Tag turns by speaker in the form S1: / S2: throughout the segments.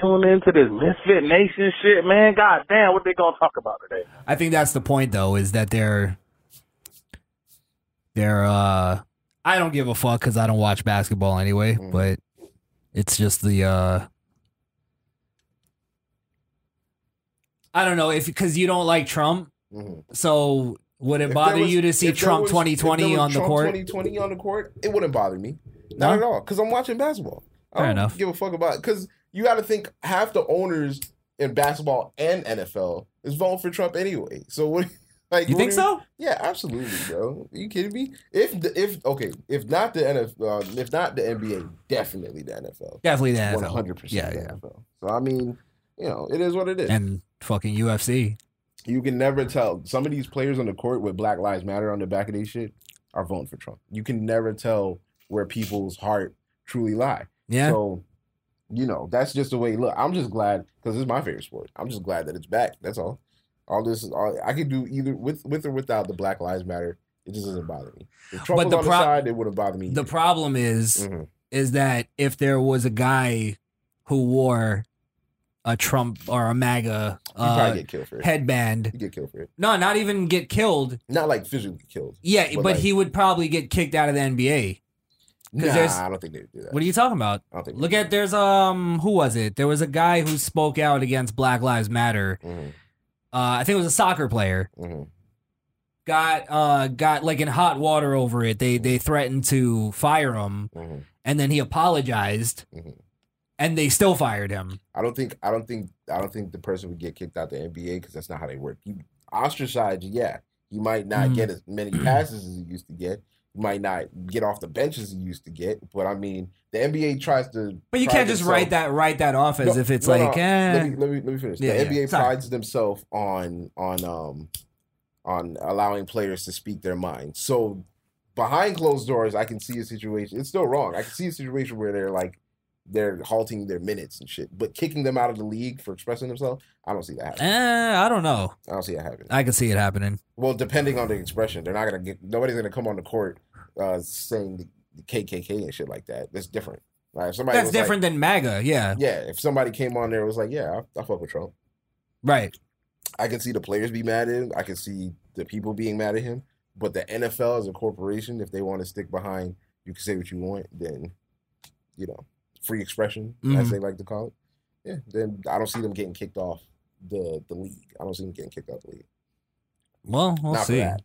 S1: tune into this Misfit Nation shit, man. God damn, what they gonna talk about today?
S2: I think that's the point though, is that they're they're uh I don't give a fuck because I don't watch basketball anyway,
S3: Mm.
S2: but it's just the uh I don't know if because you don't like Trump,
S3: Mhm.
S2: so would it
S3: If
S2: bother
S3: there was-
S2: you to see
S3: if there
S2: Trump
S3: was-
S2: twenty
S3: if
S2: twenty
S3: there was
S2: on the
S3: Trump
S2: court?
S3: 2020 on the court, it wouldn't bother me. Not
S2: No?
S3: at all, because I'm watching basketball. I
S2: Fair
S3: don't
S2: enough.
S3: give a fuck about because you got to think half the owners in basketball and NFL is voting for Trump anyway. So what? Like
S2: You
S3: what
S2: think
S3: do
S2: so?
S3: Yeah, absolutely, bro. you kidding me? If the, if okay, if not the NFL, if not the NBA, definitely the NFL.
S2: Definitely the
S3: One
S2: NFL
S3: hundred
S2: Yeah,
S3: percent the
S2: yeah.
S3: NFL. So I mean, you know, it is what it is.
S2: and fucking UFC.
S3: You can never tell. Some of these players on the court with Black Lives Matter on the back of these shit are voting for Trump. You can never tell where people's heart truly lie.
S2: Yeah,
S3: So, you know, that's just the way. Look, I'm just glad because it's my favorite sport. I'm just glad that it's back. That's all. All this is all I could do either with with or without the Black Lives Matter. It just doesn't bother me. If Trump
S2: But
S3: was
S2: the
S3: on
S2: pro-
S3: the side, it wouldn't bother me.
S2: the
S3: either.
S2: problem is
S3: Mhm.
S2: is that if there was a guy who wore a Trump or a MAGA
S3: you probably
S2: uh,
S3: get killed for it.
S2: headband,
S3: You get killed for it.
S2: no, not even get killed.
S3: Not like physically killed.
S2: Yeah,
S3: But
S2: but,
S3: like-
S2: he would probably get kicked out of the NBA.
S3: Nah,
S2: there's-
S3: I don't think they would do that.
S2: What are you talking about?
S3: I don't think.
S2: Look at there's um who was it? There was a guy who spoke out against Black Lives Matter.
S3: Mhm,
S2: Uh, I think it was a soccer player.
S3: mhm.
S2: Got uh got like in hot water over it. They they threatened to fire him,
S3: Mhm.
S2: and then he apologized,
S3: Mhm.
S2: and they still fired him.
S3: I don't think. I don't think. I don't think the person would get kicked out the NBA because that's not how they work. You ostracized, yeah. You might not
S2: Mhm.
S3: get as many passes as you used to get. You might not get off the bench as you used to get. But I mean, the NBA tries to.
S2: But you
S3: prides
S2: can't just write
S3: itself-
S2: that write that off as
S3: No,
S2: if it's
S3: no, no,
S2: like, eh,
S3: Let me let me let me finish.
S2: Yeah, yeah.
S3: the NBA
S2: Sorry.
S3: prides themselves on on um on allowing players to speak their mind. So behind closed doors, I can see a situation. It's still wrong. I can see a situation where they're like they're halting their minutes and shit, but kicking them out of the league for expressing themselves. I don't see that. Happening.
S2: eh, I don't know.
S3: I don't see that happening.
S2: I can see it happening.
S3: Well, depending on the expression, they're not gonna get. Nobody's gonna come on the court uh saying the, the KKK and shit like that. That's different. Like if somebody
S2: That's
S3: was like-
S2: different than MAGA. Yeah,
S3: yeah, if somebody came on there and was like, "Yeah, I, I fuck with Trump."
S2: right.
S3: I can see the players be mad at him. I can see the people being mad at him. But the NFL as a corporation, if they want to stick behind, you can say what you want. Then, you know, free expression, as
S2: Mhm.
S3: they like to call it. Yeah. Then I don't see them getting kicked off the the league. I don't see them getting kicked off the league.
S2: Well, we'll
S3: Not for
S2: see.
S3: that.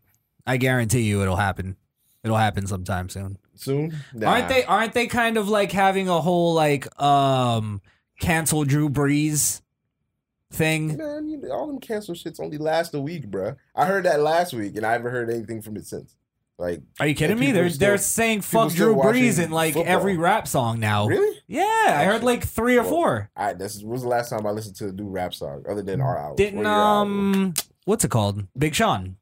S2: I guarantee you, it'll happen. It'll happen sometime soon.
S3: Soon, Nah.
S2: Aren't they? Aren't they kind of like having a whole like um cancel Drew Brees thing?
S3: Man, you, all them cancel shits only last a week, bruh. I heard that last week, and I haven't heard anything from it since. Like,
S2: Are you kidding
S3: Yeah,
S2: me?
S3: people
S2: They're
S3: still-
S2: they're saying
S3: people
S2: fuck
S3: still
S2: Drew Brees
S3: watching
S2: in like
S3: football.
S2: every rap song now.
S3: really?
S2: Yeah, I heard like three or
S3: Well,
S2: four.
S3: I this was the last time I listened to a new rap song other than our album.
S2: Mm, Didn't um, what's it called? Big Sean.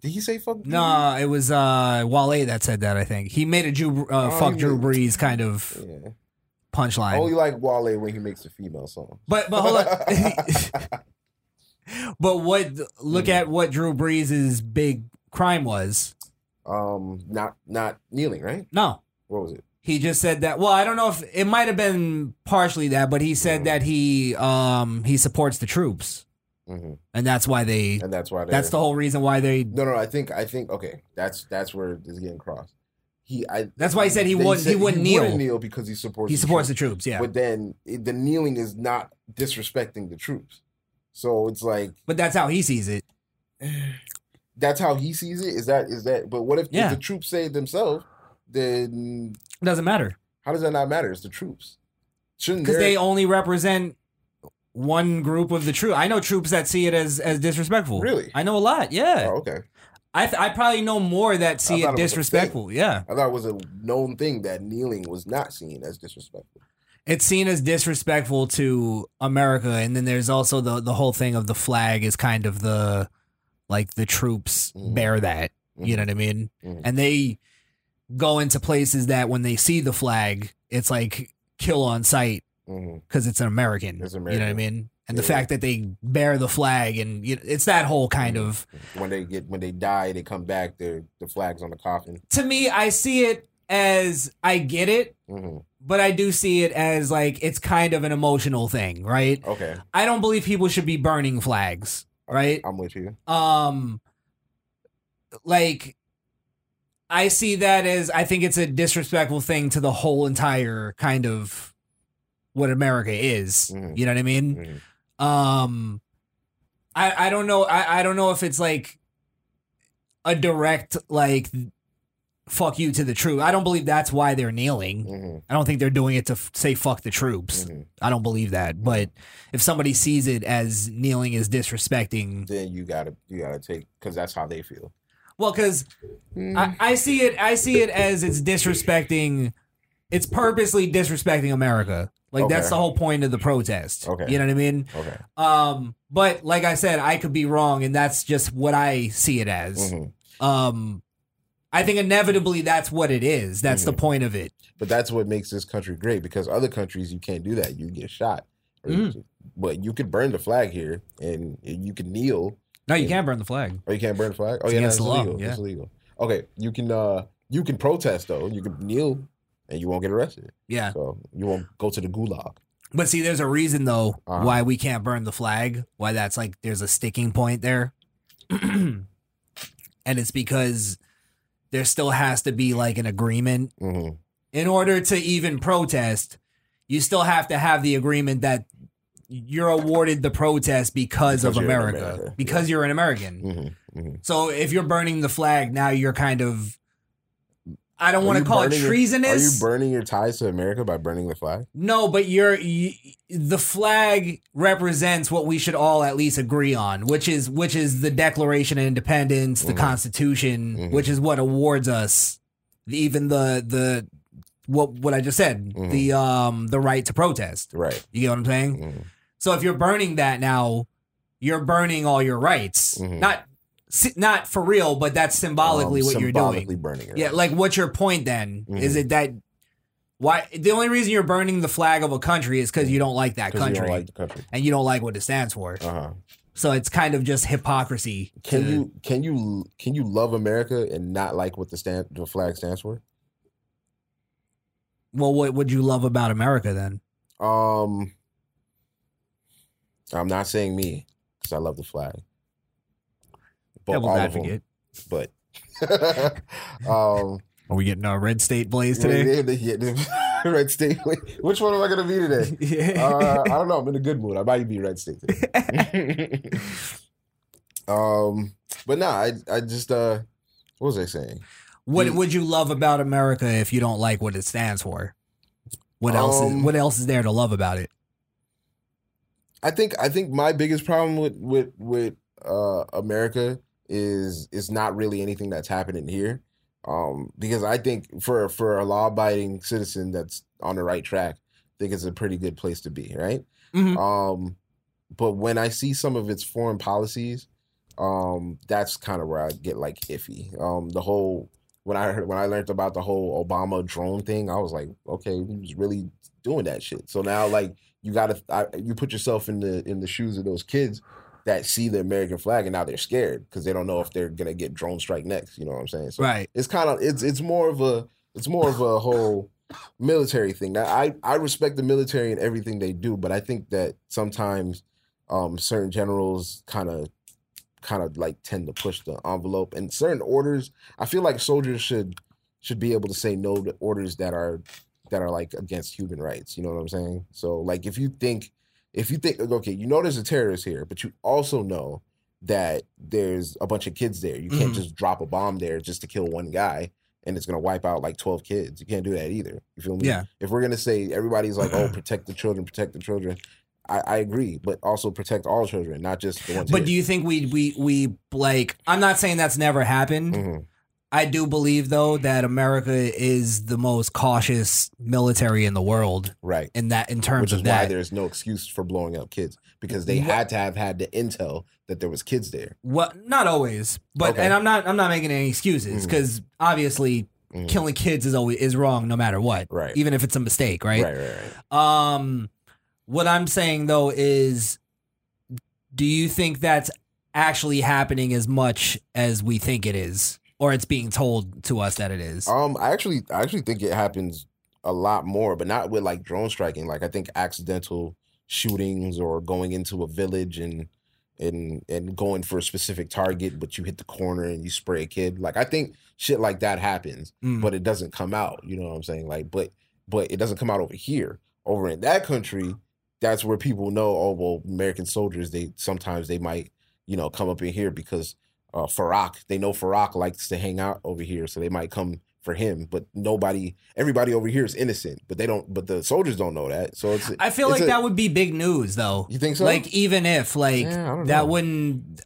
S3: Did he say fuck?
S2: No, it was uh Wale that said that. I think he made a Drew uh,
S3: Oh,
S2: fuck
S3: he
S2: Drew
S3: made-
S2: Brees kind of
S3: Yeah. I only
S2: punchline.
S3: like Wale when he makes a female song.
S2: But but hold on. but what? Look
S3: Mhm.
S2: at what Drew Brees' big crime was.
S3: um, not not kneeling, right?
S2: No,
S3: What was it?
S2: he just said that. Well, I don't know if it might have been partially that, but he said
S3: Mhm.
S2: that he um he supports the troops,
S3: hmm
S2: and that's why they.
S3: And that's why. they're-
S2: That's the whole reason why they.
S3: No, no. I think I think okay. That's that's where it's getting crossed. He. I.
S2: That's why he said he
S3: they
S2: wouldn't- he wouldn't kneel.
S3: because he supports.
S2: He
S3: the
S2: supports the
S3: troops.
S2: troops, yeah,
S3: But then it, the kneeling is not disrespecting the troops. So it's like
S2: but that's how he sees it.
S3: that's how he sees it. Is that is that? But what if,
S2: Yeah.
S3: if the troops say it themselves? Then
S2: Doesn't matter
S3: how does that not matter? It's the troops. Shouldn't
S2: because
S3: their-
S2: they only represent one group of the troop. I know troops that see it as as disrespectful.
S3: Really?
S2: I know a lot. Yeah,
S3: Oh, okay.
S2: I th- I probably know more that see it
S3: thought it was a thing.
S2: disrespectful. Yeah,
S3: I thought it was a known thing that kneeling was not seen as disrespectful.
S2: it's seen as disrespectful to America, and then there's also the the whole thing of the flag is kind of the like the troops
S3: Mhm.
S2: bear that. You know what I mean?
S3: Mhm.
S2: And they go into places that when they see the flag, it's like kill on sight
S3: hmm
S2: because it's an American.
S3: It's
S2: You know what I
S3: American.
S2: mean? And the
S3: Yeah. Mm-hmm.
S2: fact that they bear the flag and you know, it's that whole kind of
S3: When they get when they die, they come back. Their the flags on the coffin.
S2: to me, I see it as I get it,
S3: Mhm.
S2: but I do see it as like it's kind of an emotional thing, right?
S3: Okay,
S2: I don't believe people should be burning flags, right?
S3: I'm with you.
S2: um like i see that as i think it's a disrespectful thing to the whole entire kind of what america is
S3: Mhm.
S2: you know what i mean
S3: Mhm.
S2: um i i don't know i i don't know if it's like a direct like fuck you to the troop i don't believe that's why they're kneeling
S3: Mhm.
S2: i don't think they're doing it to f- say fuck the troops
S3: Mhm.
S2: i don't believe that but if somebody sees it as kneeling is disrespecting
S3: Then you gotta you gotta take because that's how they feel.
S2: well because
S3: Mm.
S2: I, I see it. I see it as it's disrespecting. It's purposely disrespecting America. Like that's
S3: Okay.
S2: the whole point of the protest.
S3: Okay.
S2: You know what I mean?
S3: okay.
S2: Um, but like I said, I could be wrong, and that's just what I see it as.
S3: Mhm.
S2: Um, I think inevitably that's what it is. That's the point of it.
S3: But that's what makes this country great because other countries you can't do that. You get shot. Or you
S2: Mm.
S3: can- But you could burn the flag here and you can kneel.
S2: No,
S3: you can't
S2: burn the flag.
S3: Or you can't burn the flag. Oh
S2: It's
S3: yeah, no,
S2: against
S3: it's
S2: the law,
S3: illegal.
S2: yeah.
S3: It's illegal. Okay. You can uh you can protest though. You can kneel and you won't get arrested.
S2: Yeah,
S3: So um, you won't go to the gulag.
S2: but see, there's a reason though
S3: Uh-huh.
S2: why we can't burn the flag. Why that's like there's a sticking point there, and it's because there still has to be like an agreement
S3: hmm
S2: in order to even protest, you still have to have the agreement that you're awarded the protest because,
S3: Because
S2: of
S3: you're in
S2: America,
S3: America,
S2: because you're an American.
S3: hmm hmm
S2: So if you're burning the flag, now you're kind of I don't
S3: Are
S2: want to
S3: you
S2: call it
S3: burning it- Are you
S2: treasonous.
S3: burning your ties to America by burning the flag?
S2: no, but you're you, the flag represents what we should all at least agree on, which is which is the Declaration of Independence, the
S3: Mhm.
S2: Constitution,
S3: Mhm.
S2: which is what awards us even the the what what I just said,
S3: Mhm.
S2: the um the right to protest.
S3: Right.
S2: You get what I'm saying?
S3: Mhm.
S2: So if you're burning that now, you're burning all your rights.
S3: Mhm.
S2: Not si- not for real, but that's symbolically
S3: Um,
S2: what
S3: symbolically
S2: you're doing.
S3: burning it.
S2: Yeah, like what's your point then? Is
S3: Mhm.
S2: it that why the only reason you're burning the flag of a country is because you don't like that
S3: Mm-hmm. 'Cause you
S2: country
S3: don't like the country.
S2: and you don't like what it stands for.
S3: Uh huh.
S2: So it's kind of just hypocrisy.
S3: Can
S2: to-
S3: you can you can you love America and not like what the stand the flag stands for?
S2: Well, what would you love about America then?
S3: Um, I'm not saying me because I love the flag, but
S2: Devil's
S3: all of them,
S2: advocate.
S3: But um,
S2: Are we getting our red state blaze today?
S3: today, red state. Which one am I gonna be today? Uh, I don't know. I'm in a good mood. I might be red state today. um, but nah, I I just uh, what was I saying?
S2: What would you love about America if you don't like what it stands for? What else?
S3: Um,
S2: is, what else is there to love about it?
S3: I think I think my biggest problem with with with uh, America is is not really anything that's happening here, um, because I think for for a law abiding citizen that's on the right track, I think it's a pretty good place to be, right?
S2: Mhm.
S3: Um, but when I see some of its foreign policies, um, that's kind of where I get like iffy. Um, the whole when I heard when I learned about the whole Obama drone thing, I was like, okay, he was really doing that shit. So now like you gotta I, you put yourself in the in the shoes of those kids that see the American flag and now they're scared because they don't know if they're gonna get drone strike next. You know what I'm saying? So
S2: Right.
S3: it's kind of it's it's more of a it's more of a whole military thing. Now, I I respect the military and everything they do, but I think that sometimes um, certain generals kind of kind of like tend to push the envelope and certain orders. I feel like soldiers should should be able to say no to orders that are that are like against human rights. You know what I'm saying? So like if you think if you think okay, you know there's a terrorist here, but you also know that there's a bunch of kids there. You can't
S2: Mhm.
S3: just drop a bomb there just to kill one guy and it's gonna wipe out like twelve kids. You can't do that either. You feel me?
S2: Yeah.
S3: If we're gonna say everybody's like, oh, protect the children, protect the children, I, I agree, but also protect all children, not just the ones.
S2: But do you think we we we like? I'm not saying that's never happened.
S3: hmm
S2: I do believe
S3: Mm-hmm.
S2: though that America is the most cautious military in the world
S3: Right.
S2: in that in terms
S3: Which
S2: of
S3: is why
S2: that.
S3: there's no excuse for blowing up kids because they
S2: Wha-
S3: had to have had the intel that there was kids there.
S2: What? Not always, but
S3: Okay.
S2: and I'm not I'm not making any excuses
S3: Mhm.
S2: because obviously
S3: Mhm.
S2: killing kids is always is wrong no matter what,
S3: Right.
S2: even if it's a mistake,
S3: Right,
S2: right?
S3: right, right.
S2: Um, what I'm saying though is, do you think that's actually happening as much as we think it is? or it's being told to us that it is.
S3: Um, I actually, I actually think it happens a lot more, but not with like drone striking. Like I think accidental shootings or going into a village and and and going for a specific target, but you hit the corner and you spray a kid. Like I think shit like that happens,
S2: Mm.
S3: but it doesn't come out. You know what I'm saying? Like, but but it doesn't come out over here. Over in that country, that's where people know. Oh well, American soldiers. They sometimes they might you know come up in here because uh, Farak. They know Farak likes to hang out over here, so they might come for him. But nobody, everybody over here is innocent. But they don't. But the soldiers don't know that. So it's.
S2: I feel
S3: it's
S2: like
S3: a-
S2: that would be big news, though.
S3: You think so?
S2: Like even if like
S3: Yeah, I don't know. Mm.
S2: that wouldn't.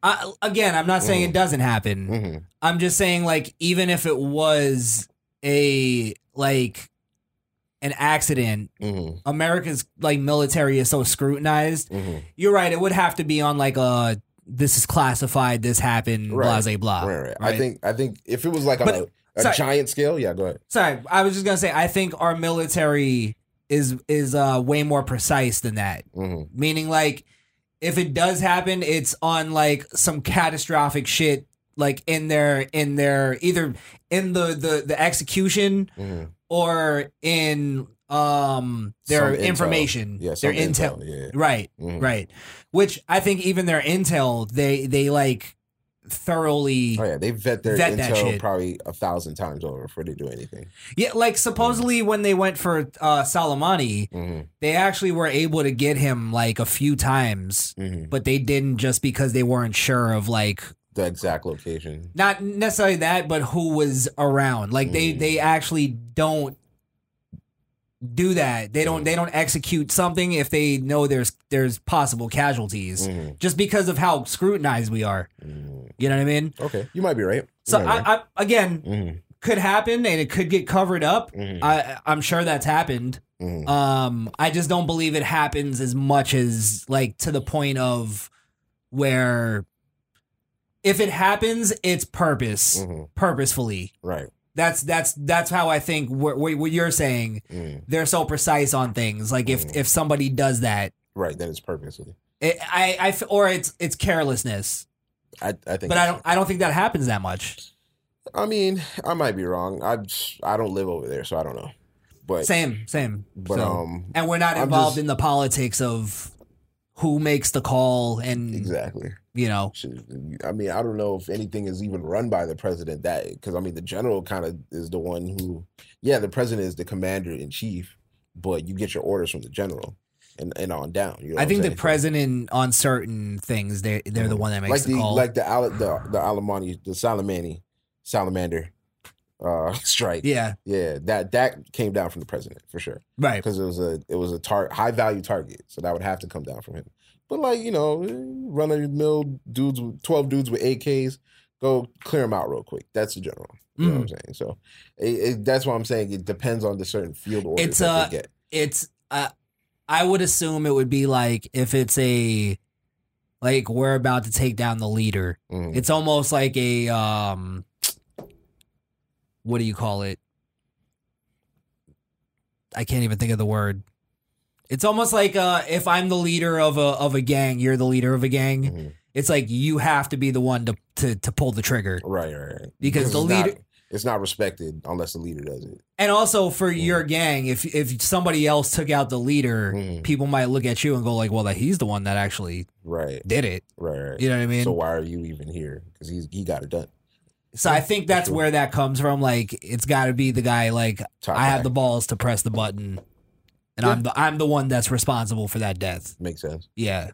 S2: I, again, I'm not saying it doesn't happen.
S3: Mhm.
S2: I'm just saying like even if it was a like an accident,
S3: Mhm.
S2: America's like military is so scrutinized.
S3: Mhm.
S2: You're right. It would have to be on like a this is classified. This happened.
S3: Right.
S2: Blah blah blah.
S3: right, right. I think. I think if it was like on
S2: Uh, But-
S3: a, a
S2: sorry.
S3: giant scale, yeah. Go ahead.
S2: Sorry, I was just gonna say. I think our military is is uh way more precise than that.
S3: hmm
S2: meaning like if it does happen it's on like some catastrophic shit like in their in their either in the the, the execution
S3: hmm
S2: or in um their
S3: Some intel.
S2: information
S3: Yeah.
S2: their
S3: some
S2: intel,
S3: Yeah.
S2: right
S3: Mhm.
S2: right which i think even their intel they they like thoroughly
S3: Oh yeah, they vet their
S2: Vet that
S3: intel
S2: shit.
S3: probably a thousand times over before they do anything.
S2: yeah like supposedly when they went for uh salamani
S3: hmm
S2: they actually were able to get him like a few times
S3: hmm
S2: but they didn't just because they weren't sure of like
S3: The exact location.
S2: not necessarily that, but who was around. Like they
S3: Mm.
S2: they actually don't do that. They don't
S3: Mm.
S2: they don't execute something if they know there's there's possible casualties
S3: Mhm.
S2: just because of how scrutinized we are.
S3: Mhm.
S2: You know what I mean?
S3: Okay, you might be right. Mm-hmm, You
S2: So
S3: might
S2: I, I again
S3: be right.
S2: could happen and it could get covered up.
S3: Mhm.
S2: I I'm sure that's happened.
S3: Mhm. Mhm.
S2: Um I just don't believe it happens as much as like to the point of where if it happens, it's purpose
S3: Mhm.
S2: purposefully.
S3: Right.
S2: That's that's that's how I think what, what what you're saying.
S3: Mhm.
S2: They're so precise on things. Like if
S3: Mhm.
S2: if somebody does that,
S3: Right. That is purposely.
S2: it, I I f- or it's it's carelessness.
S3: I, I think.
S2: But I
S3: so.
S2: don't I don't think that happens that much.
S3: I mean, I might be wrong. I I don't live over there, so I don't know. But
S2: Same same.
S3: but
S2: So-
S3: um
S2: and we're not
S3: I'm
S2: involved
S3: just-
S2: in the politics of who makes the call and
S3: exactly.
S2: you know
S3: Shit, I mean, I don't know if anything is even run by the president that because I mean the general kind of is the one who yeah, the president is the commander in chief, but you get your orders from the general and, and on down. You know what
S2: I
S3: I'm
S2: think the
S3: saying?
S2: president on certain things they they're the
S3: Mhm.
S2: one that makes
S3: like
S2: the,
S3: the
S2: call.
S3: like the Ale- the the Alamani the Salamani salamander uh strike. Yeah.
S2: yeah
S3: that that came down from the president for sure
S2: right
S3: because it was a it was a tar- high value target, so that would have to come down from him. But like you know, eh, run of the mill dudes, with, twelve dudes with AKs, go clear them out real quick. That's the general. You
S2: Mm-hmm.
S3: know what
S2: Mm.
S3: I'm saying? So it, it, that's why I'm saying it depends on the certain field orders
S2: It's,
S3: that
S2: uh,
S3: they get.
S2: it's uh, I would assume it would be like if it's a like we're about to take down the leader.
S3: Mhm.
S2: It's almost like a um what do you call it? I can't even think of the word. It's almost like uh if I'm the leader of a of a gang, you're the leader of a gang.
S3: Mhm.
S2: It's like you have to be the one to to to pull the trigger.
S3: Right, right, right.
S2: Because the
S3: it's not-
S2: leader-
S3: it's not respected unless the leader does it.
S2: And also for
S3: Mhm.
S2: your gang, if if somebody else took out the leader,
S3: Mhm.
S2: people might look at you and go like, "Well, that he's the one that actually
S3: Right,
S2: did it."
S3: right, right.
S2: You know what I mean?
S3: so
S2: So,
S3: why are you even here? Because he's he got it done.
S2: I think that's
S3: Sure.
S2: where that comes from. Like, it's got to be the guy. Like,
S3: Top
S2: I have
S3: guy.
S2: the balls to press the button, and
S3: Yeah.
S2: I'm the I'm the one that's responsible for that death.
S3: makes sense.
S2: Yeah,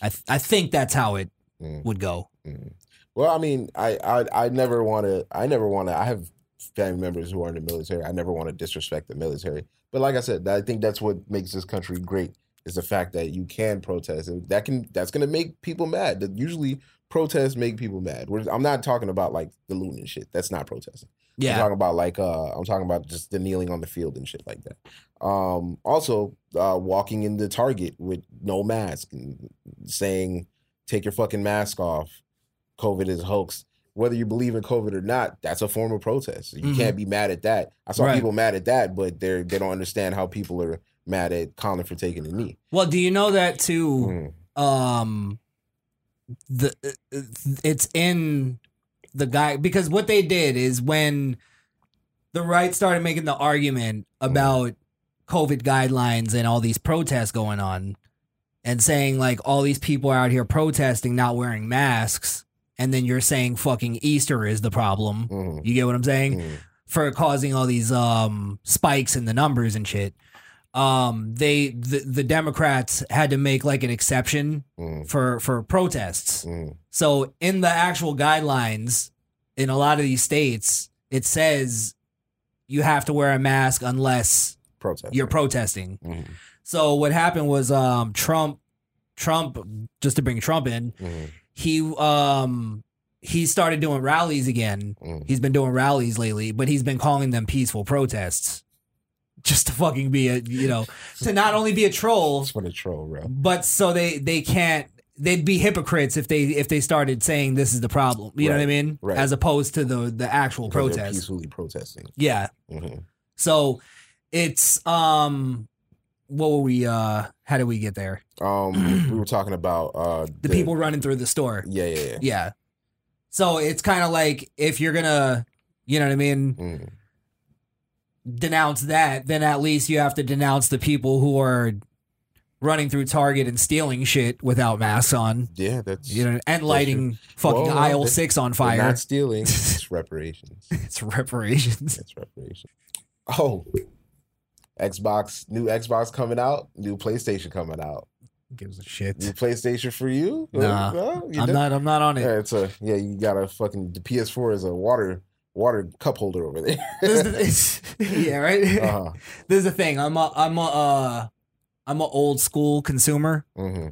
S2: I th- I think that's how it
S3: Mm.
S2: would go.
S3: Mm. Well, I mean, I I, I never want to. I never want to. I have family members who are in the military. I never want to disrespect the military. But like I said, I think that's what makes this country great is the fact that you can protest. And That can that's going to make people mad. That Usually, protests make people mad. We're, I'm not talking about like the looting shit. That's not protesting. I'm
S2: Yeah,
S3: talking about like uh I'm talking about just the kneeling on the field and shit like that. Um also uh walking in the target with no mask and saying take your fucking mask off. COVID is a hoax. Whether you believe in COVID or not, that's a form of protest. You
S2: Mhm.
S3: can't be mad at that. I saw
S2: Right.
S3: people mad at that, but they're they don't understand how people are mad at Colin for taking the knee.
S2: well, do you know that too?
S3: Mm.
S2: Um, the it's in the guy because what they did is when the right started making the argument about COVID guidelines and all these protests going on and saying like all these people are out here protesting not wearing masks and then you're saying fucking Easter is the problem.
S3: Mhm,
S2: You get what I'm saying?
S3: mhm.
S2: for causing all these um spikes in the numbers and shit. Um they the, the Democrats had to make like an exception
S3: Mm,
S2: for for protests.
S3: mm,
S2: So in the actual guidelines in a lot of these states it says you have to wear a mask unless
S3: protest.
S2: you're protesting.
S3: Mhm,
S2: So what happened was um Trump Trump just to bring Trump in,
S3: mhm,
S2: he um he started doing rallies again
S3: mhm.
S2: He's been doing rallies lately, but he's been calling them peaceful protests. Just to fucking be a, you know, to not only be a troll,
S3: That's what a troll, bro.
S2: but so they they can't they'd be hypocrites if they if they started saying this is the problem. You know what I
S3: Right,
S2: mean?
S3: right.
S2: As opposed to the the actual
S3: Because they're
S2: protest.
S3: peacefully protesting.
S2: Yeah.
S3: Mhm.
S2: So it's um what were we uh how did we get there?
S3: Um, we were talking about uh
S2: The people running through the store.
S3: Yeah, yeah, yeah.
S2: Yeah. So it's kind of like if you're going to, you know what I mean,
S3: Mhm,
S2: denounce that, then at least you have to denounce the people who are running through Target and stealing shit without masks on,
S3: Yeah, that's
S2: you know, and lighting fucking
S3: Well, no,
S2: aisle
S3: they-
S2: six on
S3: they're
S2: fire.
S3: Not stealing. It's reparations.
S2: it's reparations.
S3: It's reparations. Oh, Xbox, new Xbox coming out, new PlayStation coming out.
S2: Who Gives a shit.
S3: New PlayStation for you?
S2: Nah,
S3: No, you
S2: I'm
S3: don't-
S2: not. I'm not on it.
S3: Yeah, it's a yeah. You got a fucking the PS4 is a water water cup holder over there.
S2: This is the- it's- yeah, right.
S3: uh-huh.
S2: This is the thing. I'm a. I'm a. Uh, I'm a old school consumer.
S3: hmm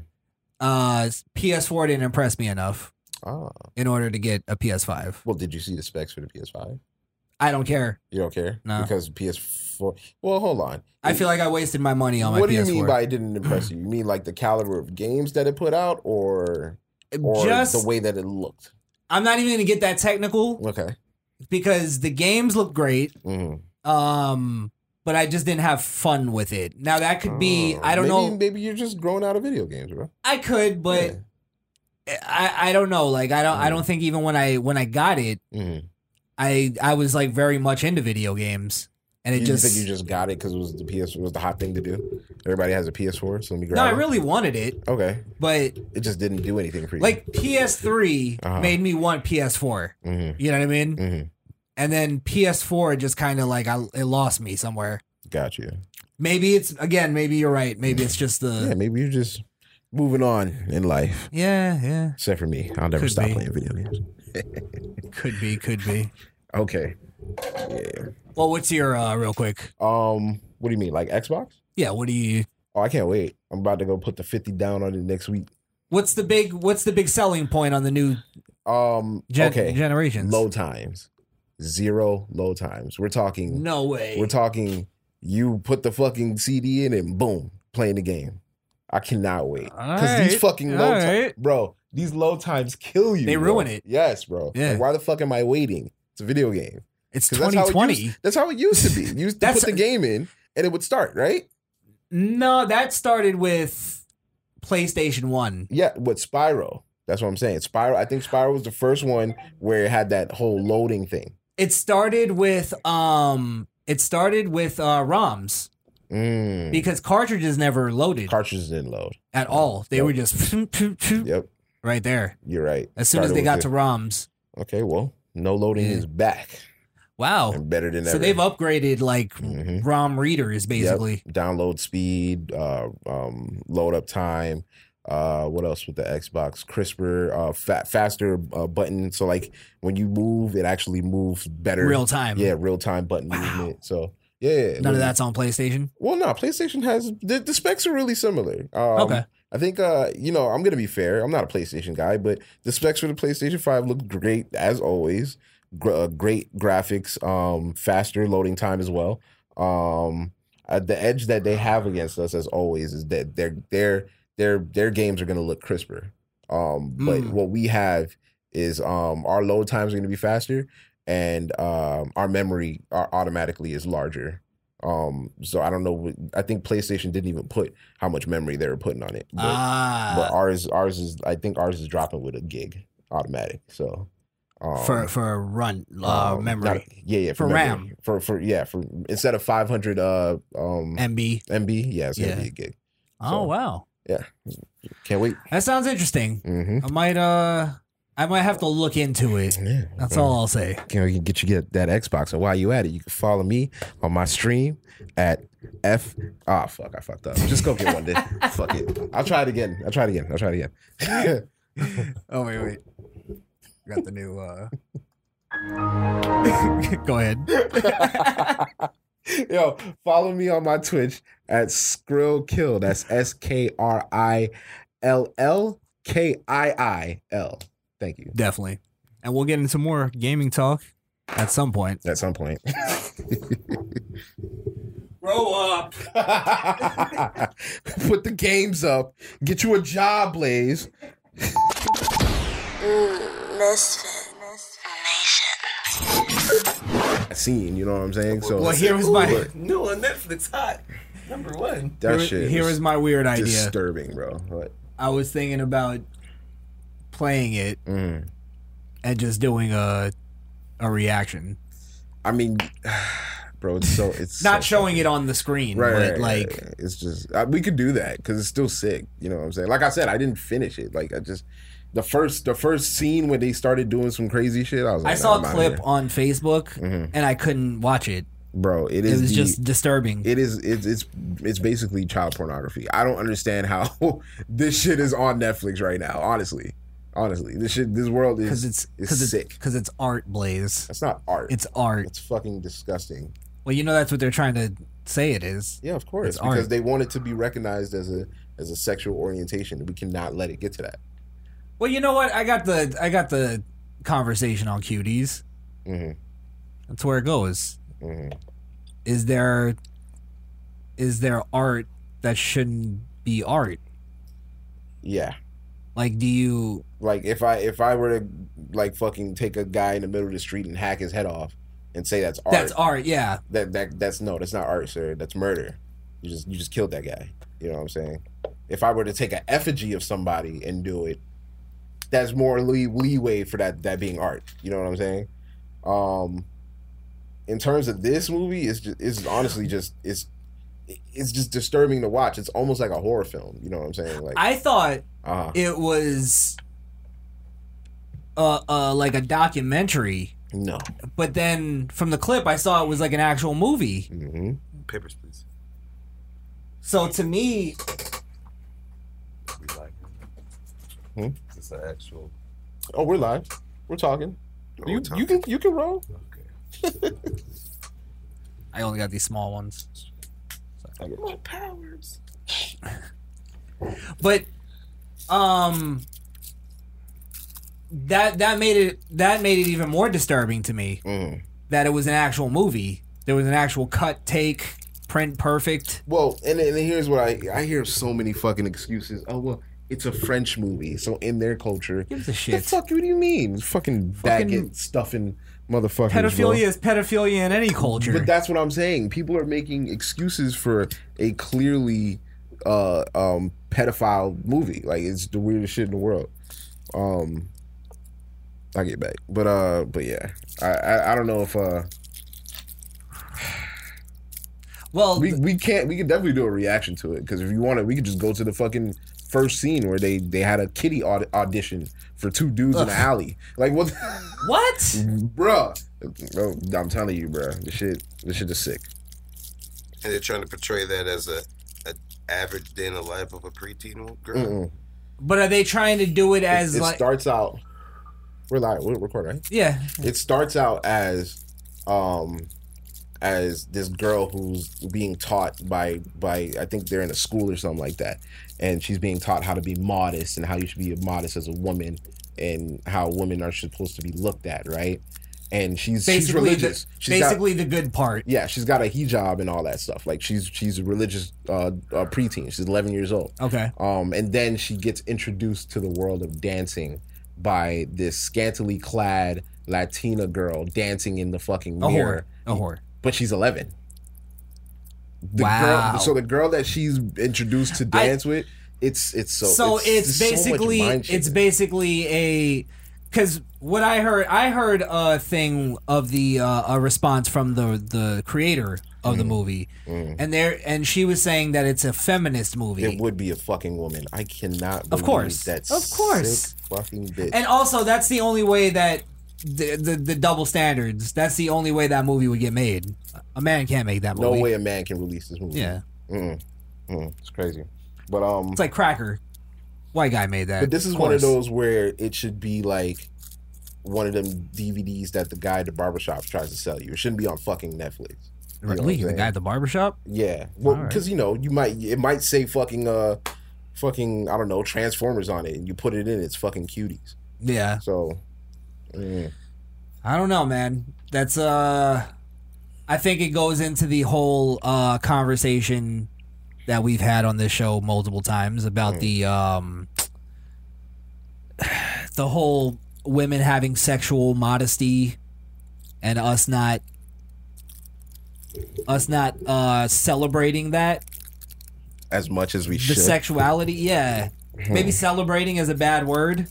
S2: Uh, PS4 didn't impress me enough
S3: Ah,
S2: in order to get a PS5.
S3: well, did you see the specs for the PS5?
S2: I don't care.
S3: You don't care
S2: No.
S3: because PS4. Well, hold on.
S2: I feel like I wasted my money on my
S3: what
S2: PS4.
S3: do you mean by it didn't impress you? You mean like the caliber of games that it put out, or or
S2: Just
S3: the way that it looked?
S2: I'm not even gonna get that technical
S3: Okay.
S2: because the games look great.
S3: hmm
S2: Um, but I just didn't have fun with it. Now that could be I don't
S3: Oh, maybe,
S2: know.
S3: Maybe you're just growing out of video games, bro.
S2: I could, but I I don't know. Like I don't I don't think even when I when I got it,
S3: yeah. Mhm.
S2: I I was like very much into video games, and it
S3: you
S2: just
S3: think you just got it because it was the PS it was the hot thing to do. Everybody has a PS4, so let me grab.
S2: no, I
S3: one.
S2: really wanted it,
S3: okay.
S2: but
S3: It just didn't do anything for you.
S2: like PS3
S3: Uh-huh.
S2: made me want PS4.
S3: hmm
S2: You know what I mean?
S3: hmm
S2: And then PS4 just kind of like I it lost me somewhere.
S3: got you.
S2: Uh, Maybe it's again. Maybe you're right. Maybe it's just the
S3: Yeah, maybe you're just moving on in life.
S2: Yeah, yeah.
S3: Except for me, I'll never
S2: Could
S3: stop
S2: be.
S3: playing video games.
S2: Could be, could be.
S3: Okay. Yeah.
S2: Well, what's your uh real quick?
S3: Um. What do you mean, like Xbox?
S2: Yeah, what do you
S3: Oh, I can't wait. I'm about to go put the fifty down on it next week.
S2: What's the big what's the big selling point on the new
S3: Um.
S2: gen-
S3: okay.
S2: generations?
S3: Low times, zero low times. We're talking.
S2: No way.
S3: We're talking you put the fucking CD in and boom, playing the game. I cannot wait. Because
S2: Alright,
S3: these fucking low times,
S2: alright.
S3: bro, these low times kill you.
S2: They
S3: bro.
S2: ruin it.
S3: Yes, bro.
S2: Yeah.
S3: Like, why the fuck am I waiting? It's a video game.
S2: it's
S3: 'Cause that's how it
S2: 2020.
S3: used- That's how it used to be. You used to
S2: That's-
S3: put the game in and it would start, right?
S2: no, that started with PlayStation 1.
S3: Yeah, with Spyro. That's what I'm saying. Spyro, I think Spyro was the first one where it had that whole loading thing.
S2: It started with um it started with uh ROMs
S3: Mm.
S2: because cartridges never loaded
S3: Cartridges didn't load.
S2: at all. They
S3: Yep.
S2: were just
S3: Yep,
S2: right there.
S3: you're right.
S2: As soon as
S3: Started
S2: they
S3: with
S2: got
S3: it.
S2: to ROMs.
S3: Okay, well, no loading
S2: Yeah.
S3: is back
S2: Wow.
S3: and better than
S2: Mm.
S3: ever.
S2: Oh. So they've upgraded like
S3: Mhm.
S2: ROM readers basically.
S3: Yep. download speed, uh, um, load up time. Uh, what else with the Xbox? Crisper, uh, fa- faster uh, button. So like when you move, it actually moves better.
S2: real time.
S3: yeah, real time button
S2: Wow.
S3: movement. So yeah,
S2: None of that's on PlayStation.
S3: Well, no, PlayStation has the, the specs are really similar. Um,
S2: Okay.
S3: I think uh, you know I'm gonna be fair. I'm not a PlayStation guy, but the specs for the PlayStation Five look great as always. Gr- uh, great graphics, um, faster loading time as well. Um, uh, the edge that they have against us, as always, is that their their their their games are gonna look crisper. Um, but
S2: Mm.
S3: what we have is um, our load times are gonna be faster, and um, our memory are automatically is larger. Um, so I don't know. what- I think PlayStation didn't even put how much memory they were putting on it. But, but
S2: Ah,
S3: ours, ours is. I think ours is dropping with a gig automatic. So um,
S2: for for a run uh,
S3: um,
S2: memory
S3: not- yeah, yeah,
S2: For
S3: memory.
S2: RAM.
S3: for for yeah, for instead of five hundred uh um
S2: MB.
S3: MB, yeah, it's gonna
S2: Yeah.
S3: be a gig.
S2: Oh
S3: So-
S2: wow,
S3: Can't wait.
S2: that sounds interesting.
S3: Mm-hmm.
S2: I might uh, I might have to look into it.
S3: Yeah,
S2: That's
S3: man.
S2: all I'll say.
S3: you know, you can get you get that Xbox. And while you at it, you can follow me on my stream at F. Ah, fuck, I fucked up. Just go get one day. fuck it. I'll try it again. I'll try it again. I'll try it again.
S2: Oh wait, wait. Got the new. uh Go ahead.
S3: Yo, follow me on my Twitch at Skrill Kill. That's S K R I L L K I I L. Thank you.
S2: Definitely, and we'll get into more gaming talk at some point.
S3: At some point.
S2: Grow up.
S3: Put the games up. Get you a job, Blaze.
S4: Misfit. Nation.
S3: scene. You know what I'm saying? So
S2: Well, here was my
S3: Look,
S1: New on Netflix, hot number one.
S3: that
S2: here,
S3: shit.
S2: here
S3: was
S2: was my weird idea.
S3: disturbing, bro. Like,
S2: I was thinking about playing it
S3: mm.
S2: and just doing a a reaction,
S3: I mean, bro, it's so it's
S2: not
S3: so-
S2: showing it on the screen,
S3: Right,
S2: but
S3: right, right,
S2: like
S3: right. it's just uh, we could do that because it's still sick. You know what I'm saying? Like I said, I didn't finish it. Like I just the first the first scene when they started doing some crazy shit. I was like,
S2: I
S3: nah,
S2: saw
S3: I'm
S2: a
S3: outta
S2: clip
S3: here. Mm-hmm.
S2: on Facebook and I couldn't watch it.
S3: bro. It
S2: It
S3: is
S2: was
S3: the-
S2: just disturbing.
S3: It is it's it's it's basically child pornography. I don't understand how this shit is on Netflix right now. Honestly, honestly, this shit this world
S2: because
S3: is
S2: it's
S3: is
S2: because
S3: sick.
S2: it's because it's art, Blaze.
S3: That's not art.
S2: It's art.
S3: It's fucking disgusting.
S2: Well, you know that's what they're trying to say. It is.
S3: Yeah, of course,
S2: It's
S3: because
S2: art.
S3: they want it to be recognized as a as a sexual orientation. We cannot let it get to that.
S2: Well, you know what? I got the I got the conversation on cuties.
S3: Mhm.
S2: That's where it goes.
S3: Mhm.
S2: Is there is there art that shouldn't be art?
S3: Yeah,
S2: Like, do you?
S3: like if I if I were to like fucking take a guy in the middle of the street and hack his head off and say that's art,
S2: That's art. Yeah.
S3: that that that's no, that's not art, sir. That's murder. You just you just killed that guy. You know what I'm saying? If I were to take an effigy of somebody and do it, that's more lee- leeway for that that being art. You know what I'm saying? Um, in terms of this movie, it's just it's honestly just it's it's just disturbing to watch. It's almost like a horror film. You know what I'm saying? Like,
S2: I thought
S3: uh
S2: it was, uh, uh, like a documentary.
S3: no.
S2: But then from the clip, I saw it was like an actual movie.
S3: hmm
S1: Papers, please.
S2: So to me,
S1: We like.
S3: Hmm?
S1: It's an actual.
S3: Oh, we're live. We're talking.
S1: Oh,
S3: You,
S1: we're
S3: you can you can roll.
S1: Okay.
S2: I only got these small ones.
S1: My powers.
S2: but um that that made it that made it even more disturbing to me
S3: Mm.
S2: that it was an actual movie there was an actual cut take print perfect
S3: Well, and and here's what I I hear so many fucking excuses. Oh well, it's a French movie, so in their culture,
S2: gives a
S3: the
S2: shit
S3: fuck? What do you mean? Fucking
S2: Fucking-
S3: baguette stuffing motherfuckers. bro.
S2: pedophilia is pedophilia in any culture
S3: But that's what I'm saying. People are making excuses for a clearly uh um pedophile movie. Like it's the weirdest shit in the world. Um I'll get back. But uh but yeah. I I, I don't know if uh
S2: well
S3: we, we can't we can definitely do a reaction to it because if you want to we could just go to the fucking first scene where they they had a kitty aud- audition for two dudes in the
S2: Ugh.
S3: alley like what
S2: what
S3: bruh bro i'm telling you bruh this shit this shit is sick
S1: And they're trying to portray that as a, a average day in the life of a preteen girl.
S3: Mm-mm.
S2: but are they trying to do it
S3: it,
S2: as
S3: it
S2: like
S3: starts out we're live we're recording right
S2: yeah
S3: it starts out as um as this girl who's being taught by by I think they're in a school or something like that and she's being taught how to be modest and how you should be modest as a woman and how women are supposed to be looked at right and she's she's
S2: basically
S3: religious
S2: the,
S3: She's got-
S2: basically the good part
S3: yeah she's got a hijab and all that stuff like she's she's a religious uh, uh preteen she's 11 years old
S2: okay
S3: um, and then she gets introduced to the world of dancing by this scantily clad Latina girl dancing in the fucking
S2: a whore
S3: mirror.
S2: a whore
S3: But she's 11. The
S2: Wow.
S3: Girl, so the girl that she's introduced to
S2: I-
S3: dance with, it's it's so.
S2: so it's,
S3: there's so much
S2: basically
S3: mind shit
S2: it's
S3: in it.
S2: basically a because what I heard, I heard a thing of the uh, a response from the the creator of
S3: Mm.
S2: the movie, and there and she was saying that it's a feminist movie.
S3: It would be a fucking woman. I cannot.
S2: Of
S3: believe
S2: course.
S3: That
S2: Of course.
S3: sick fucking bitch.
S2: And also, that's the only way that the, the the double standards. That's the only way that movie would get made. A man can't make that
S3: no
S2: movie.
S3: way a man can release this movie.
S2: Yeah,
S3: Mm-mm. Mm-mm. Hmm, It's crazy. But um,
S2: it's like Cracker. White guy made that.
S3: but this is
S2: Of
S3: one of
S2: course.
S3: those where it should be like one of them DVDs that the guy at the barbershop tries to sell you. It shouldn't be on fucking Netflix. you know what I'm
S2: Lee, the
S3: saying?
S2: guy at the barbershop.
S3: Yeah, well,
S2: All right.
S3: because you know, you might it might say fucking uh, fucking I don't know Transformers on it, and you put it in, it's fucking cuties.
S2: Yeah,
S3: So, mm,
S2: I don't know, man. That's uh, I think it goes into the whole uh conversation that we've had on this show multiple times about the um, the whole women having sexual modesty and us not us not uh celebrating that
S3: as much as we
S2: the
S3: should.
S2: sexuality yeah maybe celebrating is a bad word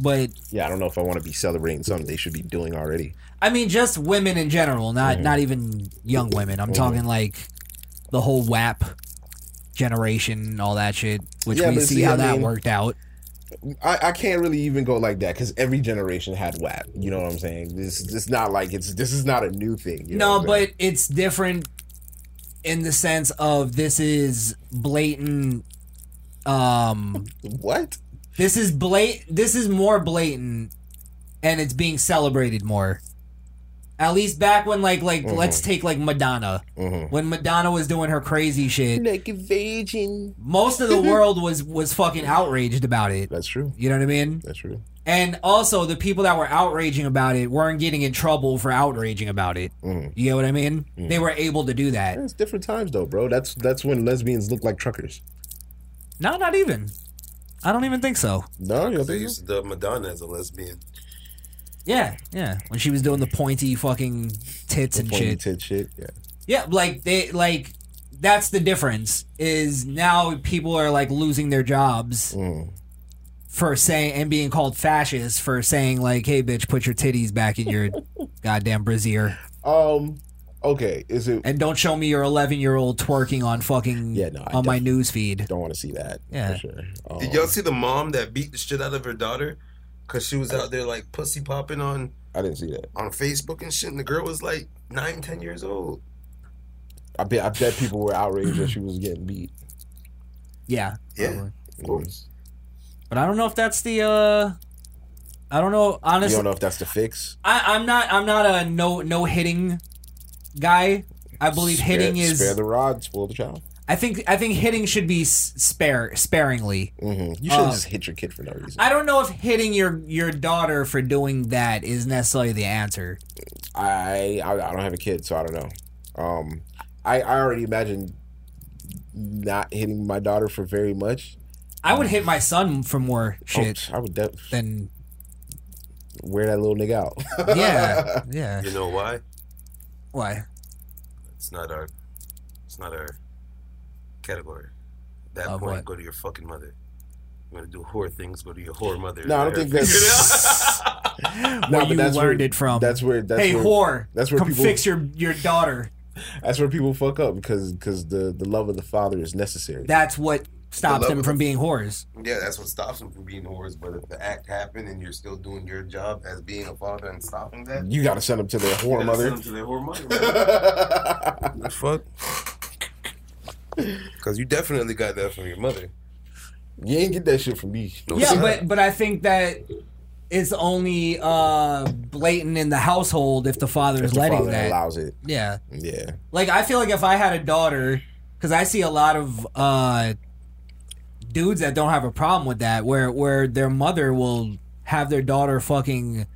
S2: but
S3: yeah, I don't know if I want to be celebrating something they should be doing already.
S2: I mean, just women in general, not not even young women. I'm talking like the whole WAP generation, and all that shit. Which
S3: Yeah,
S2: we
S3: but
S2: see
S3: see,
S2: how
S3: I
S2: that
S3: mean-
S2: worked out.
S3: I, I can't really even go like that because every generation had WAP. You know what I'm saying? This it's not like it's this is not a new thing. you know
S2: no,
S3: what I'm
S2: but it's different in the sense of this is blatant. Um,
S3: saying? what?
S2: this is blat. This is more blatant, and it's being celebrated more. At least back when, like, like let's
S3: Mm-hmm.
S2: take like Madonna
S3: Mhm.
S2: when Madonna was doing her crazy shit.
S3: Like a virgin.
S2: most of the world was was fucking outraged about it.
S3: That's true.
S2: You know what I mean?
S3: That's true.
S2: And also, the people that were outraging about it weren't getting in trouble for outraging about it.
S3: Mm.
S2: You know what I mean? They were able to do that.
S3: Yeah, It's different times though, bro. That's that's when lesbians look like truckers.
S2: No, not even. I don't even think so.
S3: No, you
S1: They
S3: think
S1: used to dub Madonna as a lesbian.
S2: Yeah, yeah. When she was doing the pointy fucking tits and
S3: Before you
S2: shit.
S3: tit shit. Yeah.
S2: Yeah, like they like that's the difference is now people are like losing their jobs
S3: Mm.
S2: for saying and being called fascist for saying like, "Hey, bitch, put your titties back in your goddamn brassiere."
S3: Um. Okay. Is it?
S2: And don't show me your 11 year old twerking on fucking
S3: Yeah, no, I
S2: on my news feed.
S3: Don't want to see that.
S2: Yeah.
S3: For sure. Um,
S1: Did y'all see the mom that beat the shit out of her daughter because she was out there like pussy popping on
S3: I didn't see that.
S1: on Facebook and shit, and the girl was like nine, ten years old.
S3: I bet. I bet people were outraged that she was getting beat.
S2: Yeah.
S1: Yeah.
S2: probably.
S1: Of course.
S2: But I don't know if that's the uh I don't know
S3: You
S2: honestly
S3: don't know if that's the fix.
S2: I, I'm not I'm not a no no hitting guy. I believe
S3: Spare-
S2: hitting is
S3: spare the rod, spoil the child.
S2: I think I think hitting should be s- spare sparingly.
S3: hmm You should
S2: Uh,
S3: not just hit your kid for no reason.
S2: I don't know if hitting your your daughter for doing that is necessarily the answer.
S3: I, I I don't have a kid, so I don't know. Um, I I already imagine not hitting my daughter for very much.
S2: I would hit my son for more
S3: Oh,
S2: shit
S3: I would de-
S2: than
S3: wear that little nigga out.
S2: yeah yeah.
S1: You know why?
S2: Why?
S1: It's not our, it's not our category. At that
S2: Of
S1: point,
S2: what?
S1: go to your fucking mother. You want to do whore things? Go to your whore mother.
S3: No, I don't
S1: Let her
S3: think
S1: figure
S3: that's-
S1: it out.
S2: Where
S3: but
S2: you
S3: that's
S2: learned
S3: where-
S2: it from?
S3: That's where that's
S2: hey
S3: where
S2: whore
S3: that's where
S2: come
S3: people-
S2: fix your your daughter
S3: that's where people fuck up because because the the love of the father is necessary.
S2: that's what stops
S1: love
S2: them
S1: of
S2: from being whores
S1: yeah, that's what stops them from being whores. But if the act happened and you're still doing your job as being a father and stopping that,
S3: you got to send them to their
S1: you
S3: whore
S1: gotta
S3: mother.
S1: send them to their whore mother. man. The fuck? Because you definitely got that from your mother.
S3: you ain't get that shit from me.
S2: yeah
S1: sir.
S2: but but i think that it's only uh blatant in the household if the father
S3: If
S2: is
S3: the
S2: letting
S3: father
S2: that
S3: allows it.
S2: yeah
S3: Yeah.
S2: like i feel like if i had a daughter because i see a lot of uh dudes that don't have a problem with that where where their mother will have their daughter fucking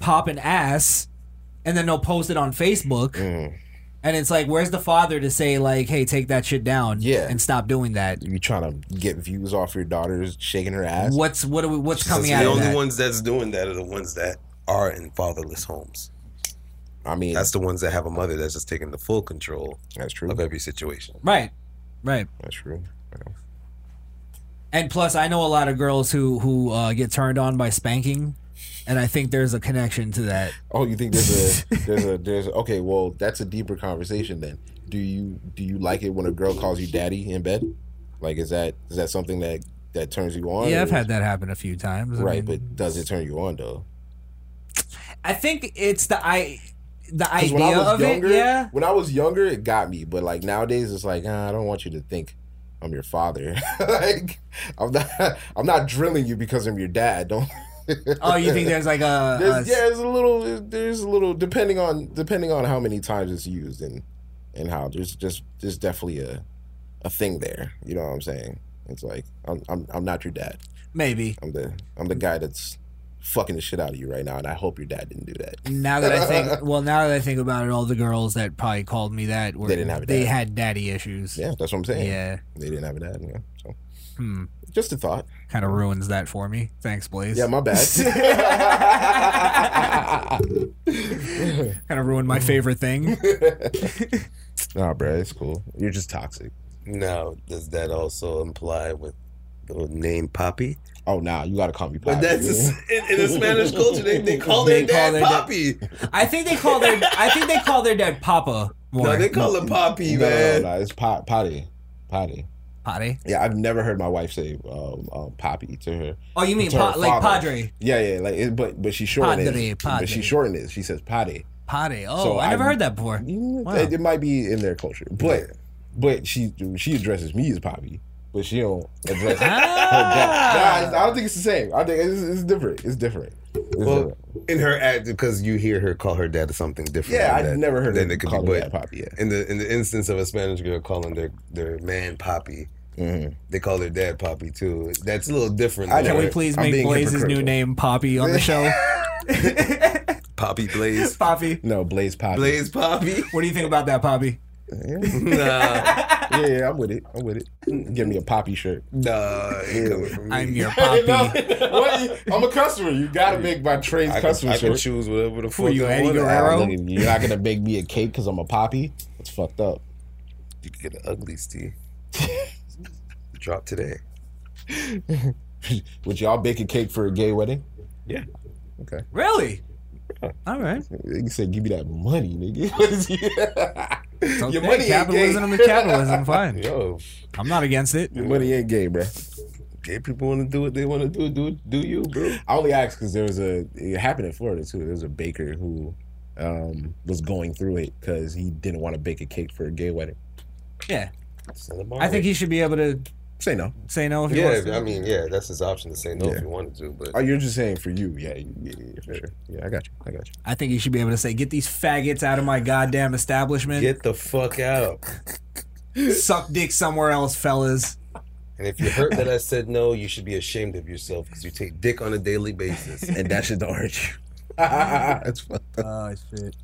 S2: pop an ass and then they'll post it on facebook
S3: Mm.
S2: And it's like, where's the father to say like, hey, take that shit down,
S3: Yeah.
S2: and stop doing that?
S3: You trying to get views off your daughter's shaking her ass?
S2: What's what? Are we, what's
S1: Because
S2: coming
S1: the
S2: out of
S1: only
S2: that?
S1: ones that's doing that are the ones that are in fatherless homes.
S3: I mean,
S1: That's
S3: that's,
S1: the ones that have a mother that's just taking the full control
S3: true.
S1: of every situation.
S2: Right, right.
S3: That's true.
S2: And plus, I know a lot of girls who who uh, get turned on by spanking, and I think there's a connection to that.
S3: Oh, you think there's a there's a there's a, okay? Well, that's a deeper conversation then. Do you do you like it when a girl calls you daddy in bed? Like, is that is that something that that turns you on?
S2: Yeah, I've
S3: or-
S2: had that happen a few times. I
S3: right,
S2: mean,
S3: but does it turn you on though?
S2: I think it's the I the
S3: 'Cause
S2: idea of
S3: younger,
S2: it. Yeah,
S3: When I was younger, it got me, but like nowadays, it's like ah, I don't want you to think I'm your father. like, I'm not I'm not drilling you because I'm your dad. Don't.
S2: Oh, you think there's like a,
S3: There's,
S2: a-
S3: yeah, there's a little. There's a little depending on depending on how many times it's used and and how there's just there's definitely a a thing there. You know what I'm saying? It's like I'm I'm I'm not your dad.
S2: maybe?
S3: I'm the I'm the guy that's fucking the shit out of you right now, and I hope your dad didn't do that.
S2: Now that I think, well, now that I think about it, all the girls that probably called me that were
S3: They didn't have a
S2: they
S3: dad.
S2: had daddy issues.
S3: Yeah, that's what I'm saying.
S2: yeah.
S3: They didn't have a dad. Yeah, so
S2: Hmm.
S3: just a thought.
S2: Kind of ruins that for me. Thanks, Blaze.
S3: Yeah, my bad.
S2: kind of ruined my favorite thing.
S3: nah, bro, it's cool. You're just toxic.
S1: Now, does that also imply with the name Poppy?
S3: Oh, nah, you gotta call me.
S1: But
S3: Poppy.
S1: that's in, in the Spanish culture, they, they call
S2: They
S1: their
S2: call
S1: dad
S2: their dad-
S1: Poppy.
S2: I think they call their I think they call their dad Papa more.
S1: No, they call him Poppy,
S3: no,
S1: man.
S3: No, no, no, it's pot, potty, potty.
S2: Potty.
S3: Yeah, I've never heard my wife say um, um, Poppy to her.
S2: Oh, you mean
S3: To her
S2: pa- like
S3: father.
S2: Padre?
S3: Yeah, yeah, like it, but but she shortened
S2: Padre,
S3: it.
S2: padre.
S3: But she shortened it. She says potty.
S2: Potty. Oh,
S3: So
S2: I never
S3: I'm-
S2: heard that before. Wow.
S3: It, it might be in their culture, but but she she addresses me as Poppy, but she don't address her
S2: Ah.
S3: dad. Nah, I don't think it's the same. I think it's, it's different. It's different. It's
S1: Well,
S3: different.
S1: in her act, because you hear her call her dad something different.
S3: yeah,
S1: than
S3: I've
S1: that,
S3: never heard
S1: then
S3: of
S1: it could be,
S3: calling
S1: but
S3: that Poppy. Yeah.
S1: In the in the instance of a Spanish girl calling their their man Poppy,
S3: Mhm.
S1: they call their dad Poppy too. That's a little different.
S3: I
S1: than
S2: Can
S3: know
S1: her
S2: we
S3: it.
S2: please
S3: I'm
S2: make
S3: being
S2: Blaze's new
S3: hypocritical.
S2: name Poppy on the show?
S1: Poppy Blaze.
S2: Poppy.
S3: No, Blaze Poppy.
S1: Blaze Poppy.
S2: What do you think about that, Poppy?
S1: nah,
S3: Yeah, yeah, I'm with it. I'm with it. Give me a Poppy shirt.
S1: nah. Ain't coming from me.
S2: I'm your
S3: No,
S2: Poppy.
S3: what? I'm a customer. You gotta make my trades
S1: I can,
S3: customer
S1: I can
S3: shirt.
S1: choose whatever the fuck
S2: you,
S1: I
S2: Eddie
S1: want.
S2: Guerrero?
S3: Look at you. You're not gonna bake me a cake because I'm a poppy. It's fucked up.
S1: You can get an ugly Steve. Drop today.
S3: Would y'all bake a cake for a gay wedding?
S1: Yeah.
S3: Okay.
S2: Really? All right.
S3: You said give me that money, nigga. What is
S2: It's
S3: you-
S2: okay.
S3: Your money ain't
S2: capitalism
S3: gay.
S2: is capitalism. Fine.
S1: Yo,
S2: I'm not against it.
S3: Your money ain't gay, bro.
S1: gay people want to do what they want to do. Do do you, bro?
S3: I only asked because there was a. It happened in Florida too. There was a baker who um, was going through it because he didn't want to bake a cake for a gay wedding.
S2: Yeah.
S1: Send them our
S2: I think
S1: way.
S2: he should be able to
S3: Say no.
S2: say no if he wants
S1: Yeah,
S2: to.
S1: I mean, yeah, that's his option to say no
S3: Yeah.
S1: if he wanted to, but
S3: Oh, you're just saying for you. Yeah, yeah, yeah, yeah, for sure. Yeah, I got you. I got you.
S2: I think he should be able to say, "Get these faggots out of my goddamn establishment.
S1: get the fuck out.
S2: Suck dick somewhere else, fellas."
S1: And if you hurt that I said no, you should be ashamed of yourself because you take dick on a daily basis.
S3: And that shit don't hurt you. That's fucked up.
S2: Oh shit.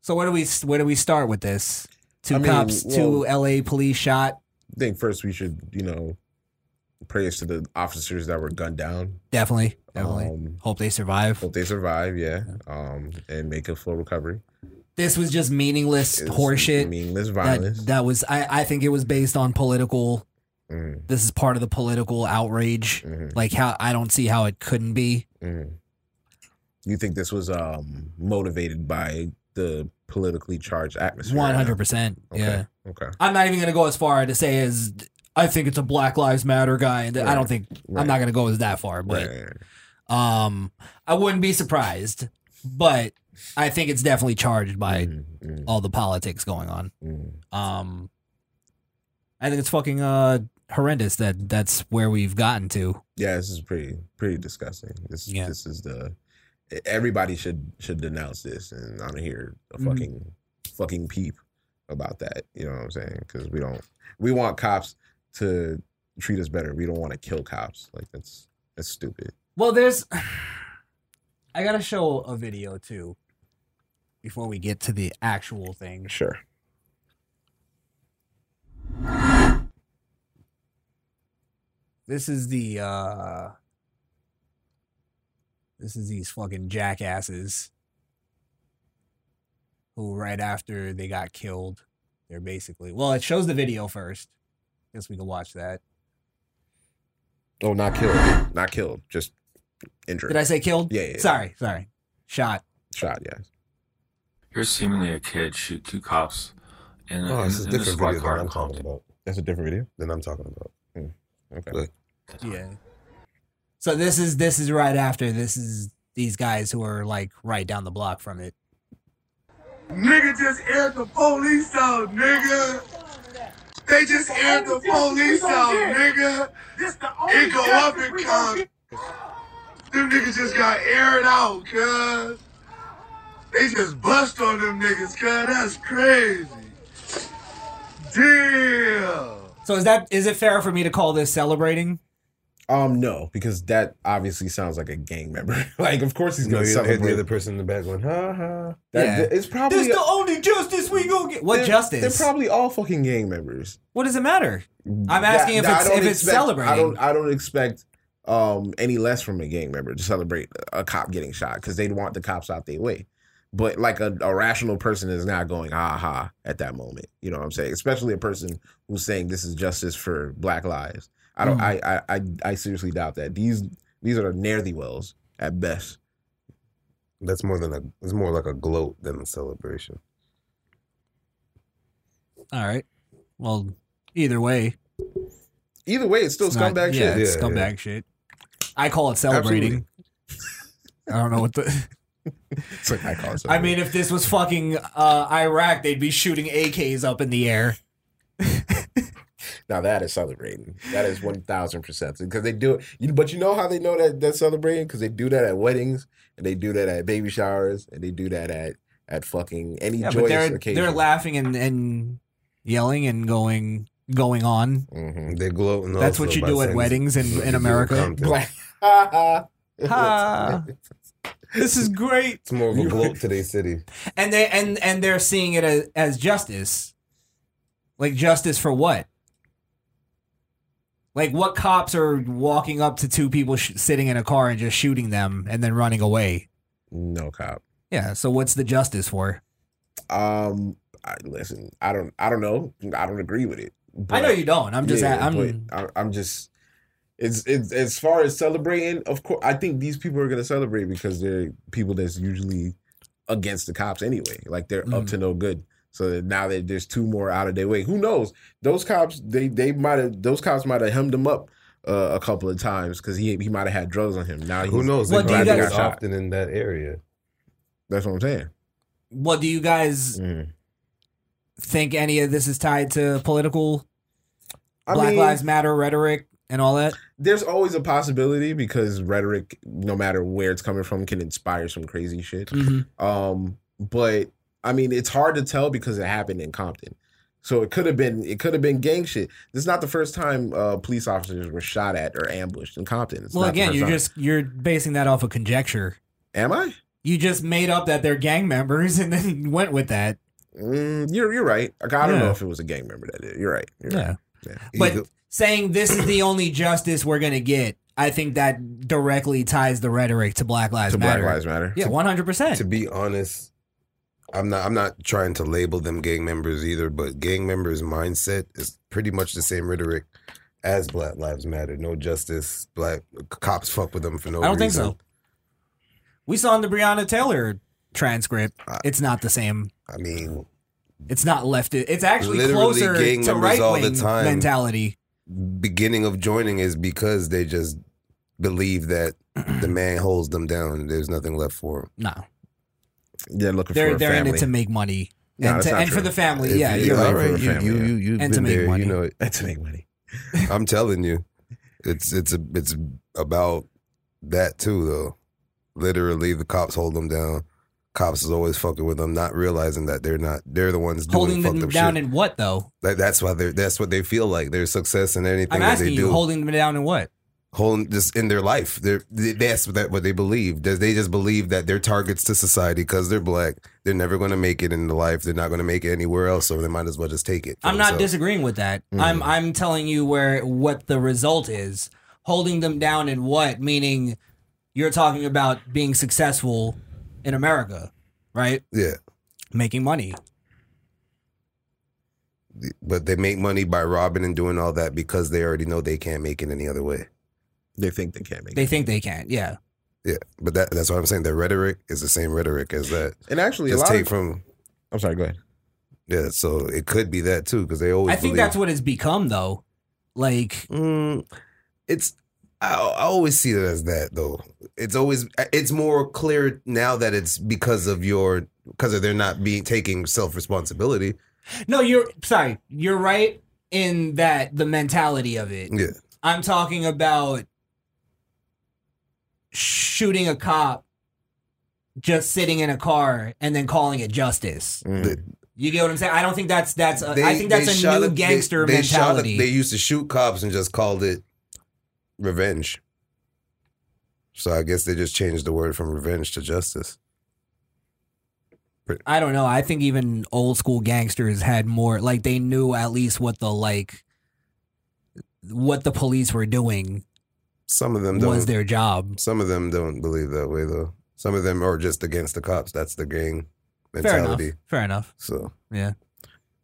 S2: So where do we where do we start with this? Two
S3: I mean,
S2: cops, two
S3: well-
S2: L.A. police shot.
S3: I think first we should, you know, prayers to the officers that were gunned down.
S2: Definitely, definitely.
S3: Um,
S2: Hope they survive.
S3: hope they survive, yeah, um, and make a full recovery.
S2: This was just meaningless
S3: It's
S2: horseshit.
S3: meaningless
S2: That,
S3: violence.
S2: that was I, I think it was based on political
S3: Mm,
S2: this is part of the political outrage
S3: mhm,
S2: like how i don't see how it couldn't be
S3: mhm. Mm-hmm. You think this was um, motivated by the politically charged atmosphere? right now?
S2: 100%
S3: Okay.
S2: yeah
S3: Okay.
S2: i'm not even gonna go as far to say as i think it's a black lives matter guy and i don't think i'm not gonna go as that far but
S3: Right, right, right.
S2: um i wouldn't be surprised but i think it's definitely charged by
S3: Mm, mm,
S2: all the politics going on
S3: mm.
S2: um i think it's fucking uh horrendous that that's where we've gotten to
S3: Yeah, this is pretty pretty disgusting. This
S2: Yeah.
S3: this is the e, everybody should should denounce this, and I don't hear a
S2: Mhm.
S3: fucking fucking peep about that. You know what I'm saying? Because we don't we want cops to treat us better. We don't want to kill cops. Like that's that's stupid.
S2: Well, there's. I gotta show a video too, before we get to the actual thing.
S3: Sure.
S2: This is the. uh This is these fucking jackasses. Who right after they got killed, they're basically well. It shows the video first. They're guess we can watch that.
S3: Oh, not killed. Not killed. Just injured.
S2: Did I say killed?
S3: Yeah, yeah, yeah.
S2: Sorry, sorry. Shot.
S3: Shot, yeah.
S5: Here's seemingly a kid shoot two cops in,
S1: Oh,
S5: in,
S1: this is
S5: in
S1: a different
S5: a squad
S1: video
S5: car
S1: than
S5: in
S1: I'm talking
S5: Compton.
S1: about.
S3: That's a different video. Hmm.
S1: Than I'm talking about.
S3: Okay.
S1: Look.
S2: Yeah. So this is this is right after this is these guys who are like right down the block from it.
S6: Nigga just aired the police out, nigga. They just aired the police out, nigga. It go up and come. Them niggas just got aired out, cuz. They just bust on them niggas, cuz. That's crazy. Damn.
S2: So is that is it fair for me to call this celebrating?
S3: Um, no, because that obviously sounds like a gang member. like, of course he's
S1: No,
S3: gonna
S1: you hit the
S3: celebrate.
S1: other person in the back going, ha ha.
S3: that,
S2: Yeah.
S3: that- It's probably
S2: This the only justice we gonna get. What
S3: they're-
S2: justice?
S3: They're probably all fucking gang members.
S2: what does it matter?
S3: That-
S2: I'm asking if
S3: that Mm, I
S2: it's
S3: don't
S2: if it's
S3: expect-
S2: celebrating.
S3: I don't. I don't expect um any less from a gang member to celebrate a cop getting shot because they'd want the cops out their way. But like a, a rational person is not going ha ha at that moment. You know what I'm saying? Especially a person who's saying this is justice for Black lives. I don't.
S2: Mhm.
S3: I, I I I seriously doubt that. These these are ne'er the wells at best.
S1: That's more than a. It's more like a gloat than a celebration.
S2: All right. Well, either way,
S3: Either way, it's still
S2: it's
S3: scumbag
S2: not-
S3: shit.
S2: yeah, it's
S1: Yeah,
S2: scumbag shit. I call it celebrating. I don't know what the.
S3: It's like I call it
S2: I mean, if this was fucking uh, Iraq, they'd be shooting AKs up in the air.
S3: now that is celebrating. That is one thousand percent because they do it. You, but you know how they know that that's celebrating because they do that at weddings and they do that at baby showers and they do that at at fucking any
S2: Yeah, but
S3: joyous
S2: they're
S3: occasion.
S2: they're laughing and, and yelling and going going on.
S3: Mhm.
S1: They gloat. And
S2: That's what
S1: also
S2: you
S1: by
S2: do at
S1: saying,
S2: weddings in-
S1: "This is what
S2: in
S1: you do
S2: America."
S1: Compton."
S3: Black. Ha, ha.
S2: Ha. This is great,
S1: It's more of a gloat to their city.
S2: and they and and they're seeing it as, as justice. Like justice for what? Like what cops are walking up to two people sh- sitting in a car and just shooting them and then running away?
S3: No cop.
S2: Yeah. So what's the justice for?
S3: Um, I, listen, I don't, I don't know. I don't agree with it.
S2: I
S3: but-
S2: know you don't. I'm just.
S3: Yeah,
S2: I'm.
S3: but I- I'm just. It's, it's as far as celebrating. Of course, I think these people are gonna celebrate because they're people that's usually against the cops anyway. Like they're up
S2: Mhm.
S3: to no good. So that now that there's two more out of their way, who knows? Those cops, they they might have those cops might have hemmed him up uh, a couple of times because he he might have had drugs on him. Now he's,
S1: Who knows?
S2: What
S1: What
S2: do you
S1: they
S2: guys-
S1: guys often in that area?
S3: That's what I'm saying.
S2: What do you guys
S3: Mhm.
S2: think? Any of this is tied to political
S3: I
S2: Black
S3: mean,
S2: Lives Matter rhetoric and all that?
S3: there's always a possibility because rhetoric, no matter where it's coming from, can inspire some crazy shit.
S2: Mm-hmm.
S3: Um, but I mean, it's hard to tell because it happened in Compton. So it could have been it could have been gang shit. This is not the first time uh, police officers were shot at or ambushed in Compton. It's
S2: Well,
S3: not the
S2: again,
S3: first
S2: you're
S3: time.
S2: just you're basing that off of conjecture.
S3: am I?
S2: You just made up that they're gang members and then went with that.
S3: Mm, you're you're right. Like, I don't
S2: Yeah.
S3: know if it was a gang member that did. it. You're right. You're right.
S2: Yeah.
S3: Yeah.
S2: But
S1: Either-
S2: saying this is the only justice we're gonna get, I think that directly ties the rhetoric to Black Lives
S3: To
S2: Matter.
S3: Black Lives Matter.
S2: yeah, one hundred
S1: to
S2: percent.
S1: be honest, I'm not. I'm not trying to label them gang members either. But gang members' mindset is pretty much the same rhetoric as Black Lives Matter. No justice. Black cops fuck with them for no.
S2: I don't think
S1: reason.
S2: so. We saw in the Breonna Taylor transcript,
S3: Uh,
S2: it's not the same.
S1: I mean,
S2: It's not left. It's actually
S1: Literally
S2: closer
S1: gang
S2: to
S1: members
S2: right
S1: all the
S2: wing
S1: time.
S2: mentality.
S1: beginning of joining is because they just believe that the man holds them down. There's nothing left for them.
S2: No,
S3: They're looking for
S2: they're
S3: a
S2: they're in
S3: family.
S2: it to make money
S3: No,
S2: and,
S3: that's
S2: to,
S3: not
S2: and for
S3: true.
S2: the family. yeah,
S1: you,
S2: you're
S3: all
S2: right.
S3: right.
S1: You,
S3: Family,
S1: you,
S3: yeah.
S1: you, you've
S2: And
S1: been
S2: to make
S1: there.
S2: money.
S1: You know it.
S3: to make money.
S1: I'm telling you, it's it's a, it's about that too though. Literally, the cops hold them down. Cops is always fucking with them, not realizing that they're not. They're the ones doing
S2: Holding
S1: fucked
S2: them
S1: up
S2: down
S1: shit.
S2: in what though?
S1: like that's why they're. That's what they feel like. Their success in anything
S2: I'm
S1: that
S2: asking
S1: they
S2: you,
S1: do,
S2: holding them down in what?
S1: holding just in their life. They're, they, that's what, that, what they believe. That they just believe that they're targets to society because they're black. They're never going to make it in the life. They're not going to make it anywhere else. So they might as well just take it. for
S2: I'm not
S1: themselves.
S2: disagreeing with that.
S1: Mm-hmm.
S2: I'm I'm telling you where what the result is. Holding them down in what? Meaning, you're talking about being successful in America, right?
S1: Yeah,
S2: Making money.
S1: but they make money by robbing and doing all that because they already know they can't make it any other way.
S3: They think they can't make
S2: They
S3: it.
S2: think they can. Yeah.
S1: Yeah, but that, that's what I'm saying. Their rhetoric is the same rhetoric as that.
S3: And actually, a
S1: Just
S3: lot
S1: take
S3: of,
S1: from
S3: I'm sorry, go ahead.
S1: yeah. So it could be that too because they always.
S2: I think
S1: believe-
S2: that's what it's become though. Like
S1: Mm, it's I, I always see it as that though. It's always it's more clear now that it's because of your because of their not being taking self responsibility.
S2: no, you're sorry. You're right in that the mentality of it.
S1: Yeah,
S2: I'm talking about shooting a cop just sitting in a car and then calling it justice.
S3: Mm,
S2: You get what I'm saying? I don't think that's that's a, I think
S1: they
S2: that's a
S1: shot
S2: new
S1: they-
S2: gangster
S1: they shot
S2: mentality.
S1: they used to shoot cops and just called it revenge. So I guess they just changed the word from revenge to justice.
S2: I don't know. I think even old school gangsters had more like they knew at least what the like what the police were doing
S1: Some of them don't.
S2: was their job.
S1: Some of them don't believe that way though. Some of them are just against the cops. That's the gang
S2: Fair
S1: mentality.
S2: enough. Fair enough.
S1: So
S2: Yeah.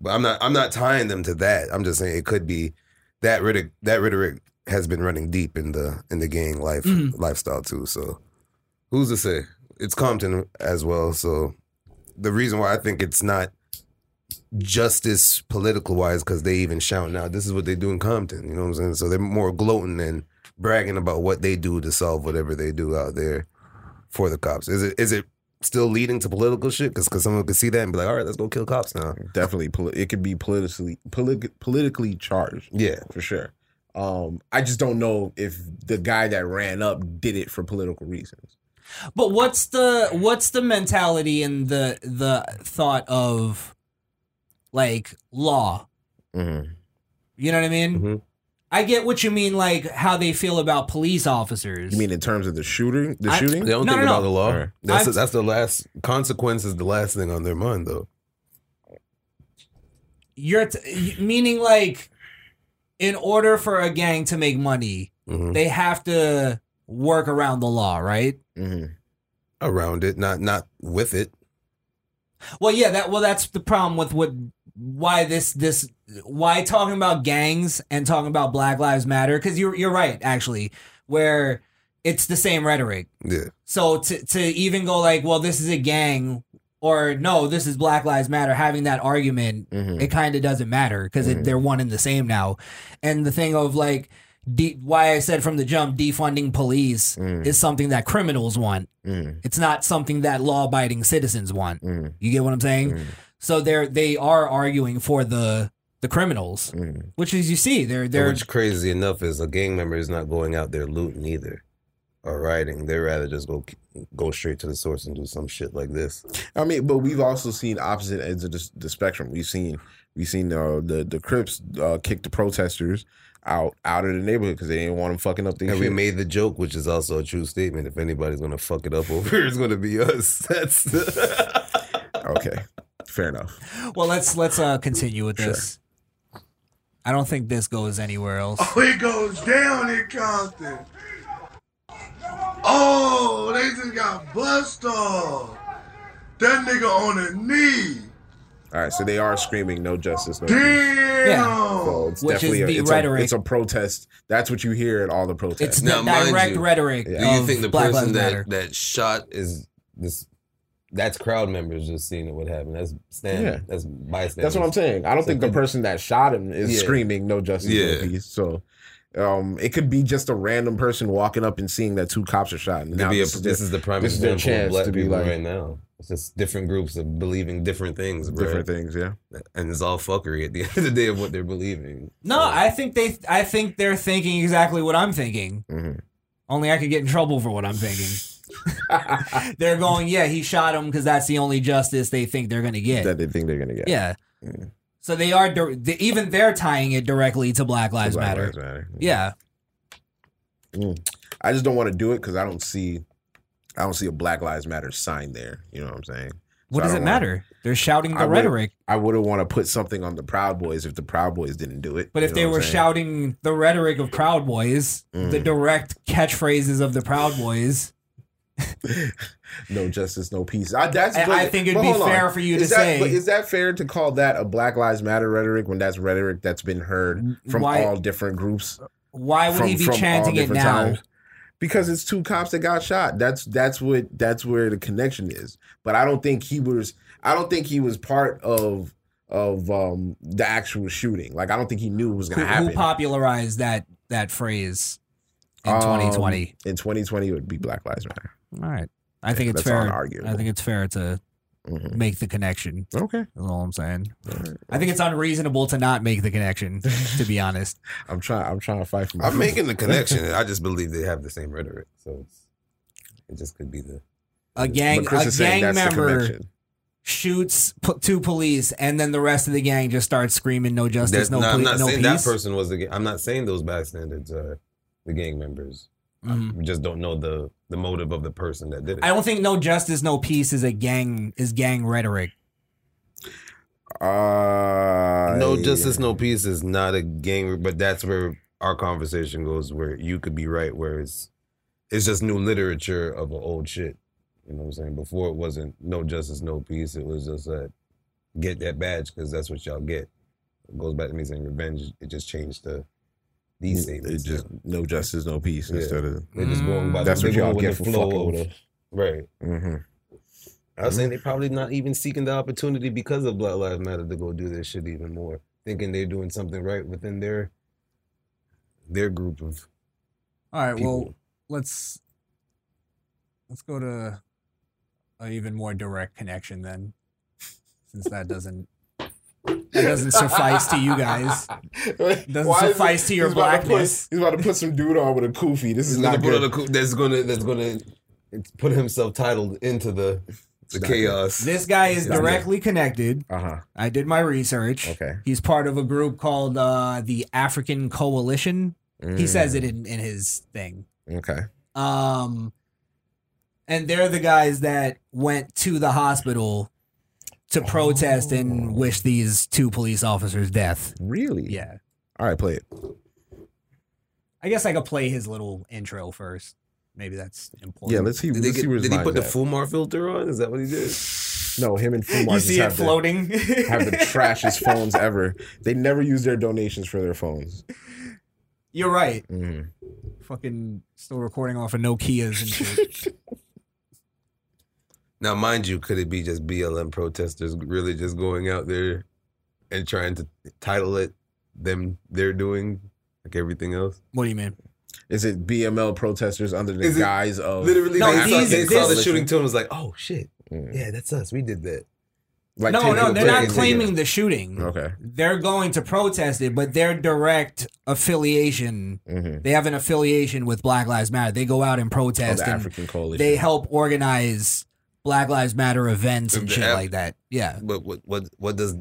S1: but I'm not I'm not tying them to that. I'm just saying it could be that rhetoric that rhetoric has been running deep in the in the gang life
S2: Mhm.
S1: lifestyle too. So who's to say? It's Compton as well. So the reason why I think it's not justice political wise because they even shout now this is what they do in Compton. You know what I'm saying? So they're more gloating and bragging about what they do to solve whatever they do out there for the cops. Is it is it still leading to political shit? Because someone could see that and be like, all right, let's go kill cops now.
S3: Definitely, poli- it could be politically politi- politically charged
S1: Yeah.
S3: for sure. Um, I just don't know if the guy that ran up did it for political reasons.
S2: But what's the what's the mentality and the the thought of like law? Mm-hmm. You know what I mean?
S3: Mm-hmm.
S1: Mhm.
S2: I get what you mean, like how they feel about police officers.
S3: You mean in terms of the shooter, the
S2: I-
S3: shooting?
S1: They don't
S2: No,
S1: think
S2: no,
S1: about
S2: no.
S1: the law.
S3: Alright.
S1: That's
S2: I've-
S1: that's the last consequence is the last thing on their mind though.
S2: You're t- meaning like in order for a gang to make money,
S3: Mm-hmm.
S1: hmm
S2: they have to work around the law, right?
S3: Mhm.
S1: Around it, not not with it.
S2: Well, yeah, that well that's the problem with what why this this why talking about gangs and talking about Black Lives Matter cuz you are you're right actually where it's the same rhetoric.
S1: Yeah.
S2: So to to even go like, well, this is a gang or no, this is Black Lives Matter having that argument,
S3: Mhm.
S2: it kind of doesn't matter because they're one and the same now. And the thing of like de- why I said from the jump defunding police
S3: Mm.
S2: is something that criminals want.
S3: Mm.
S2: It's not something that law-abiding citizens want.
S3: Mm.
S2: You get what I'm saying?
S3: Mm.
S2: So they're they are arguing for the the criminals,
S3: Mm.
S2: which as you see, they're
S1: And
S2: they're
S1: Which crazy enough is a gang member is not going out there looting either, or rioting. They rather just go go straight to the source and do some shit like this.
S3: I mean, but we've also seen opposite ends of the, the spectrum. We've seen we've seen uh, the the Crips uh, kick the protesters out out of the neighborhood because they didn't want them fucking up.
S1: And
S3: Their
S1: we
S3: shit.
S1: made the joke, which is also a true statement. If anybody's gonna fuck it up over, it's gonna be us. That's
S3: okay, fair enough.
S2: well. Let's let's uh, continue with this. I don't think this goes anywhere else.
S4: Oh, it goes down in Compton. Oh, they just got bust off. That nigga on a knee.
S3: All right, so they are screaming no justice, no peace.
S4: Damn.
S3: So it's
S2: Which is
S3: definitely
S2: the
S3: a, it's,
S2: rhetoric.
S3: A, it's a protest. That's what you hear at all the protests.
S2: It's
S1: Now,
S2: the
S1: mind
S2: direct
S1: you,
S2: rhetoric.
S3: do
S1: Do you
S2: of
S1: think the
S2: Black
S1: person
S2: Lives Matter.
S1: that, that shot is this? That's crowd members just seeing what happened. That's stand.
S3: Yeah.
S1: That's bystanders.
S3: That's what I'm saying. I don't think the person that shot him is
S1: Yeah.
S3: screaming no justice,
S1: Yeah.
S3: no peace. So um, it could be just a random person walking up and seeing that two cops are shot. And
S1: Could
S3: now
S1: be a-
S3: this
S1: this,
S3: is
S1: is the prime
S3: this is their
S1: example of
S3: chance
S1: black
S3: to be
S1: people
S3: like-
S1: right now. It's just different groups of believing different things, bro.
S3: different things. Yeah,
S1: and it's all fuckery at the end of the day of what they're believing.
S2: No, I think they. I think they're thinking exactly what I'm thinking.
S3: Mhm.
S2: Only I could get in trouble for what I'm thinking. they're going, yeah, he shot him because that's the only justice they think they're gonna get.
S3: that they think they're gonna get.
S2: yeah.
S3: Mm.
S2: So they are dir- they, even they're tying it directly to Black Lives
S3: Black
S2: Matter.
S3: Lives Matter. Mm.
S2: Yeah,
S3: I just don't want to do it because I don't see, I don't see a Black Lives Matter sign there. You know what I'm saying?
S2: what
S3: So I
S2: does it
S3: don't wanna-
S2: matter? They're shouting the
S3: I would-
S2: rhetoric,
S3: I wouldn't want to put something on the Proud Boys if the Proud Boys didn't do it.
S2: but
S3: You
S2: if
S3: know
S2: they
S3: what I'm
S2: were
S3: saying? Mm.
S2: shouting the rhetoric of Proud Boys, the direct catchphrases of the Proud Boys,
S3: Mm. no justice, no peace. I, that's
S2: And I think it'd
S3: but
S2: be
S3: hold on.
S2: fair for you
S3: Is
S2: to
S3: that-
S2: say-
S3: but Is that fair to call that a Black Lives Matter rhetoric when that's rhetoric that's been heard from
S2: Why-
S3: all different groups?
S2: Why would
S3: from-
S2: he be
S3: from all
S2: chanting it
S3: different
S2: now?
S3: times? Because it's two cops that got shot. That's that's what that's where the connection is. But I don't think he was. I don't think he was part of of um the actual shooting. Like I don't think he knew it was
S2: Who,
S3: gonna
S2: who
S3: happen.
S2: popularized that that phrase in
S3: Um,
S2: 2020?
S3: In 2020, it would be Black Lives Matter.
S2: All right, I think it's
S3: That's
S2: fair.
S3: unarguable.
S2: I think it's fair to
S3: Mhm.
S2: make the connection.
S3: Okay.
S2: Is all I'm saying.
S3: All right.
S2: I think it's unreasonable to not make the connection. To be honest,
S3: I'm trying. I'm trying to fight for. My
S1: I'm making the connection. I just believe they have the same rhetoric, so it's, it just could be the.
S2: a gang
S3: But
S2: a
S3: Chris is saying
S2: gang
S3: that's the
S2: member
S3: connection.
S2: shoots po- two police, and then the rest of the gang just starts screaming, "No justice,
S1: That's
S2: no,
S1: not, I'm
S2: poli-
S1: not
S2: no
S1: saying
S2: peace."
S1: that person was the. ga- I'm not saying those bystanders are the gang members.
S2: Mhm.
S1: We just don't know the the motive of the person that did it.
S2: I don't think no justice, no peace is a gang is gang rhetoric.
S3: Uh,
S1: no justice, no peace is not a gang, but that's where our conversation goes. Where you could be right, where it's it's just new literature of an old shit. You know what I'm saying? Before it wasn't no justice, no peace. It was just that get that badge because that's what y'all get. It goes back to me saying revenge. It just changed the these
S3: It
S1: statements.
S3: just no justice, no peace
S1: Yeah.
S3: instead of.
S1: They're just going by
S3: That's
S1: the,
S3: what
S1: they go
S3: y'all
S1: with
S3: get for
S1: the flow
S3: fucking-
S1: of right.
S3: hmm
S1: I was saying
S3: Mm-hmm.
S1: they're probably not even seeking the opportunity because of Black Lives Matter to go do their shit even more, thinking they're doing something right within their their group of
S2: All right,
S1: people.
S2: well, let's let's go to an even more direct connection then, since that doesn't that doesn't suffice to you guys. Doesn't
S3: Why is
S2: suffice to your
S3: he's about put-
S2: blackness.
S3: he's about to put some dude on with a koofy. This is
S1: He's gonna
S3: not
S1: put
S3: good.
S1: on a coup that's gonna that's gonna put himself titled into the the
S3: not
S1: chaos.
S2: This guy is
S1: Yeah.
S2: directly connected.
S3: uh huh.
S2: I did my research.
S3: Okay.
S2: He's part of a group called uh, the African Coalition. He
S3: Mm,
S2: says it in, in his thing.
S3: Okay.
S2: Um, and they're the guys that went to the hospital to protest
S3: Oh.
S2: and wish these two police officers death.
S3: Really?
S2: Yeah.
S3: All right. Play it.
S2: I guess I could play his little intro first. Maybe that's important.
S3: Yeah. Let's see.
S1: did
S3: Let's
S1: they
S3: see
S1: get,
S3: where his
S1: did he
S3: mind's
S1: put the
S3: at.
S1: Fumar filter on? Is that what he did?
S3: No, him and Fumar
S2: you
S3: just
S2: see it
S3: have the-
S2: floating.
S3: have the trashiest phones ever. They never use their donations for their phones.
S2: You're right.
S3: Mhm.
S2: Fucking still recording off of Nokia's and shit.
S1: Now, mind you, could it be just BLM protesters really just going out there and trying to title it them they're doing like everything else?
S2: what do you mean?
S3: Is it BML protesters under the
S1: Is it
S3: guise of
S1: Literally,
S2: No,
S1: they, saw,
S2: these-
S1: they saw the
S2: this-
S1: shooting too and was like, "Oh shit,
S3: Mm.
S1: yeah, that's us. We did that."
S3: like
S2: no,
S3: taking
S2: no,
S3: the
S2: they're not
S3: taking the-
S2: claiming the shooting.
S3: Okay.
S2: They're going to protest it, but their direct affiliation
S3: Mm-hmm.
S2: they have an affiliation with Black Lives Matter. They go out and
S3: Of
S2: protest
S3: Oh, the
S2: and
S3: African coalition.
S2: they help organize Black Lives Matter events and
S1: The
S2: shit
S1: Af-
S2: like that. Yeah.
S1: But what what what does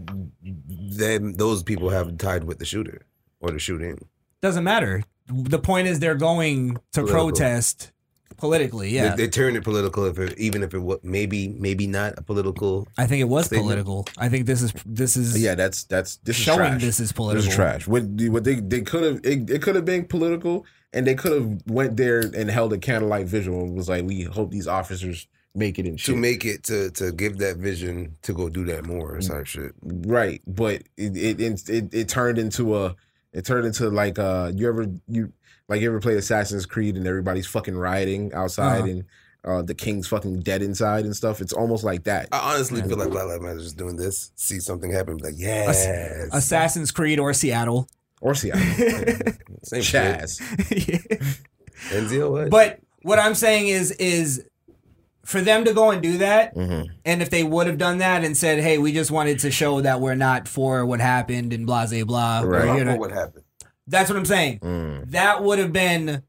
S1: them those people have tied with the shooter or the shooting?
S2: Doesn't matter. The point is they're going to
S1: Political.
S2: protest politically. Yeah.
S1: They, they turned it political, if it, even if it was maybe maybe not a political.
S2: I think it was
S1: Statement.
S2: political. I think this is this is
S3: yeah, that's that's this is
S2: showing
S3: trash.
S2: this is
S3: This
S2: political.
S3: is trash. What, the- what they they could have it, it could have been political, and they could have went there and held a candlelight visual and was like, "We hope these officers make it in
S1: To
S3: shit."
S1: make it to to give that vision to go do that more
S2: Mm.
S1: type shit.
S3: right, but it it, it it it turned into a it turned into like uh you ever you like you ever play Assassin's Creed and everybody's fucking rioting outside
S2: Uh-huh.
S3: and uh the king's fucking dead inside and stuff. It's almost like that.
S2: Uh,
S1: I honestly feel like Black Lives Matter is doing this. See something happen, be like yes,
S2: Assassin's Creed or Seattle.
S3: Or Seattle,
S1: same shit.
S3: Chaz.
S1: NZO, what?
S2: But what I'm saying is is for them to go and do that,
S3: Mhm.
S2: and if they would have done that and said, "Hey, we just wanted to show that we're not for what happened and blah blah blah," we're
S3: Right.
S2: here to-
S1: Or what happened?
S2: that's what I'm saying.
S3: Mm.
S2: That would have been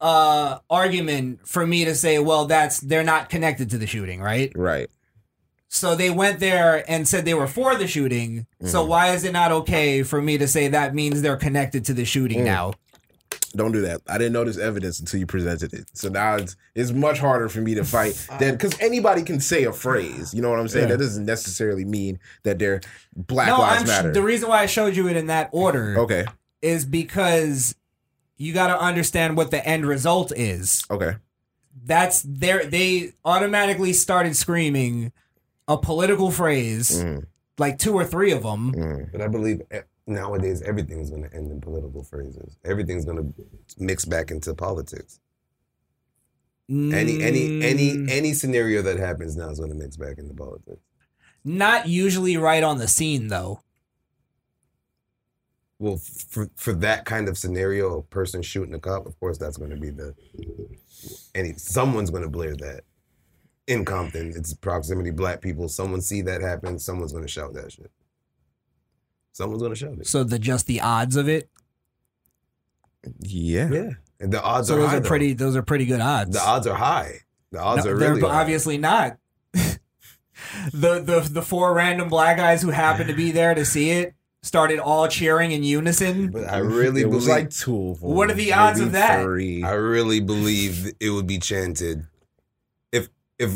S2: uh argument for me to say, "Well, that's they're not connected to the shooting, right?"
S3: Right.
S2: So they went there and said they were for the shooting.
S3: Mm-hmm.
S2: So why is it not okay for me to say that means they're connected to the shooting
S3: Mm.
S2: now?
S3: Don't do that. I didn't know this evidence until you presented it. So now it's it's much harder for me to fight than because anybody can say a phrase. You know what I'm saying? That doesn't necessarily mean that they're Black
S2: no,
S3: Lives
S2: I'm
S3: Matter.
S2: the reason why I showed you it in that order
S3: okay.
S2: is because you got to understand what the end result is.
S3: Okay.
S2: that's their they automatically started screaming a political phrase,
S7: Mhm.
S2: like two or three of them.
S7: Mm.
S1: But I believe e- nowadays everything's going to end in political phrases. Everything's going to mix back into politics. Any any
S2: Mm.
S1: any any scenario that happens now is going to mix back into politics.
S2: not usually right on the scene though.
S1: Well, f- for for that kind of scenario, a person shooting a cop, of course, that's going to be the any someone's going to blare that. In Compton, it's proximity black people. Someone see that happen, someone's going to shout that shit. Someone's going to shout it.
S2: So the just the odds of it.
S3: Yeah.
S1: Yeah, and the odds
S2: So
S1: are
S2: those
S1: high,
S2: are
S1: though.
S2: pretty. Those are pretty good odds.
S1: The odds are high. The odds
S2: No,
S1: are
S2: they're
S1: really high.
S2: obviously not. the the the four random black guys who happened to be there to see it started all cheering in unison.
S1: But I really
S3: it was
S1: believe
S3: like two of them.
S2: What are the odds of
S3: maybe
S2: that?
S3: Three.
S1: I really believe it would be chanted. If if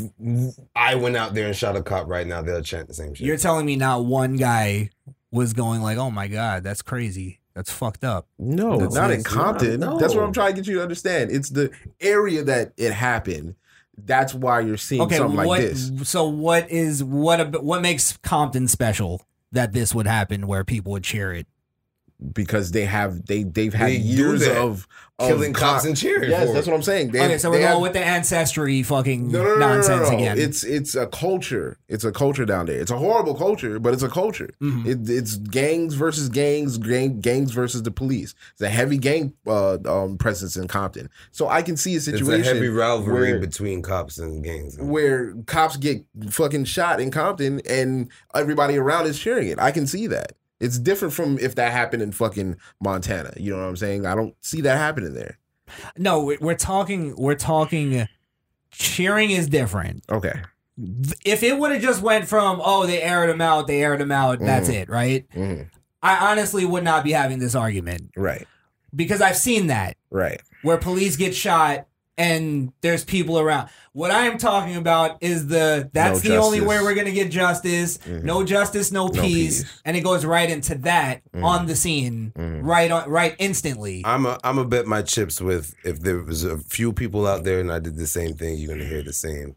S1: I went out there and shot a cop right now, they'll chant the same shit.
S2: You're telling me not one guy was going like, "Oh my god, that's crazy. That's fucked up."
S3: No,
S2: That's
S3: not in
S2: nice.
S3: Compton.
S1: No.
S3: That's what I'm trying to get you to understand. It's the area that it happened. That's why you're seeing
S2: Okay,
S3: something
S2: what?
S3: like this.
S2: So what is what? ab- What makes Compton special that this would happen where people would cheer it?
S3: because they have they they've had
S1: They do
S3: years
S1: that.
S3: of, of
S1: Killing
S3: cop-
S1: cops and cheering.
S3: Yes,
S1: for
S3: that's
S1: it.
S3: what I'm saying. They,
S2: okay, so we're
S3: they
S2: going
S3: have-
S2: with the ancestry fucking
S3: no, no, no, no, no,
S2: nonsense
S3: no.
S2: again.
S3: It's it's a culture. It's a culture down there. It's a horrible culture, but it's a culture.
S2: Mhm.
S3: It, it's gangs versus gangs, gang, gangs versus the police. It's a heavy gang uh, um, presence in Compton. So I can see a situation
S1: It's a heavy rivalry
S3: where-
S1: between cops and gangs.
S3: where cops get fucking shot in Compton and everybody around is cheering it. I can see that. It's different from if that happened in fucking Montana. You know what I'm saying? I don't see that happening there.
S2: No, we- we're talking. We're talking. Cheering is different.
S3: Okay.
S2: Th- If it would have just went from oh they aired him out, they aired him out, that's
S3: Mhm.
S2: it, right?
S3: Mhm.
S2: I honestly would not be having this argument
S3: Right.
S2: because I've seen that
S3: Right.
S2: where police get shot and there's people around. What I am talking about is the that's
S3: No
S2: the only way
S3: justice.
S2: we're gonna get justice.
S1: Mm-hmm.
S3: Mhm.
S2: No justice, no, peace.
S3: peace. Mm.
S2: and it goes right into that on the scene,
S1: Mm-hmm.
S2: right on, right instantly.
S1: I'm a I'm a bet my chips with if there was a few people out there and I did the same thing, you're gonna hear the same.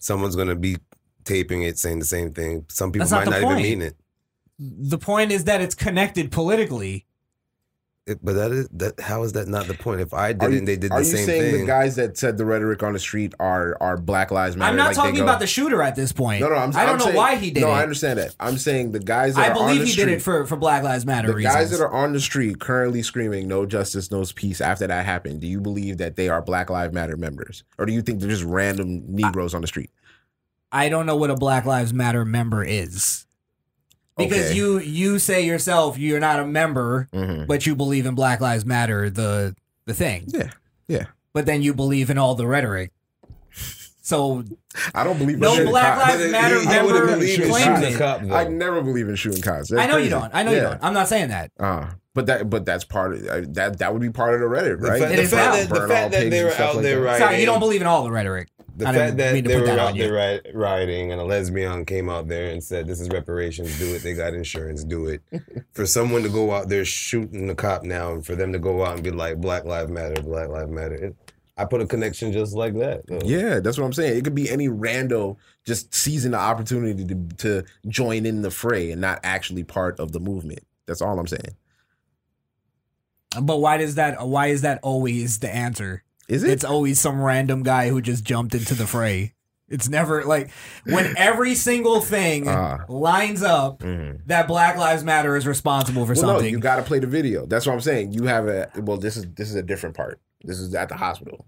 S1: Someone's gonna be taping it, saying the same thing. Some people
S2: That's not
S1: might
S2: the
S1: not,
S2: point.
S1: even mean it.
S2: the point is that it's connected politically.
S1: It- But that is that. How is that not the point? If I did it, and they did
S3: are
S1: the
S3: you
S1: same
S3: saying
S1: thing.
S3: the guys that said the rhetoric on the street are are Black Lives Matter?
S2: I'm not
S3: like they
S2: talking
S3: go-
S2: about the shooter at this point.
S3: No, no, I'm,
S2: I don't
S3: I'm
S2: know
S3: saying-
S2: why he did
S3: No,
S2: it.
S3: I
S2: I,
S3: understand that. I'm saying the guys that are on
S2: believe
S3: the
S2: he
S3: street,
S2: did it for, for Black Lives Matter
S3: the
S2: reasons.
S3: guys that are on the street currently screaming "No justice, no peace." After that happened, do you believe that they are Black Lives Matter members, or do you think they're just random Negroes on the street?
S2: I don't know what a Black Lives Matter member is. Because
S3: Okay.
S2: you you say yourself you're not a member,
S3: Mm-hmm.
S2: but you believe in Black Lives Matter, the the thing.
S3: Yeah, yeah.
S2: But then you believe in all the rhetoric. So
S3: I don't believe in
S2: No
S3: shooting
S2: Black
S3: cops.
S2: Lives
S1: But it-
S2: Matter
S1: I wouldn't
S2: member
S1: believe it's
S2: claimed
S1: shooting a
S2: it.
S1: cop, though.
S3: I never believe in shooting cops. That's
S2: I know you
S3: crazy.
S2: don't. I know you
S3: Yeah.
S2: don't. I'm not saying that.
S3: Uh, but that, but that's part of uh, that. That would be part of the Reddit,
S1: The
S3: right?
S1: fact-
S2: It
S1: the
S2: is
S1: fact
S2: now.
S1: that- the
S3: Burn all
S1: fact that
S3: pigs
S1: they
S3: and
S1: were
S3: stuff
S1: out
S3: like
S1: there
S3: that.
S2: Sorry, you
S1: rioting.
S2: don't believe in all the rhetoric. I
S1: The fact
S2: didn't
S1: that
S2: mean to
S1: they
S2: put
S1: were
S2: that
S1: out
S2: on
S1: there ri- rioting and a lesbian came out there and said, This is reparations, do it. They got insurance, do it. for someone to go out there shooting the cop now and for them to go out and be like, Black Lives Matter, Black Lives Matter. It, I put a connection just like that. though.
S3: Yeah, that's what I'm saying. It could be any rando just seizing the opportunity to to join in the fray and not actually part of the movement. That's all I'm saying.
S2: But why does that? Why is that always the answer?
S3: Is it?
S2: It's always some random guy who just jumped into the fray. It's never like when every single thing
S3: Ah.
S2: lines up
S3: Mhm.
S2: that Black Lives Matter is responsible for
S3: well, no,
S2: something.
S3: you got to play the video. That's what I'm saying. You have a well. This is this is a different part. This is at the hospital.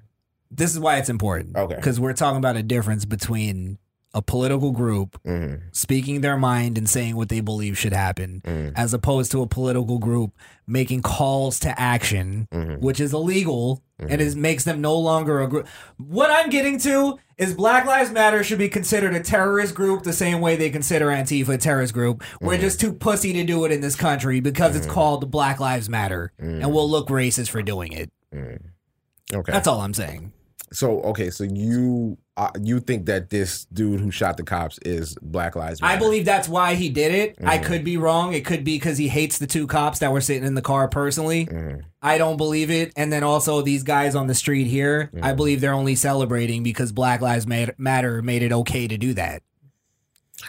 S2: this is why it's important.
S3: Okay.
S2: because we're talking about a difference between a political group
S3: Mm-hmm.
S2: speaking their mind and saying what they believe should happen,
S3: Mhm.
S2: as opposed to a political group making calls to action which is illegal and is makes them no longer a group. What I'm getting to is Black Lives Matter should be considered a terrorist group the same way they consider Antifa a terrorist group. We're just too pussy to do it in this country because it's called Black Lives Matter and we'll look racist for doing it.
S3: Okay.
S2: That's all I'm saying.
S3: So okay, so you uh, you think that this dude who shot the cops is Black Lives Matter?
S2: I believe that's why he did it. I
S3: Mhm.
S2: could be wrong. It could be because he hates the two cops that were sitting in the car personally.
S3: Mhm.
S2: I don't believe it. And then also these guys on the street here, I
S3: Mhm.
S2: believe they're only celebrating because Black Lives Mat- Matter made it okay to do that.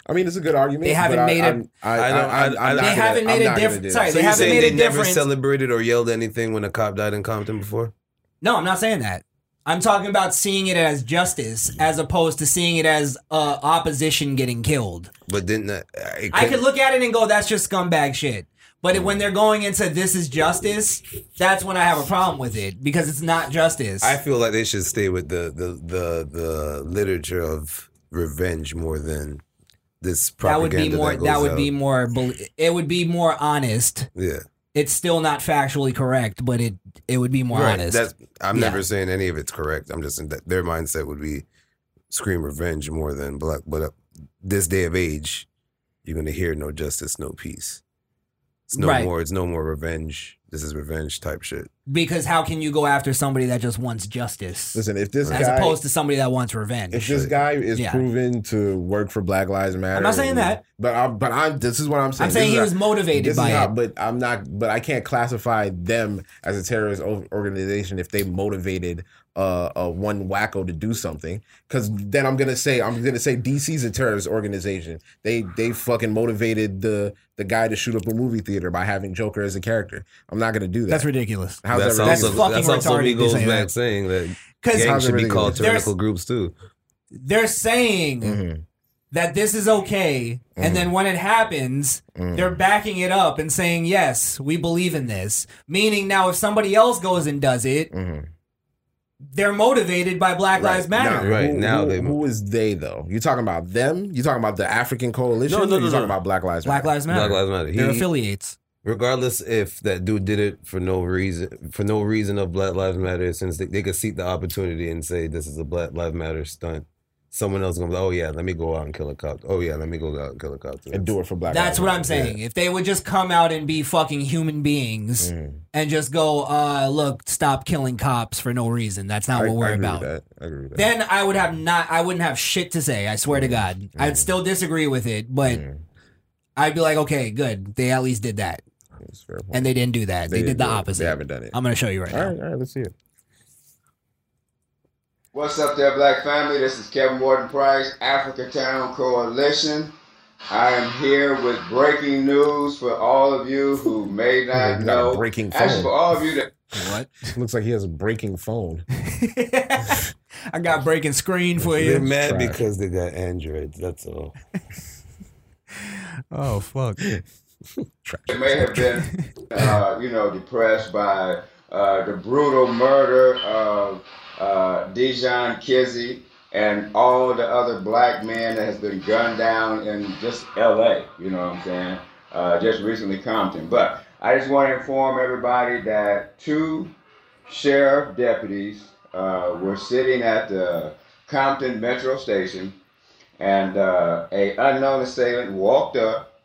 S3: I mean, it's a good argument.
S2: They haven't
S3: but I-
S2: made a-
S3: I'm- I,
S1: I don't-
S3: I, am
S1: I- I-
S3: not
S1: They
S3: gonna-
S2: haven't made
S3: I'm
S2: a
S3: not gonna
S2: diff-
S3: do
S2: sorry,
S3: that.
S1: So
S2: they
S1: you
S2: haven't
S1: saying
S2: made
S1: they
S2: a
S1: never
S2: difference.
S1: celebrated or yelled anything when a cop died in Compton before?
S2: No, I'm not saying that. I'm talking about seeing it as justice as opposed to seeing it as uh, opposition getting killed.
S1: But didn't that, it
S2: I
S1: couldn't-
S2: could look at it and go, that's just scumbag shit. But it- when they're going into this is justice, that's when I have a problem with it because it's not justice.
S1: I feel like they should stay with the the the, the literature of revenge more than this
S2: that would
S1: propaganda.
S2: be more. That,
S1: goes
S2: would
S1: out.
S2: be more. bel- It would be more honest.
S1: yeah.
S2: It's still not factually correct, but it it would be more
S1: Right.
S2: honest.
S1: That's, I'm
S2: Yeah.
S1: never saying any of it's correct. I'm just saying that their mindset would be scream revenge more than black. But uh, this day of age, you're gonna hear no justice, no peace. It's no
S2: Right.
S1: more. It's no more revenge. This is revenge type shit.
S2: because how can you go after somebody that just wants justice
S3: Listen, if this
S2: as
S3: guy,
S2: opposed to somebody that wants revenge?
S3: if this guy is
S2: Yeah.
S3: proven to work for Black Lives Matter,
S2: I'm not saying that.
S3: But I, but I'm. This is what I'm saying.
S2: I'm saying
S3: This
S2: he was
S3: is
S2: motivated
S3: This is
S2: by
S3: how,
S2: it.
S3: but I'm not. But I can't classify them as a terrorist o- organization if they motivated uh, uh one wacko to do something. Because then I'm gonna say I'm gonna say DC's a terrorist organization. They they fucking motivated the the guy to shoot up a movie theater by having Joker as a character. I'm not gonna do that.
S2: That's ridiculous.
S3: How's
S1: that's
S3: that
S2: That's
S1: also
S3: ridiculous?
S2: fucking
S1: that's also
S2: retarded
S1: me
S2: to
S1: goes
S2: say
S1: back
S2: that.
S1: saying that
S2: Because
S1: gangs
S3: How's
S1: should
S3: it
S1: be
S3: ridiculous?
S1: called
S2: There's-
S1: tyrannical groups too.
S2: they're saying
S3: Mhm.
S2: that this is okay, and
S3: Mm-hmm.
S2: then when it happens, they're backing it up and saying, "Yes, we believe in this." Meaning now, if somebody else goes and does it,
S3: Mhm.
S2: they're motivated by Black
S3: Right.
S2: Lives Matter.
S3: Now,
S1: Right,
S3: who,
S1: now
S3: who-
S1: they-
S3: who is they though? You talking about them? You talking about the African coalition?
S1: No, no,
S3: or
S1: no,
S3: you talking
S1: no.
S3: about Black Lives
S2: Black
S3: Matter?
S2: Lives Matter.
S1: Black Lives Matter.
S2: They're
S1: He-
S2: affiliates.
S1: regardless if that dude did it for no reason for no reason of black lives matter since they, they could seek the opportunity and say this is a black lives matter stunt someone else gonna be like, oh yeah let me go out and kill a cop oh yeah let me go out and kill a cop
S3: and do it for Black.
S2: That's
S3: Lives
S2: what
S3: Matter.
S2: I'm saying. If they would just come out and be fucking human beings
S3: Mhm.
S2: and just go, uh, look, stop killing cops for no reason. That's not
S3: I-
S2: what
S3: I
S2: we're
S3: agree
S2: about.
S3: With that. I agree with that.
S2: Then I would have not. I wouldn't have shit to say. I swear to God, I'd still disagree with it, but
S3: Mm.
S2: I'd be like, okay, good. They at least did that,
S3: That's a fair point.
S2: and they didn't do that. They, did
S3: didn't
S2: the
S3: do it.
S2: opposite.
S3: They haven't done it.
S2: I'm gonna show you right
S3: all
S2: now.
S3: right, all right, let's see it.
S8: What's up there, Black Family? This is Kevin Morton Price, Africa Town Coalition. I am here with breaking news for all of you who may
S3: You got
S8: not
S3: a
S8: know.
S3: breaking
S8: Actually,
S3: phone.
S8: for all of you that
S2: What?
S3: Looks like he has a breaking phone.
S2: I got breaking screen for
S1: they're
S2: you.
S1: mad
S3: Right.
S1: because they got androids that's all
S2: Oh fuck.
S8: may have been, uh, you know, depressed by uh, the brutal murder of uh, Dijon Kizzy and all the other black men that has been gunned down in just L.A. You know what I'm saying? Uh, just recently, Compton. But I just want to inform everybody that two sheriff deputies uh, were sitting at the Compton Metro Station, and uh, a unknown assailant walked up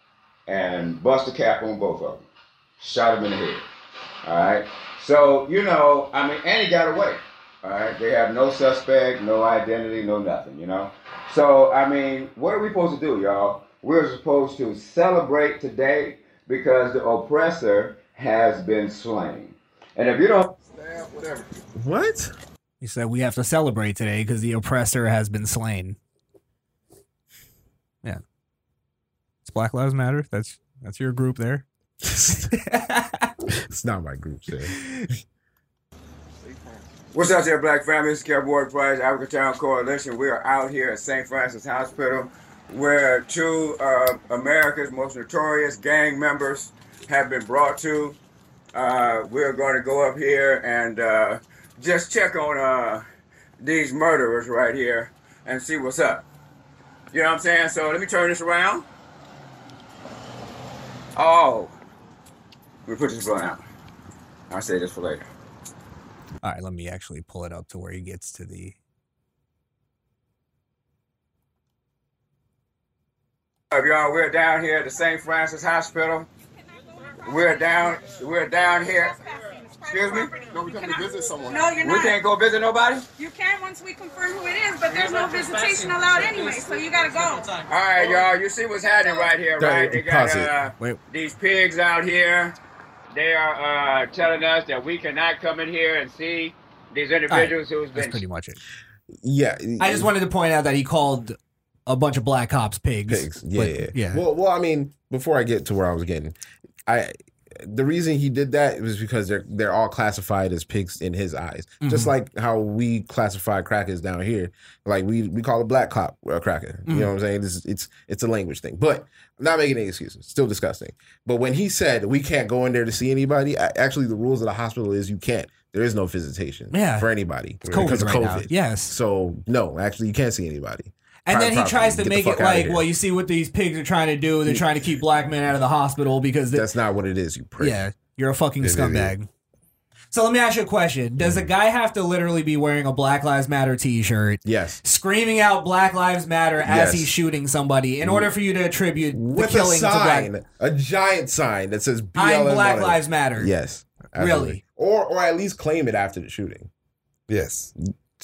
S8: and bust a cap on both of them. Shot him in the head. All right. So you know, I mean, and he got away. All right. They have no suspect, no identity, no nothing. You know. So I mean, what are we supposed to do, y'all? We're supposed to celebrate today because the oppressor has been slain. And if you don't
S4: whatever.
S3: What?
S2: He said we have to celebrate today because the oppressor has been slain. Yeah. It's Black Lives Matter. That's that's your group there.
S3: It's not my group, sir.
S8: What's up there, Black family? It's Kev Ward Price, African Town Coalition. We are out here at St. Francis Hospital where two of America's most notorious gang members have been brought to. Uh, we're going to go up here and uh, just check on uh, these murderers right here and see what's up. You know what I'm saying? So let me turn this around. Oh, we put this one out. I'll say this for later.
S2: All right, let me actually pull it up to where he gets to the
S8: up, y'all. We're down here at the St. Francis Hospital. We're down. We're down here.
S4: Excuse me? No, we come to visit someone.
S9: No, you're
S8: We
S9: not.
S8: can't go visit nobody?
S9: You can once we confirm who it is, but there's no visitation allowed anyway, so you gotta go.
S8: All right, y'all. You see what's happening right here, right? They got uh,
S3: Wait.
S8: these pigs out here. They are uh, telling us that we cannot come in here and see these individuals who's
S2: That's
S8: been.
S2: pretty much it.
S3: Yeah.
S2: I just wanted to point out that he called a bunch of black cops pigs.
S3: pigs. Yeah,
S2: But,
S3: yeah.
S2: yeah.
S3: Well, well, I mean, before I get to where I was getting, I the reason he did that was because they're they're all classified as pigs in his eyes, just
S2: Mhm.
S3: like how we classify crackers down here. Like we we call a black cop a cracker.
S2: Mm-hmm.
S3: You know what I'm saying? This is, it's it's a language thing, but I'm not making any excuses. Still disgusting. But when he said we can't go in there to see anybody, I, actually the rules of the hospital is you can't. There is no visitation
S2: Yeah.
S3: for anybody
S2: It's COVID
S3: because of
S2: right now.
S3: COVID.
S2: Yes.
S3: So no, actually you can't see anybody.
S2: And
S3: Private
S2: then he
S3: property.
S2: tries to
S3: Get the
S2: make
S3: fuck
S2: it
S3: outta
S2: like,
S3: here.
S2: well, you see what these pigs are trying to do. They're trying to keep black men out of the hospital because they,
S3: That's not what it is. You prick.
S2: yeah, you're a fucking
S1: Yeah, yeah, yeah.
S2: scumbag. So let me ask you a question: Does a guy have to literally be wearing a Black Lives Matter T-shirt,
S3: Yes.
S2: screaming out "Black Lives Matter" as
S3: Yes.
S2: he's shooting somebody in order for you to attribute
S3: with
S2: the killing to
S3: a
S2: black?
S3: sign, a giant sign that says BLM
S2: I'm Black
S3: on it.
S2: Lives Matter.
S3: Yes,
S2: Really?
S3: or or at least claim it after the shooting.
S1: Yes.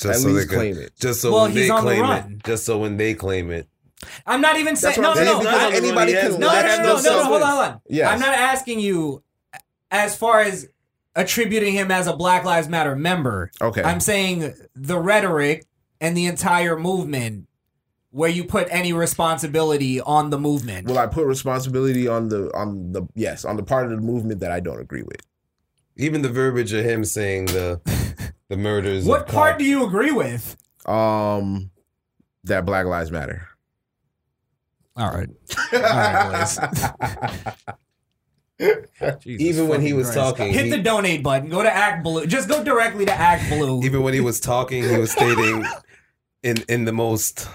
S1: Just
S3: at
S1: so they
S3: least
S1: can,
S3: claim it.
S1: Just so
S2: Well,
S1: when they
S2: he's on the
S1: claim
S2: run.
S1: it. Just so when they claim it.
S2: I'm not even saying
S3: That's
S2: no,
S3: what
S2: no,
S3: I'm
S2: no,
S3: saying,
S2: no,
S3: because
S2: no,
S3: anybody
S1: no,
S3: can
S2: no,
S3: let
S2: no, no, no,
S3: themselves
S2: no, hold on,
S3: win.
S2: hold on.
S3: Yes.
S2: I'm not asking you as far as attributing him as a Black Lives Matter member.
S3: Okay,
S2: I'm saying the rhetoric and the entire movement where you put any responsibility on the movement.
S3: will I put responsibility on the on the yes on the part of the movement that I don't agree with?
S1: Even the verbiage of him saying the the murders.
S2: what
S1: of
S2: part
S1: cop-
S2: do you agree with?
S3: Um, that Black Lives Matter.
S2: All right. right,
S1: Even when he was talking,
S2: Hit
S1: he-
S2: the donate button. Go to Act Blue. Just go directly to Act Blue.
S1: even when he was talking, he was stating in in the most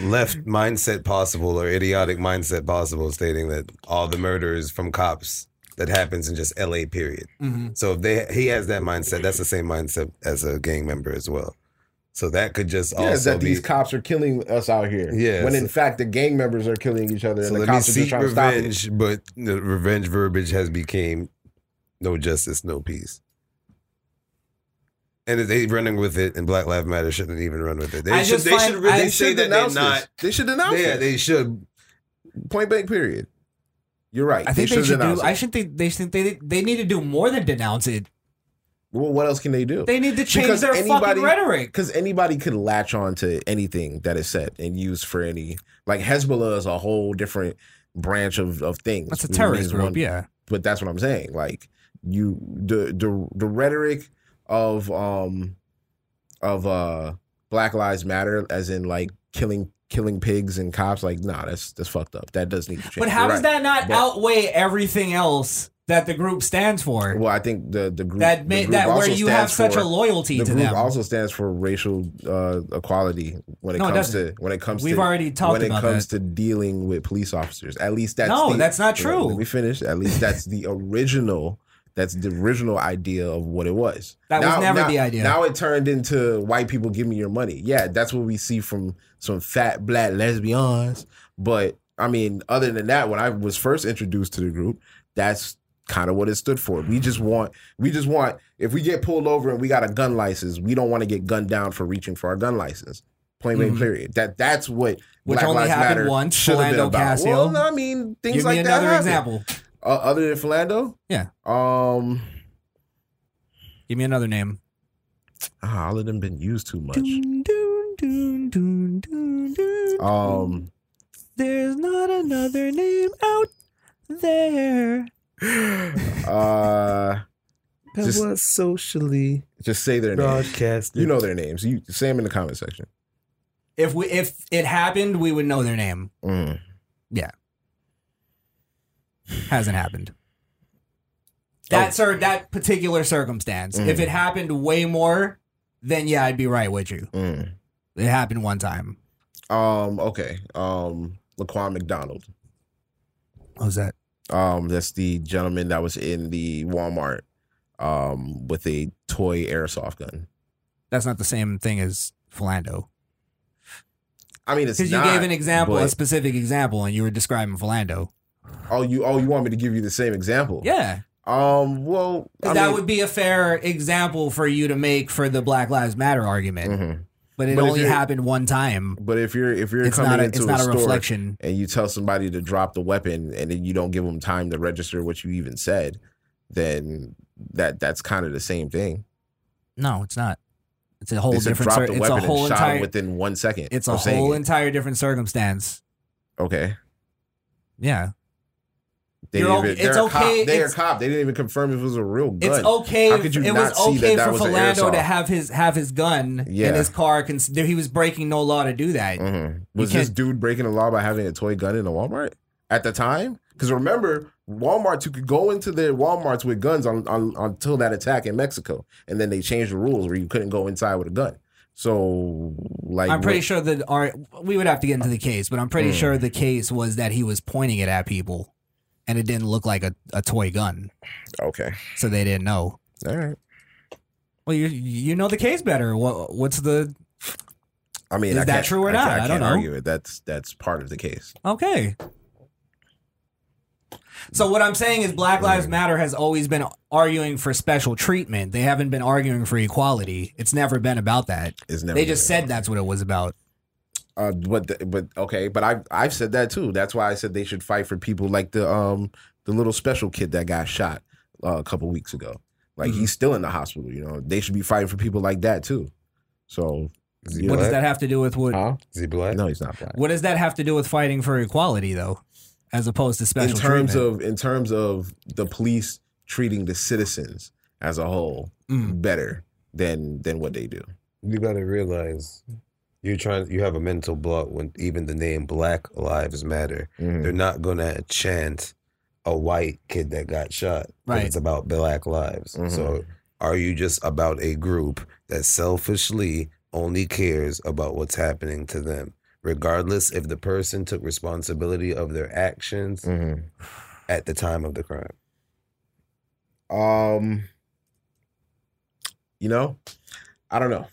S1: left mindset possible or idiotic mindset possible, stating that all the murder is from cops that happens in just L.A. Period.
S2: Mhm.
S1: So if they he has that mindset, that's the same mindset as a gang member as well. So that could just
S3: yeah,
S1: also
S3: that
S1: be
S3: these cops are killing us out here.
S1: Yeah,
S3: when
S1: so-
S3: in fact the gang members are killing each other,
S1: So
S3: and the
S1: let me
S3: cops are just
S1: seek
S3: trying to stop it.
S1: revenge, but the revenge verbiage has became no justice, no peace. And if they running with it, and Black Lives Matter shouldn't even run with it. They
S2: I
S1: should.
S2: just
S1: They
S2: find-
S1: should. Really
S2: I-
S1: say
S3: should
S1: that they're
S3: denounce
S1: not.
S3: this. They should denounce
S1: Yeah,
S3: it.
S1: they should.
S3: Point blank. Period. You're right.
S2: I think they, should
S3: denounce
S2: do.
S3: it.
S2: I should think they should they they need to do more than denounce it.
S3: Well, what else can they do?
S2: They need to change
S3: Because
S2: their
S3: anybody-
S2: fucking rhetoric.
S3: Because anybody could latch on to anything that is said and used for any. Like Hezbollah is a whole different branch of, of things.
S2: That's a
S3: It means
S2: terrorist group.
S3: one-
S2: yeah.
S3: But that's what I'm saying. Like you, the the the rhetoric of um of uh Black Lives Matter, as in like killing killing pigs and cops. Like, nah, that's that's fucked up. That does need to change.
S2: But how
S3: You're
S2: does
S3: right.
S2: that not
S3: But-
S2: outweigh everything else that the group stands for?
S3: Well, I think the the group
S2: that
S3: the
S2: may,
S3: group
S2: that where
S3: also
S2: you have such
S3: stands for-
S2: a loyalty
S3: the
S2: to
S3: group
S2: them.
S3: also stands for racial uh, equality when it
S2: No, it
S3: comes to
S2: doesn't.
S3: when it comes
S2: We've
S3: to
S2: already talked
S3: when it
S2: about
S3: comes
S2: that.
S3: to dealing with police officers. At least that's
S2: No,
S3: the-
S2: that's not
S3: Let-
S2: true.
S3: Let me finish. At least that's the original. That's the original idea of what it was.
S2: That was never the idea.
S3: Now it turned into white people give me your money. Yeah, that's what we see from some fat black lesbians. But I mean, other than that, when I was first introduced to the group, that's kind of what it stood for. We just want we just want if we get pulled over and we got a gun license, we don't want to get gunned down for reaching for our gun license. Point blank
S2: Mhm.
S3: period. That that's what
S2: Which
S3: Black
S2: only
S3: Lives
S2: happened
S3: Matter
S2: once,
S3: should have been
S2: Philando
S3: about.
S2: Casio.
S3: Well, I mean, things
S2: Give
S3: like
S2: me
S3: that.
S2: another
S3: happen.
S2: example.
S3: Uh, other than Philando,
S2: Yeah.
S3: Um,
S2: Give me another name.
S3: ah, all of them been used too much.
S2: Dun, dun, dun, dun, dun, dun.
S3: Um,
S2: There's not another name out there.
S3: uh,
S1: That
S3: Just-
S1: was socially
S3: just say their names.
S1: broadcasted.
S3: You know their names. You say them in the comment section.
S2: If we if it happened, we would know their name.
S3: Mm.
S2: Hasn't happened. That sir, that particular circumstance. If
S3: Oh. Mm.
S2: it happened way more, then yeah, I'd be right with you.
S3: Mm.
S2: It happened one time.
S3: Um, okay. Um, Laquan McDonald.
S2: What was that?
S3: Um, that's the gentleman that was in the Walmart, um, with a toy airsoft gun.
S2: That's not the same thing as Philando.
S3: I mean, it's
S2: Because you
S3: not,
S2: gave an example, a
S3: but-
S2: specific example, and you were describing Philando.
S3: oh, you oh, you want me to give you the same example?
S2: Yeah.
S3: Um, well, I
S2: that
S3: mean-
S2: would be a fair example for you to make for the Black Lives Matter argument. But it
S3: Mm. But if
S2: only
S3: you're-
S2: happened one time.
S3: mm-hmm. But if you're if you're
S2: It's
S3: coming
S2: not a-
S3: into
S2: it's not a
S3: store
S2: reflection.
S3: and you tell somebody to drop the weapon and then you don't give them time to register what you even said, then that that's kind of the same thing.
S2: No, it's not. It's a whole
S3: They said
S2: different.
S3: drop
S2: Cir-
S3: the
S2: it's a
S3: weapon
S2: whole
S3: and shot 'em
S2: entire.
S3: within one second.
S2: It's a
S3: of saying
S2: whole
S3: it.
S2: entire different circumstance.
S3: okay.
S2: Yeah.
S3: They
S2: You're
S3: didn't
S2: okay-
S3: even, they're
S2: it's
S3: a cop.
S2: okay-
S3: They're a
S2: it's-
S3: cop. They didn't even confirm if it was a real gun.
S2: It's okay.
S3: How
S2: if-
S3: could you
S2: it
S3: not
S2: was
S3: see
S2: okay
S3: that that
S2: for
S3: was an
S2: Philando to
S3: airsoft?
S2: have his have his gun
S3: Yeah.
S2: in his car. Cons- there- he was breaking no law to do that.
S3: Mhm.
S2: You
S3: Was this
S2: can't-
S3: dude breaking the law by having a toy gun in a Walmart at the time? Because remember, Walmarts you could go into their WalMarts with guns on, on until that attack in Mexico, and then they changed the rules where you couldn't go inside with a gun. So, like,
S2: I'm pretty
S3: what-
S2: sure that our we would have to get into the case, but I'm pretty
S3: Hmm.
S2: sure the case was that he was pointing it at people, and it didn't look like a, a toy gun,
S3: Okay,
S2: so they didn't know.
S3: all right.
S2: Well, you you know the case better. What what's the
S3: I mean,
S2: Is
S3: I
S2: that
S3: can't-
S2: true or
S3: I
S2: not?
S3: can't- I,
S2: I
S3: can't
S2: don't know.
S3: argue it. That's that's part of the case.
S2: okay? So what I'm saying is Black
S3: Mm.
S2: Lives Matter has always been arguing for special treatment. They haven't been arguing for equality. It's never been about that.
S3: It's never
S2: they
S3: been
S2: just said that's what it was about.
S3: Uh, but the, but okay, but I I've said that too. That's why I said they should fight for people like the um the little special kid that got shot uh, a couple weeks ago. Like
S2: Mm-hmm.
S3: he's still in the hospital. You know, they should be fighting for people like that too. So
S1: Is he
S3: you
S2: What
S3: know, Uh,
S2: does that have to do with what?
S3: Huh?
S1: Is he black?
S3: No, he's not black.
S2: What does that have to do with fighting for equality, though, as opposed to special
S3: in terms
S2: treatment?
S3: of in terms of the police treating the citizens as a whole
S2: Mm.
S3: better than than what they do.
S1: You gotta realize you're trying. You have a mental block when even the name Black Lives Matter.
S2: Mm-hmm.
S1: They're not gonna chant a white kid that got shot. 'cause
S2: Right.
S1: It's about Black lives. So are you just about a group that selfishly only cares about what's happening to them, regardless if the person took responsibility of their actions
S3: Mm.
S2: Mm-hmm.
S1: at the time of the crime?
S3: Um, you know, I don't know.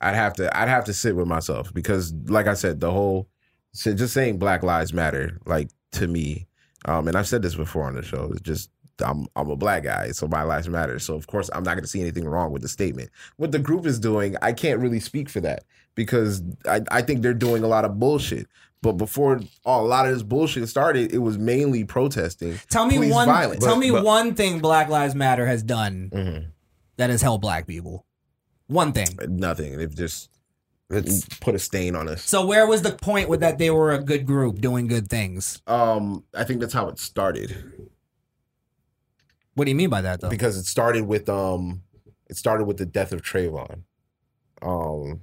S3: I'd have to I'd have to sit with myself because, like I said, the whole so just saying Black Lives Matter, like to me, um, and I've said this before on the show. It's just I'm I'm a black guy, so my lives matter. So of course I'm not going to see anything wrong with the statement. What the group is doing, I can't really speak for that because I, I think they're doing a lot of bullshit. But before a lot of this bullshit started, it was mainly protesting.
S2: tell me
S3: police
S2: one.
S3: violence.
S2: Tell me
S3: But-
S2: one thing Black Lives Matter has done
S3: Mhm.
S2: that has helped black people. One thing.
S3: nothing. They've just
S1: It's-
S3: put a stain on us.
S2: So where was the point with that they were a good group doing good things?
S3: Um, I think that's how it started
S2: What do you mean by that though?
S3: because it started with um, it started with the death of Trayvon, um,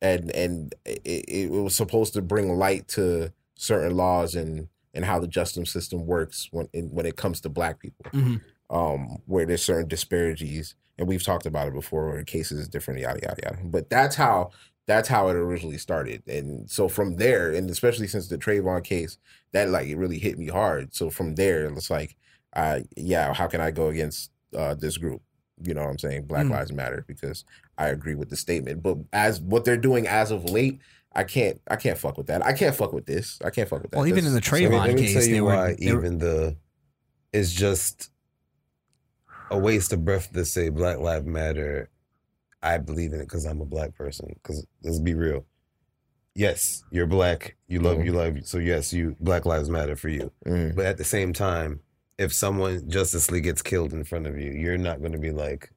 S3: and and it, it was supposed to bring light to certain laws and and how the justice system works when in, when it comes to Black people.
S2: Mhm.
S3: um, where there's certain disparities, and we've talked about it before, where cases is different, yada yada yada. But that's how that's how it originally started, and so from there, and especially since the Trayvon case, that like it really hit me hard. So from there, it's like, I yeah, how can I go against uh, this group? You know what I'm saying? Black
S2: Mm.
S3: Lives Matter because I agree with the statement. But as what they're doing as of late, I can't I can't fuck with that. I can't fuck with this. I can't fuck with that.
S2: Well, even
S3: That's-
S2: in the
S3: so-
S2: Trayvon
S1: let me
S2: case,
S1: tell you
S2: they were-
S1: why
S2: they were-
S1: even the it's just a waste of breath to say Black Lives Matter. I believe in it because I'm a black person. Because let's be real. Yes, you're black. You love you love. So yes, you Black Lives Matter for you.
S3: Mm.
S1: But at the same time, if someone Justice League gets killed in front of you, you're not going to be like,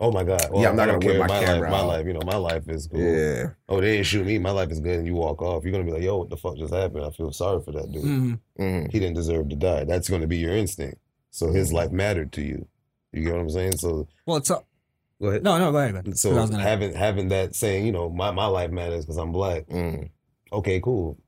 S1: "Oh my God!" well,
S3: Yeah, I'm not
S1: I
S3: gonna
S1: don't
S3: whip
S1: care.
S3: my camera
S1: life, my
S3: out.
S1: life. You know, my life is cool.
S3: Yeah.
S1: Oh, they didn't shoot me. My life is good, and you walk off. You're gonna be like, "Yo, what the fuck just happened?" I feel sorry for that dude.
S2: Mhm.
S3: Mhm.
S1: He didn't deserve to die. That's gonna be your instinct. So
S3: Mm-hmm.
S1: his life mattered to you. You get what I'm saying? So
S2: Well, it's a,
S1: go ahead.
S2: no, no. Go ahead, man.
S1: So
S2: I was gonna-
S1: having having that saying, you know, my, my life matters because I'm black.
S3: Mm.
S1: Okay, cool.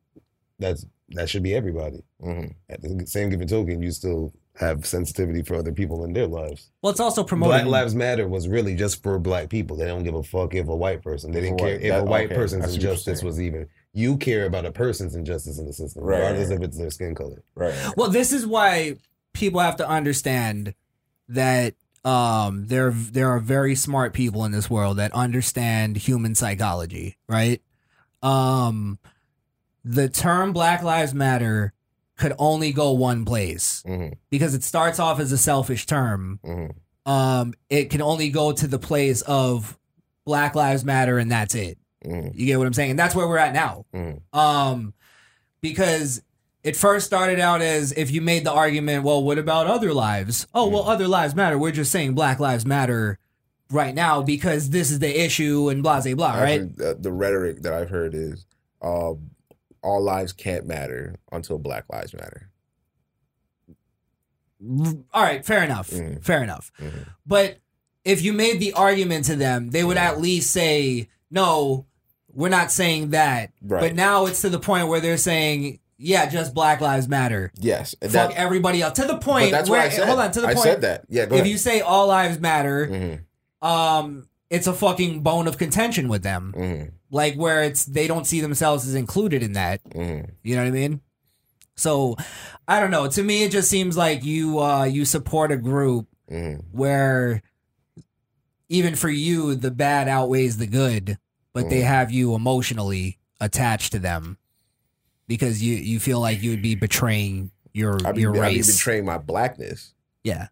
S1: That's that should be everybody.
S3: Mhm.
S1: At the same given token, you still have sensitivity for other people in their lives.
S2: well, it's also
S1: Black
S2: promoting.
S1: Lives Matter was really just for black people. They don't give a fuck if a white person. They didn't
S3: Right,
S1: care if
S3: that-
S1: a white
S3: okay, I
S1: person's
S3: see what you're
S1: injustice
S3: saying.
S1: was even. You care about a person's injustice in the system,
S3: Right,
S1: regardless
S3: right,
S1: if it's their skin color.
S3: Right.
S2: Well, this is why people have to understand that um, there there are very smart people in this world that understand human psychology, right? Um, the term Black Lives Matter could only go one place
S3: Mm-hmm.
S2: because it starts off as a selfish term. Um, it can only go to the place of Black Lives Matter, and that's it.
S3: Mm-hmm.
S2: You get what I'm saying? And that's where we're at now. Um, because it first started out as if you made the argument, well, what about other lives? Oh, well, other lives matter. We're just saying Black Lives Matter right now because this is the issue and blah, blah, blah,
S3: I've
S2: right?
S3: heard- uh, the rhetoric that I've heard is um, all lives can't matter until Black Lives Matter.
S2: All right, fair enough. Fair enough. But if you made the argument to them, they would at least say, no, we're not saying that.
S3: Right.
S2: But now it's to the point where they're saying, yeah, just Black Lives Matter.
S3: Yes, and
S2: Fuck
S3: that-
S2: everybody else. To the
S3: but
S2: point
S3: that's
S2: where,
S3: what I said.
S2: hold on, to the
S3: I
S2: point.
S3: said that. Yeah, go
S2: if
S3: ahead.
S2: you say all lives matter,
S3: Mhm.
S2: um, it's a fucking bone of contention with them.
S3: Mm-hmm.
S2: Like where it's they don't see themselves as included in that.
S3: Mm-hmm.
S2: You know what I mean? So I don't know. To me, it just seems like you uh, you support a group
S3: Mm-hmm.
S2: where even for you the bad outweighs the good, but they
S3: Mm.
S8: Mhm.
S2: have you emotionally attached to them because you you feel like you would be betraying your
S3: I be,
S2: your
S3: I be
S2: race.
S3: betraying my blackness.
S2: yeah.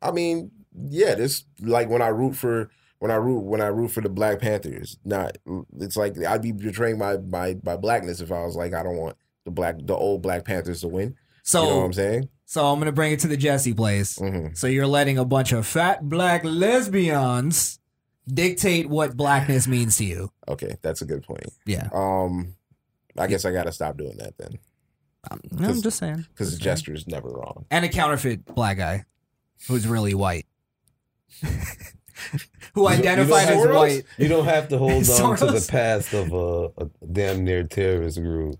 S3: I mean, yeah, this like when I root for when I root when I root for the Black Panthers. Not it's like I'd be betraying my my my blackness if I was like I don't want the black the old Black Panthers to win.
S2: So
S3: you know what I'm saying? Mm-hmm.
S2: So I'm gonna bring it to the Jesse place.
S3: Mm.
S2: So you're letting a bunch of fat black lesbians dictate what blackness means to you.
S3: Okay, that's a good point.
S2: Yeah.
S3: Um, I guess I gotta stop doing that then.
S2: no, I'm just saying.
S3: because the gesture is never wrong.
S2: And a counterfeit black guy who's really white. Who
S1: You don't- you don't
S2: identified
S1: have
S2: as
S1: to-
S2: white.
S1: You don't have to hold on to the
S2: Soros?
S1: past of a, a damn near terrorist group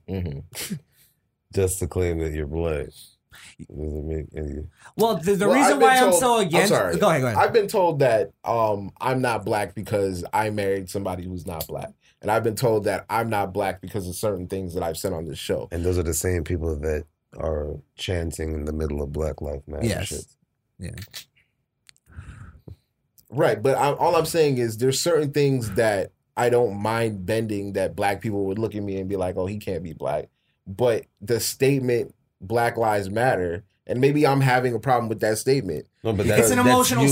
S1: just to claim that you're black. Doesn't make any.
S2: Well, the, the
S3: Well,
S2: reason
S3: I've been
S2: why I'm
S3: told-
S2: so against.
S3: sorry.
S2: Go ahead, go ahead.
S3: I've been told that um, I'm not black because I married somebody who's not black, and I've been told that I'm not black because of certain things that I've said on this show.
S1: And those are the same people that are chanting in the middle of Black Lives Matter
S3: Yes.
S1: shit.
S2: Yeah.
S3: Right, but I, all I'm saying is there's certain things that I don't mind bending that black people would look at me and be like, "Oh, he can't be black." But the statement "Black Lives Matter," and maybe I'm having a problem with that statement.
S1: No, but
S3: because-
S1: that's, that's you-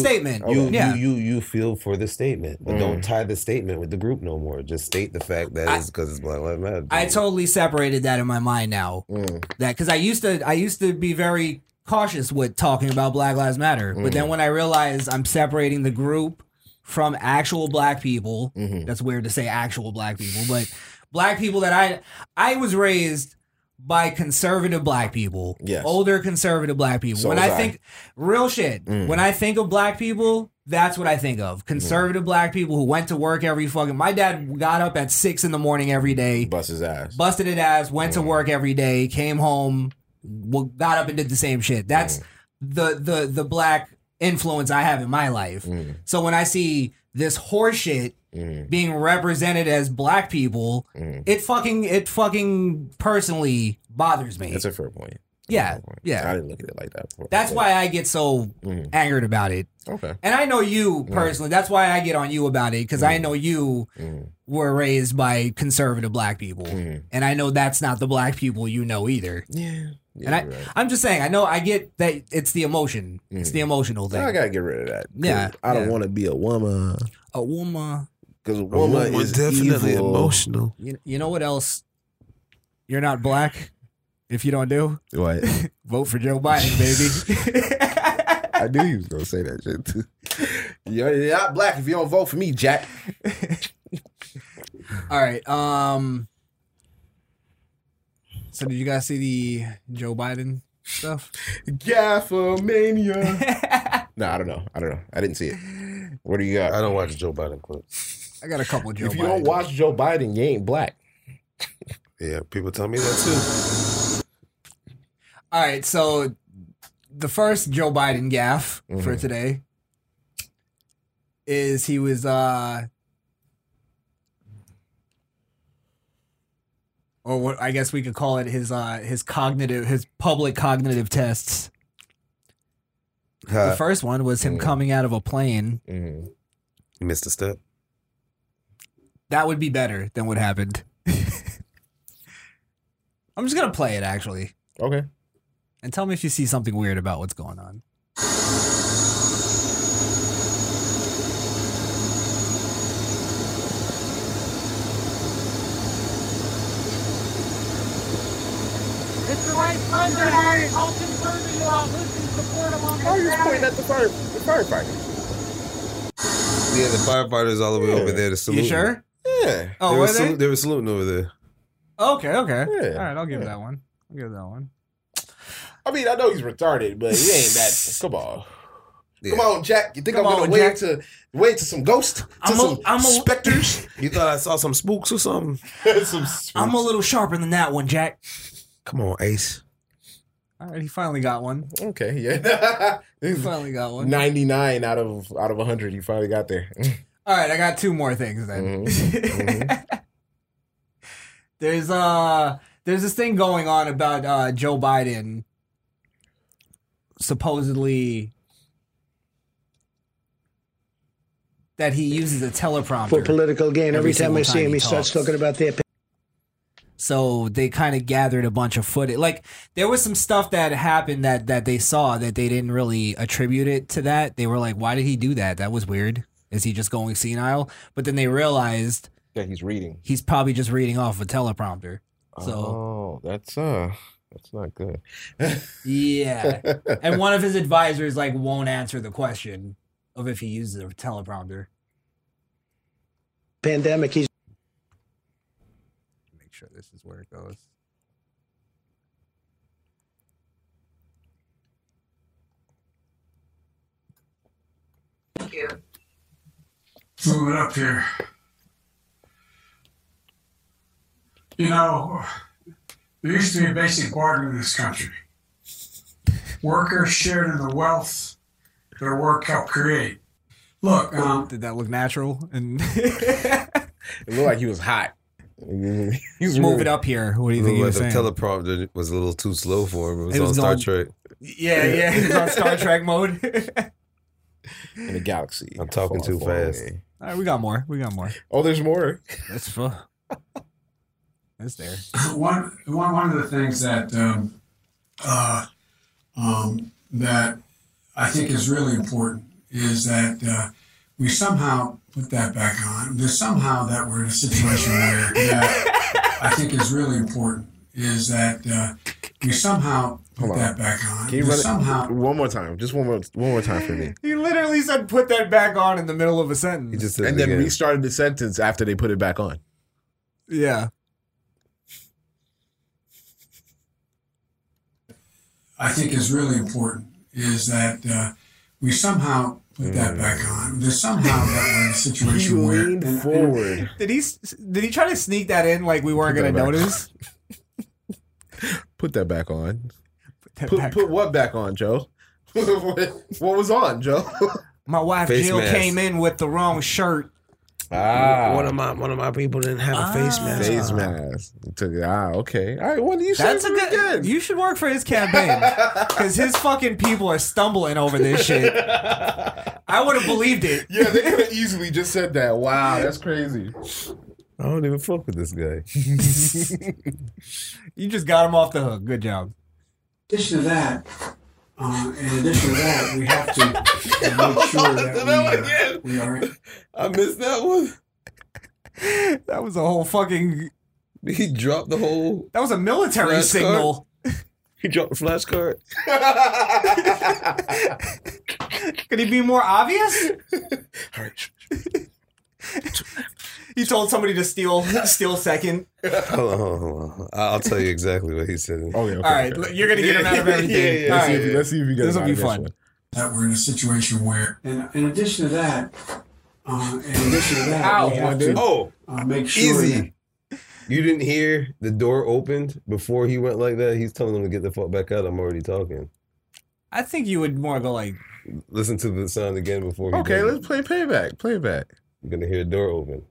S1: You,
S3: Yeah.
S1: you, you, you feel for the statement, but
S3: Mm.
S1: don't tie the statement with the group no more. Just state the fact that it's because it's Black Lives Matter.
S2: I totally separated that in my mind now.
S3: Mm,
S2: That because I used to I used to be very cautious with talking about Black Lives Matter, but then
S8: Mm.
S2: when I realized I'm separating the group from actual Black people,
S3: mm-hmm.
S2: that's weird to say actual Black people, but Black people that I I was raised by conservative Black people,
S8: Yes.
S2: older conservative Black people.
S8: So
S2: when
S8: was
S2: I
S8: I.
S2: think real shit,
S8: Mm.
S2: when I think of Black people. That's what I think of. Conservative black people who went to work every fucking. My dad got up at six in the morning every day.
S3: Bust his ass.
S2: Busted his ass, went to work every day, came home, w- got up and did the same shit. That's the the the black influence I have in my life.
S3: Mm.
S2: So when I see this horseshit
S3: Mm-hmm.
S2: being represented as black people,
S3: Mm.
S2: it fucking it fucking personally bothers me.
S3: That's a fair point.
S2: yeah, yeah.
S3: I didn't look at it like that. Before.
S2: That's
S3: But-
S2: why I get so
S3: Mm.
S2: angered about it.
S3: Okay.
S2: And I know you
S3: Mm.
S2: personally. That's why I get on you about it because I know you
S3: Mm-hmm.
S2: were raised by conservative black people,
S3: Mm.
S2: and I know that's not the black people you know either.
S3: Yeah.
S2: and I, I'm just saying, I know I get that it's the emotion, it's the emotional thing.
S3: Mm. I gotta get rid of that. 'cause
S2: Yeah,
S3: I don't
S2: yeah.
S3: want to be a woman
S2: a woman.
S3: because a woman
S2: woman
S3: is
S2: definitely
S3: evil.
S2: emotional. You, you know what else? You're not black if you don't do
S3: What?
S2: vote for Joe Biden, baby.
S3: I knew he was gonna say that shit. Too. You're you're not black if you don't vote for me, Jack.
S2: All right. Um. So did you guys see the Joe Biden stuff?
S3: Gaffermania. no, I don't know. I don't know. I didn't see it. What do you got? I
S1: don't watch Joe Biden clips.
S2: I got a couple Joe
S3: if you
S2: Biden.
S3: don't watch Joe Biden, you ain't black.
S1: Yeah, people tell me that
S2: All right. So the first Joe Biden gaff for
S1: Mhm.
S2: today is he was uh or what I guess we could call it his uh his cognitive his public cognitive tests.
S1: too. Huh. Mm.
S2: The first one was him coming out of a plane.
S1: You missed a step.
S2: That would be better than what happened. I'm just gonna play it actually.
S3: Okay.
S2: and tell me if you see something weird about what's going on.
S10: It's the right time to hire Elton Turner, you all listen, support him on
S3: Why are you
S10: this
S3: just pointing
S10: matter.
S3: at the fire the firefighter?
S1: Yeah, the firefighters all the way over there to salute.
S2: sure?
S3: Yeah.
S2: Oh,
S1: they
S2: were
S1: were,
S2: they?
S1: salu- they were saluting over there.
S2: Okay, okay.
S3: Yeah,
S2: All right, I'll give
S3: yeah.
S2: that one. I'll give that one.
S3: I mean, I know he's retarded, but he ain't that. Come on. Come
S1: Yeah.
S3: on, Jack. You think
S2: Come
S3: I'm gonna
S2: on,
S3: wait
S2: Jack.
S3: to wait to some ghost, to
S2: I'm a-
S3: some
S2: I'm a-
S3: specters,
S1: You thought I saw some spooks or something?
S3: some
S2: I'm a little sharper than that one, Jack.
S1: Come on, Ace.
S2: All right, he finally got one.
S3: okay, yeah.
S2: He finally got one.
S3: Ninety nine out of out of hundred. He finally got there.
S2: All right, I got two more things then.
S3: Mhm.
S11: Mm-hmm.
S2: there's uh there's this thing going on about uh Joe Biden supposedly that he uses a teleprompter.
S11: for political gain. Every
S2: Every
S11: time I
S2: single
S11: see
S2: time
S11: him,
S2: he
S11: he starts
S2: talks.
S11: talking about their
S2: So they kind of gathered a bunch of footage. Like there was some stuff that happened that that they saw that they didn't really attribute it to that. They were like, "Why did he do that? That was weird. Is he just going senile?" But then they realized
S3: yeah, he's reading.
S2: he's probably just reading off a teleprompter. So
S3: oh, that's uh, that's not good.
S2: yeah, and one of his advisors like won't answer the question of if he uses a teleprompter.
S11: pandemic. He's
S2: Make sure this is where it goes.
S10: Thank you.
S4: Move it up here. You know, there used to be a basic bargain in this country. Workers shared in the wealth their work helped create. Look,
S10: Uh-huh.
S4: um,
S2: Did that look natural? And
S3: It looked like he was hot. he's
S2: move it up here. What do you think he
S1: Looked
S2: was
S1: like
S2: saying?
S1: the teleprompter was a little too slow for him. It was,
S2: It was
S1: on Star
S2: on-
S1: Trek.
S2: yeah, yeah, he's on Star Trek mode.
S3: in the galaxy.
S1: I'm talking too fast.
S2: All right, we got more. We got more.
S3: Oh, there's more.
S2: That's fu- That's there.
S4: one one one of the things that um, uh, um, that I think is really important is that uh, we somehow put that back on. There's somehow that we're in a situation where that I think is really important is that uh, we somehow put
S3: Hold on.
S4: that back on.
S3: Can you
S4: There's
S3: run it
S4: somehow
S3: one more time? Just one more, one more time for me.
S2: He literally said, "Put that back on" in the middle of a sentence.
S1: He just said
S3: And
S1: it
S3: then
S1: again.
S3: restarted the sentence after they put it back on.
S2: yeah.
S4: I think is really important is that uh, we somehow put
S3: Mm.
S4: that back on. There's somehow that we're in a
S3: He
S4: situation where
S3: leaned
S4: and-
S3: forward.
S2: Did he? s- Did he try to sneak that in like we weren't
S3: Put
S2: gonna
S3: that back.
S2: notice?
S3: Put that back on.
S2: That
S3: Put,
S2: back-
S3: put what back on, Joe? what was on, Joe?
S2: My wife
S1: Face
S2: Jill
S1: mask.
S2: came in with the wrong shirt.
S3: ah,
S1: One of my one of my people didn't have a face mask.
S3: face mask. Took it- Ah, okay. All right, one of you
S2: That's
S3: That's
S2: a good. You should work for his campaign because his fucking people are stumbling over this shit. I would have believed it.
S3: yeah, they could have easily just said that. Wow, that's crazy.
S1: I don't even fuck with this guy.
S2: You just got him off the hook. Good job.
S4: In addition to that, uh, in addition to that, we have to make sure that we, uh, we are.
S1: I missed that one.
S2: That was a whole fucking.
S1: He dropped the whole.
S2: That was a military
S1: Flashcard?
S2: signal.
S1: He dropped the flashcard.
S2: Could he be more obvious?
S3: All right.
S2: He told somebody to steal steal second.
S1: Hold on, hold on, hold on. I- I'll tell you exactly what he said.
S3: Okay, okay,
S2: All right,
S3: okay.
S2: you're gonna get him out of everything.
S1: Yeah, yeah, yeah.
S2: All
S3: Let's, see
S2: right.
S3: if, let's see if you get
S2: This'll
S3: him out
S2: be
S3: of this
S2: fun.
S3: one.
S4: That we're in a situation where, and in addition to that, uh, in addition to that, we
S3: Ow,
S4: have
S3: dude.
S4: to
S1: Oh,
S4: uh, make sure that
S1: easy. You didn't hear the door opened before he went like that. He's telling him to get the fuck back out. I'm already talking.
S2: I think you would more go like
S1: Listen to the sound again before. He
S3: Okay,
S1: does it.
S3: let's play payback. Playback.
S1: You're gonna hear a door open.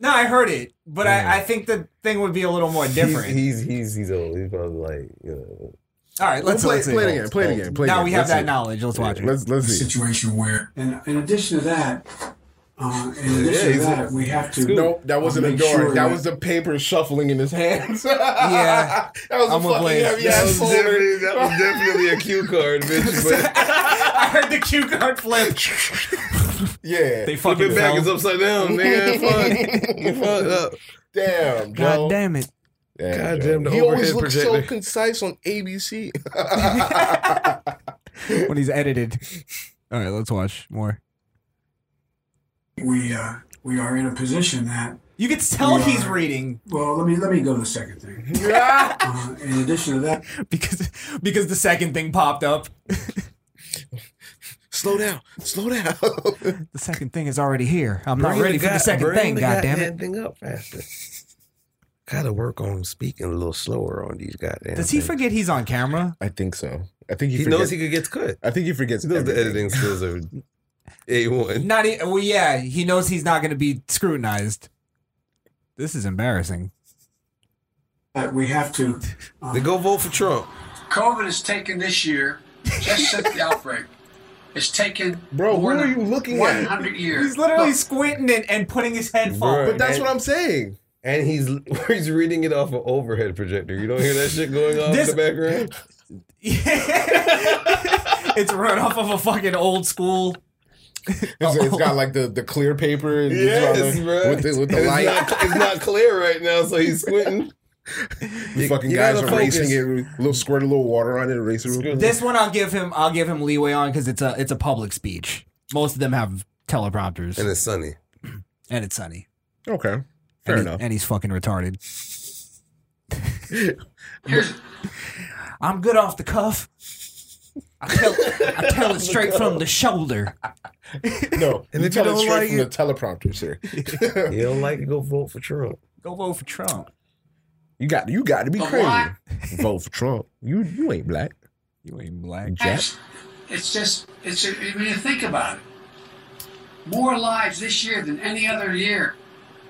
S2: No, I heard it, but
S1: Yeah.
S2: I, I think the thing would be a little more different.
S1: He's he's he's, he's old. He's probably like you know.
S2: All right, let's,
S3: play,
S2: let's see.
S3: play it again. Play it again. Play it
S2: now
S3: again.
S2: we have
S3: Let's
S2: that
S3: see.
S2: knowledge. Let's watch it.
S3: Let's let's see.
S4: situation where, and in addition to that, uh, Uh, in addition to that, we have to.
S3: Nope, that wasn't a
S4: make
S3: door.
S4: sure
S3: that was the paper shuffling in his hands.
S4: Yeah.
S3: that was
S4: I'm gonna
S3: a fucking
S4: blame-
S3: heavy
S4: that
S3: ass
S4: was
S3: folder.
S4: definitely- that was
S1: definitely a cue card, bitch.
S2: I heard the cue card flip.
S3: yeah,
S1: They fucking Flip it back, fell. it's upside down, nigga. Fuck. You fucked up.
S3: Damn, Joe.
S2: God damn it.
S1: God damn, the
S3: he always
S1: overhead
S3: looks so
S1: projector.
S3: concise on ABC.
S2: when he's edited. All right, let's watch more.
S4: We uh, we are in a position that
S2: You can tell
S4: we
S2: he's
S4: are-
S2: reading
S4: Well, let me let me go to the second thing.
S2: Mm-hmm.
S4: Uh, in addition to that,
S2: because because the second thing popped up.
S3: slow down, slow down. the
S2: second thing is already here. I'm
S1: Bring
S2: not ready for
S1: god-
S2: the second
S1: bring
S2: thing.
S1: the
S2: God damn
S1: goddamn
S2: it!
S1: Thing up faster. Gotta work on speaking a little slower on these goddamn.
S2: Does he
S1: things.
S2: forget he's on camera?
S3: I think so. I think he,
S1: He
S3: forgets-
S1: knows he could get cut.
S3: I think he forgets.
S1: He knows the
S3: everything.
S1: editing skills are a one.
S2: Not e- well. Yeah, he knows he's not going to be scrutinized. This is embarrassing.
S4: that we have to. Uh,
S1: They go vote for Trump.
S4: COVID has taken this year, just since the outbreak, it's taken
S3: Bro,
S4: more
S3: who are
S4: than
S3: you looking at?
S4: 100 years.
S2: He's literally squinting and, and putting his head
S1: Bruh,
S2: forward.
S3: But that's
S1: and-
S3: what I'm saying.
S1: And he's he's reading it off an overhead projector. You don't hear that shit going on
S2: This-
S1: in the background.
S2: it's run off of a fucking old school.
S3: It's, it's got like the, the clear paper. and it's got
S1: Yes,
S3: the-
S1: bro.
S3: With the, with the
S1: And
S3: light.
S1: It's not, it's not clear right now, so he's squinting.
S3: the
S1: you-
S3: fucking
S1: you
S3: guys
S1: gotta
S3: are
S1: focus.
S3: racing it. Little squirt a little water on it, erase it. real quick.
S2: This one I'll give him. I'll give him leeway on because it's a it's a public speech. Most of them have teleprompters, and,
S1: And it's sunny.
S2: it's sunny.
S3: Okay. Fair
S2: and he-
S3: enough.
S2: and he's fucking retarded. I'm good off the cuff. I tell, I tell it straight from the shoulder.
S3: No.
S1: And
S3: you
S1: if you
S3: tell it
S1: don't
S3: straight
S1: like
S3: from
S1: it-
S3: the teleprompters here.
S1: You don't like it, go vote for Trump.
S2: Go vote for Trump.
S3: You got you got to be
S4: But
S3: crazy.
S4: why?
S3: Vote for Trump. You you ain't black.
S2: You ain't black.
S3: Jack.
S4: It's just, it's when you think about it, more lives this year than any other year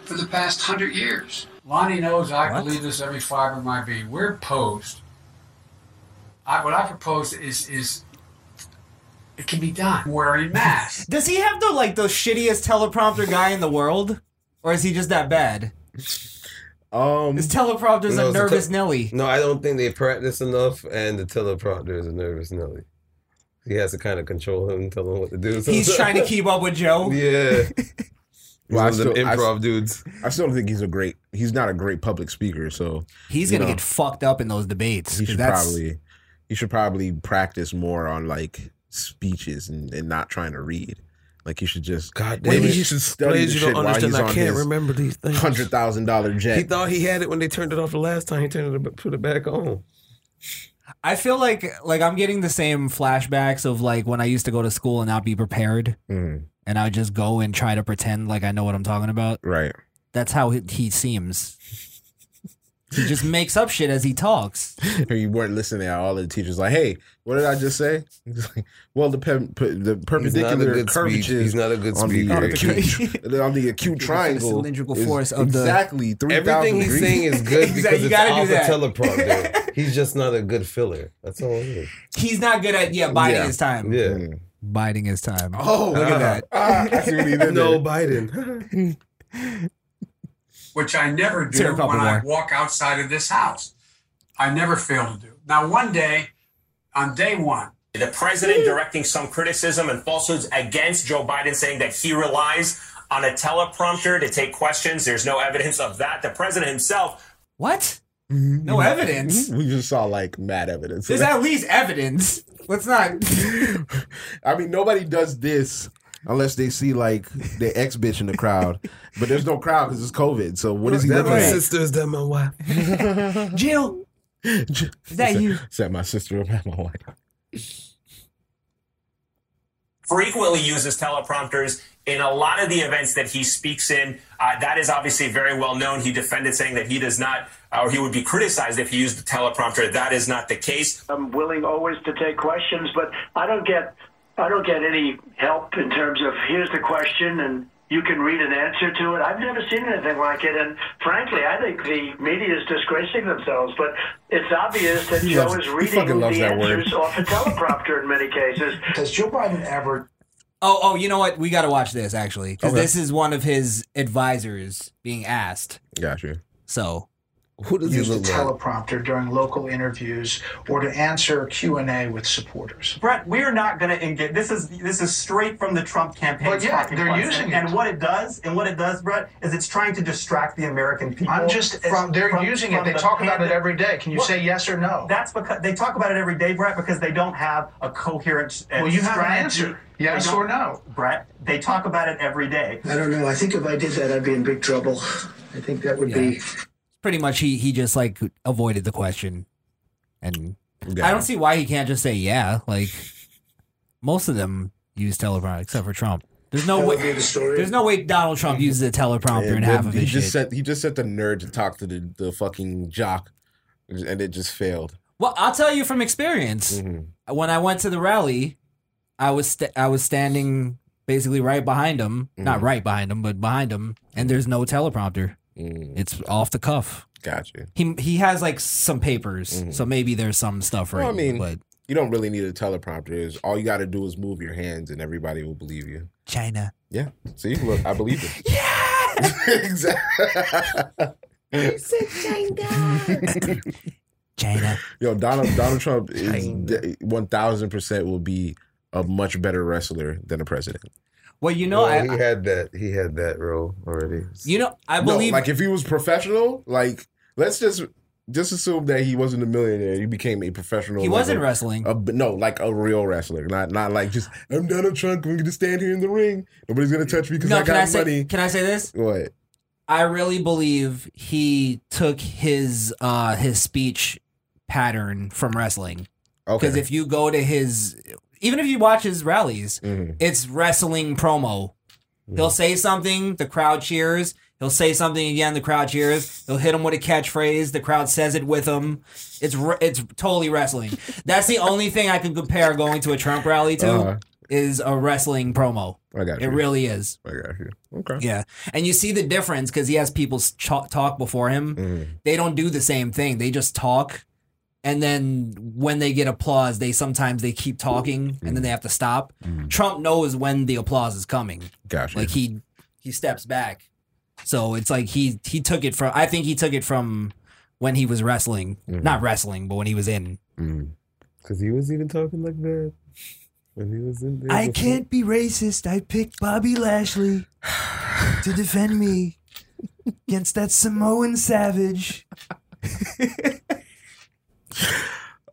S4: for the past hundred years. Lonnie knows I
S2: What?
S4: believe this every fiber of my being. We're posed. I, what I propose is is it can be done wearing masks.
S2: Does he have the like the shittiest teleprompter guy in the world, or is he just that bad?
S3: Um,
S2: His teleprompter's
S1: No,
S2: a
S1: it's a
S2: nervous
S1: tel-
S2: Nelly.
S1: No, I don't think they practice enough, and the teleprompter is a nervous Nelly. He has to kind of control him, and tell him what to do.
S2: He's trying to keep up with Joe.
S1: Yeah.
S3: Well, I
S1: One of them
S3: still- I-
S1: improv dudes.
S3: I still don't think he's a great. He's not a great public speaker. So
S2: He's
S3: You
S2: gonna
S3: know.
S2: get fucked up in those debates.
S3: he should
S2: That's-
S3: probably he should probably practice more on like speeches and, and not trying to read. Like he should just
S1: God damn
S3: maybe
S1: it.
S3: he should study the shit while he's on his
S1: remember these things.
S3: hundred thousand dollar
S1: He
S3: jet.
S1: thought he had it when they turned it off the last time. He turned it put it back on.
S2: I feel like like I'm getting the same flashbacks of like when I used to go to school and not be prepared,
S3: Mhm.
S2: and I would just go and try to pretend like I know what I'm talking about.
S3: Right.
S2: That's how he, he seems. he just makes up shit as he talks.
S3: Or you weren't listening at all. The teachers like, "Hey, what did I just say?" He's like, well, the pe- pe- the
S1: He's not a
S3: perpendicular
S1: good speaker.
S3: curvatures
S1: He's not a good
S3: on the,
S1: speaker.
S3: acute, on the acute triangle,
S2: cylindrical
S3: is
S2: force of the-
S3: exactly three thousand
S1: Everything he's
S3: degrees.
S1: saying is good
S2: Exactly,
S1: because
S2: you
S1: it's
S2: gotta
S1: off
S2: do
S1: a
S2: that.
S1: teleprompter. He's just not a good filler. That's all it is.
S2: He's not good at yeah biding
S3: Yeah.
S2: his time.
S1: Yeah.
S3: Mm.
S2: Biding his time.
S3: Oh,
S2: look
S1: ah.
S2: at that.
S3: Ah, I see what he did
S1: No
S3: there.
S1: Biden.
S4: which I never do
S2: Sarah
S4: when I
S2: Palpamore.
S4: walk outside of this house. I never fail to do. Now, one day, on day one,
S11: The president directing some criticism and falsehoods against Joe Biden, saying that he relies on a teleprompter to take questions. There's no evidence of that. The president himself.
S2: What? No evidence.
S3: We just saw like mad evidence.
S2: There's at least evidence. Let's not.
S3: I mean, nobody does this unless they see like the ex bitch in the crowd. But there's no crowd because it's COVID. So what is he
S1: That
S3: looking
S1: my
S3: at?
S1: sister is that my wife.
S2: Jill, is that you?
S3: Set my sister up at my wife.
S11: frequently uses teleprompters in a lot of the events that he speaks in. Uh, that is obviously very well known. He defended saying that he does not, uh, or he would be criticized if he used the teleprompter. That is not the case.
S12: I'm willing always to take questions, but I don't get I don't get any help in terms of here's the question and you can read an answer to it. I've never seen anything like it, and frankly, I think the media is disgracing themselves. But it's obvious that
S3: He
S12: Joe
S3: loves-
S12: is
S3: he
S12: reading
S3: fucking loves
S12: the
S3: that word.
S12: answers off a teleprompter in many cases.
S4: Has Joe Biden ever
S2: Oh, oh, you know what? We got to watch this actually because
S3: Okay.
S2: this is one of his advisors being asked.
S3: Gotcha.
S2: So,
S1: who
S13: use the teleprompter during local interviews or to answer Q and A with supporters.
S14: Brett, we are not going to engage. This is this is straight from the Trump campaign.
S13: But yeah,
S14: talking
S13: they're
S14: points.
S13: using
S14: and,
S13: it.
S14: And what it does, and what it does, Brett, is it's trying to distract the American people.
S13: I'm just- they're using it. They
S14: the
S13: talk about
S14: pand-
S13: it every day. Can you say yes or no?
S14: That's because they talk about it every day, Brett, because they don't have a coherent. uh,
S13: Well, you have an
S14: strategy.
S13: answer.
S14: They
S13: Yes
S14: don't-
S13: or no?
S14: Brett. They talk about it every day.
S12: I don't know. I think if I did that, I'd be in big trouble. I think that would be.
S2: pretty much, he he just like avoided the question, and
S3: Yeah.
S2: I don't see why he can't just say yeah. Like most of them use teleprompter except for Trump. There's no
S3: That
S2: way.
S3: would be the story.
S2: There's no way Donald Trump uses a teleprompter in
S3: And
S2: half
S3: then
S2: of
S3: he
S2: his shit.
S3: just sent he just sent the nerd to talk to the, the fucking jock, and it just failed. Mm-hmm.
S2: Well, I'll tell you from experience.
S3: Mm.
S2: When I went to the rally, I was st- I was standing basically right behind him,
S3: Mm.
S2: not right behind him, but behind him, and there's no teleprompter. It's off the cuff.
S3: Mm-hmm. Gotcha.
S2: He he has like some papers, so maybe there's some stuff right.
S3: Mm-hmm. Well, I mean,
S2: but
S3: you don't really need a teleprompter. Is all you got to do is move your hands, and everybody will believe you.
S2: China.
S3: Yeah. See, look, I believe it. yeah. exactly.
S2: China.
S3: Yo, Donald Donald Trump is one thousand percent will be a much better wrestler than a president.
S2: Well, you know, I,
S1: he had that. He had that role already.
S2: you know, I
S3: No,
S2: believe
S3: like if he was professional, like let's just just assume that he wasn't a millionaire. He became a professional.
S2: He wasn't wrestling.
S3: a- no, like a real wrestler, not not like just I'm Donald Trump. I'm going to stand here in the ring. Nobody's going to touch me because
S2: no.
S3: I
S2: can
S3: got
S2: I say?
S3: money.
S2: Can I say this?
S3: What?
S2: I really believe he took his uh his speech pattern from wrestling.
S3: Okay.
S2: Because if you go to his, even if you watch his rallies,
S3: Mm-hmm.
S2: it's wrestling promo. He'll say something, the crowd cheers. He'll say something again, the crowd cheers. He'll hit him with a catchphrase, the crowd says it with him. It's re- it's totally wrestling. That's the only thing I can compare going to a Trump rally to
S3: Uh-huh.
S2: is a wrestling promo.
S3: I got
S2: It
S3: you.
S2: really is.
S3: I got you. Okay.
S2: Yeah, and you see the difference because he has people s- cha- talk before him. They don't do the same thing. They just talk, and then when they get applause, they sometimes they keep talking, and then they have to stop. Trump knows when the applause is coming.
S3: Gotcha.
S2: Like he he steps back, so it's like he he took it from. I think he took it from when he was wrestling, not wrestling, but when he was in.
S1: Because he was even talking like that when he was in there.
S2: I
S1: before.
S2: can't be racist. I picked Bobby Lashley to defend me against that Samoan savage.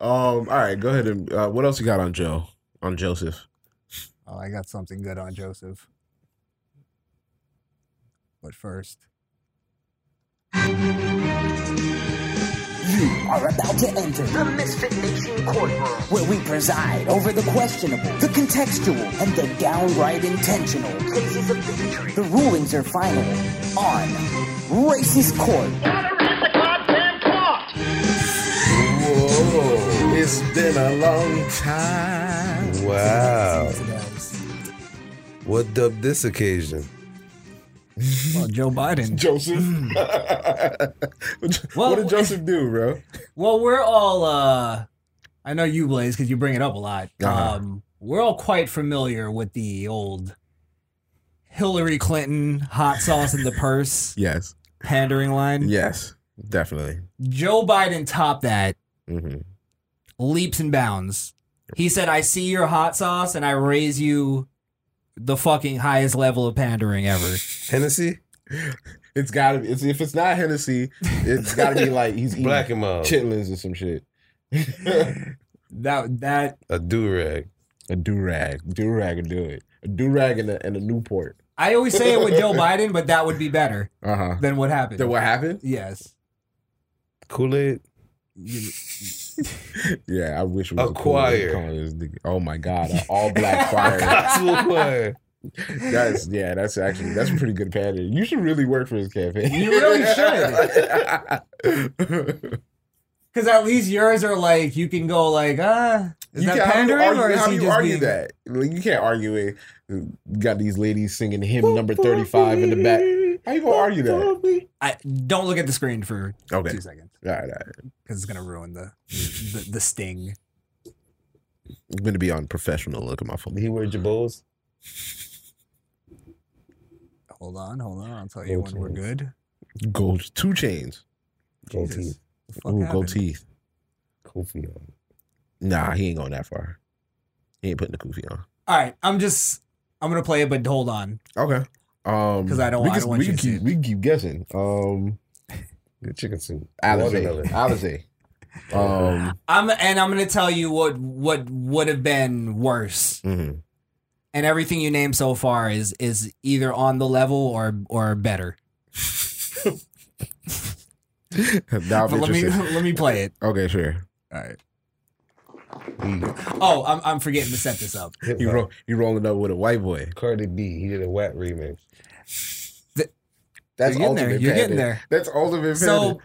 S3: Um. All right. Go ahead and uh, what else you got on Joe? On Joseph?
S2: Oh, I got something good on Joseph. But first,
S15: You are about to enter the Misfit Nation courtroom, where we preside over the questionable, the contextual, and the downright intentional cases of bigotry. The rulings are final on Racist Court.
S3: Whoa! It's been a long time.
S1: Wow. What dubbed this occasion?
S2: well, Joe Biden.
S3: Joseph.
S2: well,
S3: what did Joseph do, bro?
S2: well, we're all, uh, I know you, Blaze, because you bring it up a lot.
S3: Uh-huh.
S2: Um, we're all quite familiar with the old Hillary Clinton hot sauce in the purse
S3: Yes.
S2: pandering line.
S3: Yes. Definitely.
S2: Joe Biden topped that
S3: Mm-hmm.
S2: leaps and bounds. He said, I see your hot sauce and I raise you the fucking highest level of pandering ever.
S1: Hennessy?
S3: It's gotta be. It's, if it's not Hennessy, it's gotta be like he's eating
S1: Black and
S2: Oh.
S1: mild.
S3: chitlins or some shit.
S2: that that
S1: A do rag.
S3: A do rag. Do rag would do it. A do rag and a, and a Newport.
S2: I always say it with Joe Biden, but that would be better
S3: Uh huh.
S2: than what happened.
S3: Then what happened?
S2: Yes.
S1: Kool Aid.
S3: Yeah, I wish it
S1: A
S3: was Kool-Aid
S1: choir.
S3: calling this nigga. Oh my god, an all black choir.
S1: Gospel choir.
S3: That's yeah. That's actually that's a pretty good pattern. You should really work for his campaign.
S2: You really should. Because at least yours are like, you can go like, ah, is
S3: You
S2: that
S3: can't- how do you
S2: pandering
S3: argue-
S2: or is
S3: how do
S2: he
S3: you
S2: just
S3: argue
S2: being...
S3: that? Like, you can't argue it. Got these ladies singing hymn number thirty five in the back. How you gonna argue that? All
S2: I don't look at the screen for
S3: Okay.
S2: two seconds
S3: right, all right.
S2: because it's gonna ruin the, the the sting.
S3: I'm gonna be unprofessional. Look at my phone.
S1: He wear jabos.
S2: Hold on, hold on. I'll tell you when we're good.
S3: Gold two chains.
S2: Gold Jesus.
S3: teeth.
S2: The fuck
S3: Ooh,
S2: happened?
S3: gold teeth.
S1: Kofi
S3: Nah, he ain't going that far. He ain't putting the Kofi on.
S2: All right, I'm just I'm gonna play it, but hold on.
S3: Okay. Um,
S2: 'Cause I don't-
S3: we
S2: I
S3: can,
S2: don't want
S3: we
S2: you
S3: can
S2: to see
S3: keep, we can keep guessing. Um,
S1: Good chicken soup.
S3: Alizé.
S1: Watermelon.
S3: Alizé. Um,
S2: I'm and I'm gonna tell you what what would have been worse.
S3: Mhm.
S2: And everything you named so far is is either on the level or or better.
S3: mm-hmm. now I'm
S2: But let me-
S3: interested.
S2: let me play it.
S3: Okay, sure.
S2: All right. Oh, I'm I'm forgetting to set this up.
S3: You ro- you rolling up with a white boy.
S1: Cardi B. He did a wet remix.
S3: That's
S2: You're getting there.
S3: ultimate
S2: You're getting
S3: petting.
S2: there.
S3: That's ultimate.
S2: So
S3: petting.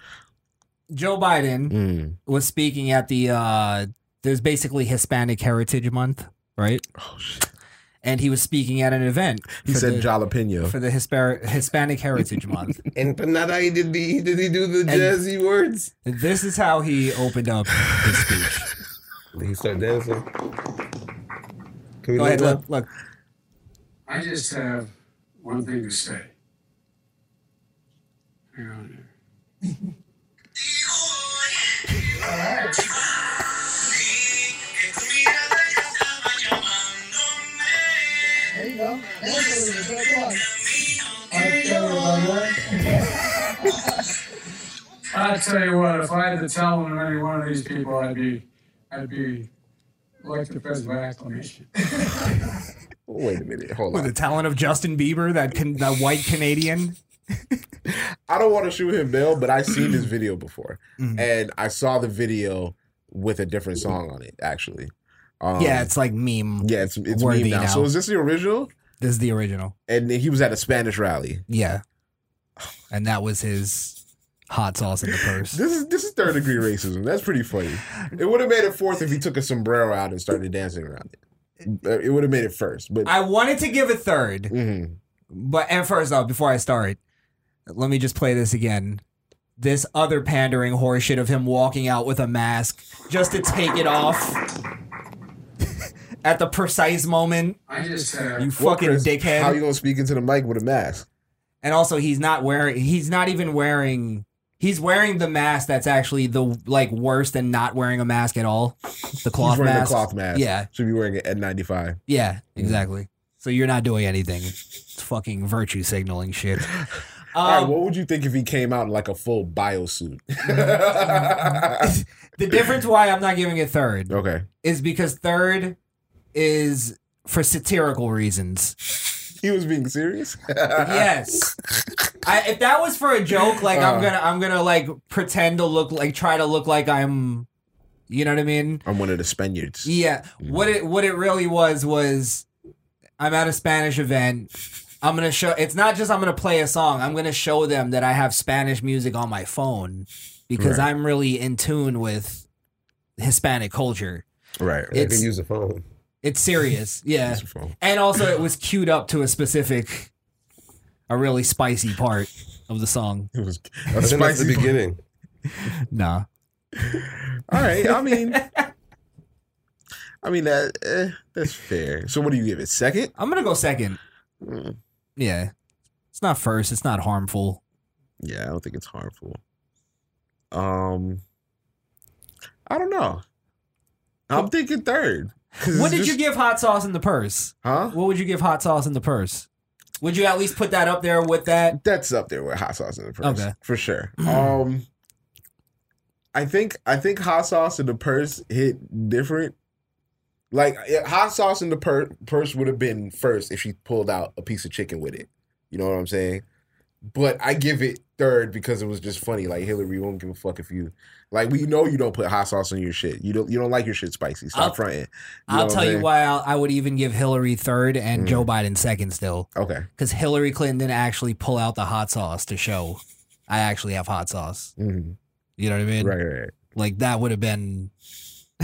S2: Joe Biden
S3: Mm.
S2: was speaking at the uh there's basically Hispanic Heritage Month, right? Oh shit. And he was speaking at an event.
S3: he
S2: for
S3: said
S2: the-
S3: jalapeno.
S2: for the Hispar- Hispanic Heritage Month.
S1: And Panada, he did the he did he do the
S2: And-
S1: jazzy words?
S2: This is how he opened up his speech.
S1: Did he start dancing? Can we
S2: Go ahead,
S1: look
S2: look, look.
S1: up?
S4: I just have one thing to say. Hang on here.
S10: There you go.
S4: I tell you what, if I had to tell one of any one of these people, I'd be, I'd be like the president by acclamation.
S3: Wait a minute. Hold
S2: With
S3: on.
S2: the talent of Justin Bieber, that can, that white Canadian.
S3: I don't want to shoot him down, but I've seen this video before, and I saw the video with a different song on it. Actually, um,
S2: yeah, it's like meme.
S3: yeah, it's it's
S2: worthy
S3: meme now.
S2: now.
S3: So is this the original?
S2: This is the original.
S3: And he was at a Spanish rally.
S2: Yeah, and that was his hot sauce in the purse.
S3: This is this is third degree racism. That's pretty funny. It would have made it fourth if he took a sombrero out and started dancing around it. It would have made it first, but mm-hmm.
S2: I wanted to give a 3rd but and first off, before I start, let me just play this again. This other pandering horseshit of him walking out with a mask just to take it off at the precise moment.
S4: I just have.
S2: You fucking
S3: Chris,
S2: dickhead.
S3: How you gonna speak into the mic with a mask?
S2: and also, he's not wearing. He's not even wearing. He's wearing the mask that's actually the like worse than not wearing a mask at all. The cloth
S3: He's wearing
S2: mask.
S3: a cloth mask.
S2: Yeah.
S3: should be wearing an N95.
S2: Yeah, exactly. So you're not doing anything. It's fucking virtue signaling shit.
S3: All right,
S2: Um,
S3: what would you think if he came out in like a full bio suit? Mm-hmm.
S2: the difference why I'm not giving it third
S3: Okay.
S2: is because third is for satirical reasons.
S3: He was being serious?
S2: yes. I, if that was for a joke, like I'm
S3: Uh.
S2: gonna, I'm gonna like pretend to look like, try to look like I'm, you know what I mean?
S3: I'm one of the Spaniards.
S2: Yeah. What it, what it really was was, I'm at a Spanish event. I'm gonna show. It's not just I'm gonna play a song. I'm gonna show them that I have Spanish music on my phone because
S1: Right.
S2: I'm really in tune with Hispanic culture.
S3: Right.
S1: They
S2: It's-
S1: can use the phone.
S2: It's serious, yeah.
S1: It's a phone.
S2: And also, it was queued up to a specific, a really spicy part of the song.
S3: It was
S1: I think that's the beginning.
S2: Nah,
S3: All right. I mean, I mean that eh, that's fair. So what do you give it? Second? Mm,
S2: I'm gonna go second. Yeah, it's not first. It's not harmful.
S3: Yeah, I don't think it's harmful. Um, I don't know. I'm thinking third. 'Cause
S2: What
S3: it's
S2: did
S3: just-
S2: you give hot sauce in the purse?
S3: Huh?
S2: What would you give hot sauce in the purse? Would you at least put that up there with that?
S3: That's up there with hot sauce in the purse.
S2: Okay. Mm.
S3: For sure. Um I think I think hot sauce in the purse hit different. Like yeah, hot sauce in the pur- purse would have been first if she pulled out a piece of chicken with it. You know what I'm saying? But I give it third because it was just funny. Like Hillary won't give a fuck if you like we know you don't put hot sauce on your shit. You don't you don't like your shit spicy. Stop
S2: I'll-
S3: fronting. You know
S2: I'll
S3: what I'm
S2: tell you
S3: saying? Hmm.
S2: why I'll, I would even give Hillary third and Joe Biden second still.
S3: Okay.
S2: Because Hillary Clinton didn't actually pull out the hot sauce to show I actually have hot sauce.
S3: Mhm.
S2: You know what I mean?
S3: Right, right, right.
S2: Like that would have been.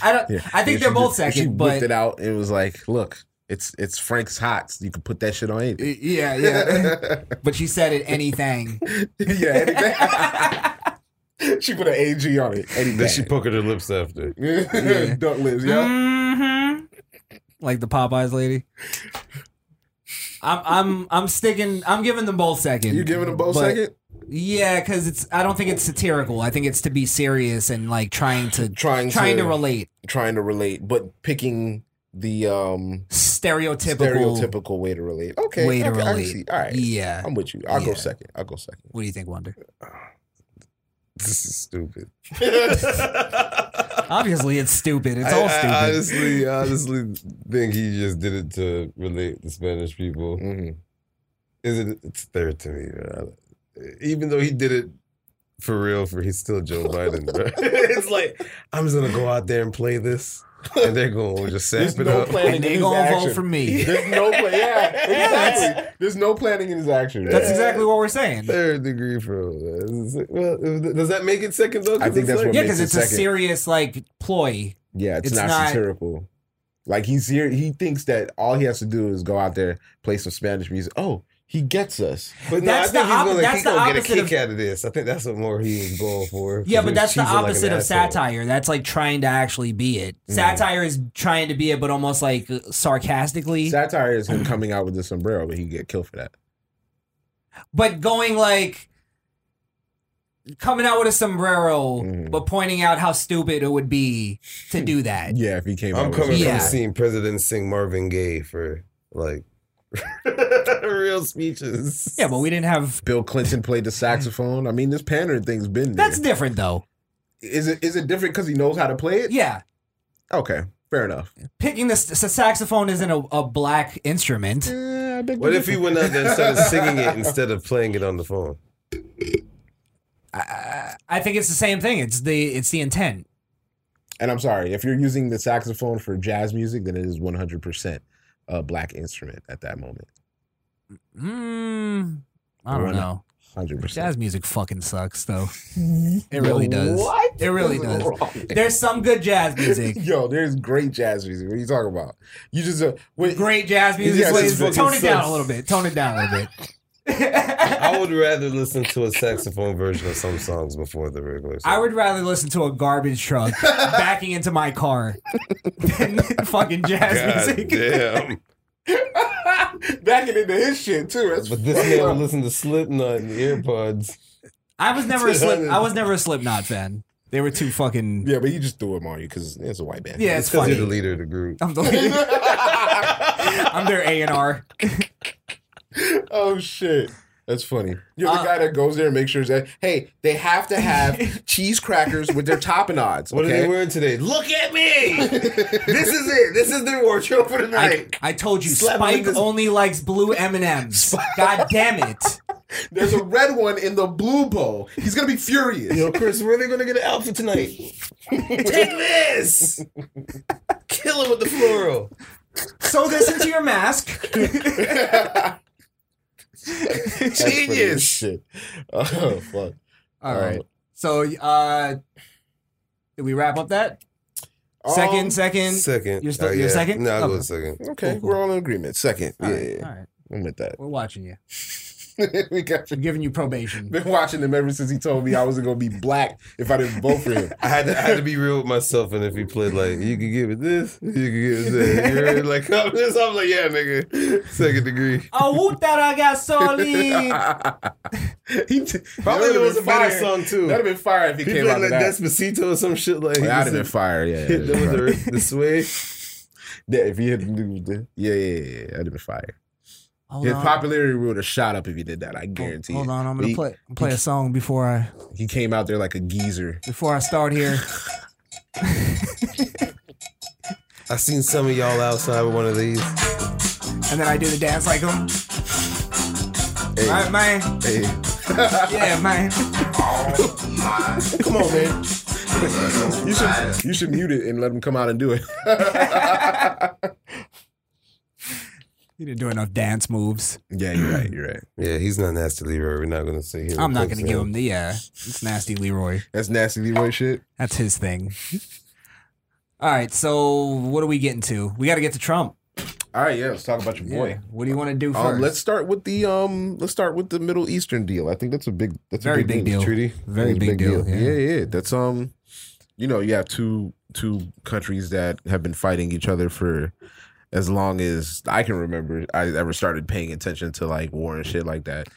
S2: I don't.
S3: Yeah.
S2: I think
S3: If
S2: they're
S3: she
S2: both
S3: just- if she
S2: second,
S3: whipped
S2: but
S3: it out. It was like, look, it's it's Frank's Hots. You can put that shit on anything.
S2: yeah, yeah. but she said it anything.
S3: she put an AG on it.
S1: Then she puckered her lips after.
S3: Duck lips, yeah.
S2: Mm-hmm. like the Popeyes lady. I'm I'm I'm sticking. I'm giving them both second.
S3: You giving them both
S2: But-
S3: second?
S2: Yeah, because it's. I don't think it's satirical. I think it's to be serious and like trying to
S3: trying
S2: trying to relate.
S3: trying to relate, but picking the um
S2: Stereotypical-
S3: stereotypical way to relate. Okay,
S2: Way to
S3: okay, I can
S2: relate.
S3: see. All right,
S2: Yeah.
S1: Um,
S3: I'm with you. I'll go
S2: Yeah.
S3: second. I'll go second.
S2: What do you think, Wonder?
S1: This is stupid.
S2: Obviously, it's stupid. It's
S1: I-
S2: all
S1: I
S2: stupid.
S1: honestly, honestly think he just did it to relate to Spanish people.
S3: Mm-hmm.
S1: Is it? It's third to me, bro. Even though he did it for real, for he's still Joe Biden, bro. it's like I'm just gonna go out there and play this, and they're gonna just sap it
S3: no
S1: up.
S3: planning
S2: And they
S3: in his
S2: gonna vote
S3: action.
S2: for me.
S3: There's no plan. Yeah,
S2: Yeah, that's-
S3: exactly. There's no planning in his action.
S2: That's exactly what we're saying.
S1: Third degree for well, does that make it second though?
S3: I think that's what
S2: yeah,
S3: makes
S2: because
S3: it
S2: it's a
S3: second.
S2: serious like ploy.
S3: Yeah, it's,
S2: It's
S3: not,
S2: not-
S3: satirical. Like he's here, he thinks that all he has to do is go out there, play some Spanish music. Oh, he gets us.
S1: But no,
S2: That's
S1: I think
S2: the
S1: he's
S2: op-
S1: gonna,
S2: that's
S1: he's
S2: the
S1: gonna get a
S2: opposite of-
S1: kick out of this. I think that's what more he was going for.
S2: Yeah,
S1: 'cause
S2: but that's the
S1: she's like an
S2: opposite of
S1: asshole.
S2: satire. That's like trying to actually be it.
S1: Mhm.
S2: Satire is trying to be it, but almost like sarcastically.
S3: Satire is him coming out with the sombrero, but he get killed for that.
S2: but going like coming out with a sombrero,
S3: Mm.
S2: but pointing out how stupid it would be to do that.
S3: Yeah, if he came
S1: I'm coming
S2: Yeah.
S1: from seeing presidents sing Marvin Gaye for like real speeches.
S2: Yeah, but we didn't have
S3: Bill Clinton played the saxophone. I mean, this pandering thing's been there.
S2: That's different though.
S3: Is it is it different because he knows how to play it?
S2: Yeah,
S3: Okay, fair enough.
S2: picking the s- saxophone isn't a, a black instrument.
S1: What if he went out there and started singing it instead of playing it on the phone?
S2: I think it's the same thing. It's the it's the intent.
S3: And I'm sorry if you're using the saxophone for jazz music, then it is 100 percent a black instrument at that moment.
S2: Mm, I don't know.
S3: 100 percent.
S2: Jazz music fucking sucks though. It really does.
S3: What?
S2: It really does.
S3: What's wrong?
S2: There's some good jazz music.
S3: Yo, there's great jazz music. What are you talking about? You just uh, wait,
S2: Great jazz music.
S3: Yes,
S2: Wait,
S3: it's fucking
S2: tone it down
S3: sucks.
S2: a little bit. Tone it down a little bit.
S1: I would rather listen to a saxophone version of some songs before the regular. Song.
S2: I would rather listen to a garbage truck backing into my car than fucking jazz
S1: God
S2: music.
S1: damn!
S3: backing into his shit too. That's
S1: But this man would listen to Slipknot and earpods.
S2: I was never a slip. I was never a Slipknot fan. They were too fucking.
S3: Yeah, but you just threw him on you because it's a white band.
S2: Yeah, it's funny.
S1: you're the leader of the group.
S2: I'm the leader. I'm their A and R.
S3: oh shit. That's funny. You're
S2: Uh,
S3: the guy that goes there and makes sure that hey, they have to have cheese crackers with their topping odds.
S1: What are
S3: okay?
S1: they wearing today? Look at me! this is it. This is their wardrobe for
S2: I,
S1: tonight.
S2: I told you,
S1: Slap him in
S2: Spike
S1: this-
S2: only likes blue M and M's. God damn it!
S3: There's a red one in the blue bowl. He's gonna be furious.
S1: Yo, Chris, where are they gonna get an outfit tonight? Take this! Kill him with the floral.
S2: Sew this into your mask.
S3: That's funny as Shit. Oh fuck.
S1: Um,
S2: All right.
S3: Um,
S2: So, uh, did we wrap up that?
S3: Um, Oh,
S2: Second, second,
S1: Second.
S2: You're still
S1: Uh,
S2: you're
S1: yeah.
S2: second.
S1: No, I'll
S2: Okay.
S1: go second.
S3: Okay,
S2: Cool, cool.
S3: we're all in agreement. Second.
S2: All
S3: yeah,
S2: right,
S3: yeah.
S2: all right.
S3: I'm with that.
S2: We're watching you.
S3: we got
S2: We're giving you probation.
S3: been watching him ever since he told me I wasn't gonna be black if I didn't vote for him.
S1: I had, to, I had to be real with myself, and if he played like, you could give it this, you could give it this, you heard like, I'm, this, I'm like, yeah, nigga, second degree.
S2: Oh, whoop that I got solid.
S3: he t-
S1: Probably
S3: that'd
S1: it
S3: have
S1: was a
S3: been
S1: better
S3: fire.
S1: song, too.
S3: That'd have been fire if he,
S1: He played
S3: came out
S1: like
S3: of that.
S1: Despacito or some shit like.
S3: That'd
S1: he
S3: have been
S1: said-
S3: fire. Yeah, yeah,
S1: hit them
S3: yeah.
S1: with the, the sway.
S3: Yeah, if he had yeah, yeah, yeah, yeah, that'd be fire.
S2: Hold
S3: His
S2: on.
S3: popularity would have shot up if he did that. I guarantee
S2: Hold
S3: it.
S2: on, I'm
S3: But
S2: gonna
S3: he,
S2: play play a song before I
S3: He came out there like a geezer.
S2: before I start here.
S1: I seen some of y'all outside with one of these.
S2: and then I do the dance like him.
S3: Hey,
S2: All right, man.
S3: hey.
S2: Yeah, man.
S3: come on, man. you should you should mute it and let him come out and do it.
S2: You didn't do enough dance moves.
S3: yeah, you're right. You're right.
S1: Yeah, he's not nasty Leroy. We're not gonna say here.
S2: I'm not gonna give him the yeah. It's nasty, Leroy.
S3: That's nasty Leroy shit.
S2: That's his thing. All right, so what are we getting to? We got to get to Trump.
S3: All right, yeah. Let's talk about your
S2: Yeah.
S3: boy.
S2: What do you want to do 1st
S3: Um, let's start with the um. Let's start with the Middle Eastern deal. I think that's a big. That's
S2: Very
S3: a
S2: big
S3: big
S2: deal.
S1: treaty.
S2: Very
S3: It's a
S2: big, deal.
S3: Yeah. yeah, That's um, you know, you have two two countries that have been fighting each other for as long as I can remember I ever started paying attention to like war and shit like that.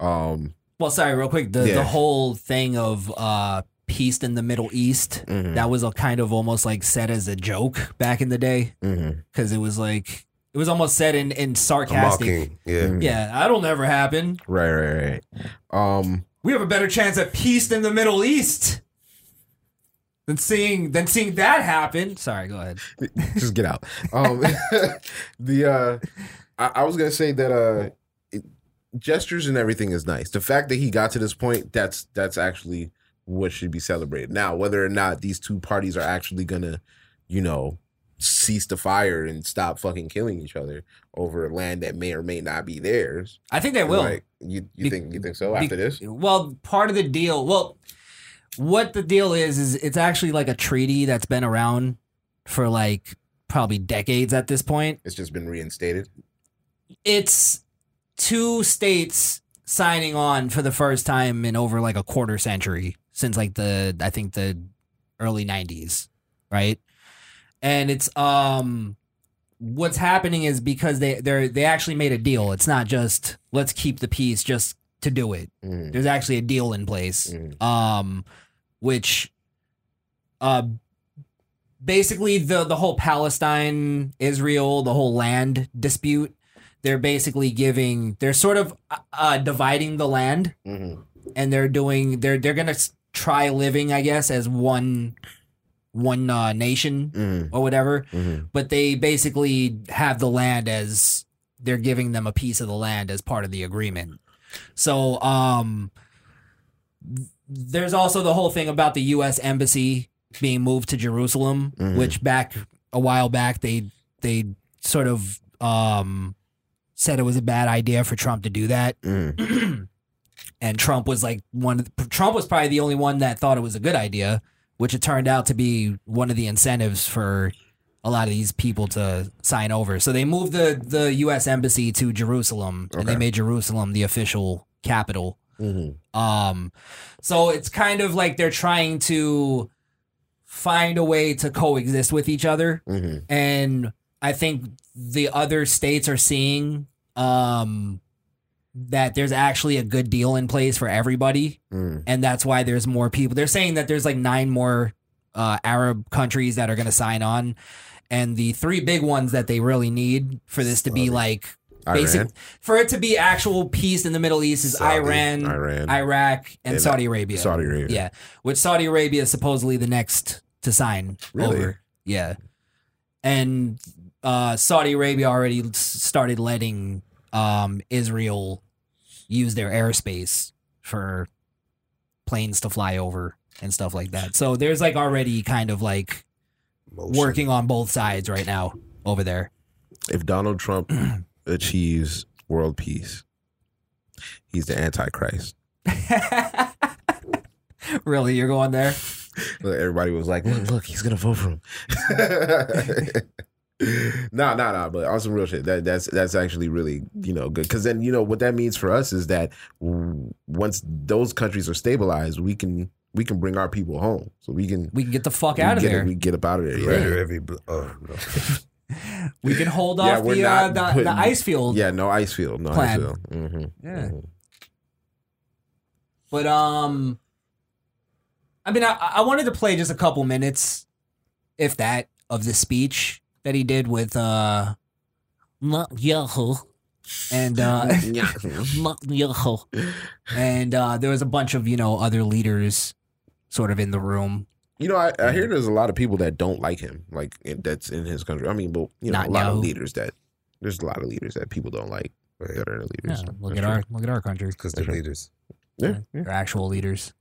S3: Um
S2: Well, sorry, real quick. The
S3: Yeah.
S2: the whole thing of uh peace in the Middle East
S3: Mhm.
S2: that was a kind of almost like said as a joke back in the day
S3: Mhm.
S2: because it was like it was almost said in in sarcastic.
S1: Mocking, yeah.
S2: yeah, that'll never happen.
S3: Right, right, right. Um
S2: We have a better chance at peace in the Middle East than seeing than seeing that happen. Sorry, go ahead.
S3: just get out. Um, the uh, I, I was gonna say that uh, it, gestures and everything is nice. The fact that he got to this point, that's that's actually what should be celebrated. Now, whether or not these two parties are actually gonna, you know, cease the fire and stop fucking killing each other over land that may or may not be theirs,
S2: I think they will.
S3: Like, you you
S2: Be-
S3: think you think so after
S2: Be-
S3: this?
S2: Well, part of the deal. Well, what the deal is is it's actually like a treaty that's been around for like probably decades at this point.
S3: It's just been reinstated.
S2: It's two states signing on for the first time in over like a quarter century since like the I think the early 90s, right? And it's um what's happening is because they they're they actually made a deal. It's not just let's keep the peace just to do it. There's actually a deal in place,
S3: Mm-hmm.
S2: um, which, uh, basically the the whole Palestine Israel the whole land dispute. They're basically giving they're sort of uh, uh, dividing the land,
S3: Mm-hmm.
S2: and they're doing they're they're gonna s- try living I guess as one one uh, nation or whatever.
S3: Mm-hmm.
S2: But they basically have the land as they're giving them a piece of the land as part of the agreement. So um th- there's also the whole thing about the US embassy being moved to Jerusalem,
S15: Mhm.
S2: which back a while back they they sort of um said it was a bad idea for Trump to do that.
S3: Mm-hmm.
S2: and Trump was like one of the, Trump was probably the only one that thought it was a good idea, which it turned out to be one of the incentives for a lot of these people to sign over. So they moved the the U.S. embassy to Jerusalem, and they
S15: Okay.
S2: made Jerusalem the official capital.
S3: Mm-hmm.
S2: Um, so it's kind of like they're trying to find a way to coexist with each other
S3: Mm-hmm.
S2: and I think the other states are seeing um, that there's actually a good deal in place for everybody,
S3: Mm.
S2: and that's why there's more people. They're saying that there's like nine more uh, Arab countries that are going to sign on, and the three big ones that they really need for this to be like basic
S3: Iran.
S2: for it to be actual peace in the Middle East is
S3: Saudi,
S2: Iran,
S3: Iran,
S2: Iraq, and,
S3: and, uh,
S2: Saudi Arabia.
S3: Saudi Arabia.
S2: yeah, which Saudi Arabia is supposedly the next to sign
S3: Really?
S2: over. Yeah. And uh, Saudi Arabia already s- started letting um, Israel use their airspace for planes to fly over and stuff like that. So there's like already kind of like working on both sides right now over there.
S3: if Donald Trump achieves world peace, he's the Antichrist.
S2: really, you're going there?
S3: Look, Everybody was like, "Look, look, he's gonna vote for him." No, no, no. But on some real shit, that that's that's actually really you know good because then you know what that means for us is that w- once those countries are stabilized, we can we can bring our people home, so we can
S2: we can get the fuck
S3: we
S2: out of
S3: get-
S2: there.
S3: We get up out of there. Yeah.
S1: Render every bl- oh, no.
S2: We can hold off the, uh, the, the
S3: putting-
S2: ice field.
S3: Yeah, no ice field, no
S2: plan.
S3: ice field. hmm
S2: Yeah. But um, I mean, I, I wanted to play just a couple minutes, if that, of the speech that he did with uh, Netanyahu, and uh,
S3: Mm-hmm.
S2: Netanyahu, and uh, there was a bunch of you know other leaders, sort of in the room.
S3: You know, I, I hear there's a lot of people that don't like him, like in- that's in his country. I mean, but you know,
S2: Not
S3: a lot
S2: know.
S3: of leaders that there's a lot of leaders that people don't like that are
S2: Yeah,
S3: leaders.
S2: look at
S3: That's true.
S2: our look at our country
S1: because they're leaders.
S3: Yeah,
S2: they're actual leaders.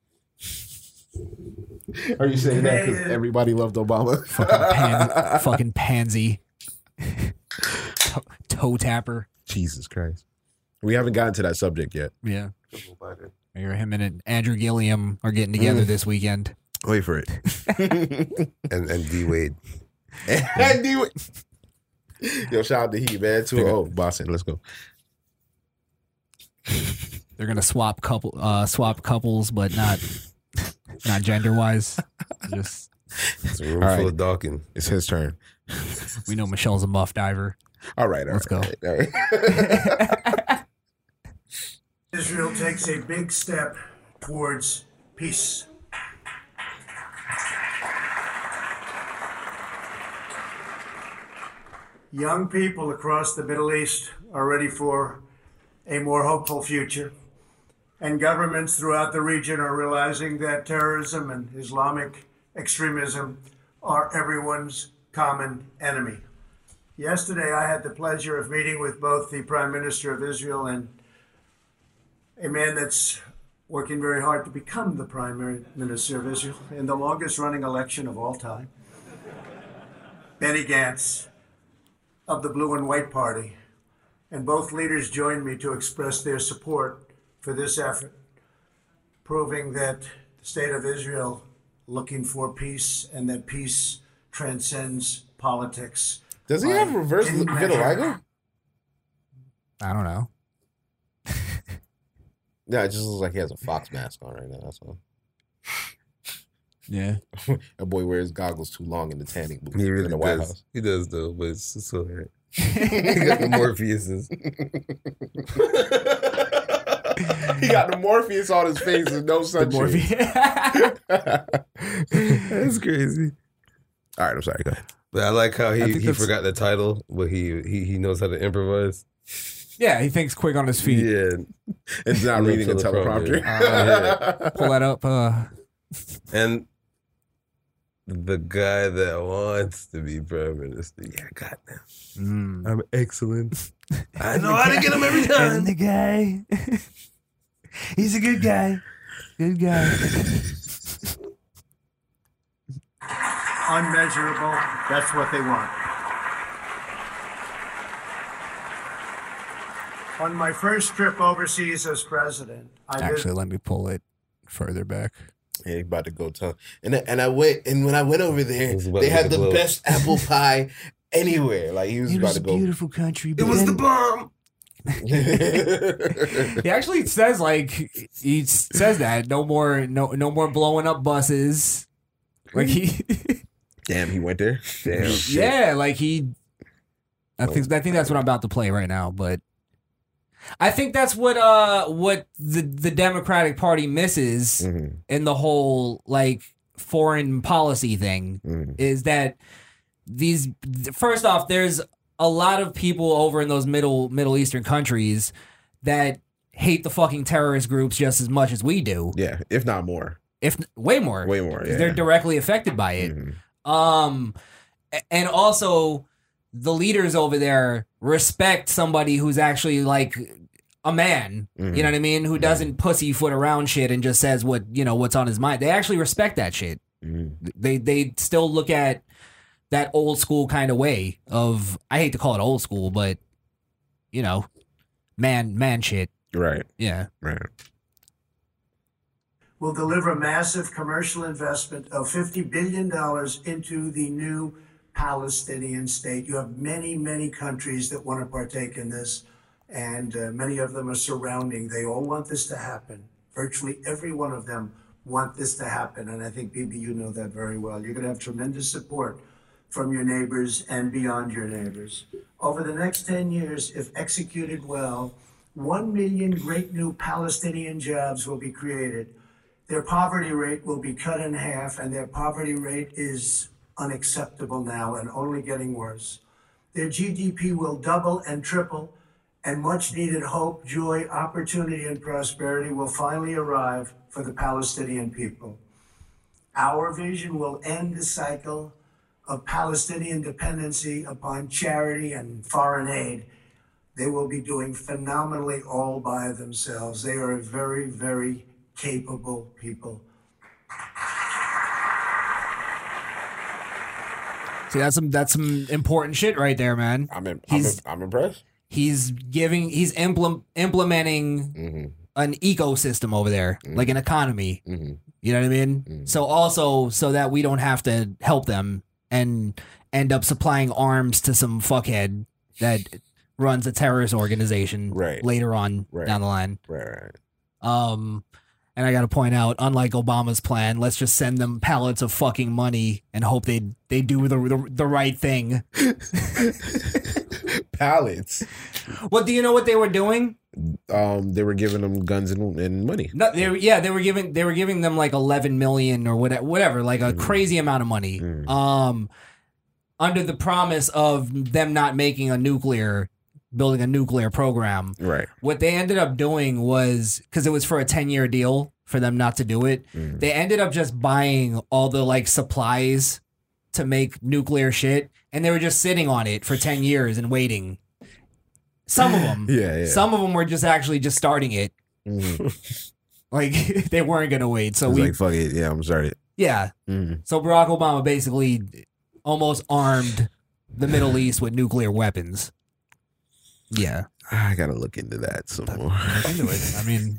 S3: Are you saying that because everybody loved Obama?
S2: Pan, fucking pansy, toe, toe tapper.
S3: Jesus Christ, we haven't gotten to that subject yet.
S2: Yeah. Or him and Andrew Gilliam are getting together
S3: Mm.
S2: this weekend.
S3: Wait for it.
S1: and and D Wade.
S3: I knew it. Yo, shout out to Heat, man. 2 0 Boston. Let's go.
S2: They're gonna swap couple uh swap couples, but not not gender wise. Just
S1: It's a room
S3: All
S1: full
S3: right.
S1: of Dawkins.
S3: It's his turn.
S2: we know Michelle's a muff diver.
S3: All right, all let's go. All right.
S10: Israel takes a big step towards peace. Young people across the Middle East are ready for a more hopeful future. And governments throughout the region are realizing that terrorism and
S12: Um,
S10: Islamic extremism are everyone's common enemy. Yesterday, I had the pleasure of meeting with both the Prime Minister of Israel and a man that's working very hard to become the Prime Minister of Israel in the longest running election of all time, Benny Gantz of the Blue and White Party. And both leaders joined me to express their support for this effort, proving that the state of Israel looking for peace and that peace transcends politics.
S3: Does he have
S10: by
S3: reverse
S10: any measure.
S3: vitiligo?
S2: I don't know.
S3: No, it just looks like he has a fox mask on right now. That's all.
S6: Yeah.
S3: That boy wears goggles too long in the tanning booth
S1: He really
S3: in the White
S1: does.
S3: House.
S1: He does though, but it's, it's all right. he got the Morpheuses.
S3: he got the Morpheus on his face and no sunshade.
S1: That's crazy.
S3: All right, I'm sorry. Go ahead.
S1: But I like how
S6: I
S1: he,
S6: think
S1: he
S6: that's-
S1: forgot the title, but he, he he knows how to improvise.
S6: Yeah, he thinks quick on his feet.
S1: Yeah,
S3: it's not reading a teleprompter.
S6: Pull that up. Uh,
S1: And the guy that wants to be prime minister, yeah, God damn, I'm excellent. I know how to get him every time.
S6: And the guy, he's a good guy. Good guy.
S10: unmeasurable. That's what they want. On my first trip overseas as president, I
S6: Actually, let me pull it further back.
S3: Yeah, he about to go tell. And I- and I went and when I went over there,
S6: about
S3: they
S6: to
S3: had the
S6: blow.
S3: best apple pie anywhere. Like he was
S6: It
S3: about
S6: was
S3: to
S6: a
S3: go.
S6: beautiful country.
S1: It was the bomb.
S6: he
S2: actually says like he s- says that no more no no more blowing up buses. Like he
S3: Damn, he went there. Damn.
S2: yeah, like he. I think I think that's what I'm about to play right now, but I think that's what uh what the the Democratic Party misses
S3: Mm-hmm,
S2: in the whole like foreign policy thing
S3: mm-hmm.
S2: is that these first off there's a lot of people over in those middle middle eastern countries that hate the fucking terrorist groups just as much as we do
S3: yeah if not more
S2: if way more
S3: Way more,
S2: 'cause
S3: yeah. Mm-hmm,
S2: they're directly affected by it um a- and also the leaders over there respect somebody who's actually like a man
S6: Mhm.
S3: Mm-hmm.
S2: you know what i mean who doesn't pussyfoot around shit and just says what you know what's on his mind they actually respect that shit
S3: mm-hmm.
S2: they they still look at that old school kind of way of I hate to call it old school, but you know, man man shit.
S3: Right.
S2: Yeah.
S3: Right.
S10: will deliver a massive commercial investment of $50 billion into the new Palestinian state. You have many, many countries that want to partake in this, and uh, many of them are surrounding. They all want this to happen. Virtually every one of them want this to happen, and I think, Bibi, you know that very well. You're going to have tremendous support from your neighbors and beyond your neighbors. Over the next 10 years, if executed well, 1 million great new Palestinian jobs will be created. Their poverty rate will be cut in half, and their poverty rate is unacceptable now and only getting worse. Their GDP will double and triple, and much needed hope, joy, opportunity, and prosperity will finally arrive for the Palestinian people. Our vision will end the cycle of Palestinian dependency upon charity and foreign aid. They will be doing phenomenally all by themselves. They are a very, very capable people.
S2: See that's some that's some important shit right there, man.
S3: I'm
S2: he's
S3: I'm impressed.
S2: He's giving he's implem- implementing
S3: Mm-hmm,
S2: an ecosystem over there,
S3: Mm.
S2: like an economy. You know what I mean? So also so that we don't have to help them and end up supplying arms to some fuckhead that runs a terrorist organization
S3: right.
S2: later on
S3: Right.
S2: down the line.
S3: Right, right.
S2: Um, and I got to point out, unlike Obama's plan, let's just send them pallets of fucking money and hope they they do the the, the right thing.
S3: pallets.
S2: Well, do you know what they were doing?
S3: Um, they were giving them guns and, and money.
S2: No, they were- yeah, they were giving they were giving them like eleven million or whatever, whatever, like a crazy amount of money. Um, under the promise of them not making a nuclear building a nuclear program.
S3: Right.
S2: What they ended up doing was because it was for a ten year deal for them not to do it.
S3: Mm-hmm.
S2: They ended up just buying all the like supplies to make nuclear shit, and they were just sitting on it for ten years and waiting. Some of them,
S3: Yeah, yeah.
S2: Some of them were just actually just starting it. Like they weren't gonna wait. So
S3: It's
S2: we,
S3: like fuck it. Yeah, I'm sorry.
S2: yeah.
S3: Mhm.
S2: So Barack Obama basically almost armed the Middle East with nuclear weapons. Yeah,
S3: I gotta look into that some more.
S2: into it. I mean,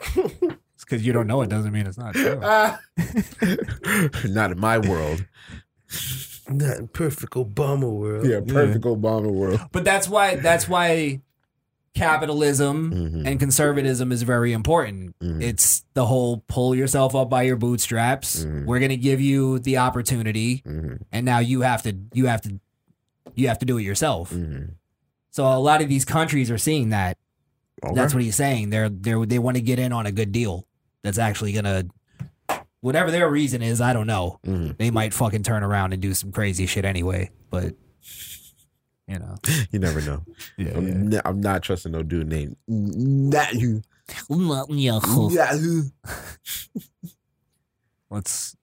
S2: it's because you don't know it doesn't mean it's not true.
S3: Not in my world.
S1: Not in perfect Obama world.
S3: Yeah, perfect Obama world.
S2: But that's why that's why capitalism
S3: Mm-hmm,
S2: and conservatism is very important. It's the whole pull yourself up by your bootstraps. We're going to give you the opportunity
S3: mm-hmm,
S2: and now you have to you have to you have to do it yourself.
S3: Mm. mm-hmm.
S2: So a lot of these countries are seeing that. That's what he's saying. They're they are they want to get in on a good deal that's actually going to whatever their reason is, I don't know.
S3: Mm-hmm.
S2: They might fucking turn around and do some crazy shit anyway, but you know.
S3: You never know. I'm, n- I'm not trusting no dude named not you.
S2: Yeah. Let's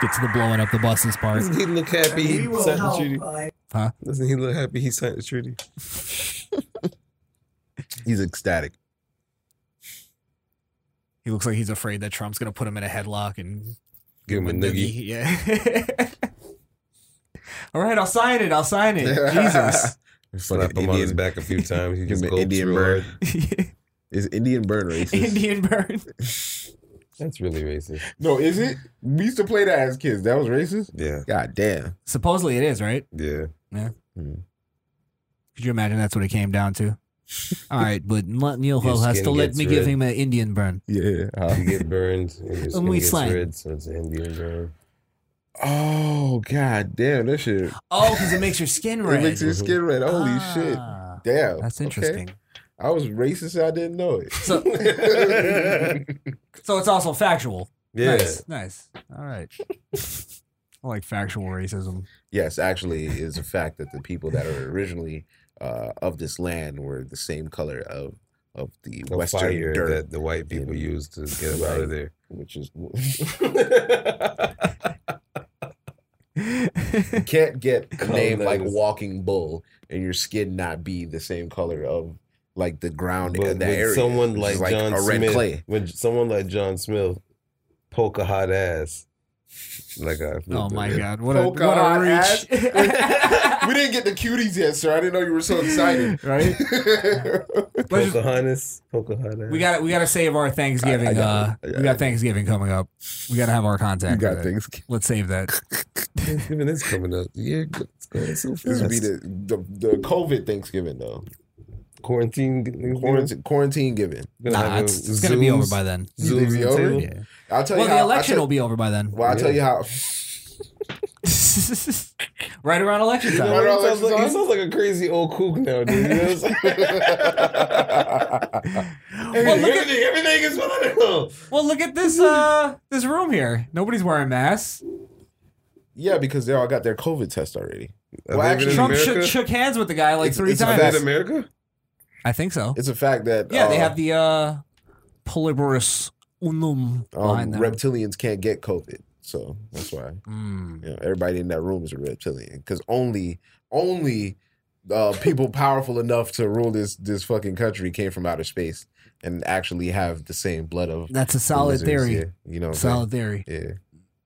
S2: get to the blowing up the buses part.
S1: Doesn't he look happy he
S10: We will
S1: signed the
S10: help,
S1: treaty?
S10: bye.
S2: Huh?
S1: Doesn't he look happy he signed the treaty?
S3: He's ecstatic.
S2: He looks like he's afraid that Trump's gonna put him in a headlock and
S1: Give him a noogie.
S2: Yeah. All right, I'll sign it. I'll sign it. Jesus.
S1: Slap him on his back a few times. He
S3: Give
S1: just
S3: him an
S1: goes
S3: Indian
S1: real
S3: bird.
S1: hard.
S3: Is Indian burn racist?
S2: Indian burn.
S1: That's really racist.
S3: No, is it? We used to play that as kids. That was racist.
S1: Yeah.
S3: God damn.
S2: Supposedly it is, right?
S1: Yeah.
S2: Yeah.
S3: Mm.
S2: Could you imagine that's what it came down to? All right, but Neil
S1: Your
S2: Hill has
S1: skin
S2: to let
S1: gets
S2: me give
S1: red.
S2: him an Indian burn.
S3: Yeah.
S1: You get burned and your skin
S2: we
S1: gets
S2: slime.
S1: red, so it's an Indian burn.
S3: Oh god damn that shit.
S2: Oh, because it makes your skin red.
S3: It makes your skin red. Holy
S2: Ah,
S3: shit. Damn.
S2: That's
S3: Okay.
S2: interesting.
S3: I was racist. I didn't know it.
S2: So, so it's also factual.
S1: Yeah.
S2: Nice. nice. All right. I like factual racism.
S3: yes, actually, it is a fact that the people that are originally uh, of this land were the same color of of the
S1: The
S3: western
S1: fire
S3: dirt,
S1: that the white people use to get him out of there.
S3: which is you can't get a name like
S1: Colonized.
S3: Walking Bull and your skin not be the same color of like the ground
S1: But
S3: in that
S1: when
S3: area.
S1: someone
S3: which
S1: like,
S3: is
S1: John
S3: a red
S1: Smith,
S3: clay.
S1: when someone like John Smith poke a hot ass, like I,
S2: Oh my god. What
S3: What
S2: a,
S3: Polka
S2: what a
S3: hot ass.
S2: reach.
S3: we didn't get the cuties yet, sir. I didn't know you were so excited.
S2: Right? Let's just-
S1: Pocahontas, Pocahontas.
S2: we got we got to save our Thanksgiving.
S1: I- I got
S2: uh, we got Thanksgiving coming up. We got to have our contact.
S3: You got
S2: with it.
S3: Thanksgiving.
S2: Let's save that.
S1: Thanksgiving is coming up. Yeah, it's going so
S3: This would be
S1: fast.
S3: the, the the COVID Thanksgiving though.
S1: quarantine.
S3: Quarantine, quarantine giving.
S1: Gonna
S2: Nah,
S1: have
S2: it's-
S1: a
S2: it's gonna be over
S1: Zooms-
S2: by then.
S3: You think
S1: Zooms
S3: it's
S1: and
S3: over?
S1: table.
S2: Yeah.
S3: I'll tell
S2: Well,
S3: you how
S2: the
S3: I'll
S2: election
S3: tell-
S2: will be over by then.
S3: Well, I'll tell you how.
S2: right around election
S1: You know
S2: time.
S1: what?
S3: Right
S1: he, sounds
S3: around
S1: like, he
S3: Lexus
S1: sounds like a crazy old kook now, dude. You know what I'm saying?
S2: Well, look at-
S1: everything, everything is political.
S2: Well, look at this uh this room here. Nobody's wearing masks.
S3: Yeah, because they all got their COVID test already. Well,
S1: they
S3: actually,
S1: gonna-
S2: Trump
S1: America?
S2: shook, shook hands with the guy like
S3: It's-
S2: three
S3: it's a
S2: times.
S3: fact.
S1: in America?
S2: I think so.
S3: it's a fact that
S2: Yeah, they
S3: uh,
S2: have the uh Polyborus unum
S3: um,
S2: line there.
S3: reptilians can't get COVID, so that's why
S2: Mm.
S3: you know, everybody in that room is a reptilian because only only uh, people powerful enough to rule this this fucking country came from outer space and actually have the same blood of
S2: That's a
S3: the
S2: solid
S3: lizards,
S2: theory.
S3: yeah, you know, what I'm saying?
S2: Solid theory.
S3: Yeah,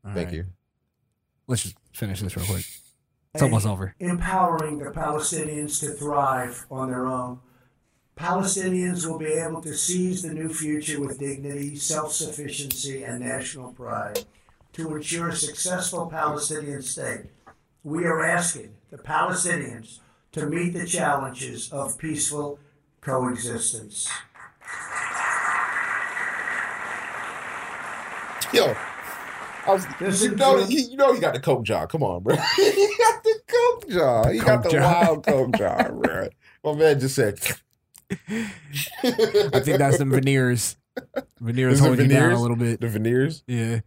S2: All
S3: thank
S2: right.
S3: you.
S2: Let's just finish this real quick. It's almost over.
S10: empowering the Palestinians to thrive on their own. Palestinians will be able to seize the new future with dignity, self sufficiency, and national pride to ensure a successful Palestinian state. We are asking the Palestinians to meet the challenges of peaceful coexistence.
S3: Yo, I was,
S10: This
S3: you
S10: is
S3: know,
S10: real.
S3: he, you know, he got the coke jar. Come on, bro. he got the coke jar. He
S2: Coke
S3: got the
S2: jar.
S3: wild coke jar, bro. My man just said,
S2: I think that's some veneers. Veneers
S3: Is it
S2: holding you down a
S3: veneers?
S2: little bit.
S3: The veneers?
S2: Yeah.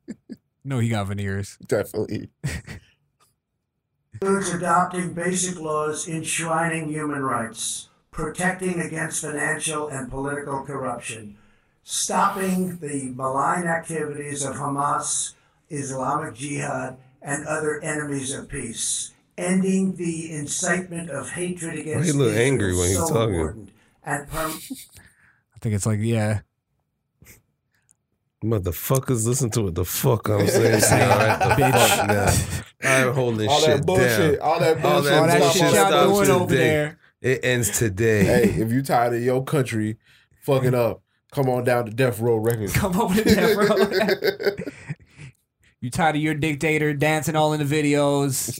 S2: no, he got veneers.
S3: Definitely.
S10: includes adopting basic laws enshrining human rights, protecting against financial and political corruption, stopping the malign activities of Hamas, Islamic Jihad, and other enemies of peace, ending the incitement of hatred
S1: Why
S10: against
S1: he look
S10: Israel,
S1: angry when he's
S10: so
S1: talking?
S10: important, and perm-
S2: I think it's like, yeah.
S1: Motherfuckers, listen to what the fuck I'm saying. See, all right, the
S2: Bitch.
S1: fuck now. I'm holding
S3: All that
S1: shit
S3: bullshit,
S1: down.
S3: all that bullshit
S2: Oh,
S1: All that
S3: stop
S1: bullshit
S3: on that
S1: stops
S3: bullshit over
S1: today.
S3: there.
S1: It ends today.
S3: hey, if you tired of your country fucking up, come on down to Death Row Records.
S2: Come over to that, bro. you tired of your dictator dancing all in the videos,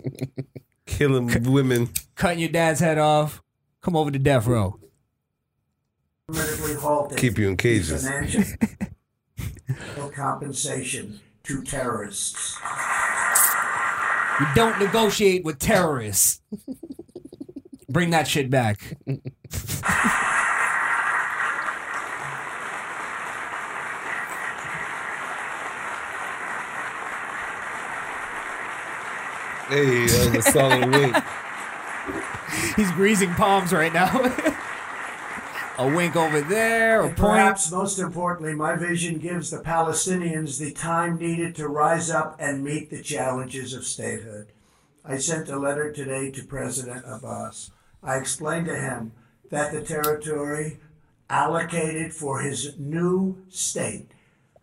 S1: Killing women.
S2: cutting your dad's head off? Come over to death row.
S10: permanently halted
S1: Keep you in cages.
S10: financial compensation to terrorists.
S2: You don't negotiate with terrorists. Bring that shit back.
S1: Hey, uh, that was a solid wink.
S2: He's greasing palms right now. a wink over there, a
S10: And
S2: point.
S10: Perhaps most importantly, my vision gives the Palestinians the time needed to rise up and meet the challenges of statehood. I sent a letter today to President Abbas. I explained to him that the territory allocated for his new state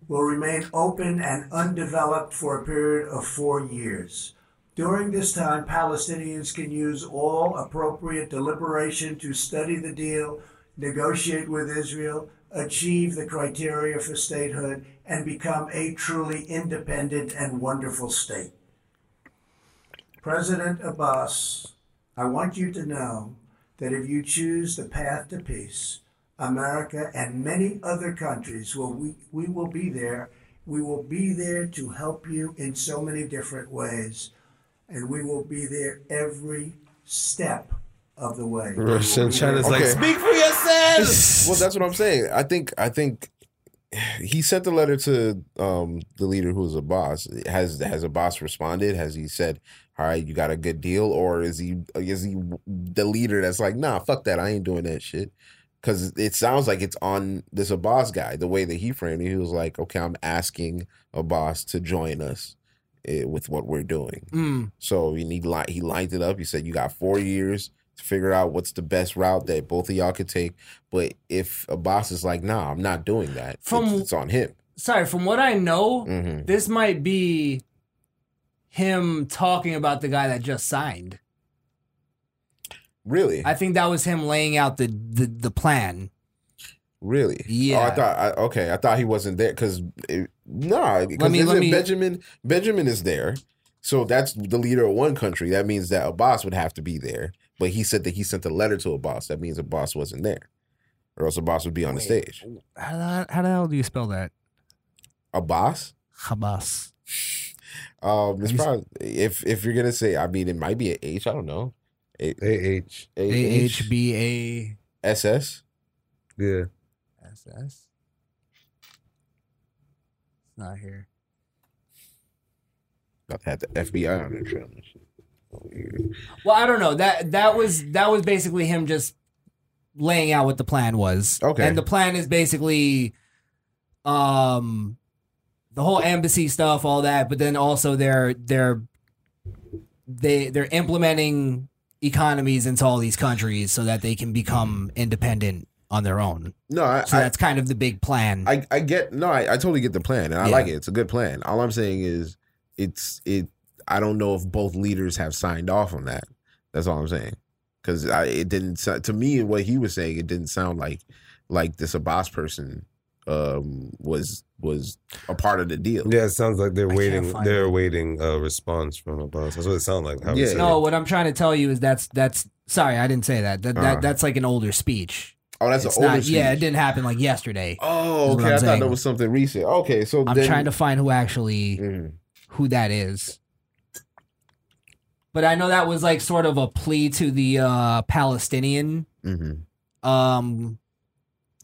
S10: will remain open and undeveloped for a period of four years. During this time, Palestinians can use all appropriate deliberation to study the deal, negotiate with Israel, achieve the criteria for statehood, and become a truly independent and wonderful state. President Abbas, I want you to know that if you choose the path to peace, America and many other countries will we, we will be there. We will be there to help you in so many different ways, and we will be there every step of the way.
S1: Russian China's like,
S3: Okay.
S1: speak for yourself.
S3: well, that's what I'm saying. I think I think he sent the letter to um, the leader who is a boss. Has has a boss responded? Has he said, "All right, you got a good deal," or is he is he the leader that's like, "Nah, fuck that, I ain't doing that shit." Because it sounds like it's on this Abbas guy. The way that he framed it, he was like, "Okay, I'm asking Abbas to join us eh, with what we're doing."
S2: Mm.
S3: So he need li- he lined it up. He said, "You got four years to figure out what's the best route that both of y'all could take." But if a boss is like, "Nah, I'm not doing that,"
S2: From-
S3: it's, it's on him.
S2: Sorry, from what I know,
S3: Mhm.
S2: this might be him talking about the guy that just signed.
S3: Really,
S2: I think that was him laying out the the, the plan.
S3: really.
S2: Yeah.
S3: Oh, I thought. I, okay, I thought he wasn't there because nah. Because
S2: me- let
S3: isn't
S2: me-
S3: Benjamin Benjamin is there, so that's the leader of one country. That means that a boss would have to be there. But he said that he sent a letter to a boss. That means a boss wasn't there, or else a boss would be on the stage.
S2: How the, how the hell do you spell that?
S3: A boss.
S2: Hamas.
S3: Um, it's
S2: you s-
S3: probably if if you're gonna say, I mean, it might be an H. I don't know. A
S1: A-H.
S2: A H B
S3: S S.
S1: Yeah.
S2: A S S. It's not here.
S3: About to have the FBI on their trail. and shit. Oh, yeah.
S2: Well, I don't know. That that was that was basically him just laying out what the plan was.
S3: Okay.
S2: And the plan is basically um the whole embassy stuff, all that, but then also they're they're they they're implementing economies into all these countries so that they can become independent on their own.
S3: No, I,
S2: So that's kind of the big plan.
S3: I, I get no, I, I totally get the plan, and I
S2: Yeah.
S3: like it. It's a good plan. All I'm saying is, it's it. I don't know if both leaders have signed off on that. That's all I'm saying. Because I it didn't sou- to me what he was saying. It didn't sound like like this Abbas person um was was a part of the deal.
S1: Yeah, it sounds like they're
S2: can't
S1: waiting.
S2: find
S1: They're waiting a response from a boss. That's what it sounded like. How he
S3: Yeah.
S1: said
S2: No,
S1: it.
S2: what I'm trying to tell you is that's that's sorry, I didn't say that. That, that
S1: Uh.
S2: that's like an older speech.
S3: Oh, that's
S2: It's
S3: an older
S2: not- Yeah, it
S3: speech.
S2: didn't happen like yesterday.
S3: Oh,
S2: Is what
S3: okay.
S2: I'm
S3: I thought
S2: saying.
S3: that was something recent. Okay, so
S2: I'm
S3: then, Mm-hmm,
S2: trying to find who actually
S3: Mm.
S2: who that is. But I know that was like sort of a plea to the uh, Palestinian, um,
S3: mm-hmm.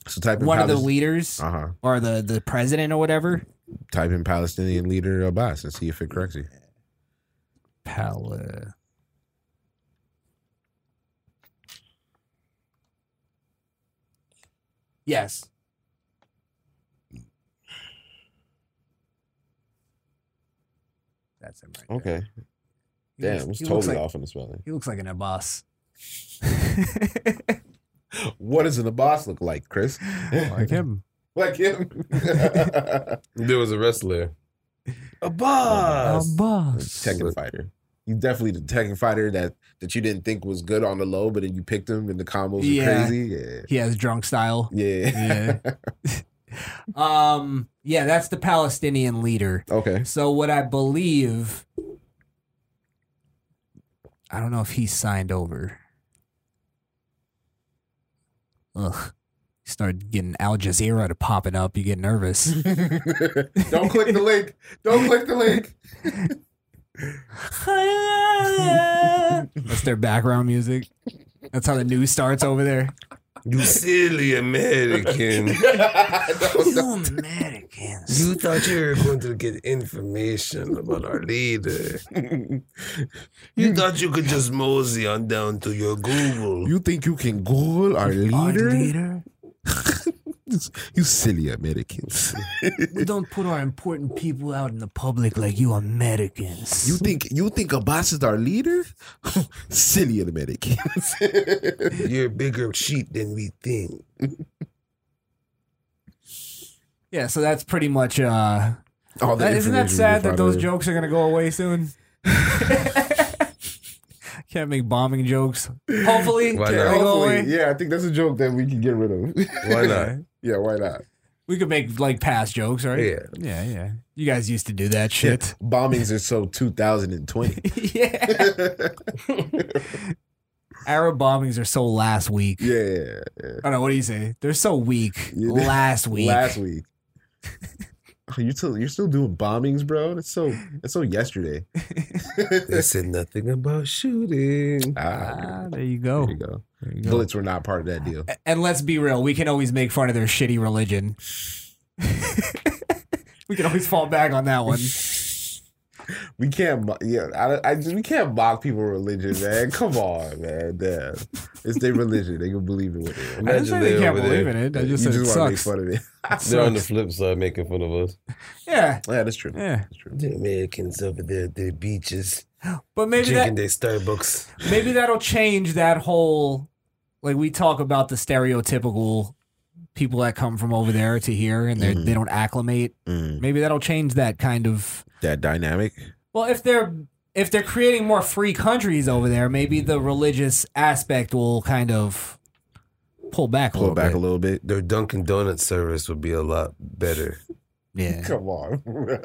S3: So type in
S2: one of the
S3: Palest-
S2: leaders
S3: Uh-huh.
S2: or the the president or whatever.
S3: Type in Palestinian leader Abbas and see if it corrects you.
S2: Pal. Yes. That's him right.
S3: Okay.
S2: He
S3: Damn,
S2: looks-
S3: it was
S2: he looks
S3: totally
S2: like-
S3: off on the spelling.
S2: He looks like an Abbas.
S3: What does an Abbas look like, Chris?
S2: Like him.
S3: like him.
S1: There was a wrestler.
S3: Abbas.
S2: Abbas.
S3: Tekken fighter. You definitely the Tekken fighter that that you didn't think was good on the low, but then you picked him and the combos were
S2: Yeah.
S3: crazy. Yeah.
S2: He has drunk style.
S3: Yeah.
S2: um yeah, that's the Palestinian leader.
S3: Okay.
S2: So what I believe I don't know if he signed over. Ugh. You start getting Al Jazeera to popping up, you get nervous.
S3: Don't click the link. Don't click the link.
S2: That's their background music. That's how the news starts over there.
S1: You silly American.
S2: You Americans.
S1: You thought you were going to get information about our leader. You thought you could just mosey on down to your Google.
S3: You think you can Google our leader? you silly Americans.
S2: We don't put our important people out in the public like you Americans.
S3: You think you think Abbas is our leader? silly American.
S1: You're a bigger cheat than we think.
S2: Yeah, so that's pretty much. uh
S3: All the
S2: that- Isn't that
S3: information
S2: sad
S3: we
S2: that those
S3: found out.
S2: jokes are gonna go away soon? Can't make bombing jokes. Hopefully,
S3: Why
S2: they
S3: not?
S2: go
S3: Hopefully.
S2: away.
S3: Yeah, I think that's a joke that we can get rid of.
S1: Why not?
S3: yeah, why not?
S2: We could make like past jokes, right?
S3: Yeah.
S2: yeah, yeah. You guys used to do that shit.
S3: Bombings are so 2020.
S2: Arab bombings are so last week.
S3: Yeah, yeah, yeah.
S2: I don't know. What do you say? They're so weak. Last week.
S3: Last week. Oh, You're still you're still doing bombings, bro. That's so that's so yesterday.
S1: They said nothing about shooting. Uh,
S3: Ah,
S2: there you go.
S3: There you go.
S2: go.
S3: Bullets were not part of that deal.
S2: And let's be real, we can always make fun of their shitty religion. we can always fall back on that one.
S3: We can't, mo- yeah, I, I just, we can't mock people religion, man. Come on, man. Damn. It's their religion. They can believe in what they want.
S1: I didn't say they Imagine they can't over believe there. in it. I
S3: Yeah,
S1: just
S3: you
S1: said it
S3: just wanna
S1: sucks.
S3: make fun of it.
S1: They're on the flip side making fun of us.
S2: Yeah.
S3: Yeah, that's true.
S2: Yeah.
S3: That's true.
S1: The Americans over there at their beaches.
S2: But maybe
S1: drinking
S2: that-
S1: their Starbucks.
S2: Maybe that'll change that whole like we talk about the stereotypical people that come from over there to here and they're-
S3: Mhm.
S2: they don't acclimate.
S3: Mm.
S2: Maybe that'll change that kind of
S3: That dynamic.
S2: Well, if they're if they're creating more free countries over there, maybe the religious aspect will kind of pull back a little bit.
S1: a little bit. Their Dunkin' Donuts service would be a lot better.
S2: Yeah.
S3: Come on.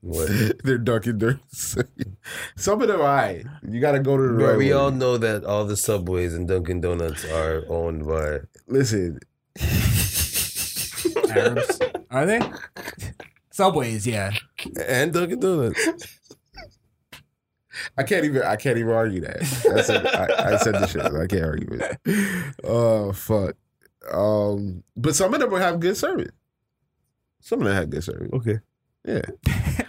S1: What?
S3: They're Dunkin' Donuts. Some of them, I. You got to go to the
S1: Bro,
S3: right
S1: we
S3: one.
S1: all know that all the subways and Dunkin' Donuts are owned by
S3: Listen,
S2: Arabs. Are they? Subways, yeah.
S1: and Dunkin' Donuts.
S3: I can't even. I can't even argue that. I said, I, I said the shit. so I can't argue it. Oh fuck. Um, but some of them will have good service. Some of them have good service.
S1: Okay.
S3: Yeah.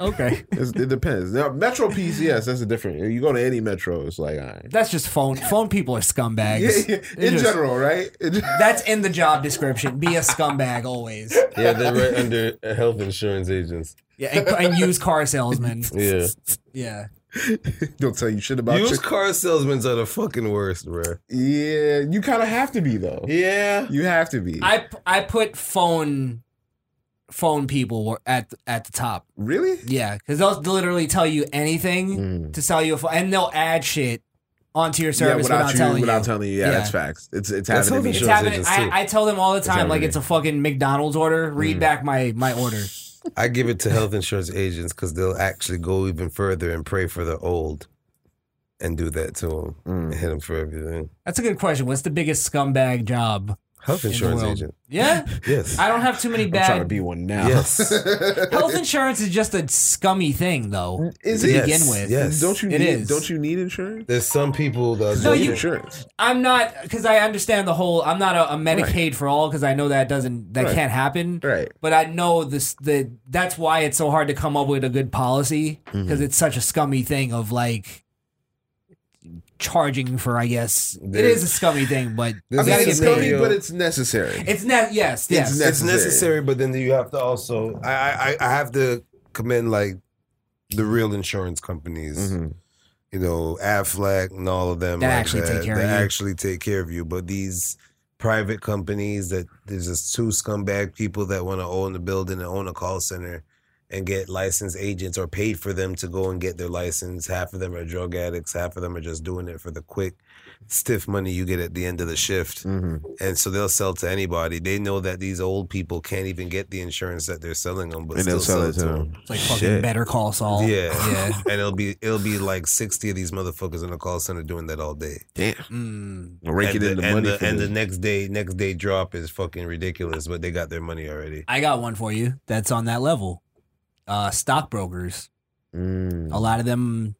S2: okay.
S3: It's, it depends. Now, Metro PCS. That's a different. You go to any metro, it's like, all right.
S2: That's just phone. Phone people are scumbags.
S3: Yeah, yeah.
S2: They're
S3: In general, right?
S2: that's in the job description. Be a scumbag always.
S1: Yeah, they're right under health insurance agents.
S2: Yeah, and, and used car salesman.
S1: Yeah.
S2: Yeah.
S3: They'll tell you shit about
S1: Used
S3: chick-
S1: car salesmen are the fucking worst, bro.
S3: Yeah, you kind of have to be though.
S1: Yeah,
S3: you have to be.
S2: I I put phone phone people were at at the top.
S3: Really? Mm.
S2: Yeah, because they'll literally tell you anything
S1: Mm.
S2: to sell you a phone, and they'll add shit onto your service without, telling
S3: without
S2: you.
S3: telling you. Yeah, that's facts. It's it's
S1: That's
S3: happening.
S1: how
S2: It's happening. I, I tell them all the time,
S1: happening Mm.
S2: like it's a fucking McDonald's order. Read back my my order.
S1: I give it to health insurance agents because they'll actually go even further and pray for the old
S2: Mm.
S3: Mm.
S1: and do that to them and hit them for everything.
S2: That's a good question. What's the biggest scumbag job?
S1: Health
S2: in the
S1: insurance
S2: world.
S1: agent.
S2: Yeah.
S1: Yes.
S2: I don't have too many
S1: I'm
S2: bad.
S1: trying to be one now. Yes.
S2: Health insurance is just a scummy thing, though.
S1: Is
S2: to
S1: it?
S2: begin
S1: Yes,
S2: with?
S1: yes.
S3: Don't you
S2: It
S3: need,
S2: is.
S3: Don't you need insurance?
S1: There's some people that
S2: No,
S1: don't
S2: you-
S1: get
S3: insurance.
S2: I'm not because I understand the whole. I'm not a, a Medicaid for all because I know that doesn't that
S3: Right.
S2: can't happen.
S3: Right.
S2: But I know this. The that's why it's so hard to come up with a good policy
S1: Mm-hmm.
S2: because
S3: Mhm.
S2: it's such a scummy thing of like charging for. I guess it
S3: There's-
S2: is a scummy thing, but you
S1: There's
S2: gotta
S1: a
S2: get
S1: scenario-
S2: paid.
S3: But it's necessary.
S2: It's not. Yes. Yes.
S1: It's, necessary. but then you have to also. I I, I- I have to commend like the real insurance companies.
S3: Mm-hmm,
S1: You know, Aflac and all of them
S2: That
S1: like
S2: actually take care
S1: that
S2: of you.
S1: actually take care of you. But these private companies that there's just two scumbag people that want to own the building and own a call center and get licensed agents or paid for them to go and get their license. Half of them are drug addicts. Half of them are just doing it for the quick, stiff money you get at the end of the shift.
S3: mm-hmm.
S1: And so they'll sell to anybody. They know that these old people can't even get the insurance that they're selling them, but
S3: And
S1: still
S3: they'll
S1: sell, it to them.
S2: It's like fucking Better Call Saul.
S1: Yeah,
S2: Yeah.
S1: and it'll be it'll be like sixty of these motherfuckers in the call center doing that all day.
S3: Damn,
S2: Mm.
S3: Well, rake
S1: and
S3: it in the
S1: and
S3: money
S1: The,
S3: for
S1: and
S3: this.
S1: the next day, next day drop is fucking ridiculous, but they got their money already.
S2: I got one for you that's on that level. Uh, stockbrokers. A lot of them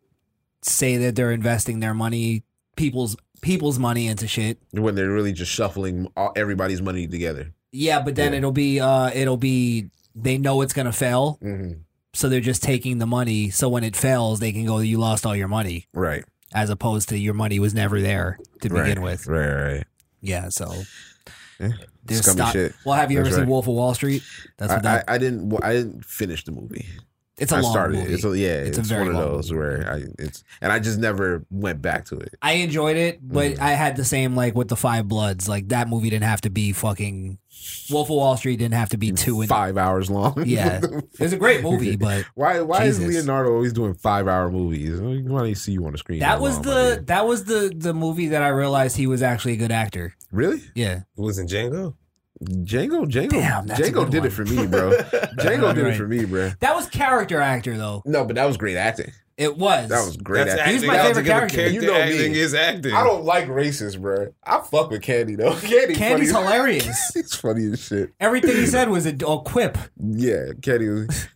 S2: say that they're investing their money, people's people's money into shit.
S1: Mm.
S3: When they're really just shuffling all, everybody's money together.
S2: Yeah, but then it'll be uh, it'll be they know it's gonna fail,
S1: Mm-hmm.
S2: so they're just taking the money. So when it fails, they can go, "You lost all your money,"
S3: Right.
S2: as opposed to your money was never there to begin
S3: Right,
S2: with.
S3: Right, right.
S2: Yeah, so
S3: Yeah.
S2: there's
S3: Scummy
S2: stock-
S3: shit.
S2: Well, have you
S3: That's
S2: ever
S3: right.
S2: seen Wolf of Wall Street? That's
S3: I,
S2: what that.
S3: I, I didn't. well, I didn't finish the movie.
S2: It's a
S3: I
S2: long
S3: started it.
S2: movie.
S3: It's a, yeah,
S2: It's
S3: it's,
S2: a very
S3: one of
S2: long
S3: those where I it's and I just never went back to it.
S2: I enjoyed it, but
S3: Mm.
S2: I had the same like with the Five Bloods. Like that movie didn't have to be fucking Wolf of Wall Street didn't have to be
S3: Mm.
S2: two and
S3: five hours long.
S2: Yeah, it was a great movie, but
S3: Why? Why is
S2: Jesus.
S3: Leonardo always doing five hour movies? Why do you see you on the screen?
S2: that
S3: so
S2: was
S3: long,
S2: the that was the the movie that I realized he was actually a good actor.
S3: my- really
S2: Yeah,
S1: It wasn't Django.
S3: Django. Django.
S2: Damn, that's a
S3: Django
S2: good
S3: did
S2: one.
S3: it for me, bro. Django did
S2: Right.
S3: it for me, bro.
S2: that was character actor though.
S3: No, but that was great acting.
S2: It was
S3: That was great
S1: That's
S3: acting.
S2: He was my favorite character.
S1: character
S3: You know me.
S1: acting is acting.
S3: I don't like racists, bro. I fuck with Candy though. Candy
S2: Candy's
S3: funny.
S2: hilarious.
S3: He's funny as shit.
S2: Everything he said was a, a quip.
S3: Yeah, Candy was.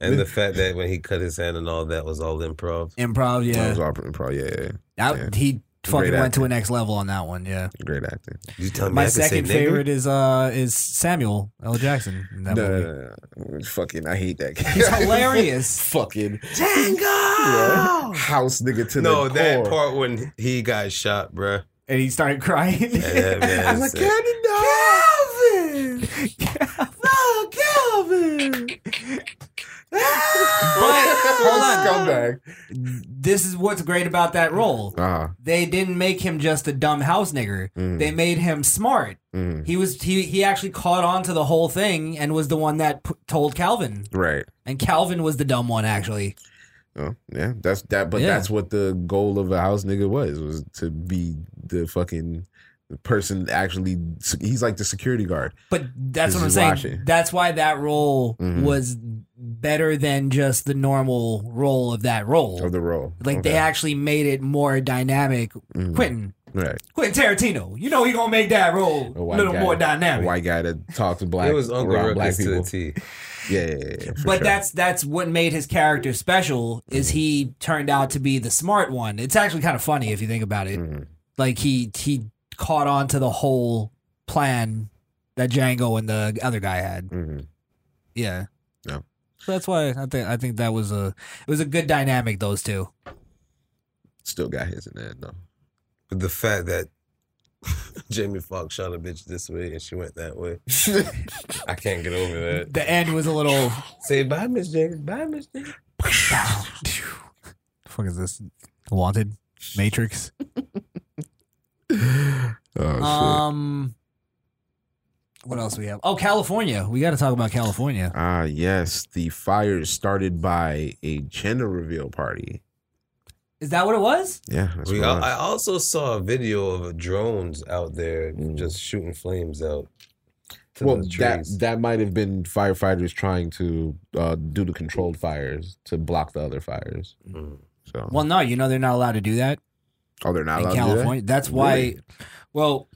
S1: And the fact that when he cut his hand and all that was all improv.
S2: Improv,
S3: That was
S2: yeah.
S3: all improv. Yeah, yeah.
S2: That,
S3: yeah.
S2: he fucking
S3: Great
S2: went
S3: actor.
S2: to a next level on that one. Yeah.
S3: Great acting.
S1: You tell me I
S2: My
S1: can say
S2: second
S1: nigger?
S2: favorite is uh is Samuel L. Jackson. in
S3: No,
S2: that
S3: no,
S2: movie.
S3: no, no. Fucking, I hate that. guy.
S2: He's hilarious.
S3: Fucking
S1: Django!
S3: yeah. house nigga to
S1: No,
S3: the
S1: that
S3: core.
S1: part when he got shot, bruh.
S2: and he started crying.
S1: Yeah, man,
S3: I'm like,
S1: so-
S3: Candy, no.
S16: Calvin! No, Calvin!
S2: hold
S3: on.
S2: This is what's great about that role.
S3: Uh-huh.
S2: They didn't make him just a dumb house nigger.
S3: Mm.
S2: They made him smart.
S3: Mm.
S2: He was he he actually caught on to the whole thing and was the one that p- told Calvin.
S3: Right.
S2: And Calvin was the dumb one actually.
S3: Oh, yeah. That's that. But
S2: Yeah.
S3: that's what the goal of a house nigga was was to be the fucking person. Actually, he's like the security guard.
S2: But that's
S3: This
S2: what I'm
S3: is
S2: saying.
S3: Rashi.
S2: That's why that role
S3: Mhm.
S2: was better than just the normal role of that role.
S3: Of the role.
S2: Like they
S3: Oh, Okay.
S2: actually made it more dynamic.
S3: Mhm.
S2: Quentin,
S3: Right.
S2: Quentin Tarantino, you know he gonna make that role
S3: A
S2: a
S3: white
S2: little
S3: guy,
S2: more
S3: a
S2: dynamic.
S3: white guy that talks to black.
S1: It was Uncle
S3: around black
S1: Ruckus to the
S3: people.
S1: T.
S3: Yeah, yeah, yeah, yeah, for
S2: but
S3: sure.
S2: that's that's what made his character special is he turned out to be the smart one. It's actually kind of funny if you think about
S1: Mm.
S2: it.
S3: Mm-hmm.
S2: Like he he caught on to the whole plan that Django and the other guy had.
S3: Mm-hmm.
S2: Yeah.
S3: No.
S2: So that's why I think I think that was a it was a good dynamic those two.
S3: still got his in there though.
S1: But the fact that Jamie Foxx shot a bitch this way and she went that way. I can't get over that.
S2: The end was a little
S1: Say bye, Miss James. Bye, Miss James.
S2: fuck is this wanted Matrix?
S3: Oh,
S2: um what else we have? Oh, California. We got to talk about California.
S3: Ah, yes. The fire started by a gender reveal party.
S2: Is that what it was?
S3: Yeah, that's
S1: We
S3: what
S1: al-
S3: I-
S1: I also saw a video of drones out there
S3: Mm.
S1: just shooting flames out. To
S3: Well,
S1: the
S3: that
S1: trees.
S3: that might have been firefighters trying to uh, do the controlled fires to block the other fires. So,
S2: Well, no, you know they're not allowed to do that
S3: oh, they're not
S2: in
S3: allowed
S2: California.
S3: To do that?
S2: That's why.
S3: Really?
S2: Well,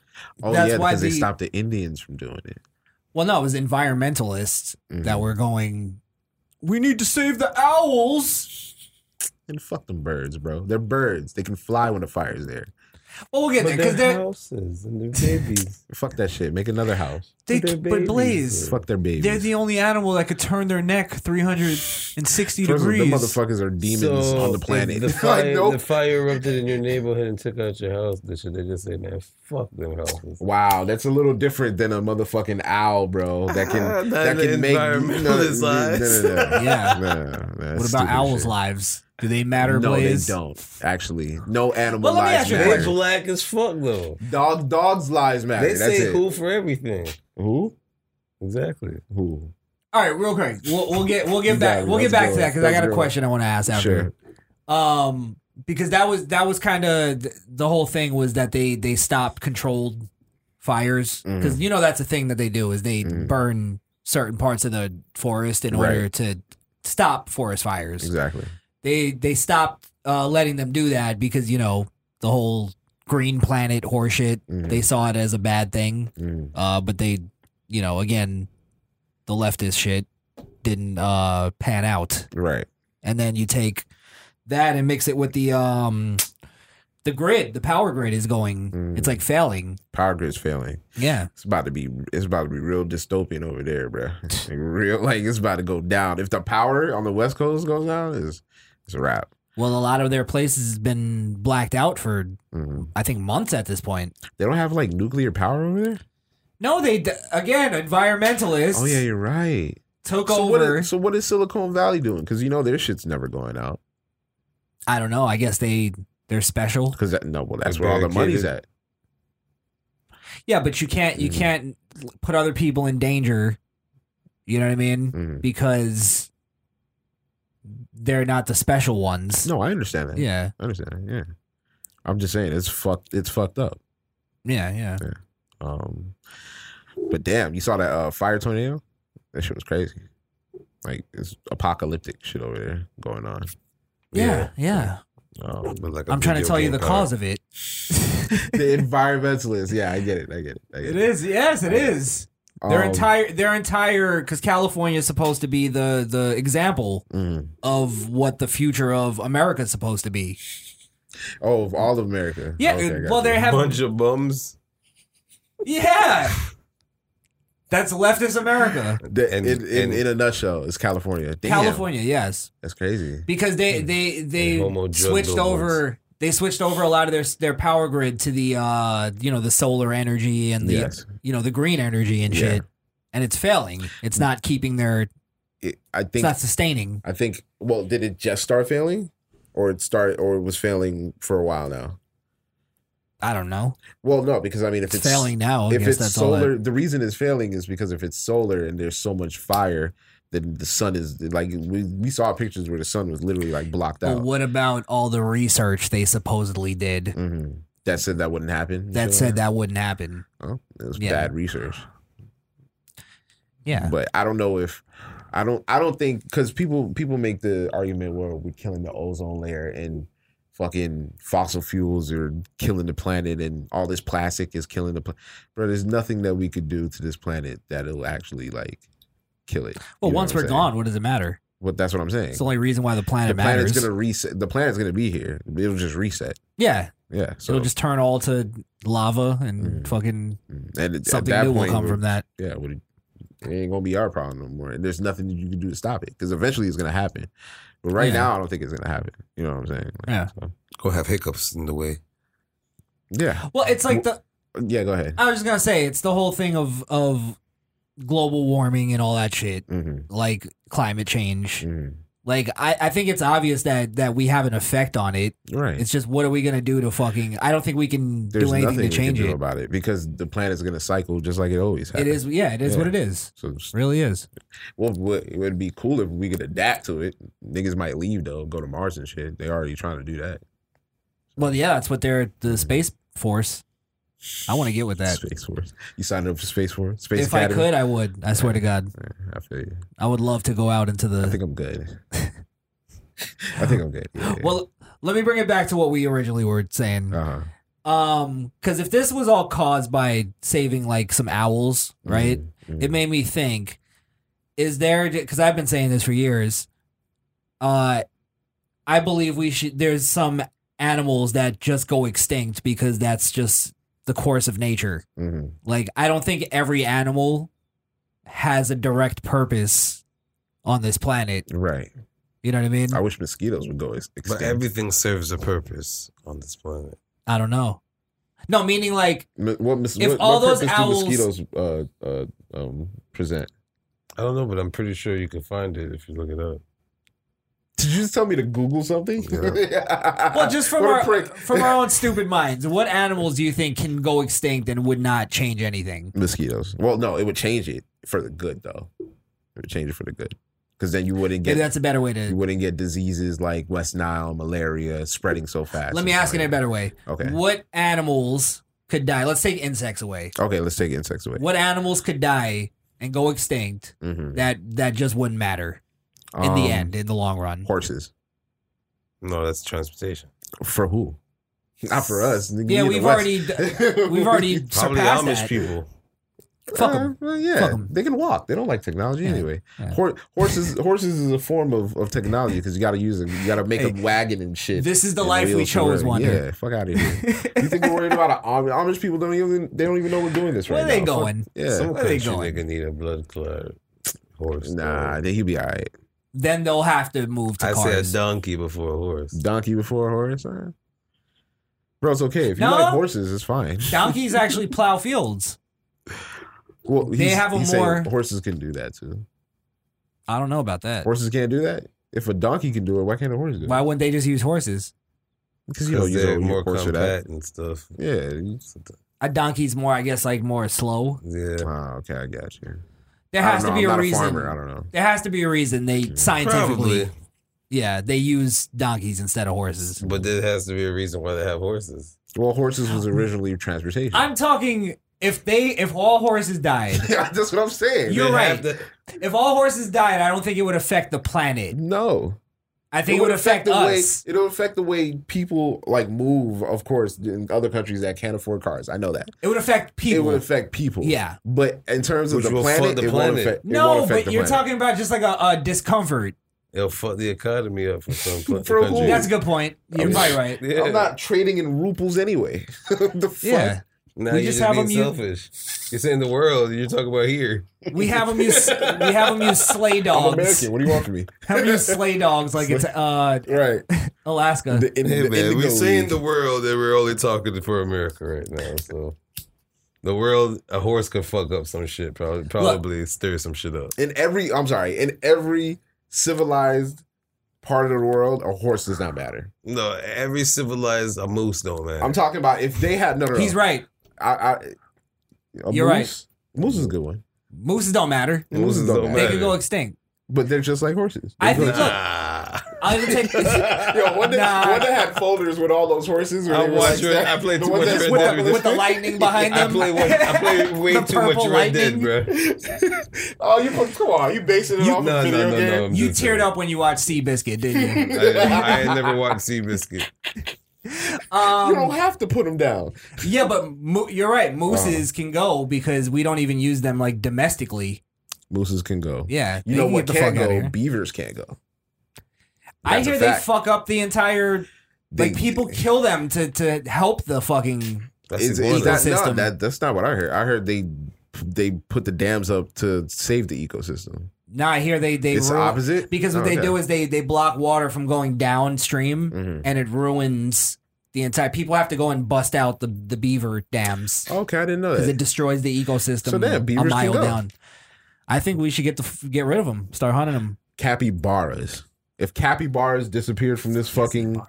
S3: Oh
S2: That's
S3: yeah,
S2: why
S3: because
S2: the-
S3: they stopped the Indians from doing it.
S2: Well, no, it was environmentalists that
S3: Mm-hmm.
S2: were going. We need to save the owls.
S3: And fuck them birds, bro. They're birds. They can fly when the fire's there.
S2: Well, we'll get there because they're
S3: houses and their babies. Fuck that shit. Make another house.
S2: They- But their but babies. Blaze,
S3: fuck their babies.
S16: They're the only animal that could turn their neck 360
S3: First of all,
S16: degrees.
S3: the motherfuckers are demons
S6: So,
S3: on the
S6: if
S3: planet.
S6: The
S3: Like,
S6: fire,
S3: nope.
S6: the fire erupted in your neighborhood and took out your house. They should they just say, man, fuck them houses.
S3: Wow, that's a little different than a motherfucking owl, bro. That can
S6: Not
S3: that
S6: in
S3: can make
S6: environmentalist lives.
S2: Yeah.
S3: What
S2: What about owls' lives? Do they matter,
S3: No,
S2: Blaze?
S3: they don't. Actually, no
S6: Well,
S3: animal
S6: let me
S3: lives
S6: ask you a
S3: matter.
S6: question. They black as fuck though.
S3: Dog, dogs' lives matter.
S6: They
S3: that's
S6: say
S3: it.
S6: who for everything.
S3: Who?
S6: Exactly.
S3: Who?
S2: All right, real quick. We'll, we'll get we'll
S6: You
S2: get
S6: got
S2: back
S6: it.
S2: we'll get
S6: Let's
S2: back
S6: go.
S2: to that because I
S6: Let's
S2: got a
S6: go.
S2: question I want to ask after. Um, because that was that was kind of the whole thing was that they they stopped controlled fires
S6: Mm.
S2: because
S16: Mhm.
S2: you know that's a thing that they do is they burn certain parts of the forest in
S16: Right.
S2: order to stop forest fires.
S3: Exactly.
S2: They they stopped uh, letting them do that because you know the whole green planet horseshit.
S3: Mm-hmm.
S6: Mm.
S2: They saw it as a bad thing, uh, but they you know again the leftist shit didn't uh pan out.
S3: Right.
S2: And then you take that and mix it with the um the grid, the power grid is going.
S3: Mm.
S2: It's like failing.
S3: Power grid's failing.
S2: Yeah.
S3: It's about to be it's about to be real dystopian over there, bro. Like real like it's about to go down. If the power on the West Coast goes down, is it's a wrap.
S2: Well, a lot of their places has been blacked out for I think months at this point.
S3: Mm-hmm. They don't have like nuclear power over there?
S2: No, they d- again environmentalists.
S3: Oh yeah, you're right.
S2: Took
S3: so what is-
S2: over.
S3: so what is Silicon Valley doing? Because you know their shit's never going out.
S2: I don't know. I guess they they're special.
S3: Because no, well that's
S2: They're
S3: where all the money's at.
S2: barricaded. Yeah, but you can't you
S3: Mhm.
S2: can't put other people in danger. You know what I mean?
S3: Mm-hmm.
S2: Because they're not the special ones.
S3: No, I understand that.
S2: Yeah.
S3: I understand that. Yeah. I'm just saying it's fucked it's fucked up.
S2: Yeah, yeah.
S3: Um but damn, you saw that uh, fire tornado? That shit was crazy. Like it's apocalyptic shit over there going on.
S2: Yeah, yeah.
S3: Um,
S2: I'm trying to tell you the cause of it.
S3: the environmentalist. Yeah, I get it. I get it. I get
S2: It
S3: it.
S2: is. Yes, it is. Their
S3: Um,
S2: entire their entire cuz California is supposed to be the the example
S3: Mm.
S2: of what the future of America is supposed to be.
S3: Oh, of all of America.
S2: Yeah,
S3: Okay,
S2: well,
S3: gotcha.
S2: they're having- Bunch
S6: of bums.
S2: Yeah. That's leftist America.
S3: The- in, in, in a nutshell, it's California. Damn.
S2: California, yes.
S3: That's crazy.
S2: Because
S3: Mm.
S2: they they they
S3: judge
S2: switched
S3: those
S2: over they switched over a lot of their their power grid to the uh you know the solar energy and the
S3: Yes.
S2: you know the green energy and
S3: Yeah.
S2: shit. And it's failing. It's not keeping their
S3: I
S2: it's
S3: think
S2: not sustaining.
S3: I think well, did it just start failing? Or it started or it was failing for a while now?
S2: I don't know.
S3: Well, no, because I mean, if
S2: It's
S3: it's,
S2: failing now, I
S3: if
S2: guess
S3: it's
S2: that's all that-
S3: solar, the reason it's failing is because if it's solar and there's so much fire, then the sun is like we, we saw pictures where the sun was literally like blocked
S2: But
S3: out.
S2: what about all the research they supposedly did
S3: Mm, Mm-hmm. That said, that wouldn't happen. You
S2: that
S3: feel
S2: said
S3: me?
S2: that wouldn't happen?
S3: Oh, it was
S2: Yeah.
S3: bad research.
S2: Yeah.
S3: but I don't know if I don't I don't think because people people make the argument where we're killing the ozone layer and fucking fossil fuels are killing the planet and all this plastic is killing the planet. Bro, there's nothing that we could do to this planet that'll actually like kill it.
S2: Well,
S3: You know
S2: once
S3: what
S2: we're
S3: I'm saying?
S2: gone, what does it matter?
S3: Well, that's what I'm saying.
S2: It's the only reason why the planet
S3: the planet's
S2: matters.
S3: gonna reset. The planet's gonna be here. It'll just reset.
S2: yeah,
S3: Yeah. So
S2: it'll just turn all to lava and fucking
S3: mm, and at- at
S2: something
S3: that
S2: new
S3: point,
S2: will come from that.
S3: Yeah, well, it ain't gonna be our problem no more. And there's nothing that you can do to stop it because eventually it's gonna happen. But right
S1: Yeah.
S3: now, I don't think it's gonna happen. You know what I'm saying? Like,
S2: Yeah.
S3: so-
S1: Go have hiccups in the way.
S3: yeah.
S2: Well, it's like the
S3: Yeah. Go ahead.
S2: I was just gonna say it's the whole thing of of global warming and all that shit,
S3: Mm-hmm,
S2: like climate change. Like I, I think it's obvious that that we have an effect on it.
S3: Right.
S2: It's just what are we gonna do to fucking? I don't think we can
S3: There's
S2: do
S3: nothing
S2: anything to
S3: we can
S2: change
S3: do
S2: it.
S3: about it because the planet's gonna cycle just like it always has.
S2: It is, yeah, it is what it is.
S3: So
S2: really is.
S3: Well, what- it would be cool if we could adapt to it. Niggas might leave though, go to Mars and shit. They already trying to do that.
S2: Well, yeah, that's what they're the space force. I want to get with that.
S3: Space Force. You signed up for Space Force? Space
S2: if I could, I would. I swear to God,
S3: I feel you.
S2: I would love to go out into the. I think
S3: I'm good. I think I'm good. Yeah, yeah. Uh-huh.
S2: Well, let me bring it back to what we originally were saying. Um, because if this was all caused by saving like some owls, right?
S3: Mm-hmm. Mm.
S2: It made me think: Is there? Because I've been saying this for years. Uh, I believe we should. There's some animals that just go extinct because that's just the course of nature.
S3: Mm-hmm.
S2: Like, I don't think every animal has a direct purpose on this planet.
S3: Right.
S2: You know what I mean?
S3: I wish mosquitoes would go ex- extinct.
S1: But everything serves a purpose on this planet.
S2: I don't know. No, meaning like
S3: M- what, mis-
S2: If
S3: what,
S2: all
S3: what
S2: those
S3: purpose
S2: owls-
S3: do mosquitoes uh, uh, um, present?
S1: I don't know, but I'm pretty sure you can find it if you look it up.
S3: Did you just tell me to Google something?
S2: well, just from
S3: Uh, What a
S2: our
S3: prick.
S2: from our own stupid minds, what animals do you think can go extinct and would not change anything?
S3: mosquitoes. Well, no, it would change it for the good though. It would change it for the good because then you wouldn't get.
S2: Maybe that's a better way to.
S3: You wouldn't get diseases like West Nile, malaria spreading so fast.
S2: Let me ask it in a better way.
S3: Okay.
S2: What animals could die? Let's take insects away.
S3: Okay, let's take insects away.
S2: What animals could die and go extinct
S3: Mhm.
S2: that that just wouldn't matter in
S3: Um,
S2: the end, in the long run?
S3: Horses
S1: No, that's transportation.
S3: for who? Not for us. nigga,
S2: Yeah,
S3: we
S2: we've
S3: in the West.
S2: already we've already
S1: Probably
S2: surpassed
S1: Amish
S2: that.
S1: people.
S2: Fuck
S3: Uh,
S2: 'em.
S3: well, yeah,
S2: Fuck 'em.
S3: they can walk. They don't like technology anyway. Hor- horses, horses is a form of, of technology because you got to use them. You got to make a wagon and shit.
S2: this is the
S3: and
S2: life we
S3: wheels to
S2: chose,
S3: work.
S2: Wonder.
S3: Yeah, fuck out of here. you think we're worried about Am- Amish people? Don't even they don't even know we're doing this
S2: Where
S3: right
S2: they
S3: now. Fuck-
S2: going?
S3: Yeah,
S1: Some
S2: Where they
S1: country
S2: going?
S1: nigga need a blood clot horse.
S3: Nah, I think he'd be all right.
S2: Then they'll have to move to
S1: I say a
S2: cars.
S1: donkey before a horse.
S3: Donkey before a horse, huh? bro. It's okay if you
S2: No.
S3: like horses, it's fine.
S2: Donkeys actually plow fields.
S3: Well,
S2: They
S3: he's-
S2: have a
S3: he's saying
S2: more-
S3: Horses can do that too.
S2: I don't know about that.
S3: Horses can't do that. If a donkey can do it, why can't a horse do it?
S2: Why wouldn't they just use horses?
S3: Because you know you
S1: they're
S3: don't
S1: more
S3: more horse for that.
S1: compact and stuff.
S3: Yeah. you-
S2: A donkey's more, I guess, like more slow.
S1: Yeah.
S3: Oh, okay, I got you.
S2: There
S3: I don't
S2: has
S3: know,
S2: to be
S3: I'm
S2: a
S3: not
S2: reason.
S3: farmer. I don't know.
S2: There has to be a reason they scientifically.
S1: Probably.
S2: Yeah, they use donkeys instead of horses.
S1: But there has to be a reason why they have horses.
S3: Well, horses was originally transportation.
S2: I'm talking if they if all horses died.
S3: Yeah, that's what I'm saying.
S2: You're
S3: They
S2: right.
S3: have
S2: If all horses died, I don't think it would affect the planet.
S3: No.
S2: I think it would, affect,
S3: the way
S2: us.
S3: it'll affect the way people like move. Of course, in other countries that can't afford cars, I know that
S2: It would affect
S3: it
S2: people.
S3: would affect people.
S2: Yeah.
S3: but in terms of
S1: Which
S3: the
S1: will fuck
S3: planet,
S1: the
S3: it won't
S1: planet.
S3: affect. it won't
S2: no,
S3: affect
S2: but
S3: the
S2: you're
S3: planet.
S2: talking about just like a, a discomfort.
S1: It'll fuck the economy up for some pla-
S3: For who?
S1: countries.
S2: That's a good point. You're
S1: I'm-
S2: probably right.
S1: Yeah.
S3: I'm not trading in rupees anyway. the fuck?
S2: Yeah.
S1: Now
S2: We
S1: you
S2: just
S1: just,
S2: have
S1: being
S2: 'em use-
S1: selfish. You're saying the world. You're talking about here.
S2: We have them use we have them use sleigh dogs.
S3: I'm American. What do you want from me?
S2: Have 'em use sleigh dogs like it's uh
S3: Right.
S2: Alaska.
S3: The, in,
S1: Hey
S3: the
S1: man, we're
S3: Indigo
S1: saying
S3: League.
S1: the world, and we're only talking for America right now. So the world, a horse could fuck up some shit. Probably, probably stir some shit up.
S3: in every I'm sorry, in every civilized part of the world, a horse does not matter.
S1: No, every civilized a moose don't man.
S3: I'm talking about if they had no, no, no.
S2: He's right.
S3: I, I a
S2: You're
S3: moose, right. Moose is a good one,
S2: Mooses don't matter.
S3: Mooses don't
S2: They
S3: matter.
S2: could go extinct.
S3: but they're just like horses.
S2: I think. Look,
S1: Nah.
S2: I'll even take.
S3: Yo, one day,
S2: Nah.
S3: one day had folders with all those horses. where
S1: I
S3: they were
S1: watch Red- I played
S3: the
S1: too
S3: ones
S1: much
S3: that's
S1: Red
S3: with
S1: Dead
S3: the-
S1: with
S2: With the lightning behind
S1: I
S2: them.
S1: play one, I play way
S2: The
S1: too much
S2: purple
S1: Red
S2: lightning.
S1: Dead, bro.
S3: Oh, you come on, you basing it
S1: You-
S3: off
S1: no,
S3: a
S1: no,
S3: video
S1: no,
S3: game?
S1: no. I'm
S2: You
S1: just
S2: teared
S1: saying.
S2: up when you watched Seabiscuit, didn't you?
S1: I, I ain't never watched Seabiscuit.
S3: You
S2: Um,
S3: don't have to put them down.
S2: yeah, but mo- you're right.
S1: Uh-huh.
S2: Mooses can go because we don't even use them like domestically.
S3: Mooses can go.
S2: Yeah,
S3: You
S2: they
S3: know
S2: can
S3: what
S2: get the fuck
S3: can
S2: out of
S3: go?
S2: here.
S3: Beavers can't go.
S2: I
S3: That's a
S2: hear they
S3: fact.
S2: fuck up the entire. Like
S3: They-
S2: people kill them to to help the fucking.
S1: That's
S3: Is,
S1: the
S3: is
S1: one
S3: that,
S1: that's-
S3: no,
S2: ecosystem.
S3: that that's not what I heard. I heard they they put the dams up to save the ecosystem.
S2: Now I hear they they
S3: It's
S2: ruin-
S3: opposite?
S2: because what
S3: Oh,
S2: they
S3: okay.
S2: do is they they block water from going downstream
S3: Mhm.
S2: and it ruins the entire. People have to go and bust out the the beaver dams
S3: Okay, I didn't know
S2: because
S3: that.
S2: it destroys the ecosystem
S3: Oh, So damn,
S2: a
S3: beavers can
S2: mile
S3: go.
S2: down. I think we should get the f- get rid of them. Start hunting them.
S3: capybaras. If capybaras disappeared from this fucking,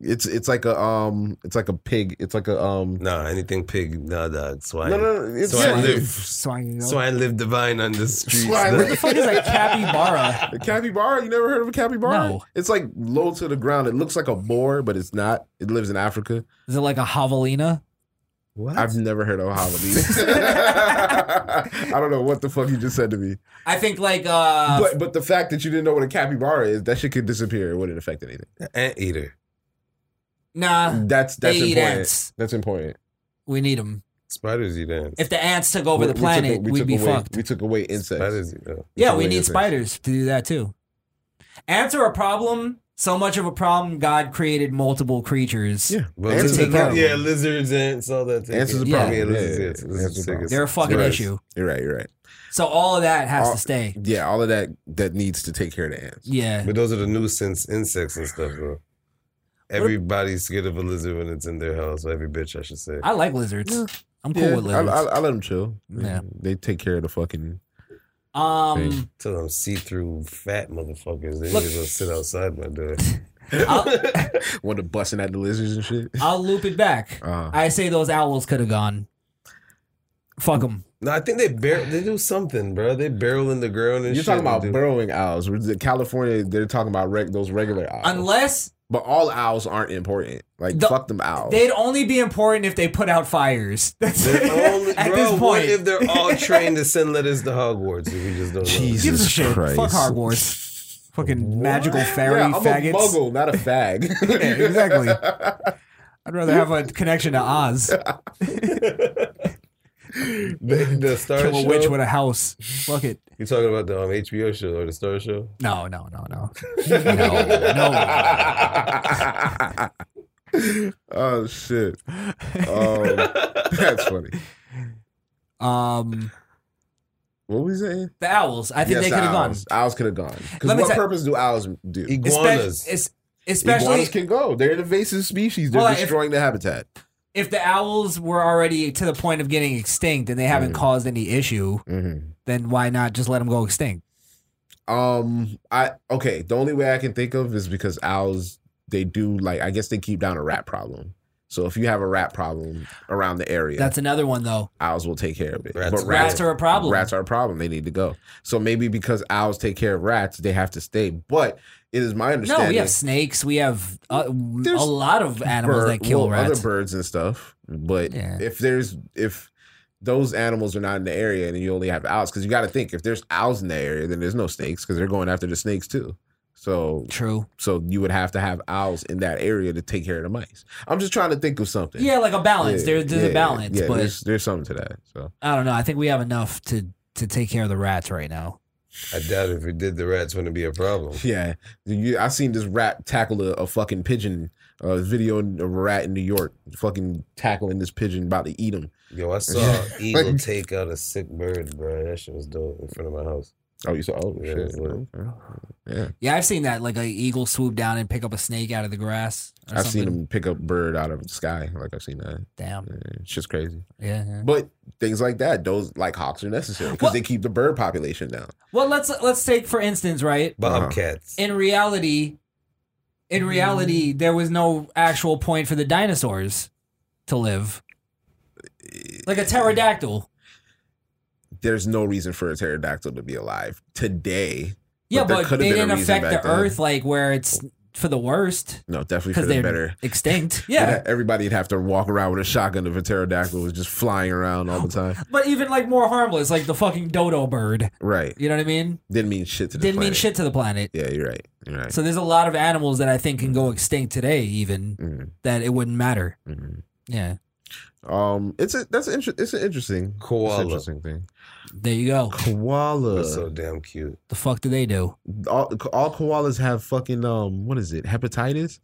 S3: it's it's like a um, it's like a pig. It's like a um.
S1: Nah, anything pig, nah, dog, swine.
S3: No, no, no, it's
S1: swine
S3: yeah,
S1: live,
S2: Swine.
S1: swine live divine on the streets.
S3: Swine
S1: dog.
S2: What the fuck is a capybara?
S3: A capybara? You never heard of a capybara?
S2: No.
S3: It's like low to the ground. It looks like a boar, but it's not. It lives in Africa.
S2: Is it like a javelina?
S1: What?
S3: I've never heard of a hobbit. I don't know what the fuck you just said to me.
S2: I think like uh
S3: but but the fact that you didn't know what a capybara is, that shit could disappear. It wouldn't affect anything.
S1: An anteater.
S2: Nah,
S3: That's that's
S2: Uh, they eat
S3: important.
S2: ants.
S3: That's important.
S2: We need them.
S1: Spiders eat ants.
S2: If the ants took over the
S3: We- we took-
S2: planet,
S3: we
S2: we would
S3: took
S2: be
S3: away-
S2: fucked.
S3: We took away insects.
S1: Spiders, yeah.
S2: Yeah,
S3: took
S2: we
S3: away
S2: need
S3: insects.
S2: spiders to do that too. Ants are a problem. So much of a problem. God created multiple creatures. Yeah,
S1: Well,
S2: to
S1: lizards-
S2: take care of
S1: yeah,
S2: them.
S1: lizards, ants, all that. take
S2: Ants is
S1: it.
S2: a problem.
S1: Yeah, lizards,
S3: Yeah,
S1: ants,
S3: yeah,
S1: lizards
S3: ants is a
S1: take it.
S2: They're a fucking
S3: Right.
S2: issue.
S3: You're right. You're right.
S2: So all of that has
S3: All-
S2: to stay.
S3: Yeah, all of that that needs to take care of the ants.
S2: Yeah.
S1: But those are the nuisance insects and stuff, bro. Everybody's scared of a lizard when it's in their house. Or every bitch, I should say.
S2: I like lizards. I'm cool
S3: Yeah,
S2: with
S3: I,
S2: lizards.
S3: I, I let them chill.
S2: Yeah.
S3: they take care of the fucking.
S2: um,
S1: Till I'm see through fat motherfuckers. They
S2: Look-
S1: just gonna sit outside my door.
S3: Wonder busting at the lizards and shit.
S2: I'll loop it back.
S3: Uh-huh.
S2: I say those owls could have gone. Fuck them.
S1: No, I think they barrel. They do something, bro. They barrel in the ground and
S3: You're
S1: shit.
S3: talking about
S1: They do-
S3: burrowing owls. We're- the California, they're talking about reg- those regular owls.
S2: Unless
S3: but all owls aren't important. Like
S2: The-
S3: fuck them owls.
S2: they'd only be important if they put out fires. That's
S1: They're only-
S2: At
S1: bro,
S2: this
S1: what
S2: point.
S1: if they're all trained to send letters to Hogwarts? If we just don't know?
S2: Who gives a shit? Fuck Hogwarts. Fucking magical fairy
S3: yeah, I'm
S2: faggots.
S3: a muggle, not a fag.
S2: Yeah, exactly. I'd rather have a connection to Oz.
S1: The, the
S3: Oh,
S1: Star
S2: Kill a
S1: Show?
S2: witch with a house. Fuck it.
S1: You talking about the um, HBO show or the Star Show?
S2: No, no, no, no.
S3: oh shit. Um, that's funny.
S2: Um,
S3: What were we saying?
S2: the owls. I think
S3: Yes,
S2: they could have gone.
S3: owls. Owls could have gone.
S2: Let
S3: Because
S2: me
S3: what
S2: tell-
S3: purpose do owls do?
S2: Espe- es- especially
S3: Iguanas can go. They're an invasive species. They're
S2: Well, if-
S3: destroying the habitat.
S2: if the owls were already to the point of getting extinct and they haven't caused any issue,
S3: Mm-hmm.
S2: then why not just let them go extinct?
S3: Um, I okay. The only way I can think of is because owls they do like I guess they keep down a rat problem. So if you have a rat problem around the area,
S2: That's another one though.
S3: owls will take care of it.
S2: Rats are a problem.
S3: Rats are a problem. They need to go. So maybe because owls take care of rats, they have to stay. But it is my understanding.
S2: No, we have snakes. We have uh, a
S3: there's
S2: lot of animals
S3: bird-
S2: that kill
S3: well,
S2: rats.
S3: other birds and stuff. But
S2: Yeah.
S3: if there's if those animals are not in the area and you only have owls, because you got to think if there's owls in the area, then there's no snakes because they're going after the snakes too. So
S2: true.
S3: So you would have to have owls in that area to take care of the mice. I'm just trying to think of something.
S2: Yeah, like a balance. There- there's a balance, but-
S3: there's, there's something to that. So
S2: I don't know. I think we have enough to to take care of the rats right now.
S1: I doubt if we did, the rats wouldn't be a problem.
S3: Yeah, you, I seen this rat tackle a, a fucking pigeon. A video of a rat in New York, fucking tackling this pigeon, about to eat him.
S1: Yo, I saw an eagle take out a sick bird, bro. That shit was dope in front of my house.
S3: Oh, you saw? Oh,
S1: Yeah,
S3: shit.
S1: it's lit.
S3: Yeah,
S2: Yeah, I've seen that. Like a eagle swoop down and pick up a snake out of the grass. Or
S3: I've
S2: something.
S3: seen him pick up bird out of the sky. Like I've seen that.
S2: Damn,
S3: yeah, it's just crazy.
S2: Yeah, yeah.
S3: but things like that, those like hawks are necessary because they keep the bird population down.
S2: Well, let's let's take for instance, right?
S3: Uh-huh.
S1: Bobcats.
S2: In reality, in reality,
S3: Mm.
S2: there was no actual point for the dinosaurs to live. Like a pterodactyl.
S3: There's no reason for a pterodactyl to be alive today.
S2: Yeah,
S3: there
S2: but,
S3: could've
S2: they
S3: been a
S2: didn't
S3: reason
S2: affect the
S3: back then.
S2: earth like where it's for the worst.
S3: No, definitely for
S2: 'Cause
S3: the
S2: they're
S3: better.
S2: Extinct. Yeah.
S3: everybody'd have to walk around with a shotgun if a pterodactyl was just flying around all the time.
S2: But even like more harmless, like the fucking dodo bird.
S3: Right.
S2: You know what I mean?
S3: Didn't mean shit to the
S2: Didn't mean
S3: planet.
S2: shit to the planet.
S3: Yeah, you're right. You're right.
S2: So there's a lot of animals that I think can go extinct today, even
S3: Mm-hmm.
S2: that it wouldn't matter. Yeah.
S3: Um, it's a that's an inter- it's an interesting
S1: Koala.
S3: it's an interesting thing.
S2: There you go.
S3: Koala.
S1: so damn cute.
S2: The fuck do they do?
S3: All, all koalas have fucking um what is it hepatitis?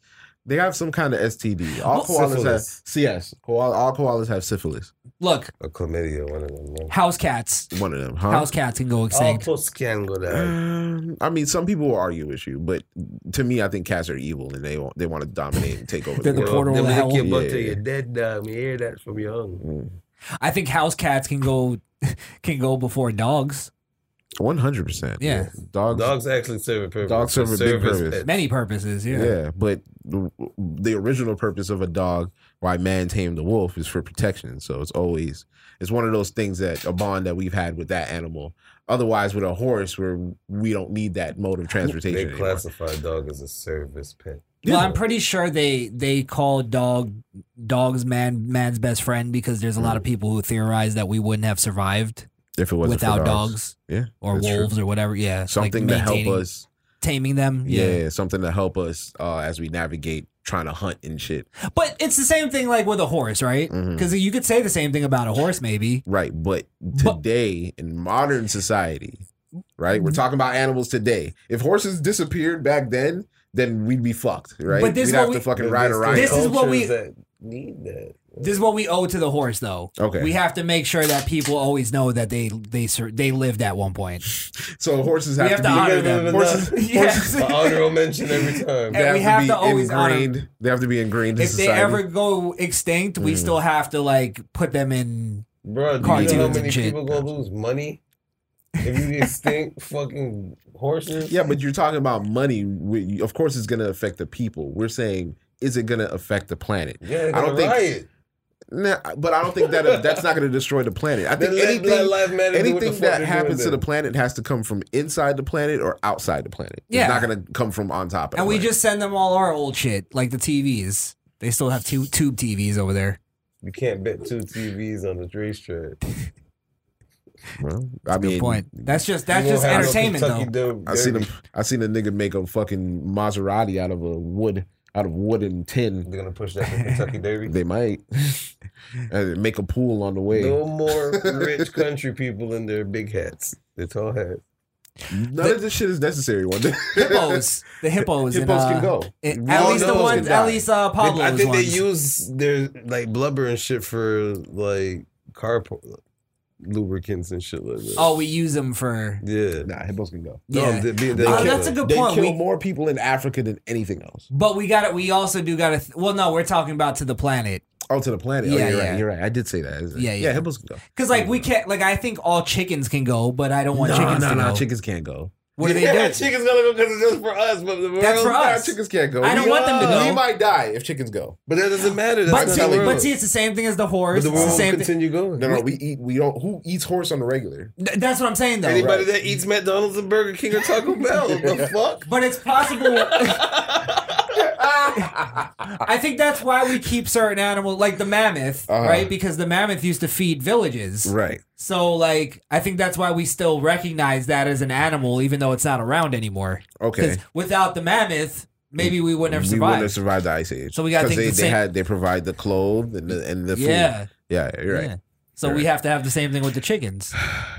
S3: They have some kind of STD. All
S2: Well,
S3: koalas
S2: syphilis.
S3: have CS. Koala, all koalas have syphilis.
S2: Look,
S1: A chlamydia, one of them. Oh, yeah.
S2: house cats.
S3: One of them. Huh? Oh.
S2: House cats can go extinct.
S1: All puss can go
S2: Mm.
S1: down.
S3: Um, I mean, some people will argue with you, but to me, I think cats are evil and they want they want to dominate and take over.
S2: They're the
S3: world.
S2: portal to
S1: They lick
S2: hell.
S1: your butt
S3: Yeah,
S1: till
S3: yeah.
S1: you're dead, dog. You hear that from your
S3: Mm.
S1: uncle.
S2: I think house cats can go can go before dogs.
S3: One hundred percent.
S2: Yeah.
S3: dogs.
S1: Dogs actually serve a purpose.
S3: Dogs serve a
S1: They
S3: big purpose.
S1: pets.
S2: Many purposes, yeah.
S3: yeah. but the, the original purpose of a dog, why man tamed the wolf, is for protection. So it's always it's one of those things that a bond that we've had with that animal. Otherwise, with a horse, where we don't need that mode of transportation.
S1: They
S3: anymore.
S1: classify a dog as a service pet.
S2: Well, I'm pretty sure they they call dog dogs man man's best friend because there's a lot of people who theorize that we wouldn't have survived
S3: If it Mm. wasn't for
S2: without
S3: dogs.
S2: dogs,
S3: Yeah,
S2: or
S3: that's true.
S2: wolves or whatever. Yeah, like
S3: something to help
S2: maintaining-
S3: us
S2: taming them.
S3: Yeah, something to help us uh, as we navigate trying to hunt and shit.
S2: But it's the same thing like with a horse, right?
S3: Mhm.
S2: Because you could say the same thing about a horse, maybe.
S3: Right, but today in modern society, right?
S2: Mm-hmm.
S3: We're talking about animals today. If horses disappeared back then, then we'd be fucked, right?
S2: But this
S3: we'd
S2: what
S3: have to
S2: we-
S3: fucking ride a riot.
S2: This is what we
S1: need that.
S2: This is what we owe to the horse, though.
S3: Okay.
S2: we have to make sure that people always know that they they sur- they lived at one point.
S3: So horses
S2: we
S3: have
S2: have
S3: to
S2: to,
S3: be-
S2: honor
S3: Give them
S2: them.
S3: enough.
S2: yes.
S3: An honorable
S1: mention every time.
S2: And we have to always honor-
S3: ingrained. They have to be ingrained in
S2: if they
S3: society.
S2: ever go extinct, we
S3: Mm.
S2: still have to like put them in
S1: Bro, do you
S2: cartoons
S1: know how
S2: and
S1: many
S2: shit.
S1: people gonna lose money if you extinct fucking horses?
S3: yeah, but you're talking about money. We, of course, it's going to affect the people. We're saying, is it going to affect the planet?
S1: Yeah,
S3: I don't think. Nah, but I don't think that uh, that's not going to destroy the planet. I think
S1: Then let Black
S3: anything,
S1: Lives Matter do what the
S3: anything
S1: fuck
S3: that
S1: they're
S3: happens
S1: doing
S3: to the
S1: then.
S3: planet has to come from inside the planet or outside the planet.
S2: Yeah.
S3: It's not going to come from on top of
S2: and
S3: the
S2: we
S3: planet.
S2: just send them all our old shit, like the TVs. They still have two tube TVs over there.
S1: You can't bet two TVs on the racetrack.
S3: Well, I mean,
S2: point. That's just that's
S3: You
S2: just
S3: won't have no
S2: entertainment, though.
S1: Kentucky Derby.
S3: I seen a, I seen a nigga make a fucking Maserati out of a wood out of wood and tin.
S1: They're gonna push that to Kentucky Derby.
S3: They might And make a pool on the way.
S1: No more rich country people in their big hats, their tall hats.
S3: None of this shit is necessary. One
S2: hippos, the hippos, in,
S3: hippos
S2: uh,
S3: can go.
S2: in-
S3: Well,
S2: at least the
S3: hippos
S2: ones,
S3: can
S2: at
S3: die.
S2: least uh,
S1: They-
S2: Pablo's
S1: I think
S2: ones.
S1: they use their like blubber and shit for like car po- lubricants and shit like that.
S2: oh, we use them for.
S1: yeah,
S3: nah, hippos can go.
S1: No,
S2: Yeah.
S1: they- they-
S2: They
S1: they
S2: Oh,
S1: kill
S2: that's
S1: them.
S2: a good
S3: They
S2: point.
S3: kill
S2: We-
S3: more people in Africa than anything else.
S2: But we got to We also do got to. Th- well, no, we're talking about to the planet.
S3: Oh, to the planet.
S2: Yeah,
S3: oh, you're
S2: yeah.
S3: right. You're right. I did say that. isn't it?
S2: Yeah, yeah.
S3: Yeah, hippos can go.
S2: Because like we can't. Like I think all chickens can go, but I don't want
S3: Nah,
S2: chickens
S3: nah,
S2: to
S3: nah,
S2: go.
S3: chickens can't go.
S2: What do they
S1: yeah,
S2: do?
S1: Chicken's gonna go because it's just for us. But the
S2: That's
S1: world-
S2: for us.
S3: Chickens can't go.
S2: I don't
S3: We-
S2: want them to go.
S3: We might die if chickens go.
S1: But that doesn't matter.
S2: But
S1: That's
S2: see,
S1: not the
S2: but
S1: world.
S2: see, it's the same thing as the horse.
S1: But the
S2: it's the
S1: world will
S2: same thing.
S1: continue going.
S3: No, no, we eat. We don't. Who eats horse on the regular?
S2: Th- That's what I'm saying, though.
S1: Anybody that eats McDonald's and Burger King or Taco Bell, the fuck?
S2: But it's possible. I think that's why we keep certain animals, like the mammoth,
S3: Uh-huh.
S2: right? Because the mammoth used to feed villages.
S3: Right.
S2: So, like, I think that's why we still recognize that as an animal, even though it's not around anymore.
S3: Okay.
S2: 'Cause without the mammoth, maybe we wouldn't have
S3: We wouldn't have
S2: survived.
S3: survived the ice age.
S2: So we gotta
S3: 'Cause
S2: think
S3: they,
S2: the
S3: they
S2: same-
S3: had they provide the clothes and the and the food.
S2: Yeah.
S3: yeah, you're right.
S2: Yeah. So we have to have the same thing with the chickens.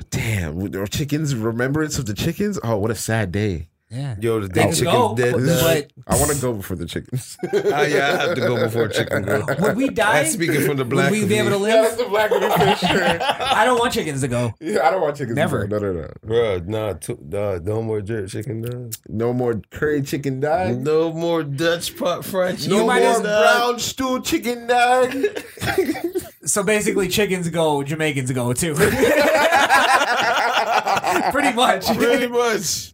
S3: Damn, with our chickens. Remembrance of the chickens. Oh, what a sad day.
S2: Yeah.
S1: Yo, the
S2: They
S1: dead
S2: can
S1: chicken's
S2: go,
S1: dead.
S2: but-
S1: dog.
S3: I want to go before the chickens.
S1: Ah, yeah, I have to go before chicken girl.
S2: Would we die?
S1: That's speaking from the black.
S2: Would we be able to
S1: community.
S2: live?
S3: the black woman for sure.
S2: I don't want chickens to go.
S3: Yeah, I don't want chickens.
S2: Never.
S3: No, no, no.
S1: Bro, nah, t- nah, no more jerk chicken Mm-hmm. dog.
S3: No more curry chicken dog.
S1: No more Dutch pot fried chicken.
S3: No
S2: might
S3: more
S2: as well-
S3: brown stew chicken dog.
S2: So basically, chickens go, Jamaicans go too. Pretty much.
S1: Pretty much.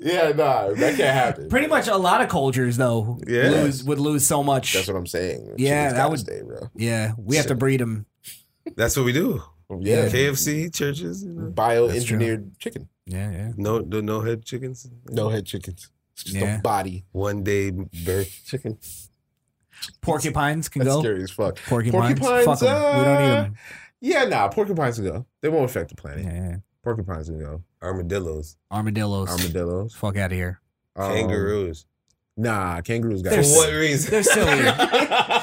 S3: yeah, nah, that can't happen.
S2: Pretty much a lot of cultures though
S3: Yeah.
S2: lose would lose so much.
S3: That's what I'm saying.
S2: Yeah,
S3: Chickens
S2: that
S3: gotta
S2: would-
S3: stay, bro.
S2: yeah, we have to breed them.
S1: That's what we do.
S3: Yeah.
S1: KFC churches. you know?
S3: Bioengineered chicken.
S2: Yeah, yeah.
S1: No, no, no head chickens.
S3: No head chickens. It's just
S2: Yeah.
S3: a body.
S1: One day birth chicken.
S2: Porcupines can
S3: That's
S2: go.
S3: scary as fuck.
S2: Porcupines, fuck 'em. we don't need
S3: uh,
S2: them.
S3: Yeah, nah, porcupines can go. They won't affect the planet.
S2: Yeah.
S3: Porcupines can go.
S1: Armadillos.
S2: Armadillos.
S3: Armadillos.
S2: fuck out of here.
S3: Um,
S1: Kangaroos.
S3: Nah, kangaroos got
S1: Oh. For
S2: There's-
S1: what reason?
S2: They're silly.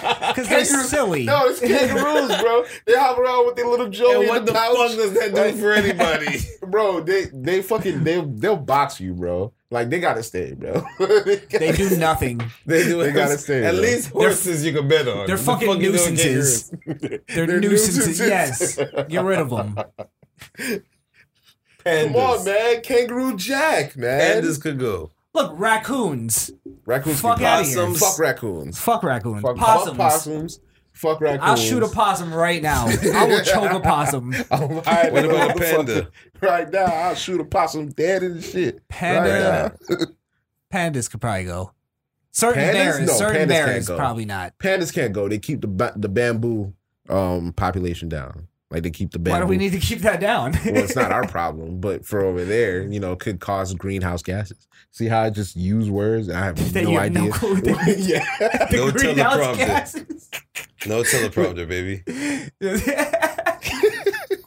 S2: Because they're
S3: Kangaroo-
S2: silly.
S3: No, it's kangaroos, bro. They hop around with their little joey
S1: And
S3: in
S1: what
S3: the
S1: the
S3: pouch.
S1: fuck does that do for anybody?
S3: bro, they they fucking they they'll box you, bro. Like they gotta stay, bro. they,
S2: They do nothing.
S1: They do.
S3: They gotta stay,
S1: At
S3: bro.
S1: least horses you can bet on.
S2: They're
S1: The
S2: fucking
S1: fuck you doing
S2: nuisances.
S1: kangaroos?
S2: They're, nuisances. Yes. Get rid of them.
S3: Come on,
S1: Pandas.
S3: man. Kangaroo Jack, man.
S1: Pandas could go.
S2: Look, raccoons.
S3: raccoons
S2: Fuck
S3: can-
S2: outta here.
S1: Possums.
S3: Fuck raccoons.
S2: Fuck raccoons.
S3: Fuck
S2: possums.
S3: Fuck possums. Fuck raccoons.
S2: I'll shoot a possum right now. I will choke a possum.
S3: I'm hiding
S1: What about a
S3: motherfucker.
S1: panda?
S3: Right now, I'll shoot a possum dead and shit.
S2: Panda.
S3: Right now.
S2: Pandas could probably go. Certain
S3: Pandas?
S2: bears,
S3: No,
S2: certain
S3: pandas can't
S2: bears,
S3: go.
S2: probably not.
S3: Pandas can't go. They keep the ba- the bamboo um population down. Like they keep the bamboo.
S2: Why do we need to keep that down?
S3: well, it's not our problem, but for over there, you know, could cause greenhouse gases. See how I just use words? I have
S2: That
S3: no
S2: you have
S3: idea.
S2: no clue what they-
S3: yeah.
S2: The
S1: No
S2: greenhouse
S1: teleprompter.
S2: gases.
S1: No teleprompter, baby.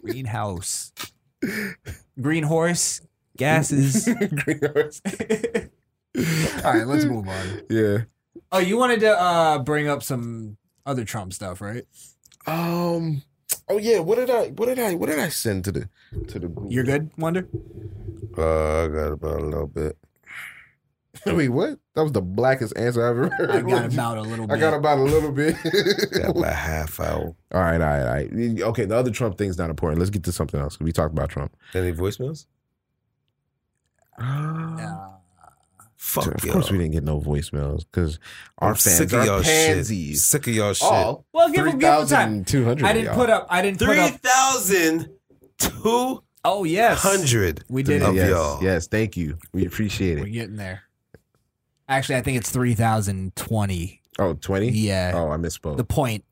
S2: Greenhouse. Green horse. Gases.
S3: Greenhouse.
S2: All right, let's move on.
S3: Yeah.
S2: Oh, you wanted to uh, bring up some other Trump stuff, right?
S7: Um. Oh yeah. What did I? What did I? What did I send to the to the group?
S2: You're good, Wonder.
S7: Uh, I got about a little bit. Wait, what? That was the blackest answer I ever heard.
S2: I got about a little bit.
S7: I got about a little bit.
S1: Got about half hour.
S3: All right, all right, all right. Okay, the other Trump thing's not important. Let's get to something else. We talked about Trump.
S1: Any voicemails?
S2: Ah,
S1: Fuck
S3: of
S1: y'all.
S3: course, we didn't get no voicemails because our
S1: I'm
S3: fans
S1: sick of
S3: are
S1: y'all shit.
S3: pansies.
S1: Sick of y'all shit.
S3: All
S2: Well, give him give him time.
S3: 3,200
S2: I
S3: of
S2: didn't
S3: y'all.
S2: put up. I didn't put up.
S1: 3,002
S2: Oh yes,
S1: hundred.
S2: We did
S1: of
S2: it.
S1: y'all.
S3: Yes, thank you. We appreciate
S2: We're
S3: it.
S2: getting there. Actually, I think it's three thousand twenty.
S3: Oh, 20?
S2: Yeah.
S3: Oh, I misspoke.
S2: The point.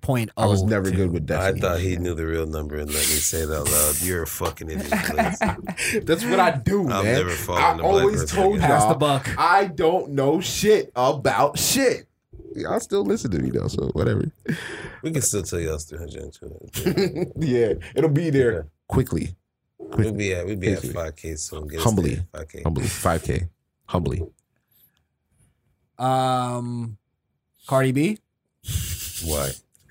S2: Point.
S3: I was
S2: oh
S3: never
S2: two.
S3: good with
S1: I
S3: that.
S1: thought he knew the real number and let me say it out loud. You're a fucking idiot. Blaze.
S3: That's what I do,
S1: I'll
S3: man.
S1: never fall
S3: I
S1: into black
S3: always
S1: person
S3: told
S1: again.
S3: y'all
S1: Pass the
S2: buck.
S3: I don't know shit about shit. Y'all still listen to me though, so whatever.
S1: We can still tell y'all it's 300 and 200.
S3: yeah, it'll be there quickly.
S1: We'll be at, we'll be at
S3: Quickly.
S1: 5K soon. Get us
S3: Humbly,
S1: there, 5K.
S3: humbly, five k, humbly.
S2: Um, Cardi B.
S1: Why?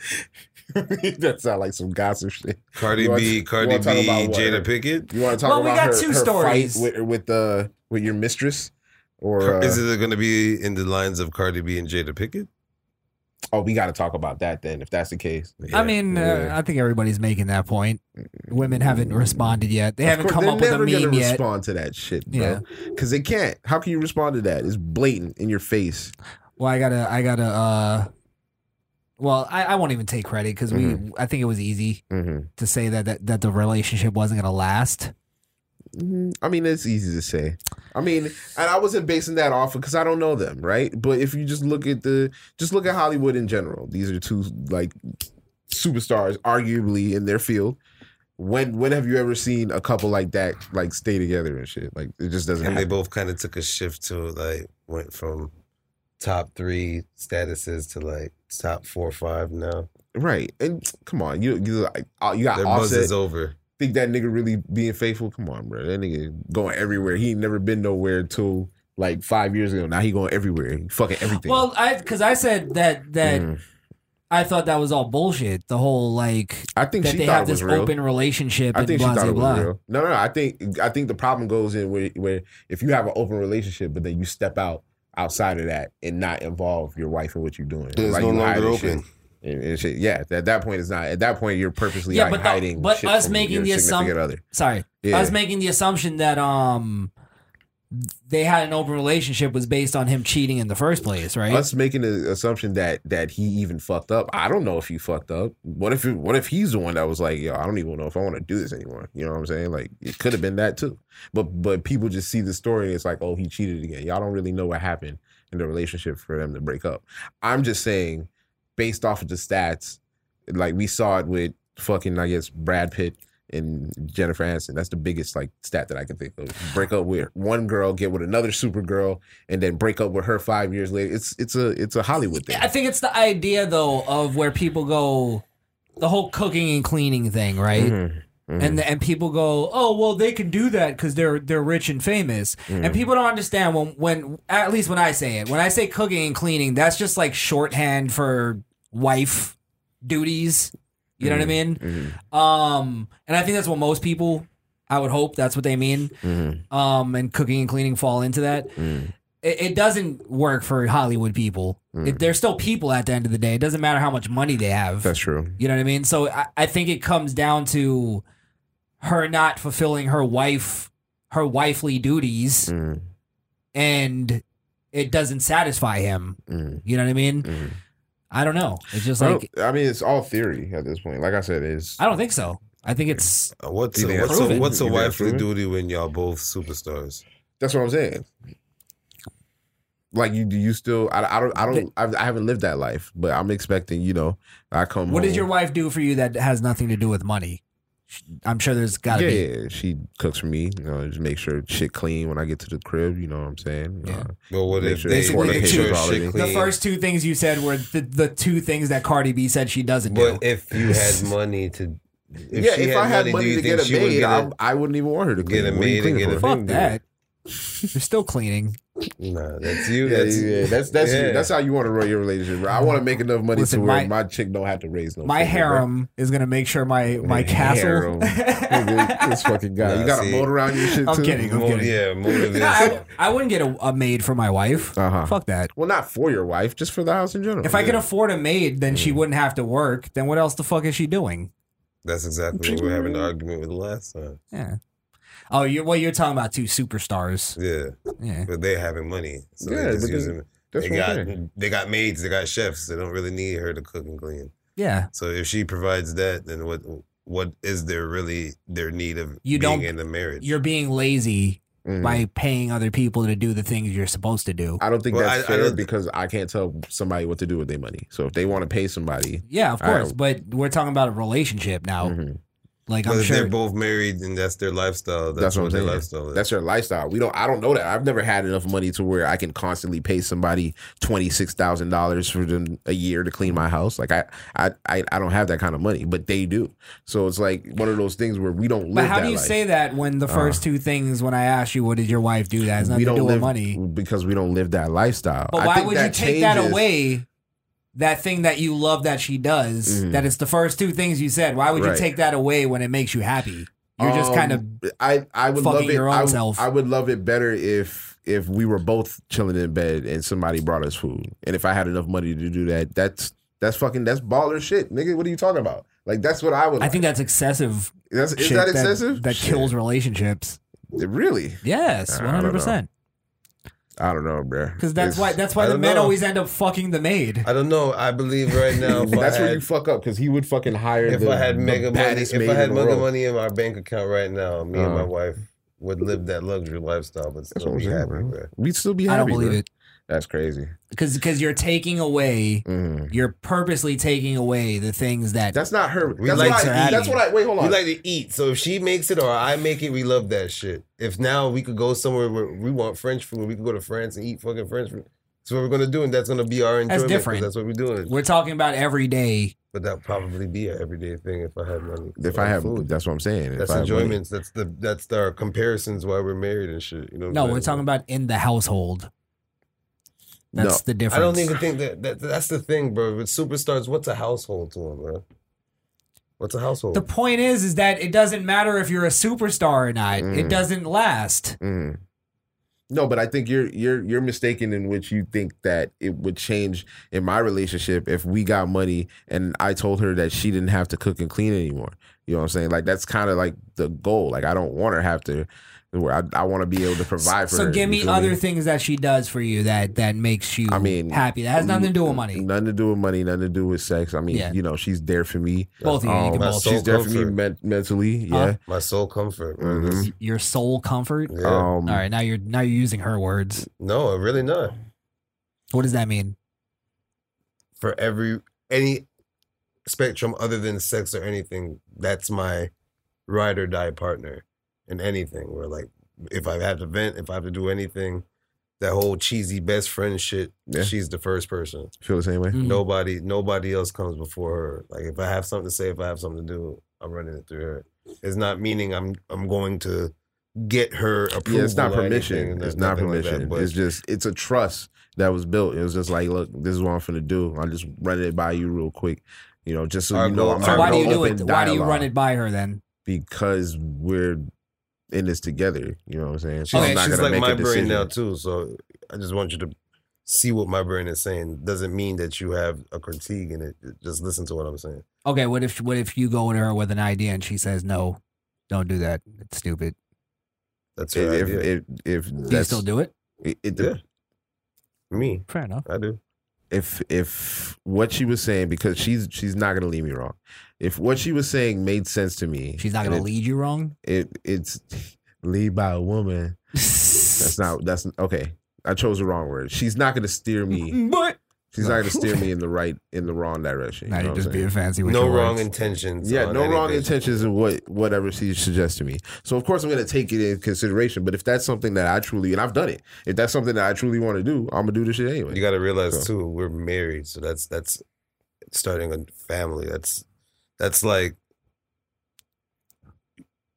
S3: that sound like some gossip shit.
S1: Cardi
S3: You wanna-
S1: B,
S3: you
S1: Cardi
S3: wanna
S1: B,
S3: talk about what her-
S1: Jada Pickett.
S3: You want to talk
S2: Well, we
S3: about
S2: got
S3: her,
S2: two
S3: her
S2: stories.
S3: fight with with uh, with your mistress or uh,
S1: Is it going to be in the lines of Cardi B and Jada Pickett?
S3: oh we got to talk about that then if that's the case.
S2: I mean, uh, I think everybody's making that point. Women haven't responded yet. They
S3: Of
S2: haven't
S3: course,
S2: come
S3: they're
S2: up with a
S3: never gonna
S2: meme yet.
S3: Respond to that shit,
S2: Yeah.
S3: bro. Because they can't. How can you respond to that? It's blatant in your face.
S2: Well, I gotta, I gotta. uh Well, I, I won't even take credit because we.
S3: Mm-hmm.
S2: I think it was easy
S3: Mhm.
S2: to say that, that that the relationship wasn't gonna last.
S3: Mhm. I mean, it's easy to say. I mean, and I wasn't basing that off because I don't know them, right? But if you just look at the, just look at Hollywood in general. These are two like superstars, arguably in their field. When when have you ever seen a couple like that like stay together and shit? Like it just doesn't.
S1: And they
S3: Happen.
S1: both kind of took a shift to like went from top three statuses to like top four or five now.
S3: Right, and come on, you you like uh, you got
S1: Their buzz
S3: offset.
S1: is over.
S3: Think that nigga really being faithful? Come on, bro. That nigga going everywhere. He ain't never been nowhere till like five years ago. Now he going everywhere. He fucking everything.
S2: Well, I because I said that that
S3: Mm.
S2: I thought that was all bullshit. The whole like
S3: I think
S2: that
S3: she
S2: they
S3: thought
S2: have
S3: it was
S2: this
S3: real.
S2: open relationship.
S3: I
S2: and
S3: think she
S2: blah,
S3: thought
S2: blah,
S3: it
S2: blah.
S3: was real. No, no, no. I think I think the problem goes in where where if you have an open relationship, but then you step out outside of that and not involve your wife in what you're doing.
S1: Then it's
S3: Like,
S1: no
S3: you
S1: longer
S3: hide and shit.
S1: open.
S3: And, and shit. Yeah, at that point it's not. At that point you're purposely
S2: Yeah,
S3: like,
S2: but the-
S3: hiding.
S2: but
S3: shit
S2: us
S3: from
S2: making
S3: your
S2: the assump-
S3: significant other.
S2: Sorry,
S3: Yeah.
S2: I was making the assumption that um they had an open relationship was based on him cheating in the first place, right?
S3: Us making the assumption that that he even fucked up. I don't know if he fucked up. What if it, what if he's the one that was like, yo, I don't even know if I want to do this anymore. You know what I'm saying? Like it could have been that too. But but people just see the story and it's like, oh, he cheated again. Y'all don't really know what happened in the relationship for them to break up. I'm just saying, based off of the stats, like we saw it with fucking I guess Brad Pitt. And Jennifer Aniston. That's the biggest like stat that I can think of. Break up with one girl, get with another super girl, and then break up with her five years later. It's it's a it's a Hollywood thing.
S2: I think it's the idea though of where people go the whole cooking and cleaning thing, right?
S3: Mm-hmm.
S2: Mm-hmm. And and people go, oh well, they can do that because they're they're rich and famous.
S3: Mm-hmm.
S2: And people don't understand when when at least when I say it, when I say cooking and cleaning, that's just like shorthand for wife duties. You
S3: Mm.
S2: know what I mean? Um, and I think that's what most people, I would hope, that's what they mean. Um, and cooking and cleaning fall into that it, it doesn't work for Hollywood people.
S3: Hmm.
S2: It, they're still people at the end of the day. It doesn't matter how much money they have.
S3: That's true.
S2: You know what I mean? So I, I think it comes down to her not fulfilling her wife her wifely duties
S3: Hmm. Mm-hmm.
S2: and it doesn't satisfy him. You know what I mean? I don't know. It's just
S3: I,
S2: like
S3: don't- Mm-hmm. I mean, it's all theory at this point. Like I said, it's
S2: I don't think so. I think it's
S1: Uh, What's
S3: You
S1: a,
S3: think
S1: what's
S3: that's
S1: a,
S3: proven?
S1: what's a
S3: You think that's
S1: wifely
S3: proven?
S1: duty when y'all both superstars?
S3: that's what I'm saying. Like you, do you still? I, I don't. I don't. I've, I haven't lived that life, but I'm expecting. You know, I come.
S2: what does
S3: home-
S2: your wife do for you that has nothing to do with money? I'm sure there's got to
S3: yeah,
S2: be.
S3: yeah, she cooks for me. You know, just make sure shit clean when I get to the crib. You know what I'm saying? Uh, Yeah.
S1: Well, what if they- they make sure shit
S2: The
S1: clean?
S2: first two things you said were the, the two things that Cardi B said she doesn't do.
S1: But if you had money to, if
S3: yeah,
S1: she
S3: if I had money
S1: do you
S3: to
S1: think
S3: get a
S1: she would
S3: maid,
S1: get
S3: I
S1: a-
S3: I wouldn't even want her to
S1: get
S3: clean.
S1: a
S3: What are you
S1: maid and
S3: cleaning
S1: get a
S3: for?
S1: thing Fuck done. that.
S2: You're still cleaning.
S1: Nah, that's you.
S3: Yeah, that's yeah,
S1: That's
S3: that's that's,
S1: yeah.
S3: that's how you want to run your relationship. Bro. I want to make enough money
S2: Listen,
S3: to where
S2: my-
S3: my, chick don't have to raise no.
S2: My
S3: finger, bro.
S2: harem is gonna make sure my my castle.
S3: Harem. Nigga, this fucking guy. you
S1: Nah,
S3: got
S1: see.
S3: a mold around your shit
S2: I'm
S3: too.
S2: kidding. I'm kidding.
S1: Yeah, mold of
S2: No, I, I wouldn't get a, a maid for my wife.
S3: Uh-huh.
S2: Fuck that.
S3: Well, not for your wife, just for the house in general.
S2: If I could afford a maid, then she wouldn't have to work. Then what else the fuck is she doing?
S1: That's exactly what we we're
S3: Mm-hmm.
S1: having the argument with the last time.
S2: Yeah. Oh, you're well. You're talking about two superstars.
S1: Yeah.
S2: Yeah.
S1: But they having money. So
S2: Yeah,
S1: they just
S2: but
S1: use
S2: then-
S1: them.
S2: that's
S1: They
S2: what I'm
S1: got they got maids, they got chefs. They don't really need her to cook and clean.
S2: Yeah.
S1: So if she provides that, then what what is there really their need of
S2: You
S1: being
S2: don't-
S1: in a marriage?
S2: You're being lazy
S3: Mhm.
S2: by paying other people to do the things you're supposed to do.
S3: I don't think
S2: Well,
S3: that's
S2: I- I
S3: fair
S2: don't-
S3: because I can't tell somebody what to do with their money. So if they want to pay somebody, mm-hmm,
S2: Yeah, of
S3: all right, Mm.
S2: course. But we're talking about a relationship now. Like
S1: But
S2: I'm
S1: if
S2: sure
S1: they're both married and that's their lifestyle, that's,
S3: That's what
S1: what,
S3: I'm
S1: their
S3: saying.
S1: lifestyle is.
S3: That's their lifestyle. We don't. I don't know that. I've never had enough money to where I can constantly pay somebody twenty six thousand dollars for them a year to clean my house. Like I, I, I, I don't have that kind of money, but they do. So it's like one of those things where we don't live.
S2: But how
S3: that
S2: do you
S3: life.
S2: say that when the
S3: Uh.
S2: first two things, when I asked you, what did your wife do? That has nothing
S3: we
S2: to
S3: don't
S2: do
S3: live
S2: with money.
S3: because we don't live that lifestyle?
S2: But
S3: I
S2: why
S3: think
S2: would you
S3: that
S2: take that
S3: changes-
S2: away? That thing that you love that she does,
S3: Mhm.
S2: that it's the first two things you said. Why would you
S3: Right.
S2: take that away when it makes you happy? You're just kind of
S3: Um, I I would
S2: fucking
S3: love it.
S2: your own
S3: I,
S2: self.
S3: I would love it better if if we were both chilling in bed and somebody brought us food, and if I had enough money to do that. That's that's fucking that's baller shit, nigga. What are you talking about? Like that's what I would.
S2: I think that's excessive.
S3: That's- is
S2: shit
S3: that excessive?
S2: That,
S3: Shit.
S2: kills relationships.
S3: really.
S2: Yes, one
S3: I don't
S2: hundred
S3: know.
S2: percent.
S3: I don't know, bro.
S2: Because that's why that's why
S1: I
S2: the
S1: don't
S2: men
S1: know.
S2: always end up fucking the maid.
S1: I don't know. I believe right now if
S3: that's
S1: I
S3: where
S1: had,
S3: you fuck up because he would fucking hire.
S1: if
S3: the,
S1: I had
S3: the
S1: mega money,
S3: baddest
S1: if I
S3: maid in
S1: had
S3: the
S1: mega
S3: world.
S1: money in my bank account right now, me and my
S3: Uh.
S1: wife would live that luxury lifestyle, but
S3: That's
S1: still
S3: what I'm
S1: be
S3: saying,
S1: happy.
S3: bro.
S1: bro.
S3: We'd still be
S2: I
S3: happy.
S2: don't believe
S3: bro.
S2: it.
S3: That's crazy. Mm.
S2: Because because you're taking away, you're purposely taking away the things that
S3: That's not her.
S1: We
S3: that's
S1: like
S3: what
S1: to
S3: I,
S1: eat.
S3: That's what I. Wait, hold on.
S1: We like to eat, so if she makes it or I make it, we love that shit. If now we could go somewhere where we want French food, we could go to France and eat fucking French food. That's what we're gonna do, and that's gonna be our enjoyment. 'cause
S2: different.
S1: That's what we're doing.
S2: we're talking about every day.
S1: But that probably be an everyday thing if I had money.
S3: if
S1: for
S3: I have,
S1: food,
S3: that's what I'm saying. If
S1: that's
S3: I have money-
S1: enjoyments. That's the that's our comparisons why we're married and shit. You know. what
S2: No,
S1: I'm
S2: we're
S1: saying?
S2: talking about in the household. That's the difference.
S1: I don't even think that, that that's the thing, bro. With superstars, what's a household to them, bro? What's a household?
S2: The point is, is that it doesn't matter if you're a superstar or not. It doesn't last.
S3: Mm. No, but I think you're you're you're mistaken in which you think that it would change in my relationship if we got money and I told her that she didn't have to cook and clean anymore. You know what I'm saying? Like that's kind of like the goal. Like I don't want her to have to. Where I, I want to be able to provide for
S2: So
S3: her.
S2: give
S3: you
S2: me
S3: feel
S2: other things that she does for you that that makes you
S3: I mean, Mm.
S2: happy. That has nothing to do with money.
S3: Nothing to do with money. Nothing to do with sex. I mean,
S2: Yeah.
S3: you know, she's there for me. Um,
S2: Both of you, you can both.
S3: she's there for me
S1: Soul
S3: men- mentally. Yeah.
S1: My soul comfort. bro.
S3: Mhm.
S1: This-
S2: Your soul comfort.
S1: Yeah.
S3: Um,
S2: All right, now you're now you're using her words.
S1: No, really not.
S2: What does that mean?
S1: For every any spectrum other than sex or anything, that's my ride or die partner in anything. Where like if I have to vent, if I have to do anything, that whole cheesy best friend shit,
S3: Yeah.
S1: she's the first person.
S3: Feel the same way.
S2: Mm-hmm.
S1: Nobody, nobody else comes before her. Like if I have something to say, if I have something to do, I'm running it through her. It's not meaning I'm I'm going to get her approval.
S3: Yeah, it's not
S1: or anything,
S3: permission.
S1: no-
S3: It's not
S1: nothing like that,
S3: permission.
S1: but-
S3: it's just it's a trust that was built. It was just like, look, this is what I'm finna do. I'll just run it by you real quick. You know, just so
S1: Our
S3: you know.
S1: goal-
S3: I'm
S1: So
S3: having
S2: Why do you
S3: an
S2: do it?
S3: open
S2: Why do you run
S3: dialogue
S2: it by her then?
S3: Because we're in this together. You know what I'm saying?
S1: she's,
S3: I'm not
S1: she's
S3: gonna
S1: like
S3: make
S1: my
S3: a
S1: brain
S3: decision.
S1: now too. So I just want you to see what my brain is saying. Doesn't mean that you have a critique in it. Just listen to what I'm saying.
S2: Okay, what if what if you go to her with an idea and she says no, don't do that. It's stupid.
S1: That's her
S3: If if,
S1: idea.
S3: if, if
S2: Do you still do it?
S3: It, it,
S1: Yeah. Me,
S2: Fair enough.
S1: I do.
S3: if if what she was saying because she's she's not gonna leave me wrong. If what she was saying made sense to me,
S2: She's not
S3: and
S2: gonna
S3: it-
S2: lead you wrong.
S3: It it's lead by a woman. that's not that's okay. I chose the wrong word. She's not gonna steer me.
S2: But
S3: She's not gonna steer me in the right in the wrong direction.
S2: Now
S3: you know
S2: you're
S3: what I'm
S2: just being
S3: saying?
S2: fancy with
S1: No
S2: your
S1: wrong
S2: words.
S1: intentions.
S3: Yeah,
S1: on
S3: no wrong
S1: anything.
S3: intentions in what whatever she suggests to me. So of course I'm gonna take it in consideration. But if that's something that I truly and I've done it, if that's something that I truly want to do, I'm gonna do this shit anyway.
S1: You got to realize too, we're married, so that's that's starting a family. That's that's like,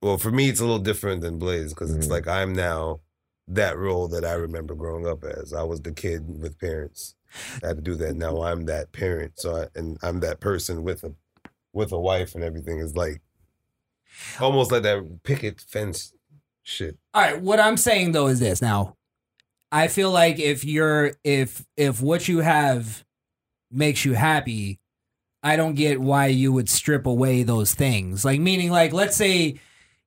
S1: well, for me, it's a little different than Blaze because it's like I'm now that role that I remember growing up as. I was the kid with parents. I had to do that. Now I'm that parent. So I, and I'm that person with a with a wife and everything is like almost like that picket fence shit.
S2: All right, what I'm saying though is this. Now, I feel like if you're if if what you have makes you happy, I don't get why you would strip away those things. Like meaning like let's say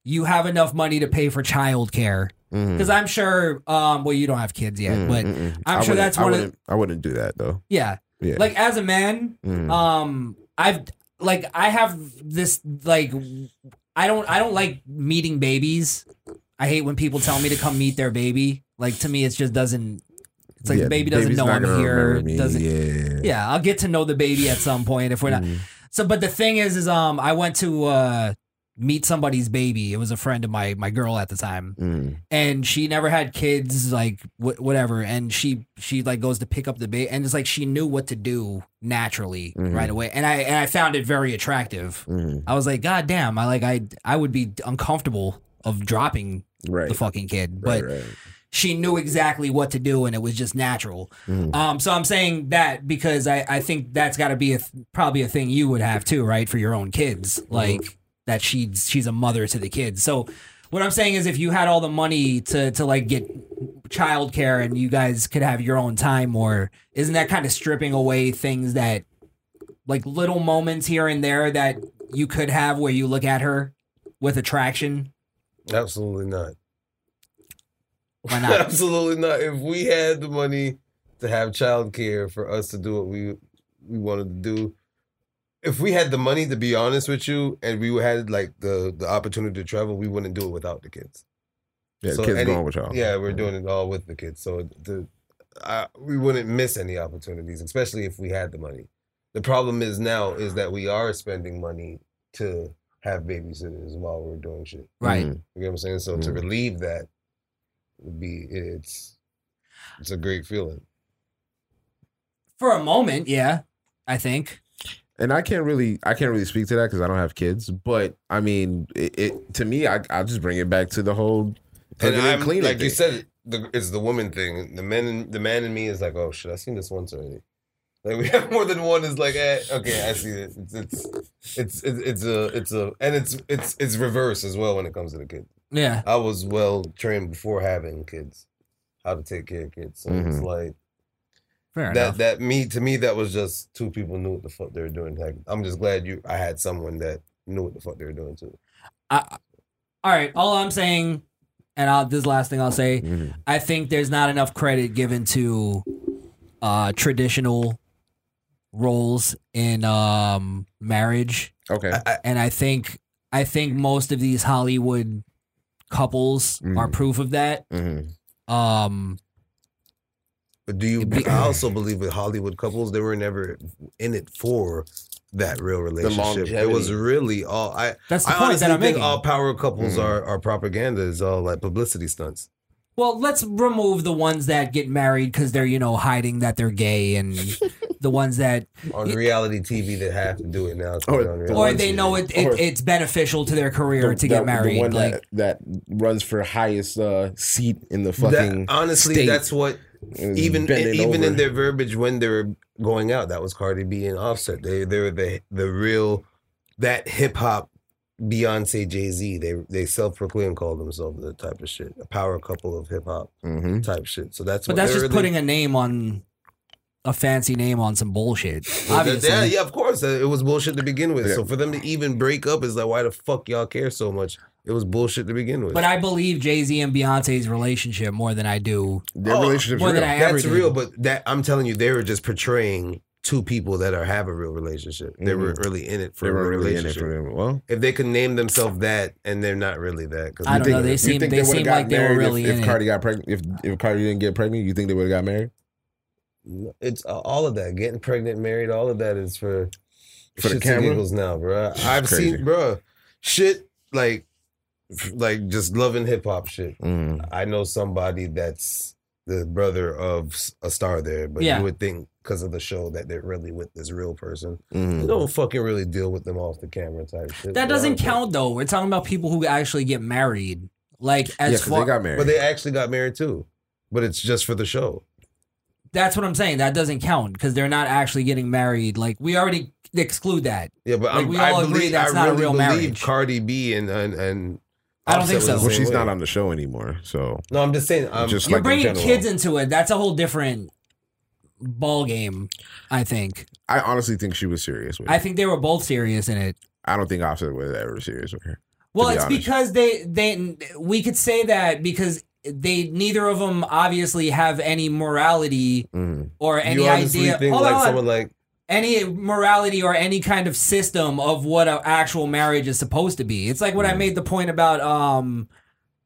S2: you have enough money to pay for childcare.
S3: Mm-hmm.
S2: Because
S3: Mm.
S2: I'm sure, um, well, you don't have kids yet, but I'm sure that's one of the,
S17: I wouldn't do that though.
S2: yeah.
S17: Yeah.
S2: Like as a man,
S3: Mm-hmm.
S17: Mhm.
S2: um, I've like I have this like I don't I don't like meeting babies. I hate when people tell me to come meet their baby. Like to me, it just doesn't. It's like
S17: Yeah,
S2: the baby doesn't
S17: baby's
S2: know
S17: not
S2: I'm
S17: gonna
S2: here.
S17: remember me.
S2: Doesn't.
S17: Yeah. Mm.
S2: Yeah, I'll get to know the baby at some point if we're not. So, but the thing is, is um, I went to uh meet somebody's baby. It was a friend of my my girl at the time
S3: Mm-hmm.
S2: and she never had kids like wh- whatever and she she like goes to pick up the baby and it's like she knew what to do naturally
S17: Mhm.
S2: right away and i and i found it very attractive
S3: Mm-hmm.
S17: Mhm.
S2: i was like god damn i like i i would be uncomfortable of dropping the fucking kid but she knew exactly what to do and it was just natural
S17: Mhm.
S2: um so i'm saying that because i i think that's got to be a th- probably a thing you would have too right for your own kids like that she's she's a mother to the kids so what i'm saying is if you had all the money to to like get childcare and you guys could have your own time or isn't that kind of stripping away things that like little moments here and there that you could have where you look at her with attraction
S1: Absolutely not.
S2: Why not?
S1: Absolutely not. If we had the money to have childcare for us to do what we we wanted to do, if we had the money to be honest with you, and we had like the the opportunity to travel, we wouldn't do it without the kids.
S17: Yeah, the kids going with y'all.
S1: Yeah, we're doing it all with the kids. So the I, we wouldn't miss any opportunities, especially if we had the money. The problem is now is that we are spending money to have babysitters while we're doing shit.
S2: Right.
S1: You get what I'm saying? So to relieve that would be it's it's a great feeling.
S2: for a moment yeah i think
S17: and I can't really I can't really speak to that because I don't have kids. But I mean, it, it to me, I I just bring it back to the whole
S1: And
S17: cleaning
S1: I'm,
S17: cleaning
S1: like
S17: thing.
S1: you said, the, it's the woman thing. The man, in, the man in me is like, oh shit, I've seen this once already. Like we have more than one is like, eh, okay, I see it. It's it's it's it's, it's a it's a and it's it's it's reverse as well when it comes to the kids.
S2: Yeah.
S1: I was well trained before having kids, how to take care of kids. So it's
S17: Mhm.
S1: like
S2: Fair
S1: that
S2: enough.
S1: that me to me that was just two people knew what the fuck they were doing. Like I'm just glad you I had someone that knew what the fuck they were doing too.
S2: all right all i'm saying and I'll, this last thing i'll say
S17: Mm-hmm.
S2: i think there's not enough credit given to uh traditional roles in um marriage
S17: okay
S2: and i think i think most of these hollywood couples
S1: Mhm.
S2: are proof of that
S17: Mm-hmm.
S2: um
S1: But do you? I also believe with Hollywood couples, they were never in it for that real relationship. It
S17: longevity.
S1: was really all. I
S2: That's the
S1: I
S2: point that
S1: honestly
S2: I'm
S1: think
S2: making.
S1: all power couples
S2: Mhm.
S1: are are propaganda. Is all like publicity stunts.
S2: Well, let's remove the ones that get married because they're, you know, hiding that they're gay and the ones that.
S1: On reality TV, they have to do it now. it's on reality
S2: Or they know it, it
S1: Or-
S2: it's beneficial to their career
S17: The-
S2: to get
S17: that-
S2: married.
S17: The one
S2: like,
S17: that, that runs for highest uh, seat in the
S1: That-
S17: fucking.
S1: honestly,
S17: state.
S1: that's what
S17: It was
S1: even e,
S17: bending
S1: even in
S17: over.
S1: their verbiage when they were going out. That was Cardi B and Offset. They they were the the real that hip hop Beyonce Jay Z. They they self proclaimed called themselves that type of shit, a power couple of hip hop
S17: Mm-hmm.
S1: type shit. So that's
S2: but
S1: what
S2: that's
S1: they
S2: just
S1: were the-
S2: putting a name on a fancy name on some bullshit.
S1: Yeah, that-
S2: Obviously.
S1: Yeah, yeah, of course. Uh, It was bullshit to begin with.
S2: Yeah.
S1: So for them to even break up is like, why the fuck y'all care so much? It was bullshit to begin with.
S2: But I believe Jay Z and Beyonce's relationship more than I do.
S1: Oh,
S2: more than I ever
S1: That's
S2: did.
S1: real, but that I'm telling you, they were just portraying two people that are have a real relationship. They were
S17: Mhm.
S1: really in it for
S17: They
S1: a
S17: were
S1: real
S17: really in it
S1: relationship.
S17: for real- well.
S1: if they could name themselves that, and they're not really that. 'cause
S2: I
S1: you
S2: don't
S1: think-
S2: know, they
S1: you
S2: seem-
S1: think
S2: they
S1: would've
S2: seem
S1: gotten
S2: like they were
S1: married if-
S2: really
S1: if
S2: in it.
S1: Cardi-
S17: Cardi got pregnant. If if Cardi didn't get pregnant, you think they would have got married?
S1: It's uh, all of that. Getting pregnant, married, all of that is for
S17: For the
S1: shits and
S17: camera?
S1: giggles now, bro.
S17: It's
S1: I've
S17: crazy.
S1: seen, bro, shit like, like just loving hip hop shit.
S17: Mhm.
S1: I know somebody that's the brother of s- a star there, but
S17: Yeah.
S1: you would think because of the show that they're really with this real person.
S17: Mhm.
S2: Mm.
S1: They don't fucking really deal with them off the camera type shit.
S2: That
S1: bro.
S2: doesn't count though. We're talking about people who actually get married. Like as far,
S1: but they actually got married too. But it's just for the show.
S2: that's what I'm saying. That doesn't count because they're not actually getting married. Like we already exclude that.
S1: Yeah, but
S2: like,
S1: I'm,
S2: we
S1: I
S2: all
S1: believe,
S2: agree that's
S1: I
S2: not
S1: really
S2: a real
S1: believe
S2: marriage.
S1: Cardi B and and, and
S2: I don't think
S1: Offset was
S2: so.
S1: the
S3: Well,
S1: same
S3: she's
S1: way.
S3: not on the show anymore, so
S1: No, I'm just saying. Um,
S3: Just
S2: You're
S3: like in
S2: bringing
S3: general.
S2: kids into it. That's a whole different ball game. I think.
S3: I honestly think she was serious with it.
S2: I think they were both serious in it.
S3: I don't think Offset was ever serious with her. to
S2: Well,
S3: be
S2: it's
S3: honest.
S2: because they they we could say that because they neither of them obviously have any morality
S3: Mhm.
S2: or any
S1: you honestly
S2: idea.
S1: think
S2: Hold
S1: like
S2: on.
S1: someone like
S2: any morality or any kind of system of what an actual marriage is supposed to be. It's like what I
S3: Mm.
S2: made the point about um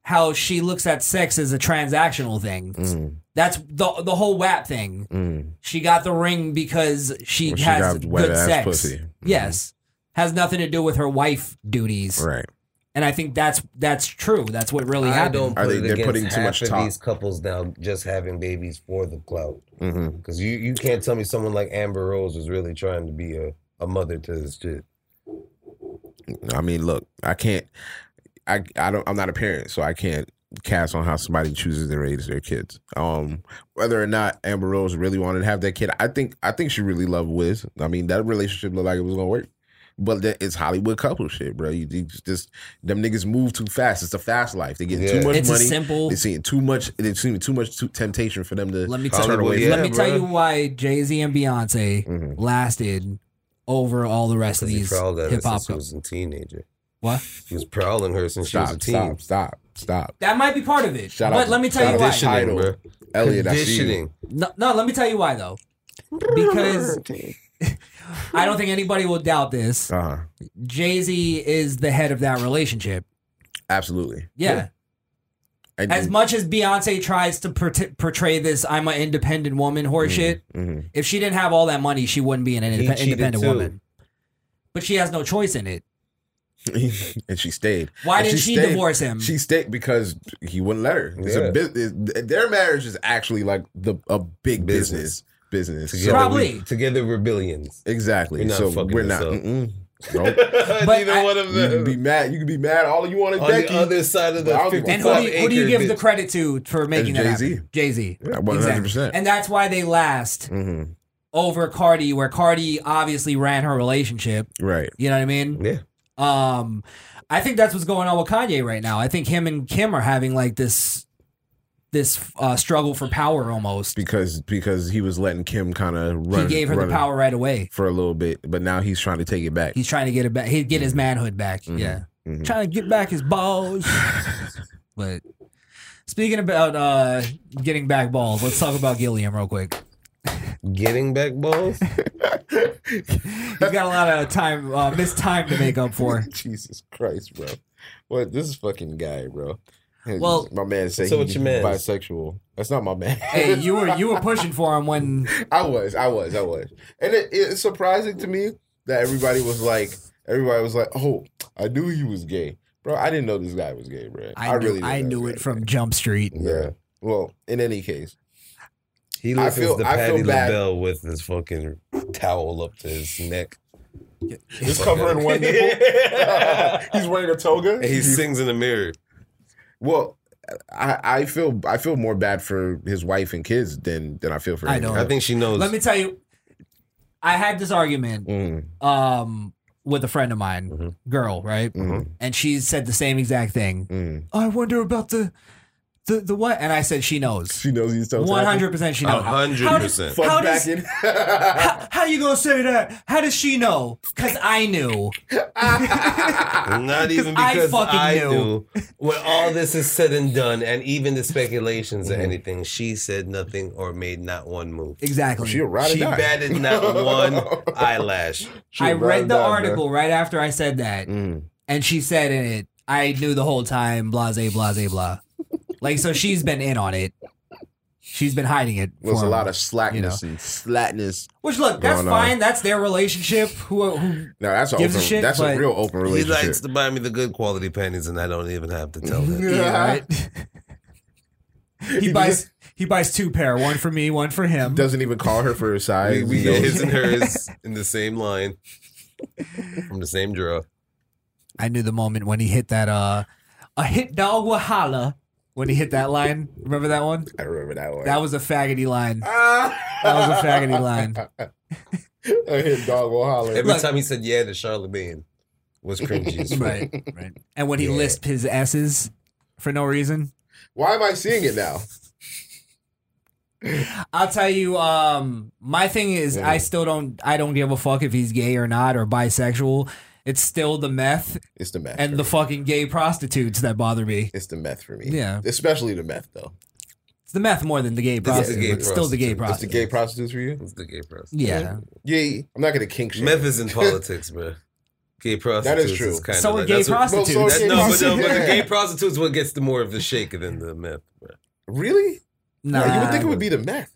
S2: how she looks at sex as a transactional thing.
S3: Mm,
S2: That's the the whole WAP thing.
S3: mm.
S2: She got the ring because she
S3: Well, she
S2: has
S3: got wet
S2: good
S3: ass
S2: sex.
S3: pussy. Mhm.
S2: Yes, has nothing to do with her wife duties.
S3: Right.
S2: And I think that's that's true. That's what really
S1: I
S2: happened.
S1: don't put it against half of these couples now just having babies for the clout.
S3: Mhm.
S1: Because you, you can't tell me someone like Amber Rose was really trying to be a, a mother to this shit.
S3: I mean, look, I can't. I I don't. I'm not a parent, so I can't cast on how somebody chooses to raise their kids. Um, whether or not Amber Rose really wanted to have that kid, I think I think she really loved Wiz. I mean, that relationship looked like it was gonna work. But that, it's Hollywood couple shit, bro. You, you just them niggas move too fast. It's a fast life. They get
S1: Yeah.
S3: too much
S2: It's a
S3: money.
S2: simple-
S3: They seeing too much. They seeing too much too, temptation for them to
S2: Oh. Let me
S3: turn
S2: tell you.
S3: away. from
S2: let
S3: it.
S2: me tell you why Jay Z and Beyonce lasted over all the rest of
S1: Because he
S2: these
S1: prowled at her
S2: hip hop.
S1: since she was a teenager.
S2: What?
S1: She was prowling her since she was a
S3: Stop,
S1: teen.
S3: stop, stop, stop.
S2: That might be part of it.
S3: Shout
S2: but
S3: out
S2: let me tell you
S3: Conditioning,
S2: why.
S3: bro. Elliot, I see you.
S1: Conditioning.
S2: No, no, let me tell you why though. Because I don't think anybody will doubt this.
S3: Uh-huh.
S2: Jay Z is the head of that relationship.
S3: Absolutely.
S2: Yeah.
S3: And-
S2: As much as Beyonce tries to port- portray this "I'm an independent woman" horseshit,
S3: Mhm.
S2: if she didn't have all that money, she wouldn't be an
S3: He
S2: indep-
S3: cheated
S2: independent
S3: too.
S2: woman. But she has no choice in it.
S3: mm-hmm. and she stayed.
S2: Why
S3: And
S2: didn't she
S3: stayed-
S2: divorce him?
S3: She stayed because he wouldn't let her. It's
S2: Yeah.
S3: a business. Their marriage is actually like the a big business. Business.
S1: Together Probably. we- together we're billions.
S3: Exactly.
S1: We're not
S3: so
S1: fucking
S3: we're
S1: this
S3: not.
S1: up.
S3: Mm-mm. Nope. You can be mad. You can be mad all you want at
S1: On the
S3: Becky.
S1: other side of the
S3: But I don't give a
S2: And who do,
S3: fuck.
S2: you, who do you give the credit to for making
S3: It's
S2: that
S3: Jay-Z.
S2: happen? Jay Z.
S3: Yeah, 100%.
S2: And that's why they last
S3: Mhm.
S2: over Cardi, where Cardi obviously ran her relationship.
S3: Right.
S2: You know what I mean?
S1: Yeah.
S2: Um, I think that's what's going on with Kanye right now. I think him and Kim are having like this, this uh, struggle for power almost.
S3: Because because he was letting Kim kind of run.
S2: he gave her
S3: run
S2: the power right away.
S3: for a little bit, but now he's trying to take it back.
S2: He's trying to get it back. He'd get his manhood back.
S3: Mhm.
S2: Yeah.
S3: Mhm.
S2: Trying to get back his balls. but speaking about uh getting back balls, let's talk about Gilliam real quick.
S1: Getting back balls?
S2: He's got a lot of time, uh, missed time to make up for.
S3: Jesus Christ, bro. What this fucking guy, bro.
S2: Well-
S3: my man said
S1: So
S3: he-
S1: what's your man's?
S3: bisexual. That's not my man.
S2: Hey, you were you were pushing for him when
S3: I was, I was, I was, and it, it's surprising to me that everybody was like, everybody was like, oh, I knew he was gay, bro. I didn't know this guy was gay, bro.
S2: I,
S3: I, really,
S2: knew, I
S3: didn't know
S2: knew
S3: this
S2: it from Jump Street.
S3: guy. Yeah. Well, in any case,
S1: He
S3: I
S1: listens
S3: feel-
S1: to
S3: I feel
S1: Patty
S3: bad.
S1: LaBelle with his fucking towel up to his neck.
S3: he's covering one nipple. he's wearing a toga.
S1: And he sings in the mirror.
S3: Well, I, I feel I feel more bad for his wife and kids than than I feel for.
S2: I
S3: him.
S2: know. I think
S1: she knows.
S2: Let me tell you, I had this argument
S1: Hmm.
S3: Mm. Mm-hmm.
S2: um with a friend of mine, girl, right? And she said the same exact thing.
S3: Mm.
S2: "Oh, I wonder about the the the what? And I said she knows.
S3: She knows he's so
S2: one hundred percent. She knows. How does-
S1: 100%.
S2: How
S3: Fuck
S2: does, how, how you gonna say that? How does she know? Cause I knew.
S1: Not even
S2: 'Cause I
S1: because
S2: fucking
S1: I,
S2: knew.
S1: knew. When all this is said and done, and even the speculations
S2: Mm-hmm.
S1: or anything, she said nothing or made not one move.
S2: Exactly. She a ride or
S1: She
S2: die.
S1: batted not one eyelash.
S2: I read the article right after I said that,
S1: Hmm.
S2: and she said in it, "I knew the whole time." Blase, blase, blah. like so, she's been in on it. She's been hiding it.
S3: was
S2: for
S3: a
S2: him.
S3: lot of slackness and slackness.
S2: Which look, that's
S3: going on.
S2: fine. That's their relationship. Who, who
S3: No, that's an
S2: gives
S3: open.
S2: a shit?
S3: that's a
S2: but-
S3: real open
S1: He
S3: relationship.
S1: likes to buy me the good quality panties, and I don't even have to tell him.
S2: Yeah, right. he buys he buys two pair, one for me, one for him.
S3: Doesn't even call her for her size.
S1: We, we
S3: you know?
S1: get his and hers in the same line from the same drawer.
S2: I knew the moment when he hit that uh A hit dog will holla when he hit that line. Remember that one?
S3: I remember that one.
S2: That was a faggoty line. that was a faggoty line.
S3: I hit dog will holler.
S1: Every
S2: Look.
S1: time he said yeah to Charlemagne was cringy. as fuck.
S2: Right, right. And when he lisped his S's for no reason.
S3: Why am I seeing it now?
S2: I'll tell you, um, my thing is I still don't I don't give a fuck if he's gay or not or bisexual. It's still the meth
S3: It's the meth.
S2: and the fucking gay prostitutes that bother me.
S3: It's the meth for me.
S2: Yeah.
S3: Especially the meth though.
S2: It's the meth more than the gay prostitute. but It's still the gay
S3: It's the
S2: prostitute.
S3: gay prostitutes for you?
S1: It's the gay prostitute.
S2: Yeah.
S3: Yeah, I'm not gonna kink shit.
S1: Meth is in politics, bro. Gay prostitutes.
S3: true.
S1: Is kind
S2: So
S1: of
S2: are
S1: like,
S2: gay
S1: that's what-
S2: prostitutes. Well, so are
S1: That's- no,
S2: gay
S1: but, no, but the
S2: prostitutes.
S1: gay prostitutes what gets the more of the shake than the meth, bro.
S3: Really?
S2: Nah.
S3: you would think it would be the meth.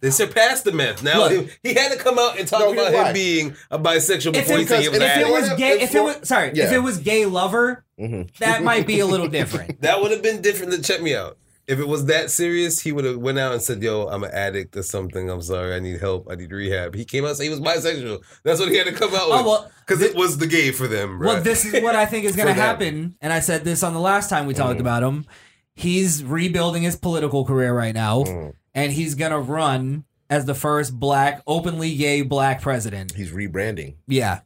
S1: They surpassed the meth. Now
S3: Look.
S1: he, he had to come out and talk
S3: No, here's
S1: about him
S3: why.
S1: being a bisexual
S2: If
S1: before he
S2: it,
S1: said he was
S2: if it
S1: an
S2: was
S1: addict.
S2: gay, if it was sorry, if
S1: Yeah.
S2: it was gay lover,
S3: Mm-hmm,
S2: that might be a little different.
S1: That would have been different to check me out. If it was that serious, he would have went out and said, "Yo, I'm an addict or something. I'm sorry. I need help. I need rehab." He came out and said he was bisexual. That's what he had to come out
S2: Oh,
S1: with.
S2: well,
S1: because it was the gay for them. Bro.
S2: Well, this is what I think is going to
S1: For them.
S2: happen, and I said this on the last time we talked
S1: Mm.
S2: about him. He's rebuilding his political career right now,
S3: Mm. mm-hmm.
S2: and he's going to run as the first black, openly gay black president.
S3: He's rebranding.
S2: Yeah,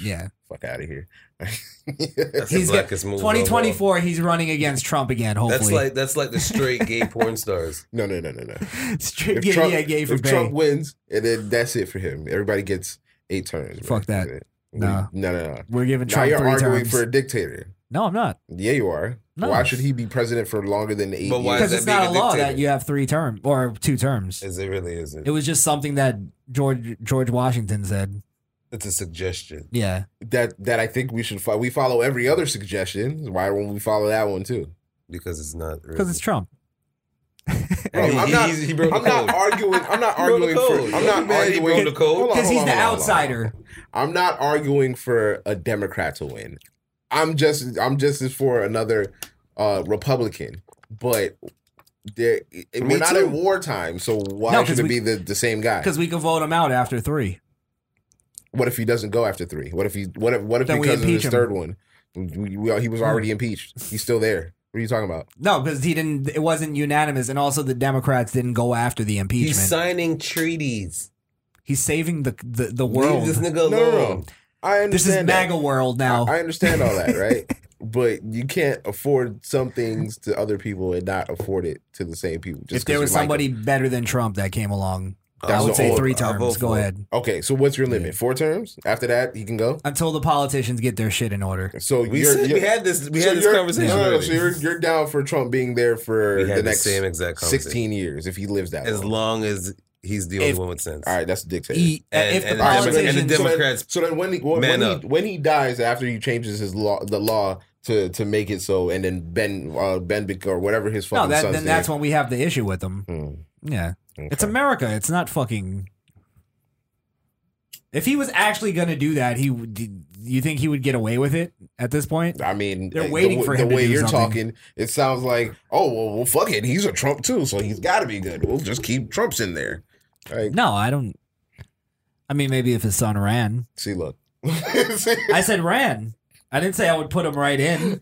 S2: yeah.
S3: Fuck out of here.
S1: That's the
S2: He's got
S1: blackest move overall.
S2: 2024. He's running against Trump again. Hopefully,
S1: That's like that's like the straight gay porn stars.
S3: No, no, no, no, no.
S2: Straight
S3: If
S2: gay,
S3: Trump,
S2: yeah, gay for
S3: if Trump
S2: Bay.
S3: wins, and then that's it for him. Everybody gets eight terms. bro.
S2: Fuck that.
S3: We-
S2: Nah.
S3: no, no, no.
S2: We're giving
S3: now
S2: Trump
S3: you're
S2: three
S3: arguing
S2: terms.
S3: for a dictator.
S2: No, I'm not.
S3: Yeah, you are.
S2: No.
S3: Why should he be president for longer than eight?
S1: But why
S3: years?
S2: Because it's not a law that you have three terms or two terms.
S1: Is it really is
S2: It was just something that George George Washington said.
S1: It's a suggestion.
S2: Yeah.
S3: that that I think we should follow. We follow every other suggestion. Why won't we follow that one too?
S1: Because it's not.
S2: Because it's Trump.
S3: Bro, I'm not. I'm not arguing. I'm not
S1: He broke
S3: arguing
S1: the
S3: for.
S1: code.
S3: I'm not
S1: Man, he broke
S3: arguing
S1: the code.
S3: Hold on,
S2: Because
S3: hold
S2: he's
S3: on,
S2: the
S3: hold on, hold on.
S2: outsider.
S3: I'm not arguing for a Democrat to win. I'm just. I'm just as for another uh, Republican, but. There, it-
S2: Me
S3: we're not
S2: too.
S3: in wartime, so why
S2: No, 'cause
S3: should it
S2: we-
S3: be the, the same guy?
S2: Because we can vote him out after three.
S3: What if he doesn't go after three? What if he? What if? What if
S2: Then we
S3: because of
S2: impeach
S3: his
S2: him. Hmm.
S3: third one, we, we, he was already impeached. He's still there. What are you talking about?
S2: No, because he didn't. It wasn't unanimous, and also the Democrats didn't go after the impeachment.
S1: He's
S2: He's,
S1: signing treaties.
S2: saving the the, the world.
S1: Leave this nigga alone.
S3: No, no, no. I understand.
S2: This is
S3: that.
S2: MAGA world now.
S3: I understand all that, right? but you can't afford some things to other people and not afford it to the same people. Just
S2: if there
S3: 'cause
S2: was
S3: you like
S2: somebody
S3: them.
S2: better than Trump that came along, I
S3: That's
S2: would
S3: the
S2: say
S3: old-
S2: three
S3: I'll
S2: terms.
S3: vote
S2: Go
S3: for it.
S2: ahead
S3: Okay, so what's your limit? Four terms? After that, he can go.
S2: until the politicians get their shit in order.
S3: So
S1: We
S3: you're,
S1: said
S3: you're-
S1: we had this. We
S3: so
S1: had this
S3: you're-
S1: conversation.
S3: No, no, no,
S1: already.
S3: so you're you're down for Trump being there for
S1: We had
S3: the
S1: the
S3: next
S1: same exact conversation.
S3: sixteen years if he lives that
S1: as
S3: long.
S1: long as he's the only
S3: If-
S1: one with sense.
S3: All right, that's a dictator.
S2: He-
S1: And-
S2: E, uh, if the
S1: and the Democrats-
S2: politicians,
S1: and the Democrats-
S3: So then, so then when he when,
S1: man
S3: when
S1: up.
S3: he when he dies after he changes his law the law to to make it so and then Ben uh, Ben Bic- or whatever his fucking
S2: no, that,
S3: son's
S2: then
S3: name- Hmm,
S2: that's when we have the issue with them. Yeah, it's America. It's not fucking. If he was actually going to do that, he would- did- you think he would get away with it at this point?
S3: I mean, eh,
S2: They're
S3: the
S2: waiting
S3: w-
S2: for
S3: the
S2: him to
S3: way
S2: do
S3: you're
S2: something.
S3: talking. It sounds like oh well, well fuck it. He's a Trump too, so he's got to be good. We'll just keep Trumps in there. Like,
S2: No, I don't. I mean, maybe if his son ran.
S3: See, look.
S2: I said ran. I didn't say I would put him right in.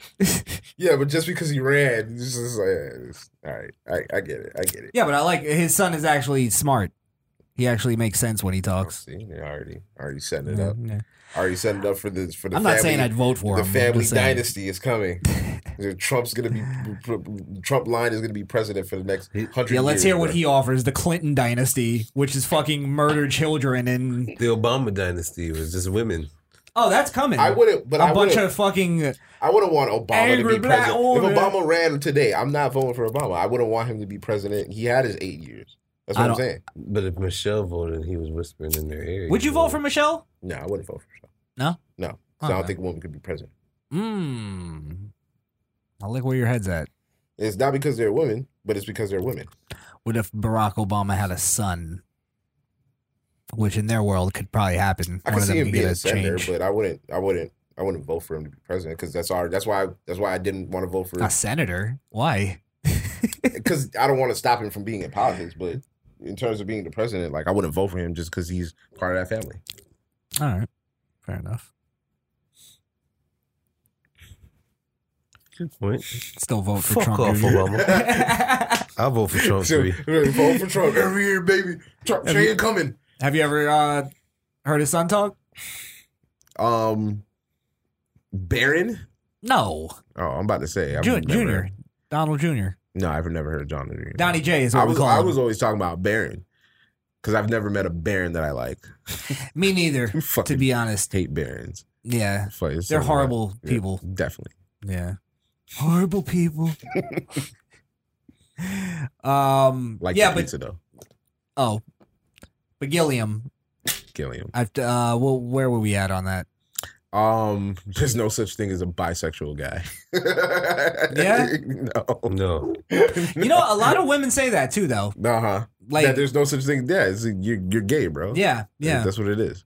S3: yeah, but just because he ran, it's just like, yeah, it's- all right, I, I get it, I get it.
S2: Yeah, but I like his son is actually smart. He actually makes sense when he talks.
S3: See, they already already setting it
S2: Yeah,
S3: up.
S2: yeah.
S3: Already setting it up for the for
S2: Mm-hmm.
S3: the.
S2: I'm not
S3: family-
S2: saying I'd vote for
S3: the
S2: him, I'm
S3: family
S2: just saying.
S3: dynasty is coming. Trump's gonna be Trump line is gonna be president for the next hundred.
S2: Yeah, let's
S3: years,
S2: hear what
S3: bro.
S2: he offers. The Clinton dynasty, which is fucking murder children and
S1: The Obama dynasty was just women.
S2: oh, that's coming.
S3: I wouldn't- but
S2: a
S3: I
S2: bunch
S3: wouldn't-
S2: of fucking
S3: I wouldn't want Obama to
S2: Angry
S3: be
S2: black
S3: president.
S2: woman.
S3: If Obama ran today, I'm not voting for Obama. I wouldn't want him to be president. He had his eight years. That's
S2: I
S3: what I'm
S2: don't-
S3: saying.
S1: But if Michelle voted, he was whispering in their ear.
S2: Would you vote for Michelle?
S3: No, I wouldn't vote for Trump.
S2: No.
S3: No. So
S2: Oh,
S3: I don't
S2: man.
S3: think a woman could be president.
S2: Mmm. I like where your head's at.
S3: It's not because they're women, but it's because they're women.
S2: What if Barack Obama had a son? Which in their world could probably happen.
S3: I
S2: One
S3: could
S2: of them
S3: see him
S2: could
S3: being
S2: get
S3: a senator,
S2: change.
S3: but I wouldn't. I wouldn't. I wouldn't vote for him to be president because that's our. That's why. That's why I didn't want to vote for
S2: A senator? Why?
S3: because I don't want to stop him from being in politics. But in terms of being the president, like I wouldn't vote for him just because he's part of that family.
S2: All right. Fair enough.
S1: Good point.
S2: Still vote for
S1: Fuck
S2: Trump.
S1: off,
S2: every year.
S1: Obama. I vote for Trump
S3: So,
S1: three.
S3: really, vote for Trump every year, baby. Trump,
S2: Have you-
S3: Shane coming.
S2: Have you ever uh, heard his son talk?
S3: Um, Barron.
S2: No.
S3: Oh, I'm about to say I've
S2: Ju-
S3: never-
S2: Junior. Donald Jr.
S3: No, I've never heard of John Junior.
S2: Donnie J is what
S3: I
S2: we
S3: was.
S2: call
S3: I
S2: him.
S3: was always talking about Baron because I've never met a Baron that I like.
S2: Me neither.
S3: to
S2: be honest,
S3: hate Barons.
S2: Yeah.
S3: Fuck, it's
S2: They're
S3: so bad.
S2: horrible
S3: Yeah,
S2: people.
S3: definitely.
S2: Yeah. Horrible people. um.
S3: Like
S2: yeah,
S3: the
S2: but
S3: pizza though.
S2: oh, but Gilliam.
S3: Gilliam.
S2: I've, uh. Well, where were we at on that?
S3: Um, there's no such thing as a bisexual guy.
S2: Yeah.
S3: no,
S1: no.
S2: You know, a lot of women say that too, though.
S3: Uh huh.
S2: Like-
S3: Like that there's no such thing. Yeah, it's, you're you're gay, bro.
S2: Yeah, yeah.
S3: That's what it is.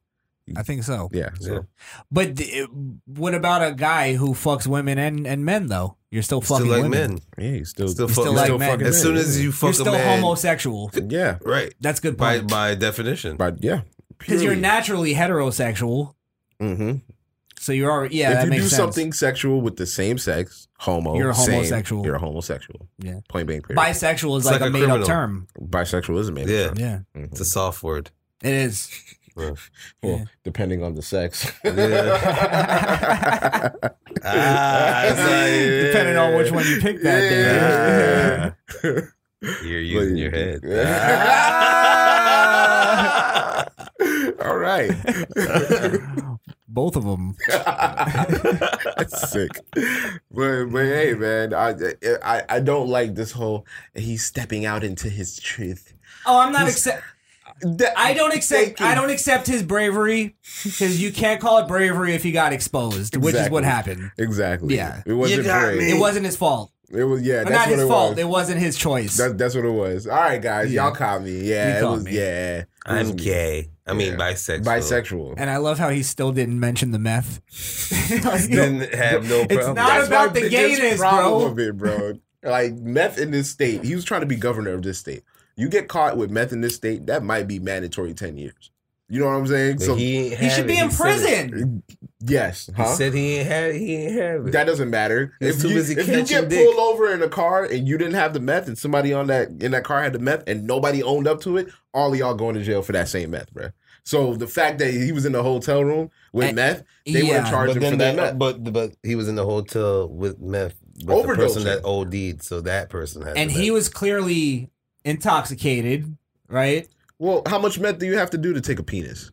S2: I think so.
S3: Yeah. So
S2: But th- what about a guy who fucks women and, and men though? You're still fucking
S1: Still like
S2: women.
S1: men.
S3: Yeah, you still,
S1: still,
S2: You're still
S1: fuck-
S2: like
S1: still
S2: men.
S1: fucking As soon as you fuck
S2: You're
S1: a
S2: still
S1: man,
S2: homosexual
S3: yeah,
S1: right.
S2: That's good
S1: by
S2: point.
S1: by definition.
S3: But yeah,
S2: because you're naturally heterosexual.
S3: Mm-hmm.
S2: So you're already yeah.
S3: if
S2: that
S3: you
S2: makes
S3: do
S2: sense.
S3: something sexual with the same sex, homo,
S2: You're a
S3: same,
S2: homosexual.
S3: you're a homosexual.
S2: Yeah.
S3: Point blank. Period.
S2: Bisexual is like, a, made up term.
S3: Bisexual is a made
S1: Yeah.
S3: up term.
S2: Yeah.
S1: It's a soft word.
S2: It is.
S1: Well,
S3: depending on the sex.
S1: Yeah. Ah, it's like-
S2: Depending on which one you pick that day.
S1: You're using your head.
S3: All right.
S2: Both of them.
S3: That's sick. But, but hey, man, I, I I don't like this whole he's stepping out into his truth.
S2: Oh, I'm not
S3: He's-
S2: accept. I don't accept. I don't accept his bravery because you can't call it bravery if he got exposed, which is what
S3: Exactly.
S2: happened.
S3: Exactly.
S2: Yeah,
S3: It wasn't brave.
S2: It wasn't his fault.
S3: It was yeah.
S2: Or
S3: that's
S2: not
S3: what
S2: his
S3: it
S2: fault.
S3: Was.
S2: It wasn't his choice.
S3: That, that's what it was. All right, guys,
S2: Yeah.
S3: y'all caught me. Yeah,
S2: You
S3: it
S2: caught
S3: was.
S2: me.
S3: Yeah, It
S1: I'm
S3: was me.
S1: gay. I mean
S3: Yeah.
S1: bisexual.
S3: Bisexual.
S2: and I love how he still didn't mention the meth. Like,
S1: Didn't have no
S2: It's
S1: problem.
S2: not about the gayness, bro.
S3: Of it, bro. like meth in this state. He was trying to be governor of this state. You get caught with meth in this state, that might be mandatory ten years. You know what I'm saying?
S1: But he ain't
S2: He
S1: have
S2: should
S1: it.
S2: be in
S1: said it.
S2: prison.
S3: Yes,
S1: He
S3: huh?
S1: said he ain't have. He ain't have it.
S3: that doesn't matter.
S1: He was
S3: If
S1: too
S3: you,
S1: busy
S3: if you
S1: catching
S3: get
S1: dick.
S3: pulled over in a car and you didn't have the meth, and somebody on that in that car had the meth, and nobody owned up to it, all of y'all going to jail for that same meth, bro. So the fact that he was in the hotel room with meth, they would have
S2: yeah.
S3: charged
S1: but
S3: him
S1: then
S3: for that
S1: they-
S3: meth.
S1: but but he was in the hotel with meth. But the
S3: Overdosing.
S1: person that OD'd, so that person had.
S2: and
S1: the
S2: he
S1: meth.
S2: was clearly intoxicated, right?
S3: Well, how much meth do you have to do to take a penis?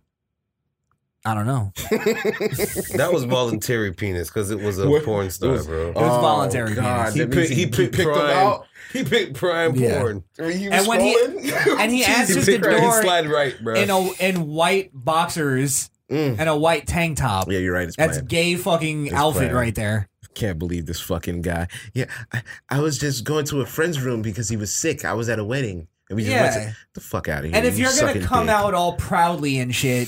S2: I don't know.
S1: that was voluntary penis because it was a
S3: What-
S1: porn star,
S3: it was-
S1: bro.
S3: it was
S2: Oh, voluntary God, penis.
S1: He
S3: that means
S1: picked, he
S3: he-
S1: picked,
S3: he picked 'em
S1: prime,
S3: out?
S1: He picked prime
S2: Yeah.
S1: porn.
S3: I mean, he was
S2: And when he
S3: scrolling.
S2: and he answers the
S1: picked right- he
S2: door
S1: slide right, bro.
S2: in a in white boxers and a white tank top.
S3: Mm. yeah, you're right. It's
S2: That's
S3: planned.
S2: gay fucking
S3: It's
S2: outfit
S3: planned.
S2: right there.
S3: Can't believe this fucking guy. Yeah, I, I was just going to a friend's room because he was sick. I was at a wedding, and we just went
S2: Yeah.
S3: to, the fuck out of here.
S2: And if
S3: you
S2: you're gonna
S3: sucking
S2: come
S3: dick.
S2: out all proudly and shit,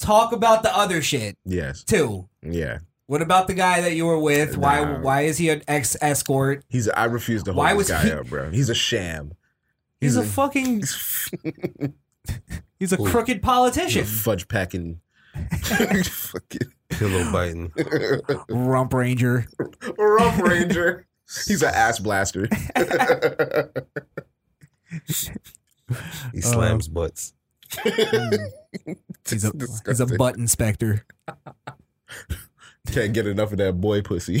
S2: talk about the other shit
S3: yes,
S2: too.
S3: yeah,
S2: What about the guy that you were with? Why
S3: Nah.
S2: why is he an ex escort?
S3: he's. I refuse to hold
S2: Why
S3: this
S2: was
S3: guy
S2: he-
S3: up, bro. He's a sham.
S2: He's, a,
S3: a-
S2: fucking he's a
S3: Who?
S2: crooked
S3: He's a
S2: politician.
S3: fudge packing. fucking
S1: Pillow biting.
S2: Rump Ranger.
S3: rough ranger. He's an ass blaster.
S1: He
S2: Uh-huh.
S1: slams butts.
S2: He's a he's a
S3: Disgusting.
S2: butt inspector.
S3: Can't get enough of that boy pussy.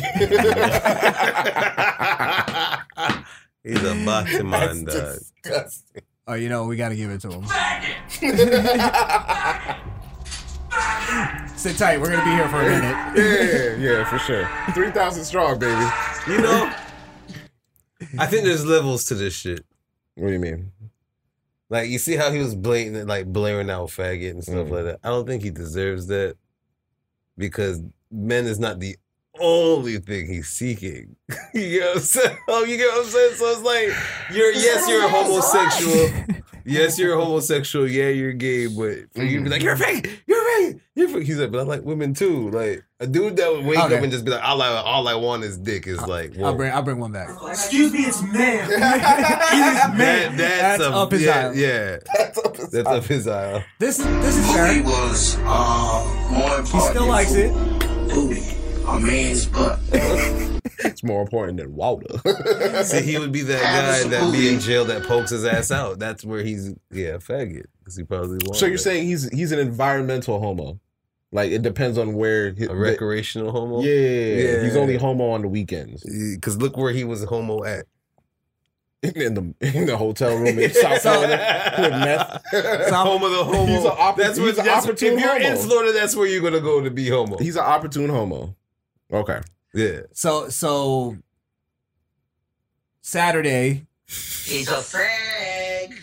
S1: He's a boxing man, dog.
S3: disgusting.
S2: Oh, you know, we gotta give it to him. Sit tight, we're gonna be here for a minute.
S3: Yeah, yeah, for sure. Three thousand strong, baby.
S1: You know, I think there's levels to this shit.
S3: What do you mean?
S1: Like you see how he was blatant, like blaring out faggot and stuff
S3: Mhm.
S1: like that. I don't think he deserves that because men is not the only thing he's seeking. you get what I'm saying? Oh, you get what I'm saying? So it's like you're yes, you're homosexual. yes, you're homosexual. Yeah, you're gay. But for you to be like you're fake, you're fake, you're fake. He's like, but I like women too. Like a dude that would wake
S2: Okay.
S1: up and just be like, all I all I want is dick. Is like,
S2: I'll
S1: whoa.
S2: bring I'll bring one back.
S14: Excuse me, it's man.
S1: That- that's,
S2: That's
S1: a-
S2: up his
S1: yeah,
S2: aisle.
S1: yeah. That's up his aisle.
S2: This this is fair.
S18: was uh, more
S2: He still likes it.
S18: booty, a man's butt.
S3: it's more important than water.
S1: See, he would be that guy that be in jail that pokes his ass out. That's where he's yeah, faggot. 'Cause he probably was.
S3: So you're saying he's he's an environmental homo? Like it depends on where
S1: a recreational homo?
S3: Yeah, yeah, yeah. he's
S1: Yeah.
S3: only homo on the weekends.
S19: Because look where he was homo at.
S3: In the in the hotel room in South Florida with meth.
S1: home of the homo.
S3: He's an oppor-
S1: that's where
S3: he's an
S1: that's,
S3: opportune
S1: If you're in
S3: homo.
S1: Florida, that's where you're gonna go to be homo.
S3: He's an opportune homo. Okay.
S1: Yeah.
S2: So so Saturday
S6: He's a fag.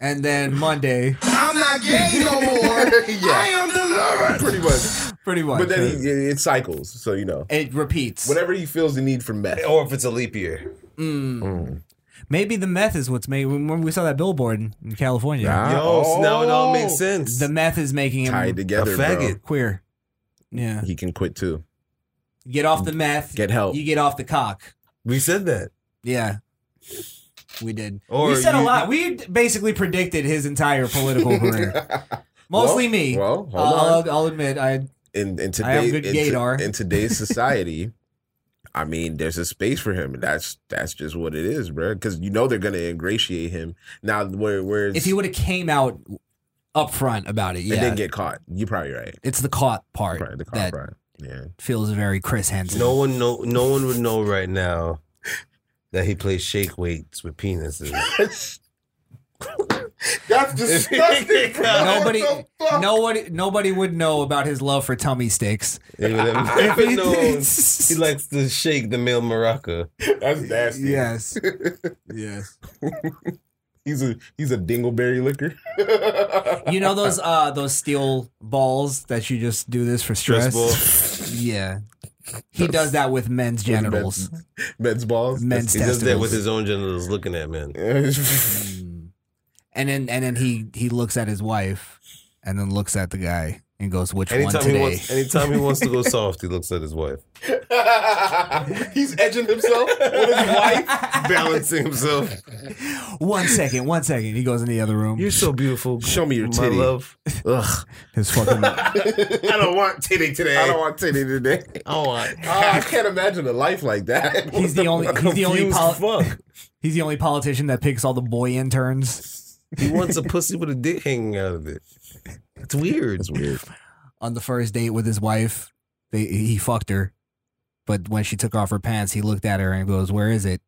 S2: and then Monday.
S6: I'm not gay no more. I am delivered.
S3: Pretty much.
S2: Pretty much.
S3: But then he, it cycles, so you know.
S2: It repeats.
S3: Whenever he feels the need for meth.
S1: Or if it's a leap year.
S2: Mm. Maybe the meth is what's made. Remember we saw that billboard in, in California.
S1: Nah. Yo, so now it all makes sense.
S2: The meth is making him
S3: Tied together,
S2: a
S3: bro.
S2: faggot, queer. Yeah,
S3: He can quit too.
S2: get off the meth.
S3: Get help.
S2: You get off the cock.
S1: We said that.
S2: Yeah, we did.
S1: Or
S2: we said a
S1: you-
S2: lot. We d- basically predicted his entire political career. Mostly
S3: Well,
S2: me.
S3: well, hold
S2: I'll,
S3: on.
S2: I'll admit I
S3: in in
S2: I have
S3: today
S2: good
S3: in,
S2: gaydar.
S3: to- in today's society, I mean, there's a space for him. That's that's just what it is, bro. Because you know they're gonna ingratiate him now. Where where's
S2: if he would have came out upfront about it,
S3: and
S2: yeah,
S3: then get caught, you're probably right.
S2: it's the caught part
S3: Probably the caught
S2: that
S3: part. Yeah.
S2: feels very Chris Hansen.
S1: No one know no one would know right now that he plays shake weights with penises.
S3: That's disgusting.
S2: nobody, nobody, nobody would know about his love for tummy sticks.
S1: They would have never known. He likes to shake the male maraca.
S3: That's nasty.
S2: Yes, yes.
S3: He's a he's a dingleberry liquor.
S2: You know those uh those steel balls that you just do this for stress.
S1: Stress
S2: yeah, he does that with men's genitals.
S3: Men's balls.
S2: Men's
S1: He does that
S2: testicles.
S1: with his own genitals looking at men.
S2: Mm. and then and then he he looks at his wife, and then looks at the guy and goes, "Which one
S1: Anytime
S2: today?"
S1: he wants anytime he wants to go soft, he looks at his wife.
S3: he's edging himself with his wife.
S1: Balancing himself.
S2: one second, one second. He goes in the other room.
S1: You're so beautiful.
S3: Show me your
S1: my
S3: titty.
S1: love.
S3: Ugh.
S2: His fucking
S3: I don't want titty today. I don't want titty today.
S1: Oh, I-
S3: Ah, I can't imagine a life like that.
S2: He's the only. He's the only.
S1: Confused
S2: Poli-
S1: fuck.
S2: he's the only politician that picks all the boy interns
S1: He wants a pussy with a dick hanging out of it. It's weird.
S3: It's weird.
S2: on the first date with his wife. They, he fucked her, but when she took off her pants, he looked at her and goes, "Where is it?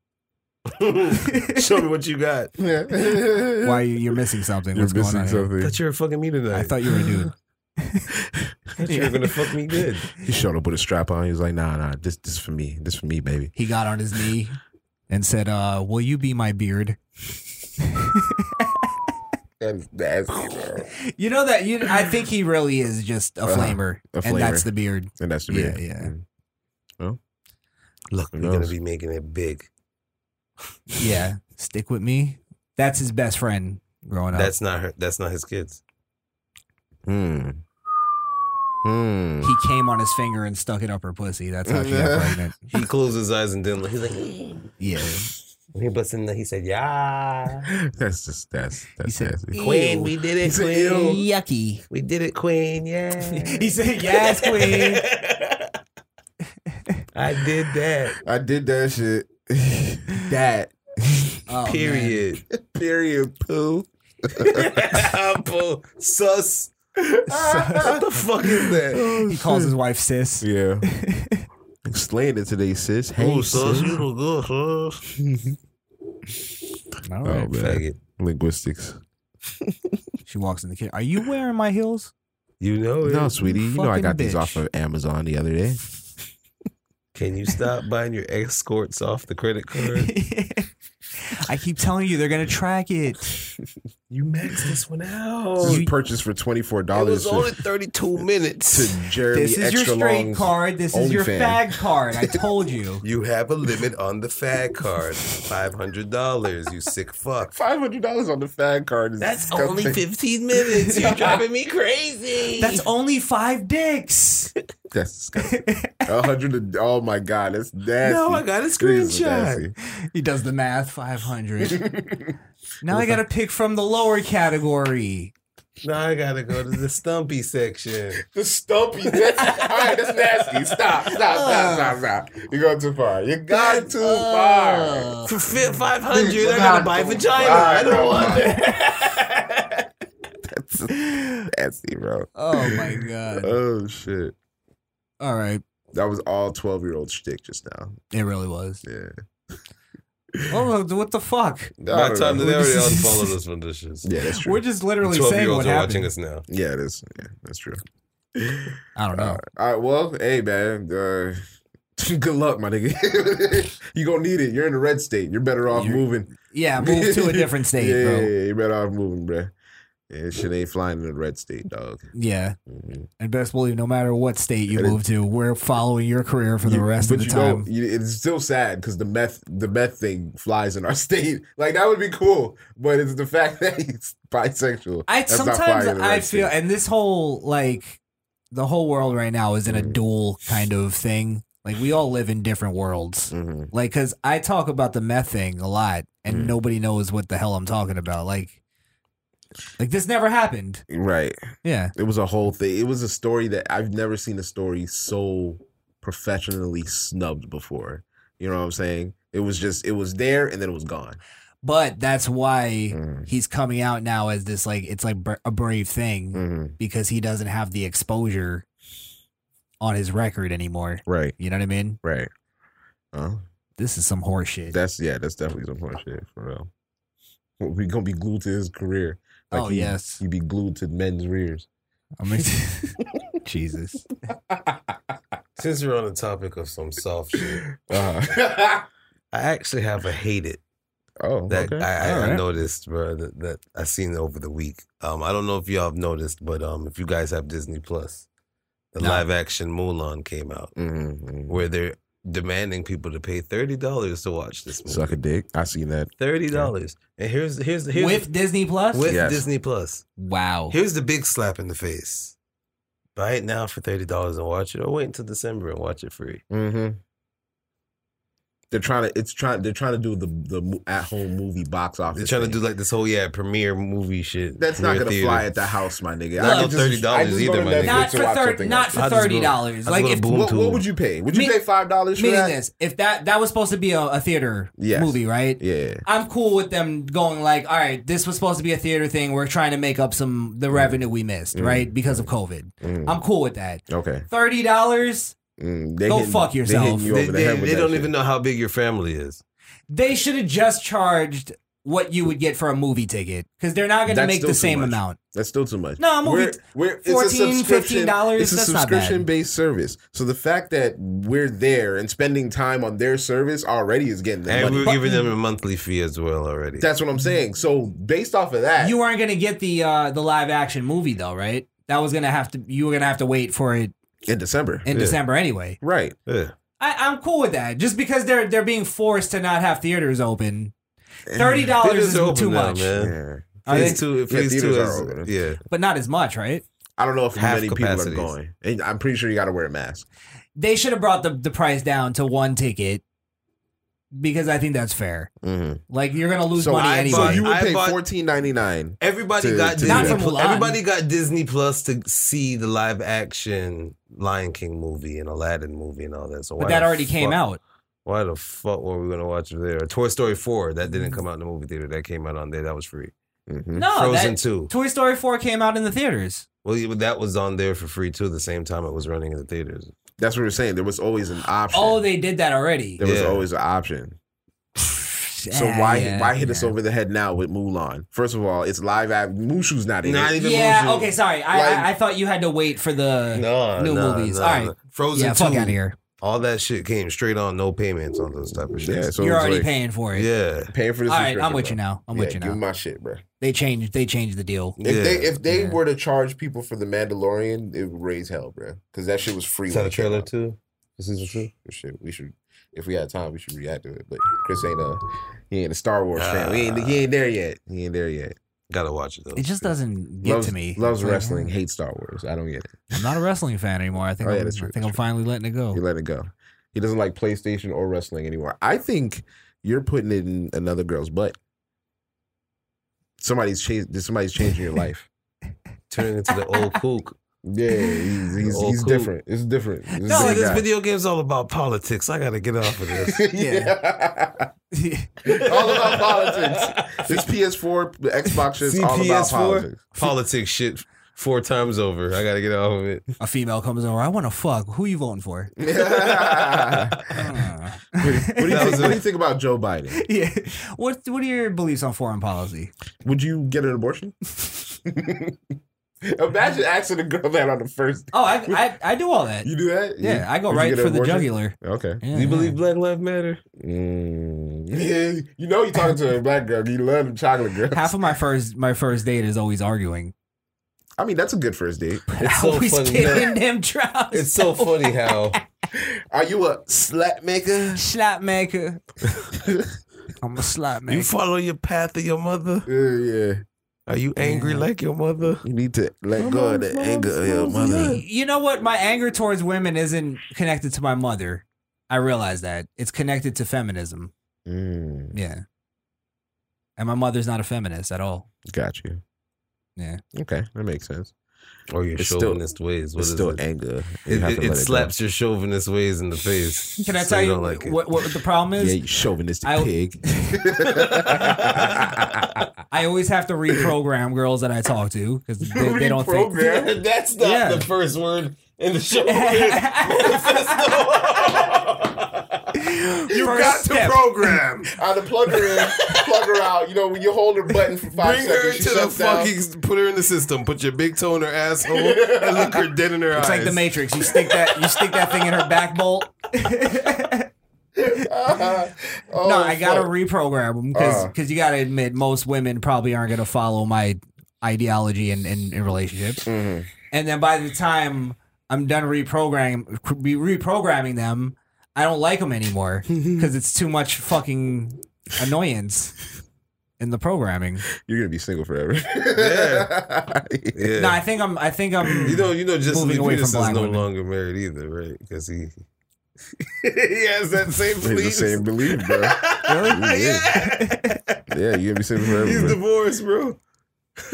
S1: Show me what you got.
S3: Yeah.
S2: Why you, you're missing something? What's going on here?
S1: Thought you were fucking me tonight.
S2: I thought you were a dude.
S1: Thought you were gonna fuck me good.
S3: He showed up with a strap on. He was like, "Nah, nah, this this is for me. This is for me, baby."
S2: He got on his knee and said, uh, "Will you be my beard?"
S3: That's nasty, bro.
S2: You know that you. I think he really is just a
S3: Uh-huh.
S2: flamer,
S3: A
S2: and that's
S3: flamer.
S2: the beard.
S3: And that's the
S2: Yeah,
S3: beard.
S2: yeah.
S3: Mm.
S1: Look, we're gonna be making it big.
S2: Yeah, stick with me. That's his best friend growing up.
S1: That's not her. That's not his kids.
S3: Hmm. Hmm.
S2: he came on his finger and stuck it up her pussy. That's how she got pregnant.
S1: He closed his eyes and didn't. look. He's like, "Eh."
S2: Yeah.
S1: when he busted, in the- he said, "Yeah,
S3: That's just that's that's
S2: said,
S3: nasty.
S1: Queen, we did it, Queen.
S2: Yucky.
S1: We did it, Queen. Yeah,
S2: He said, "Yes, queen."
S1: I did that.
S3: I did that shit. that
S2: Oh, man.
S1: Period.
S3: period poo.
S1: Apple sus. what the fuck is that?
S3: Oh,
S2: He calls his wife sis.
S3: Yeah. Slaying it today, sis. Hey,
S1: Oh, sus,
S3: sis.
S1: you look good, sus.
S2: All
S3: Oh
S2: right.
S3: man,
S1: Faggot.
S3: linguistics.
S2: She walks in the kitchen. Are you wearing my heels?
S1: You know it.
S3: No, sweetie, you know I
S2: Oh, fucking
S3: got these
S2: bitch.
S3: off of Amazon the other day.
S1: Can you stop buying your escorts off the credit card?
S2: I keep telling you, they're gonna track it.
S1: you maxed this one out.
S3: This is purchased for twenty four dollars to,
S1: thirty-two minutes.
S3: to Jeremy
S2: This is your
S3: extra
S2: straight
S3: Long's
S2: card. This is your
S3: OnlyFans.
S2: fag card. I told you.
S1: You have a limit on the fag card, five hundred dollars. You sick fuck.
S3: Five hundred dollars on the fag card is disgusting.
S1: fifteen minutes. You're driving me crazy.
S2: That's only five dicks.
S3: That's disgusting. A hundred. and- Oh my god, that's nasty.
S1: no, I got a
S3: This is
S1: screenshot.
S3: nasty.
S2: He does the math. Five hundred. now I gotta pick from the lower category.
S1: Now I gotta go to the stumpy section.
S3: The stumpy. That's, all right, that's nasty. Stop, stop, stop, stop, stop. You're going too far. You're gone too far.
S1: For fit 500, I gotta buy vagina. I don't want that.
S3: That's nasty, bro.
S2: Oh my god.
S3: Oh shit.
S2: All right.
S3: That was all twelve year old shtick just now.
S2: It really was.
S3: Yeah.
S2: Oh, what the fuck?
S1: By the time they already unfollowed us from this shit.
S3: Yeah, that's true.
S2: We're just literally
S1: 12
S2: saying
S1: year
S2: what
S1: olds are watching
S2: happened.
S1: us now.
S3: Yeah, it is. Yeah, that's true.
S2: I don't know.
S3: All right, well, hey man, uh, good luck, my nigga. you gonna need it. You're in the red state. You're better off
S2: You're-
S3: moving.
S2: Yeah, move to a different state,
S3: yeah,
S2: bro.
S3: Yeah, yeah, you're better off moving, bro. Yeah, shit ain't flying in the red state, dog.
S2: Yeah.
S3: Mm-hmm.
S2: And best believe, no matter what state you move to, we're following your career for the rest of
S3: But
S2: the
S3: you know,
S2: time.
S3: you- it's still sad because the meth, the meth thing flies in our state. Like that would be cool, but it's the fact that he's bisexual.
S2: I
S3: that's not
S2: sometimes
S3: flying in the
S2: I
S3: red state.
S2: feel, and this whole like the whole world right now is in
S3: Mm.
S2: a dual kind of thing. Like we all live in different worlds. Like, cause I talk about the meth thing a lot,
S3: Mm.
S2: and nobody knows what the hell I'm talking about. Like, like this never happened.
S3: Right.
S2: Yeah.
S3: It was a whole thing. It was a story that I've never seen a story so professionally snubbed before. You know what I'm saying? It was just it was there and then it was gone.
S2: But that's why
S3: Mm.
S2: he's coming out now as this like it's like br- a brave thing
S3: Mm-hmm. Mm.
S2: because he doesn't have the exposure on his record anymore.
S3: Right.
S2: You know what I mean?
S3: Right.
S2: Uh-huh.
S3: Uh,
S2: This is some horse shit.
S3: that's yeah, that's definitely some horse shit for real. We're gonna be glued to his career.
S2: Oh,
S3: he-
S2: yes.
S3: He'd be glued to men's rears.
S2: I mean, Jesus. Uh-huh.
S1: Since we're on the topic of some soft shit,
S3: Uh-huh.
S1: I actually have a hate it
S3: oh,
S1: that
S3: okay.
S1: I, I,
S3: All
S1: I
S3: right.
S1: noticed, bro, that, that I seen over the week. Um, I don't know if y'all have noticed, but um, if you guys have Disney Plus, the
S2: No.
S1: live action Mulan came out,
S3: Mm-hmm.
S2: Mm-hmm.
S1: where they're demanding people to pay thirty dollars to watch this movie.
S3: Suck a dick. I seen that.
S1: Thirty dollars, and here's here's here's
S2: With Disney Plus?
S1: with
S3: Yes. Oh.
S1: Disney Plus.
S2: Wow.
S1: Here's the big slap in the face. Buy it now for thirty dollars and watch it, or wait until December and watch it free.
S3: Mm-hmm. They're trying to. It's trying. They're trying to do the the at home movie box office.
S1: They're trying to
S3: thing.
S1: do like this whole yeah premiere movie shit.
S3: That's not
S1: premiere
S3: gonna
S1: theater.
S3: fly at the house, my nigga.
S1: Not
S3: I
S1: on
S3: could just-
S1: $30
S3: I just go
S1: either,
S3: to
S1: my
S3: Netflix
S1: nigga.
S2: Not
S3: to
S2: for
S3: watch
S2: thir-
S3: something
S2: not
S3: else.
S2: for thirty dollars. Like if
S1: boom
S3: What,
S1: to
S3: what
S1: it.
S3: would you pay? Would you
S2: Me-
S3: pay five dollars for
S2: meaning
S3: that?
S2: this, if that that was supposed to be a, a theater
S3: Yes.
S2: movie, right?
S3: Yeah.
S2: I'm cool with them going like, all right, this was supposed to be a theater thing. We're trying to make up some the revenue we missed,
S3: Mm.
S2: right, because of COVID.
S3: Mm.
S2: I'm cool with that.
S3: Okay.
S2: Thirty dollars,
S3: Mm, they
S2: Go
S3: hitting-
S2: fuck
S3: they hitting
S2: yourself.
S3: you
S1: They,
S3: over the
S1: they-
S3: head with
S1: they
S3: that
S1: don't
S3: shit.
S1: even know how big your family is.
S2: they should have just charged what you would get for a movie ticket because they're not going to
S3: That's
S2: make
S3: still
S2: the
S3: too
S2: same
S3: much.
S2: amount.
S3: That's still too much.
S2: No, a movie
S3: We're-
S2: t-
S3: we're- it's a
S2: 14,
S3: subscription-
S2: $15,
S3: It's a
S2: that's not bad.
S3: subscription based service. So the fact that we're there and spending time on their service already is getting them
S1: And
S3: money.
S1: we're giving them a monthly fee as well already.
S3: That's what I'm saying. So based off of that,
S2: You aren't going to get the uh, the live action movie though, right? That was going to have to you were going to have to wait for it
S3: in December,
S2: in
S1: Yeah.
S2: December anyway.
S3: right?
S1: Yeah.
S2: I, I'm cool with that. Just because they're they're being forced to not have theaters open, thirty
S1: Theaters
S2: dollars is
S1: are open
S2: too
S1: now,
S2: much.
S1: man.
S3: Yeah.
S2: Are they-
S1: Phase two, phase two
S3: theaters are
S1: is
S3: open.
S1: yeah.
S2: but not as much, right?
S3: I don't know if
S1: Half
S3: many
S1: capacities.
S3: people are going. And I'm pretty sure you got to wear a mask.
S2: They should have brought the the price down to one ticket because I think that's fair.
S3: Mhm.
S2: Like you're gonna lose
S3: So,
S2: money
S3: I,
S2: anyway.
S3: so you would
S1: I
S3: pay
S1: bought-
S3: fourteen ninety nine.
S1: Everybody
S3: To-
S1: got
S3: to
S1: Disney.
S2: Not for
S1: Plus.
S2: Mulan.
S1: Everybody got Disney Plus to see the live action Lion King movie and Aladdin movie and all that. So
S2: but
S1: why
S2: that
S1: the
S2: already came
S1: fuck-
S2: out.
S1: Why the fuck were we gonna watch it there? Toy Story Four that
S2: Mm.
S1: didn't come out in the movie theater. That came out on there. That was free.
S3: Mm-hmm.
S2: No,
S1: Frozen
S2: Oh, that,
S1: Two.
S2: Toy Story Four came out in the theaters.
S1: Well, yeah, but that was on there for free too. The same time it was running in the theaters.
S3: That's what we're saying. There was always an option.
S2: Oh, they did that already.
S3: there was
S1: Yeah.
S3: always an option. So why why hit us over the head now with Mulan? First of all, it's live. At, Mushu's not in.
S1: Not
S3: it.
S1: even
S2: Yeah.
S1: Mushu.
S2: Okay. Sorry. I,
S3: Like-
S2: I I thought you had to wait for the
S1: Uh, No,
S2: new
S1: no,
S2: movies.
S1: no,
S2: All right.
S1: no. Frozen
S2: yeah.
S1: 2.
S2: Fuck out of here.
S1: All that shit came straight on, no payments on those type of shit.
S3: Yeah, so
S2: You're
S3: it's
S2: already
S3: like,
S2: paying for it.
S1: yeah.
S3: paying for this.
S2: All right. I'm with you now. I'm with you
S3: Give me
S2: now.
S3: my shit, bro.
S2: They changed. They changed the deal.
S3: If
S1: Yeah.
S3: they if they were to charge people for the Mandalorian, it would raise hell, bro. Because that shit was free.
S1: Is
S3: when
S1: that a
S3: it came
S1: trailer
S3: out.
S1: too? This is true.
S3: Shit, we should. If we had time, we should react to it. But Chris ain't a he ain't a Star Wars fan. We ain't, he ain't there yet. He ain't there yet.
S1: Gotta watch it though.
S2: It just doesn't get
S3: loves,
S2: to me.
S3: Loves
S2: It's like,
S3: wrestling, hates Star Wars. I don't get it.
S2: I'm not a wrestling fan anymore. I think
S3: Oh, yeah,
S2: I'm,
S3: that's true,
S2: I think I'm finally letting it go.
S3: He let it go. He doesn't like PlayStation or wrestling anymore. I think you're putting it in another girl's butt. Somebody's changed. Somebody's changing your life.
S1: turning into the old kook.
S3: Yeah, he's,
S1: The
S3: he's,
S1: old
S3: he's
S1: kook.
S3: different. It's different. It's
S1: No,
S3: different
S1: this
S3: guy.
S1: video game's all about politics. I gotta get off of this.
S3: all about politics.
S20: This PS4, the Xbox shit's
S1: See,
S20: all about
S1: PS4?
S20: politics.
S1: Politics shit four times over. I gotta get off of it.
S2: A female comes over. I want to fuck. Who you voting for?
S20: What do, you think, what do you think about Joe Biden?
S2: yeah. What What are your beliefs on foreign policy?
S20: Would you get an abortion?
S3: Imagine asking a girl that on the first.
S2: Oh, I I, I do all that.
S3: You do that?
S2: Yeah, I go
S3: Would you
S2: right
S3: get an
S2: for the
S3: abortion?
S2: jugular.
S3: Okay.
S2: Yeah,
S1: you
S2: yeah.
S1: believe Black Lives Matter?
S20: Mm.
S3: Yeah, you know you're talking to a black girl. You love them chocolate girls.
S2: Half of my first my first date is always arguing.
S20: I mean, that's a good first date.
S1: It's so
S2: always
S1: funny.
S2: getting
S1: that-
S2: them trousers.
S1: It's so funny how
S20: Are you a slap maker?
S2: Slap maker. I'm a slap maker.
S1: you follow your path of your mother.
S3: Yeah, yeah.
S1: Are you angry like your mother?
S20: Uh, You need to let go of the anger of your mother.
S2: You know what? My anger towards women isn't connected to my mother. I realize that it's connected to feminism.
S20: Mm.
S2: Yeah. And my mother's not a feminist at all.
S20: Got you.
S2: Yeah.
S20: Okay, that makes sense.
S1: Or your
S20: It's still-
S1: chauvinist ways? What
S20: it's
S1: is
S20: still
S1: it?
S20: anger. You
S1: It,
S20: have
S1: it,
S20: to
S1: it
S20: let it go.
S1: slaps your chauvinist ways in the face.
S2: Can I
S1: so
S2: tell you
S1: don't like it.
S2: what, what the problem
S20: Yeah,
S2: is?
S20: you chauvinistic
S2: I-
S20: pig.
S2: I always have to reprogram girls that I talk to because they, they don't think.
S1: Program. That's not
S2: Yeah.
S1: the first word in the show.
S3: You
S2: First
S3: got
S2: step.
S3: to program. Either plug her in, plug her out. You know, when you hold her button for five
S1: Bring her
S3: seconds, she
S1: into the
S3: shuts down.
S1: fucking. Put her in the system. Put your big toe in her asshole and look her dead in her
S2: It's
S1: eyes.
S2: like the Matrix. You stick that you stick that thing in her back bolt.
S3: Oh,
S2: no,
S1: Oh,
S2: I gotta
S3: fuck.
S2: reprogram them because
S3: Uh.
S2: you gotta admit most women probably aren't gonna follow my ideology in, in, in relationships.
S1: Mm-hmm.
S2: And then by the time I'm done reprogramming re- reprogramming them, I don't like them anymore because it's too much fucking annoyance in the programming.
S20: You're gonna be single forever.
S1: Yeah. yeah.
S2: No, I think I'm. I think I'm.
S1: you know, you know, Justin
S2: moving away from
S1: Peterson's
S2: black
S1: no
S2: women.
S1: longer married either, right? Because he he has that same
S20: He's the
S1: beliefs.
S20: same belief, bro.
S2: Really?
S20: Yeah, you're gonna be single forever.
S1: He's
S20: bro.
S1: divorced, bro.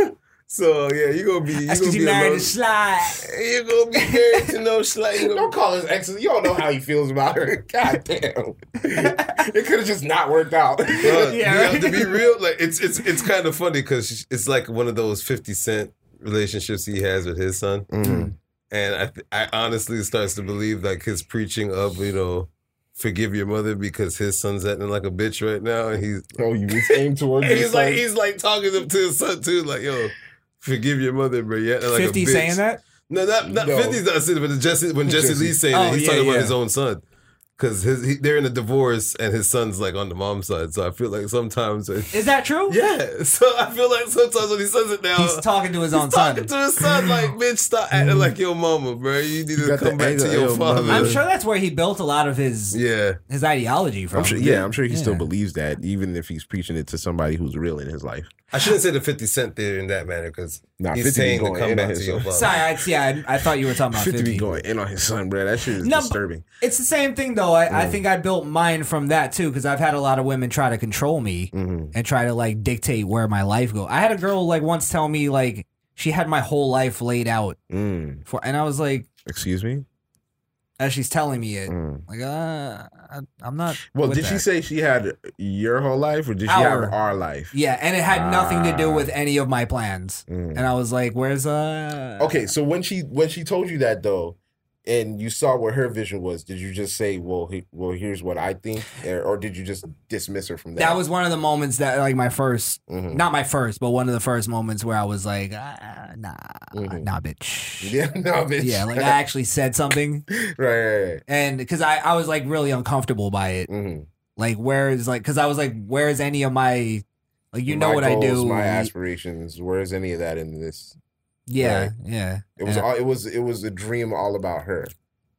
S1: so yeah, you gonna be. You
S2: That's
S1: gonna
S2: because
S1: be
S2: you married
S1: alone.
S2: a slide.
S1: You gonna be married to no slut. You gonna-
S3: Don't call his ex. You don't know how he feels about her. God damn. it could have just not worked out.
S1: Bro,
S2: Yeah,
S1: you
S2: right.
S1: have to be real. Like it's it's it's kind of funny because it's like one of those Fifty Cent relationships he has with his son,
S20: Mhm.
S1: and I th- I honestly starts to believe like his preaching of you know. Forgive your mother because his son's acting like a bitch right now, and he's
S3: Oh, you just aim towards
S1: and
S3: his
S1: he's like
S3: son?
S1: he's like talking to to his son too, like yo, forgive your mother, bro. Yeah, like a
S2: Fifty
S1: bitch.
S2: saying that.
S1: No, not not
S3: No.
S1: 50's not saying it, but Jesse when Jesse,
S3: Jesse.
S1: Lee's saying
S2: Oh,
S1: it, he's
S2: yeah,
S1: talking
S2: yeah.
S1: about his own son. Cause his he, they're in a divorce and his son's like on the mom's side. So I feel like sometimes
S2: Is that true?
S1: Yeah. So I feel like sometimes when he says it now
S2: He's talking to his
S1: he's
S2: own son.
S1: talking to his son like, bitch, stop acting like your mama, bro. Mm. You need to
S20: got
S1: come
S20: the
S1: back
S20: anger
S1: to
S20: of
S1: your
S20: your
S1: father.
S20: mother.
S2: I'm sure that's where he built a lot of his
S1: Yeah.
S2: his ideology from.
S20: I'm sure, yeah, I'm sure he still
S2: Yeah.
S20: believes that, even if he's preaching it to somebody who's real in his life.
S1: I shouldn't say the fifty cent theory in that manner, because
S20: Nah,
S1: he's
S20: 50 be
S1: saying to
S20: going
S1: come
S20: in
S1: back
S20: on
S1: to
S20: his
S1: your
S20: son.
S1: father.
S2: Sorry, I, see, I, I thought you were talking about
S20: 50,
S2: 50.
S20: be going in on his son, bro. That shit is
S2: No, but-
S20: disturbing.
S2: It's the same thing, though. I, I think I built mine from that, too, because I've had a lot of women try to control me
S3: Mm-hmm.
S2: and try to, like, dictate where my life go. I had a girl, like, once tell me, like, she had my whole life laid out
S20: Mm.
S2: for, and I was like,
S20: Excuse me?
S2: as she's telling me it,
S20: Mm.
S2: like, uh, I, I'm not.
S20: Well,
S2: with
S20: did she
S2: that.
S20: say she had your whole life or did she
S2: Our.
S20: have our life?
S2: Yeah, and it had nothing to do
S20: Ah.
S2: with any of my plans.
S20: Mm.
S2: And I was like, where's, uh.
S3: Okay, so when she when she told you that though, and you saw what her vision was, did you just say, "Well, he, well, here's what I think," or, or did you just dismiss her from that?
S2: That was one of the moments that, like, my first,
S3: Mhm.
S2: not my first, but one of the first moments where I was like, ah, nah,
S3: Mhm.
S2: nah, bitch.
S3: yeah, no, bitch.
S2: Yeah, like I actually said something.
S3: right, right, right.
S2: And because I, I was like really uncomfortable by it.
S3: Mhm.
S2: Like, where is, like, because I was like, where is any of my, like, you know
S3: My
S2: what I
S3: goals,
S2: do?
S3: My aspirations. Where is any of that in this?
S2: yeah,
S3: right.
S2: yeah.
S3: It was
S2: Yeah.
S3: all. It was. It was a dream all about her.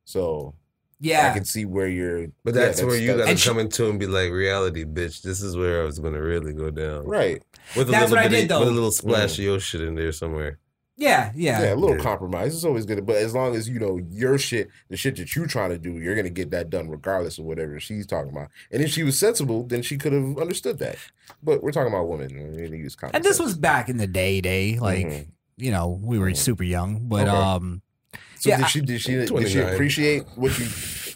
S3: So I
S2: Yeah.
S3: can see where you're.
S1: But
S3: yeah,
S1: that's where you gotta
S2: And she-
S1: come into and be like, reality, bitch, this is where I was gonna really go down.
S3: right.
S1: With a
S2: That's
S1: little
S2: what I
S1: bit of-
S2: did, though.
S1: With a little splash of your shit in there somewhere.
S2: yeah,
S3: Yeah,
S2: yeah,
S3: a little
S1: Yeah.
S3: compromise is always good, but as long as you know your shit, the shit that you're trying to do, you're gonna get that done regardless of whatever she's talking about. And if she was sensible, then she could have understood that. But we're talking about women, and we're gonna use common
S2: And this
S3: sense.
S2: was back in the day, day. Like,
S3: Mhm.
S2: you know, we were super young, but
S21: Okay.
S2: um,
S21: So
S2: yeah,
S21: did she did she did she
S2: 29.
S21: appreciate what you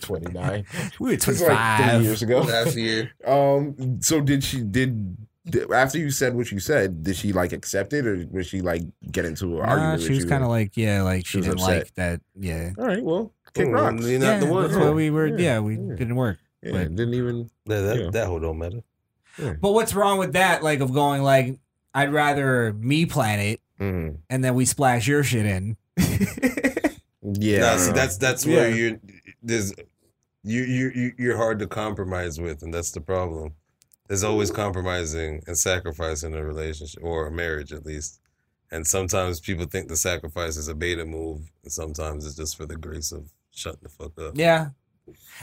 S21: twenty nine?
S2: We were
S21: like
S2: 25.
S21: three years ago.
S3: Last
S21: year.
S3: Um. So did she did, did- after you said what you said? Did she like accept it, or was she like get into an
S2: nah,
S3: argument?
S2: she
S3: with
S2: was
S3: you?
S2: kind of like, yeah, like
S3: She
S2: she,
S3: was
S2: didn't
S3: upset.
S2: like that. Yeah.
S3: All right. Well, kick
S2: Mm,
S3: rocks.
S2: you're not the Yeah, one. that's why we were- yeah, we didn't work.
S3: Yeah,
S2: But-
S3: didn't even.
S1: That that,
S3: yeah.
S1: that whole don't matter.
S2: But what's wrong with that? Like of going like, I'd rather me plan it,
S1: Mm.
S2: and then we splash your shit in.
S3: Yeah,
S1: Nah, see, that's that's where
S2: Yeah.
S1: you're there's you you you you're hard to compromise with, and that's the problem. There's always compromising and sacrificing in a relationship or a marriage, at least. And sometimes people think the sacrifice is a beta move, and sometimes it's just for the grace of shutting the fuck up.
S2: Yeah,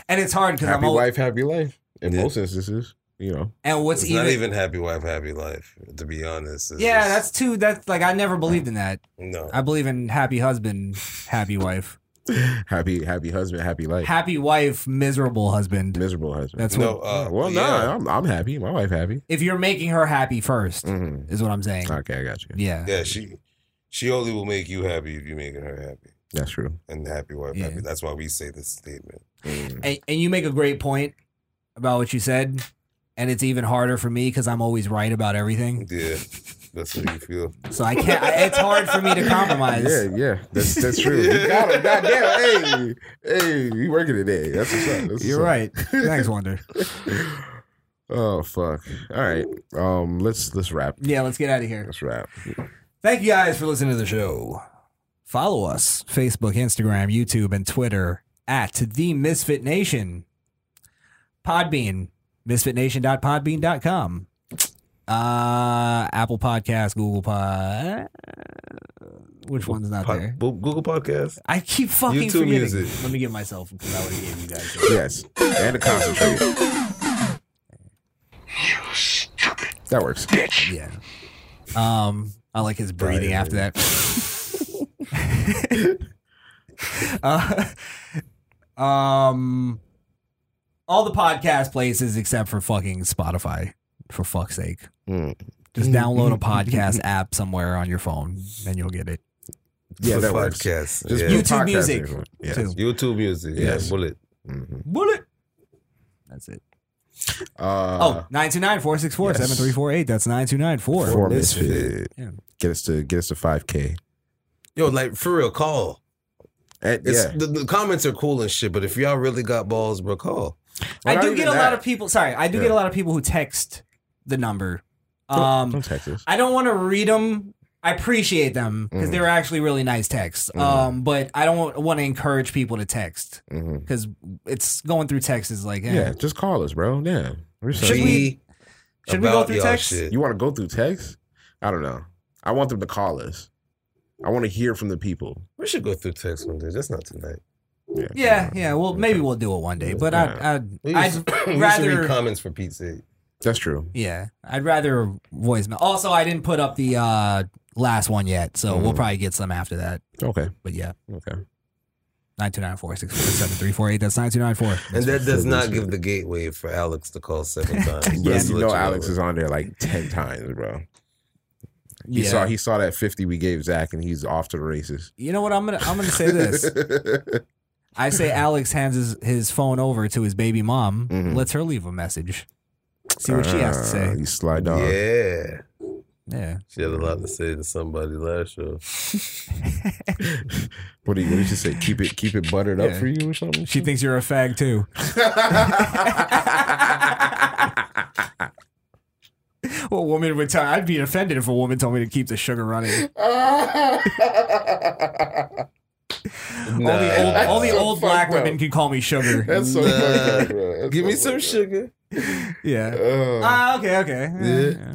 S2: and it's hard because I'm
S21: Happy
S2: old.
S21: wife, happy life.
S3: In
S1: Yeah.
S3: most instances, you know.
S2: And what's
S1: it's
S2: even,
S1: not even happy wife, happy life. To be honest, It's
S2: yeah,
S1: just-
S2: that's too. That's like I never believed in that.
S1: No.
S2: I believe in happy husband, happy wife,
S3: happy happy husband, happy life.
S2: happy wife, miserable husband,
S3: miserable husband.
S2: That's
S1: No,
S2: what.
S1: uh,
S3: well, no,
S1: yeah.
S3: I'm I'm happy. My wife happy. Mm-hmm.
S2: if you're making her happy 1st is what I'm saying.
S3: Okay, I got you.
S2: Yeah.
S1: yeah. She she only will make you happy if you're making her happy,
S3: That's true.
S1: and the happy wife
S2: Yeah.
S1: happy. That's why we say this statement.
S2: And, and you make a great point about what you said, and it's even harder for me because I'm always right about everything.
S1: Yeah, that's how you feel.
S2: So I can't. I, it's hard for me to compromise.
S3: Yeah, yeah, that's that's true. You got him. Goddamn, hey, hey, you working today? That's what's up. That's what's
S2: You're
S3: up.
S2: right. Thanks, Wonder.
S3: Oh fuck! All right, um, let's let's wrap.
S2: Yeah, let's get out of here.
S3: Let's wrap.
S2: Thank you guys for listening to the show. Follow us Facebook, Instagram, YouTube, and Twitter at The Misfit Nation. Podbean, misfitnation.podbean.com. Uh, Apple Podcast, Google Pod. Which one's not
S1: Po-
S2: there?
S1: Bo- Google Podcast.
S2: I keep fucking
S1: YouTube
S2: forgetting.
S1: Music.
S2: Let me get myself because I would have gave you guys.
S3: Yes, and to concentrate. That works.
S2: Yeah. Um, I like his breathing after that. uh, um, all the podcast places except for fucking Spotify. For fuck's sake,
S3: Hmm.
S2: just download a podcast app somewhere on your phone, and you'll get it.
S3: Yeah,
S1: For
S3: that works.
S1: podcasts.
S3: Just
S1: yeah.
S3: put
S2: YouTube
S3: podcast
S2: Music,
S3: in front.
S2: too.
S3: Yes.
S1: YouTube music.
S3: Yes.
S1: Yeah, bullet.
S3: Mm-hmm.
S2: Bullet. That's it.
S3: Uh,
S2: Oh, 929-464-7348. That's nine two nine four.
S3: for misfit.
S2: Yeah.
S3: Get us to get us to five k.
S1: Yo, like for real, call. It's,
S3: yeah.
S1: the, the comments are cool and shit, but if y'all really got balls, bro, call.
S2: I do get a lot of people. Sorry, I do get a lot of people who text the number. Um,
S3: Don't text us.
S2: I don't want to read them. I appreciate them because
S3: Mhm.
S2: they're actually really nice texts.
S3: Mm-hmm.
S2: Um, but I don't want to encourage people to text
S3: Mhm.
S2: because it's going through text is like, eh.
S3: Yeah, just call us, bro. Yeah, we're
S2: Should
S3: sorry.
S2: we- should we go
S1: about
S2: through
S1: y'all
S2: text?
S1: shit.
S3: You want to go through text? I don't know. I want them to call us. I want to hear from the people.
S1: We should go through text one day. That's not tonight.
S2: yeah, yeah. Well, maybe we'll do it one day, but
S1: Yeah.
S2: I,
S1: We
S2: I'd, I'd
S1: should- we should read
S2: rather.
S1: comments for Pete's sake.
S3: That's true.
S2: Yeah, I'd rather voicemail. Also, I didn't put up the uh, last one yet, so we'll
S3: Mhm.
S2: probably get some after that.
S3: Okay.
S2: But yeah,
S3: Okay.
S2: nine two nine four six four seven three four eight. That's nine two nine four.
S1: And that does not give the gateway for Alex to call seven times.
S3: Yeah,
S1: Just
S3: you
S1: to
S3: know
S1: let
S3: Alex is on there like ten times, bro. He
S2: Yeah.
S3: saw he saw that fifty we gave Zach, and he's off to the races.
S2: You know what? I'm gonna I'm gonna say this. I say Alex hands his, his phone over to his baby mom,
S3: Mm-hmm.
S2: lets her leave a message. See what she has to
S3: Ah,
S2: say.
S3: You slide
S1: know.
S3: dog.
S1: Yeah.
S2: Yeah.
S1: She had a lot to say to somebody last show.
S3: What do you what did you say? Keep it keep it buttered up
S2: Yeah.
S3: for you or something?
S2: She thinks you're a fag too. well, woman would tell I'd be offended if a woman told me to keep the sugar running. all the old, all the
S3: That's so
S2: old black
S3: fucked up.
S2: women can call me sugar.
S3: That's so
S1: Nah.
S3: funny, bro. That's
S1: Give
S3: so
S1: me some
S3: funny. Oh,
S1: sugar.
S2: Yeah.
S3: Ugh.
S2: Ah, okay, okay. Yeah,
S3: Yeah.
S2: yeah.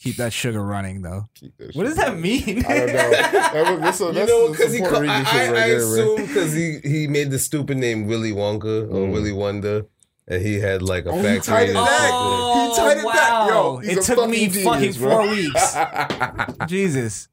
S2: Keep that sugar running though.
S3: that
S2: what does that mean?
S3: I don't know. That was- that's,
S1: you
S3: Oh, that's
S1: know,
S3: some
S1: because he,
S3: Puerto
S1: call, I,
S3: Rican
S1: I,
S3: shit right
S1: I
S3: there, bro.
S1: assume because he, he made the stupid name Willy Wonka or Willy Wonder, and he had like a
S3: Mm. Oh, he
S1: factory.
S3: tied it Oh,
S1: and
S3: back. he
S1: something.
S3: tied it back. Yo,
S2: oh, wow.
S3: he's
S2: It
S3: a
S2: took me fucking
S3: bro.
S2: four weeks. Jesus.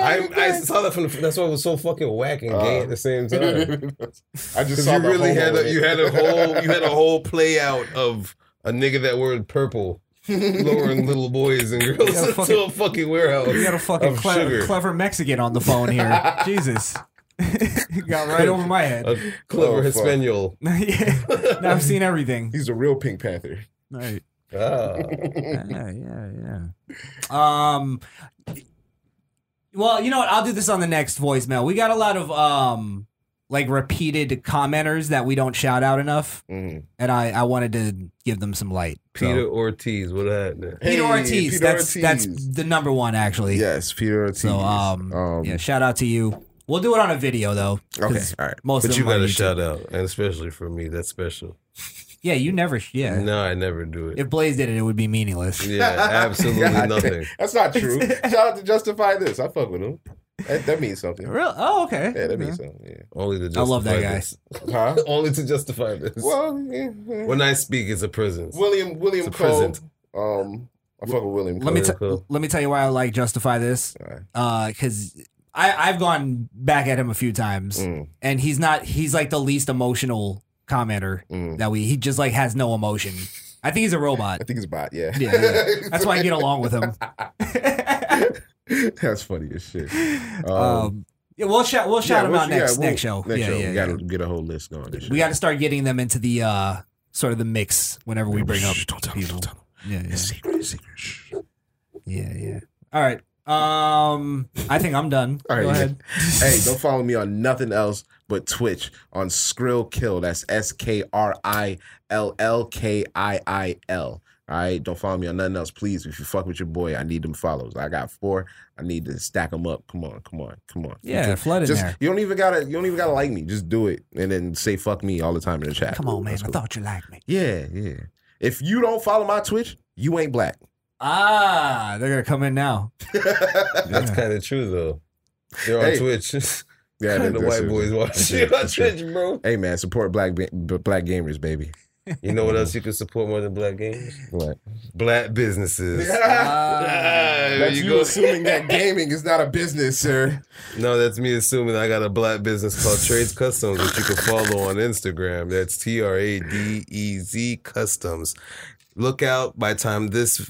S1: I, I saw that from the, that's why it was so fucking whack and gay at the same time.
S3: I just
S1: 'Cause
S3: Uh, saw
S1: you
S3: the
S1: really
S3: homo
S1: had
S3: in
S1: a,
S3: it.
S1: you had a whole you had a whole play out of a nigga that word purple lowering little boys and girls
S2: You got a
S1: into
S2: fucking-
S1: a fucking warehouse.
S2: You got a fucking
S1: of
S2: clever,
S1: sugar.
S2: clever Mexican on the phone here. Jesus. got right over my head.
S1: A clever
S2: Oh, fuck.
S1: Hispaniel.
S2: yeah. Now I've seen everything.
S3: He's a real Pink Panther.
S2: Right.
S1: Ah.
S2: yeah, yeah, yeah. Um Well, you know what? I'll do this on the next voicemail. We got a lot of um like repeated commenters that we don't shout out enough.
S3: Mm-hmm.
S2: And I I wanted to give them some light. so.
S1: Peter Ortiz, what happened?
S2: Peter Ortiz. that's that's the number one actually.
S3: Yes, Peter Ortiz.
S2: So um, yeah, shout out to you. We'll do it on a video though. 'cause Most
S1: but
S2: of
S1: you
S2: them are
S1: got a
S2: YouTube.
S1: shout out, and especially for me, that's special.
S2: Yeah, you never. sh- Yeah.
S1: No, I never do it.
S2: If Blaze did it, it would be meaningless.
S1: Yeah, absolutely
S3: God damn.
S1: nothing.
S3: That's not true. Shout out to Justify This. I fuck with him. That, that means something.
S2: Real? Oh, okay.
S3: Yeah, that means something. Yeah.
S1: Only to
S3: I
S1: justify
S3: love that guy.
S1: this.
S3: Huh?
S1: Only to justify this.
S3: Well, yeah.
S1: when I speak, it's a prison.
S3: William William
S1: It's a
S3: Cole.
S1: present.
S3: Um, I fuck with William.
S2: Let me
S3: Cole.
S2: t- let me tell you why I like justify this. Because I I've gone back at him a few times,
S3: Mm.
S2: and he's not. He's like the least emotional commenter
S3: mm.
S2: that we. He just like has no emotion. I think he's a robot. I
S3: think he's a bot. Yeah.
S2: Yeah. yeah. That's why I get along with him.
S3: That's funny as shit.
S2: Um, yeah, we'll shout we'll shout him
S3: we'll-
S2: out next
S3: we'll-
S2: next show.
S3: Next
S2: yeah,
S3: show.
S2: yeah,
S3: we gotta get a whole list going. and shit.
S2: We got to start getting them into the uh sort of the mix whenever we bring up people. Yeah, yeah. Yeah, yeah. All right. Um, I think I'm done.
S3: All right.
S2: Go ahead.
S3: hey, don't follow me on nothing else but Twitch on Skrill Kill. That's S K R I L L K I I L. All right. Don't follow me on nothing else, please. If you fuck with your boy, I need them follows. I got four. I need to stack them up. Come on, come on, come on.
S2: Yeah,
S3: just,
S2: flood in
S3: just,
S2: there.
S3: You don't even gotta. You don't even gotta like me. Just do it, and then say fuck me all the time in the chat.
S2: Come on, man. I thought you liked me.
S3: Yeah, yeah. If you don't follow my Twitch, you ain't black.
S2: Ah, they're gonna come in now.
S1: That's kind of true though. They're on
S3: Hey.
S1: Twitch.
S3: Yeah,
S1: kind
S3: that-
S1: of
S3: that's
S1: white
S3: it.
S1: boys
S3: That's it.
S1: watching you on
S3: That's it.
S1: Twitch, bro.
S3: Hey man, support black ba- b- black gamers, baby.
S1: You know what else you can support more than black games?
S3: What?
S1: Black businesses. there
S3: That's
S1: you
S3: you
S1: go.
S3: assuming that gaming is not a business, sir.
S1: No, that's me assuming I got a black business called Trades Customs, which you can follow on Instagram. That's T R A D E Z Customs. Look out by the time this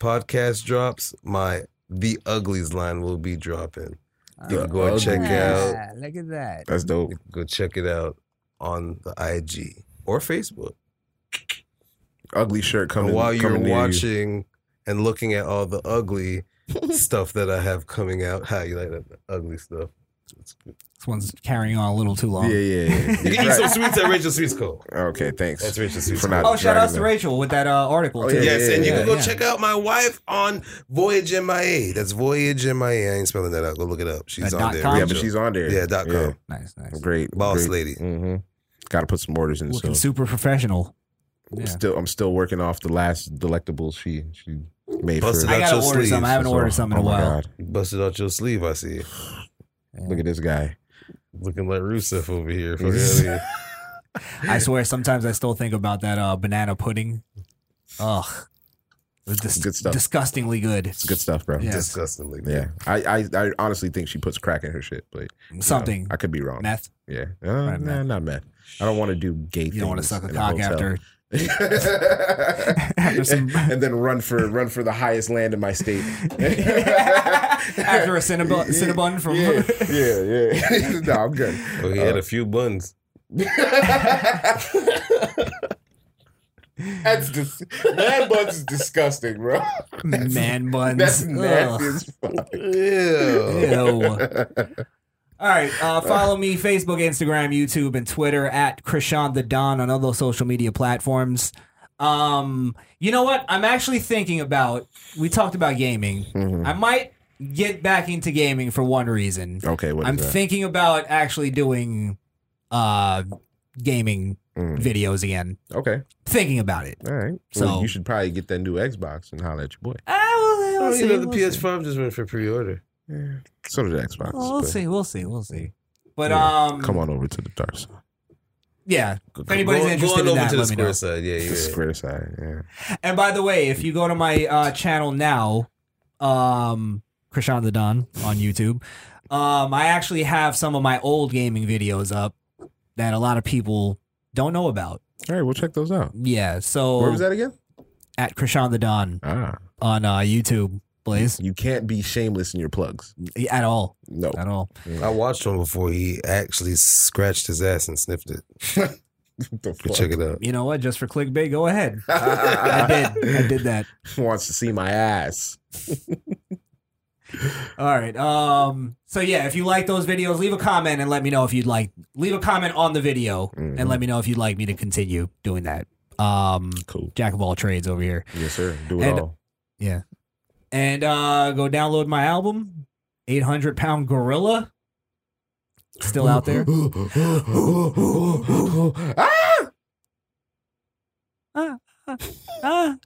S1: podcast drops, my The Uglies line will be dropping.
S2: Ah.
S1: You can go and check out.
S2: Look at that.
S3: That's dope.
S1: Go check it out on the IG or Facebook.
S3: Ugly shirt coming.
S1: and while you're
S3: coming near you.
S1: watching and looking at all the ugly stuff that I have coming out, how you like that ugly stuff?
S2: This one's carrying on a little too long.
S3: Yeah, yeah, yeah.
S1: You can eat some sweets at Rachel Sweets Co.
S3: Okay, thanks.
S1: That's Rachel Sweets
S3: For
S1: Co.
S3: not
S2: Oh, shout outs
S3: dragging
S2: to
S3: them.
S2: Rachel with that uh, article.
S3: Oh,
S2: too.
S1: yes, and you can go
S2: Yeah.
S1: check out my wife on Voyage MIA. That's Voyage MIA. I ain't spelling that out. Go look it up. She's
S2: Uh,
S1: on
S2: dot
S1: there.
S2: com?
S1: Rachel.
S3: Yeah, but she's on there.
S1: Yeah, dot com.
S3: Yeah.
S2: Nice, nice.
S3: Great
S1: Boss
S3: great.
S1: lady.
S3: Mm-hmm. Got to put some orders in.
S2: Looking
S3: So
S2: super professional.
S3: I'm still, I'm still working off the last delectables she she made.
S1: Busted
S3: for
S1: out your sleeve.
S3: So, oh my God.
S1: Busted out your sleeve. I see.
S3: Look at this guy.
S1: Looking like Rusev over here. For real.
S2: I swear, sometimes I still think about that uh, banana pudding. Ugh, it was dis-
S3: Good stuff.
S2: disgustingly good.
S3: It's good stuff, bro.
S2: Yes.
S1: Disgustingly.
S3: Yeah, I, I I honestly think she puts crack in her shit, but you know,
S2: Something.
S3: I could be wrong.
S2: Meth?
S3: Yeah, uh,
S2: Probably
S3: nah,
S2: meth.
S3: not meth. I don't want to do gay.
S2: You don't wanna
S3: things
S2: suck a
S3: in
S2: cock
S3: hotel.
S2: after-
S3: and, and then run for run for the highest land in my state.
S2: After a Cinnabon, Cinnabon from
S3: yeah, yeah, yeah. no, I'm good.
S1: Oh, he
S2: Uh,
S1: had a few buns.
S3: Uh, That's dis- man buns is disgusting, bro. That's-
S2: Man buns.
S3: That's nasty
S2: Ugh.
S3: as fuck.
S2: Ew. All right. Uh, follow me Facebook, Instagram, YouTube, and Twitter at Krishan the Don on all those social media platforms. Um, you know what? I'm actually thinking about. We talked about gaming.
S3: Mm-hmm.
S2: I might get back into gaming for one reason.
S3: Okay, what is
S2: I'm
S3: that?
S2: thinking about actually doing uh gaming videos again.
S3: Mm. Okay.
S2: Thinking about it.
S3: All right.
S2: So
S3: Well, you should probably get that new Xbox and holler at your boy.
S2: I will, I
S1: Oh,
S2: will
S1: you know, the
S2: see. Uh, we'll see.
S1: PS5 just went for pre-order.
S3: So did Xbox.
S2: Well, we'll
S3: but-
S2: see. We'll see. We'll see. But
S3: Yeah,
S2: um,
S3: come on over to the dark side.
S2: Yeah. If
S1: Go-
S2: anybody's
S1: go on
S2: interested in
S1: over
S2: that,
S1: to the
S2: let me
S1: square
S2: know.
S1: side. Yeah, yeah.
S3: The square side. Yeah.
S2: And by the way, if you go to my uh, channel now, um, Krishan the Don on YouTube, um, I actually have some of my old gaming videos up that a lot of people don't know about.
S3: All right, we'll check those out.
S2: Yeah. So
S3: Where was that again?
S2: at Krishan the Don on uh, YouTube. Blaze,
S3: you can't be shameless in your plugs
S2: at all.
S3: No,
S2: at all.
S1: I watched him before he actually scratched his ass and sniffed it. But check it out.
S2: You know what? Just for clickbait, go ahead. I did. I did that.
S3: wants to see my ass.
S2: All right. Um. So yeah, if you like those videos, leave a comment and let me know if you'd like. Leave a comment on the video
S3: Mm-hmm.
S2: and let me know if you'd like me to continue doing that. Um. Cool. Jack of all trades over here.
S3: Yes, sir. Do it
S2: And-
S3: all.
S2: Yeah. And uh, go download my album, 800 Pound Gorilla. Still out there. Ah.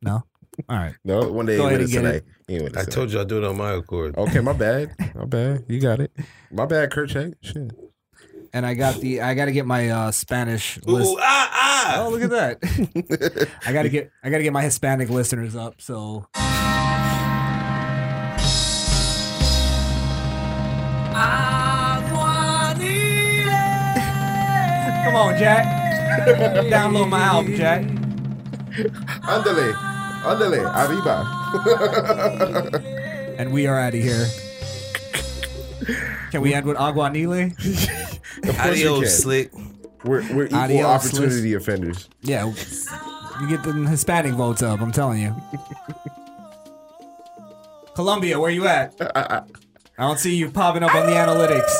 S2: no. All right.
S3: No, one day
S1: Go
S3: you
S1: ahead
S3: with
S1: and
S3: us
S1: get
S3: tonight.
S1: it.
S3: You ain't with
S1: I
S3: us
S1: told you I'll do it on my accord.
S3: Okay, my bad. My bad. You got it. My bad, Kurt Shank. Shit.
S2: And I got the I got to get my uh, Spanish list. Oh, look at that. I got to get I got to get my Hispanic listeners up. So Come on, Jack. Download my album, Jack.
S3: Andale. Andale. Arriba.
S2: and we are out of here. Can we end with Aguanile?
S3: Of course you can. We're, we're equal
S2: Adios,
S3: opportunity offenders.
S2: Yeah. You get the Hispanic votes up, I'm telling you. Colombia, where you at? I don't see you popping up on the analytics.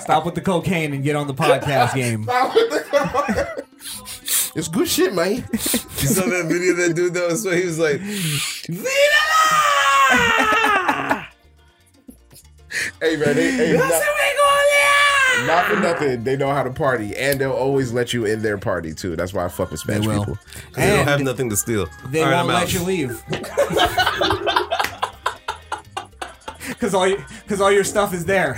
S2: Stop with the cocaine and get on the podcast game.
S3: It's good shit, man. you
S1: saw that video of that dude that was so he was like,
S3: Hey, man. They, hey, not, not for nothing. They know how to party, and they'll always let you in their party too. That's why I fuck with Spanish people.
S1: they don't have nothing to steal.
S2: They
S1: All right,
S2: won't
S1: I'm out.
S2: let you leave. Cause all, you, cause all your stuff is there.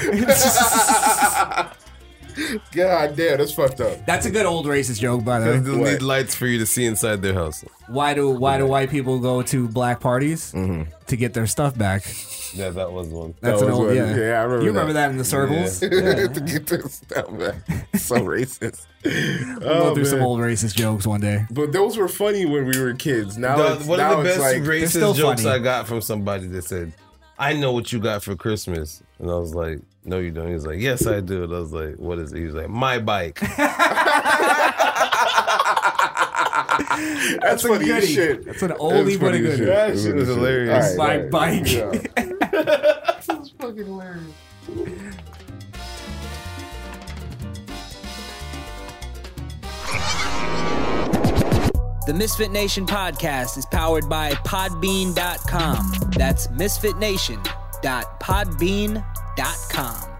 S3: God damn, that's fucked up.
S2: That's a good old racist joke, by
S1: Because
S2: the
S1: they'll
S2: way.
S1: need lights for you to see inside their house.
S2: Why do why do white people go to black parties to get their stuff back?
S1: Yeah, that was one.
S2: That's
S1: That
S2: an
S1: was
S2: old
S1: one.
S2: yeah. You remember that, in the circles?
S1: Yeah.
S2: Yeah.
S3: to get this stuff back. So racist. Oh,
S2: We'll go through some old racist jokes one day.
S3: But those were funny when we were kids. Now,
S1: The-
S3: it's,
S1: one
S3: now
S1: of the
S3: it's
S1: best
S3: like,
S1: racist jokes I got from somebody that said, "I know what you got for Christmas," and I was like, "No, you don't." He was like, "Yes, I do." And I was like, "What is it?" He was like, "My bike."
S3: That's, funny as
S2: goodie.
S3: shit.
S2: That's an
S3: That is
S2: oldie but a
S3: funny as
S2: goodie.
S3: shit.
S1: That shit was hilarious.
S3: All
S2: My
S3: all
S2: bike.
S3: Yeah.
S4: That's fucking hilarious.
S15: The Misfit Nation podcast is powered by Podbean.com. That's misfitnation.podbean.com.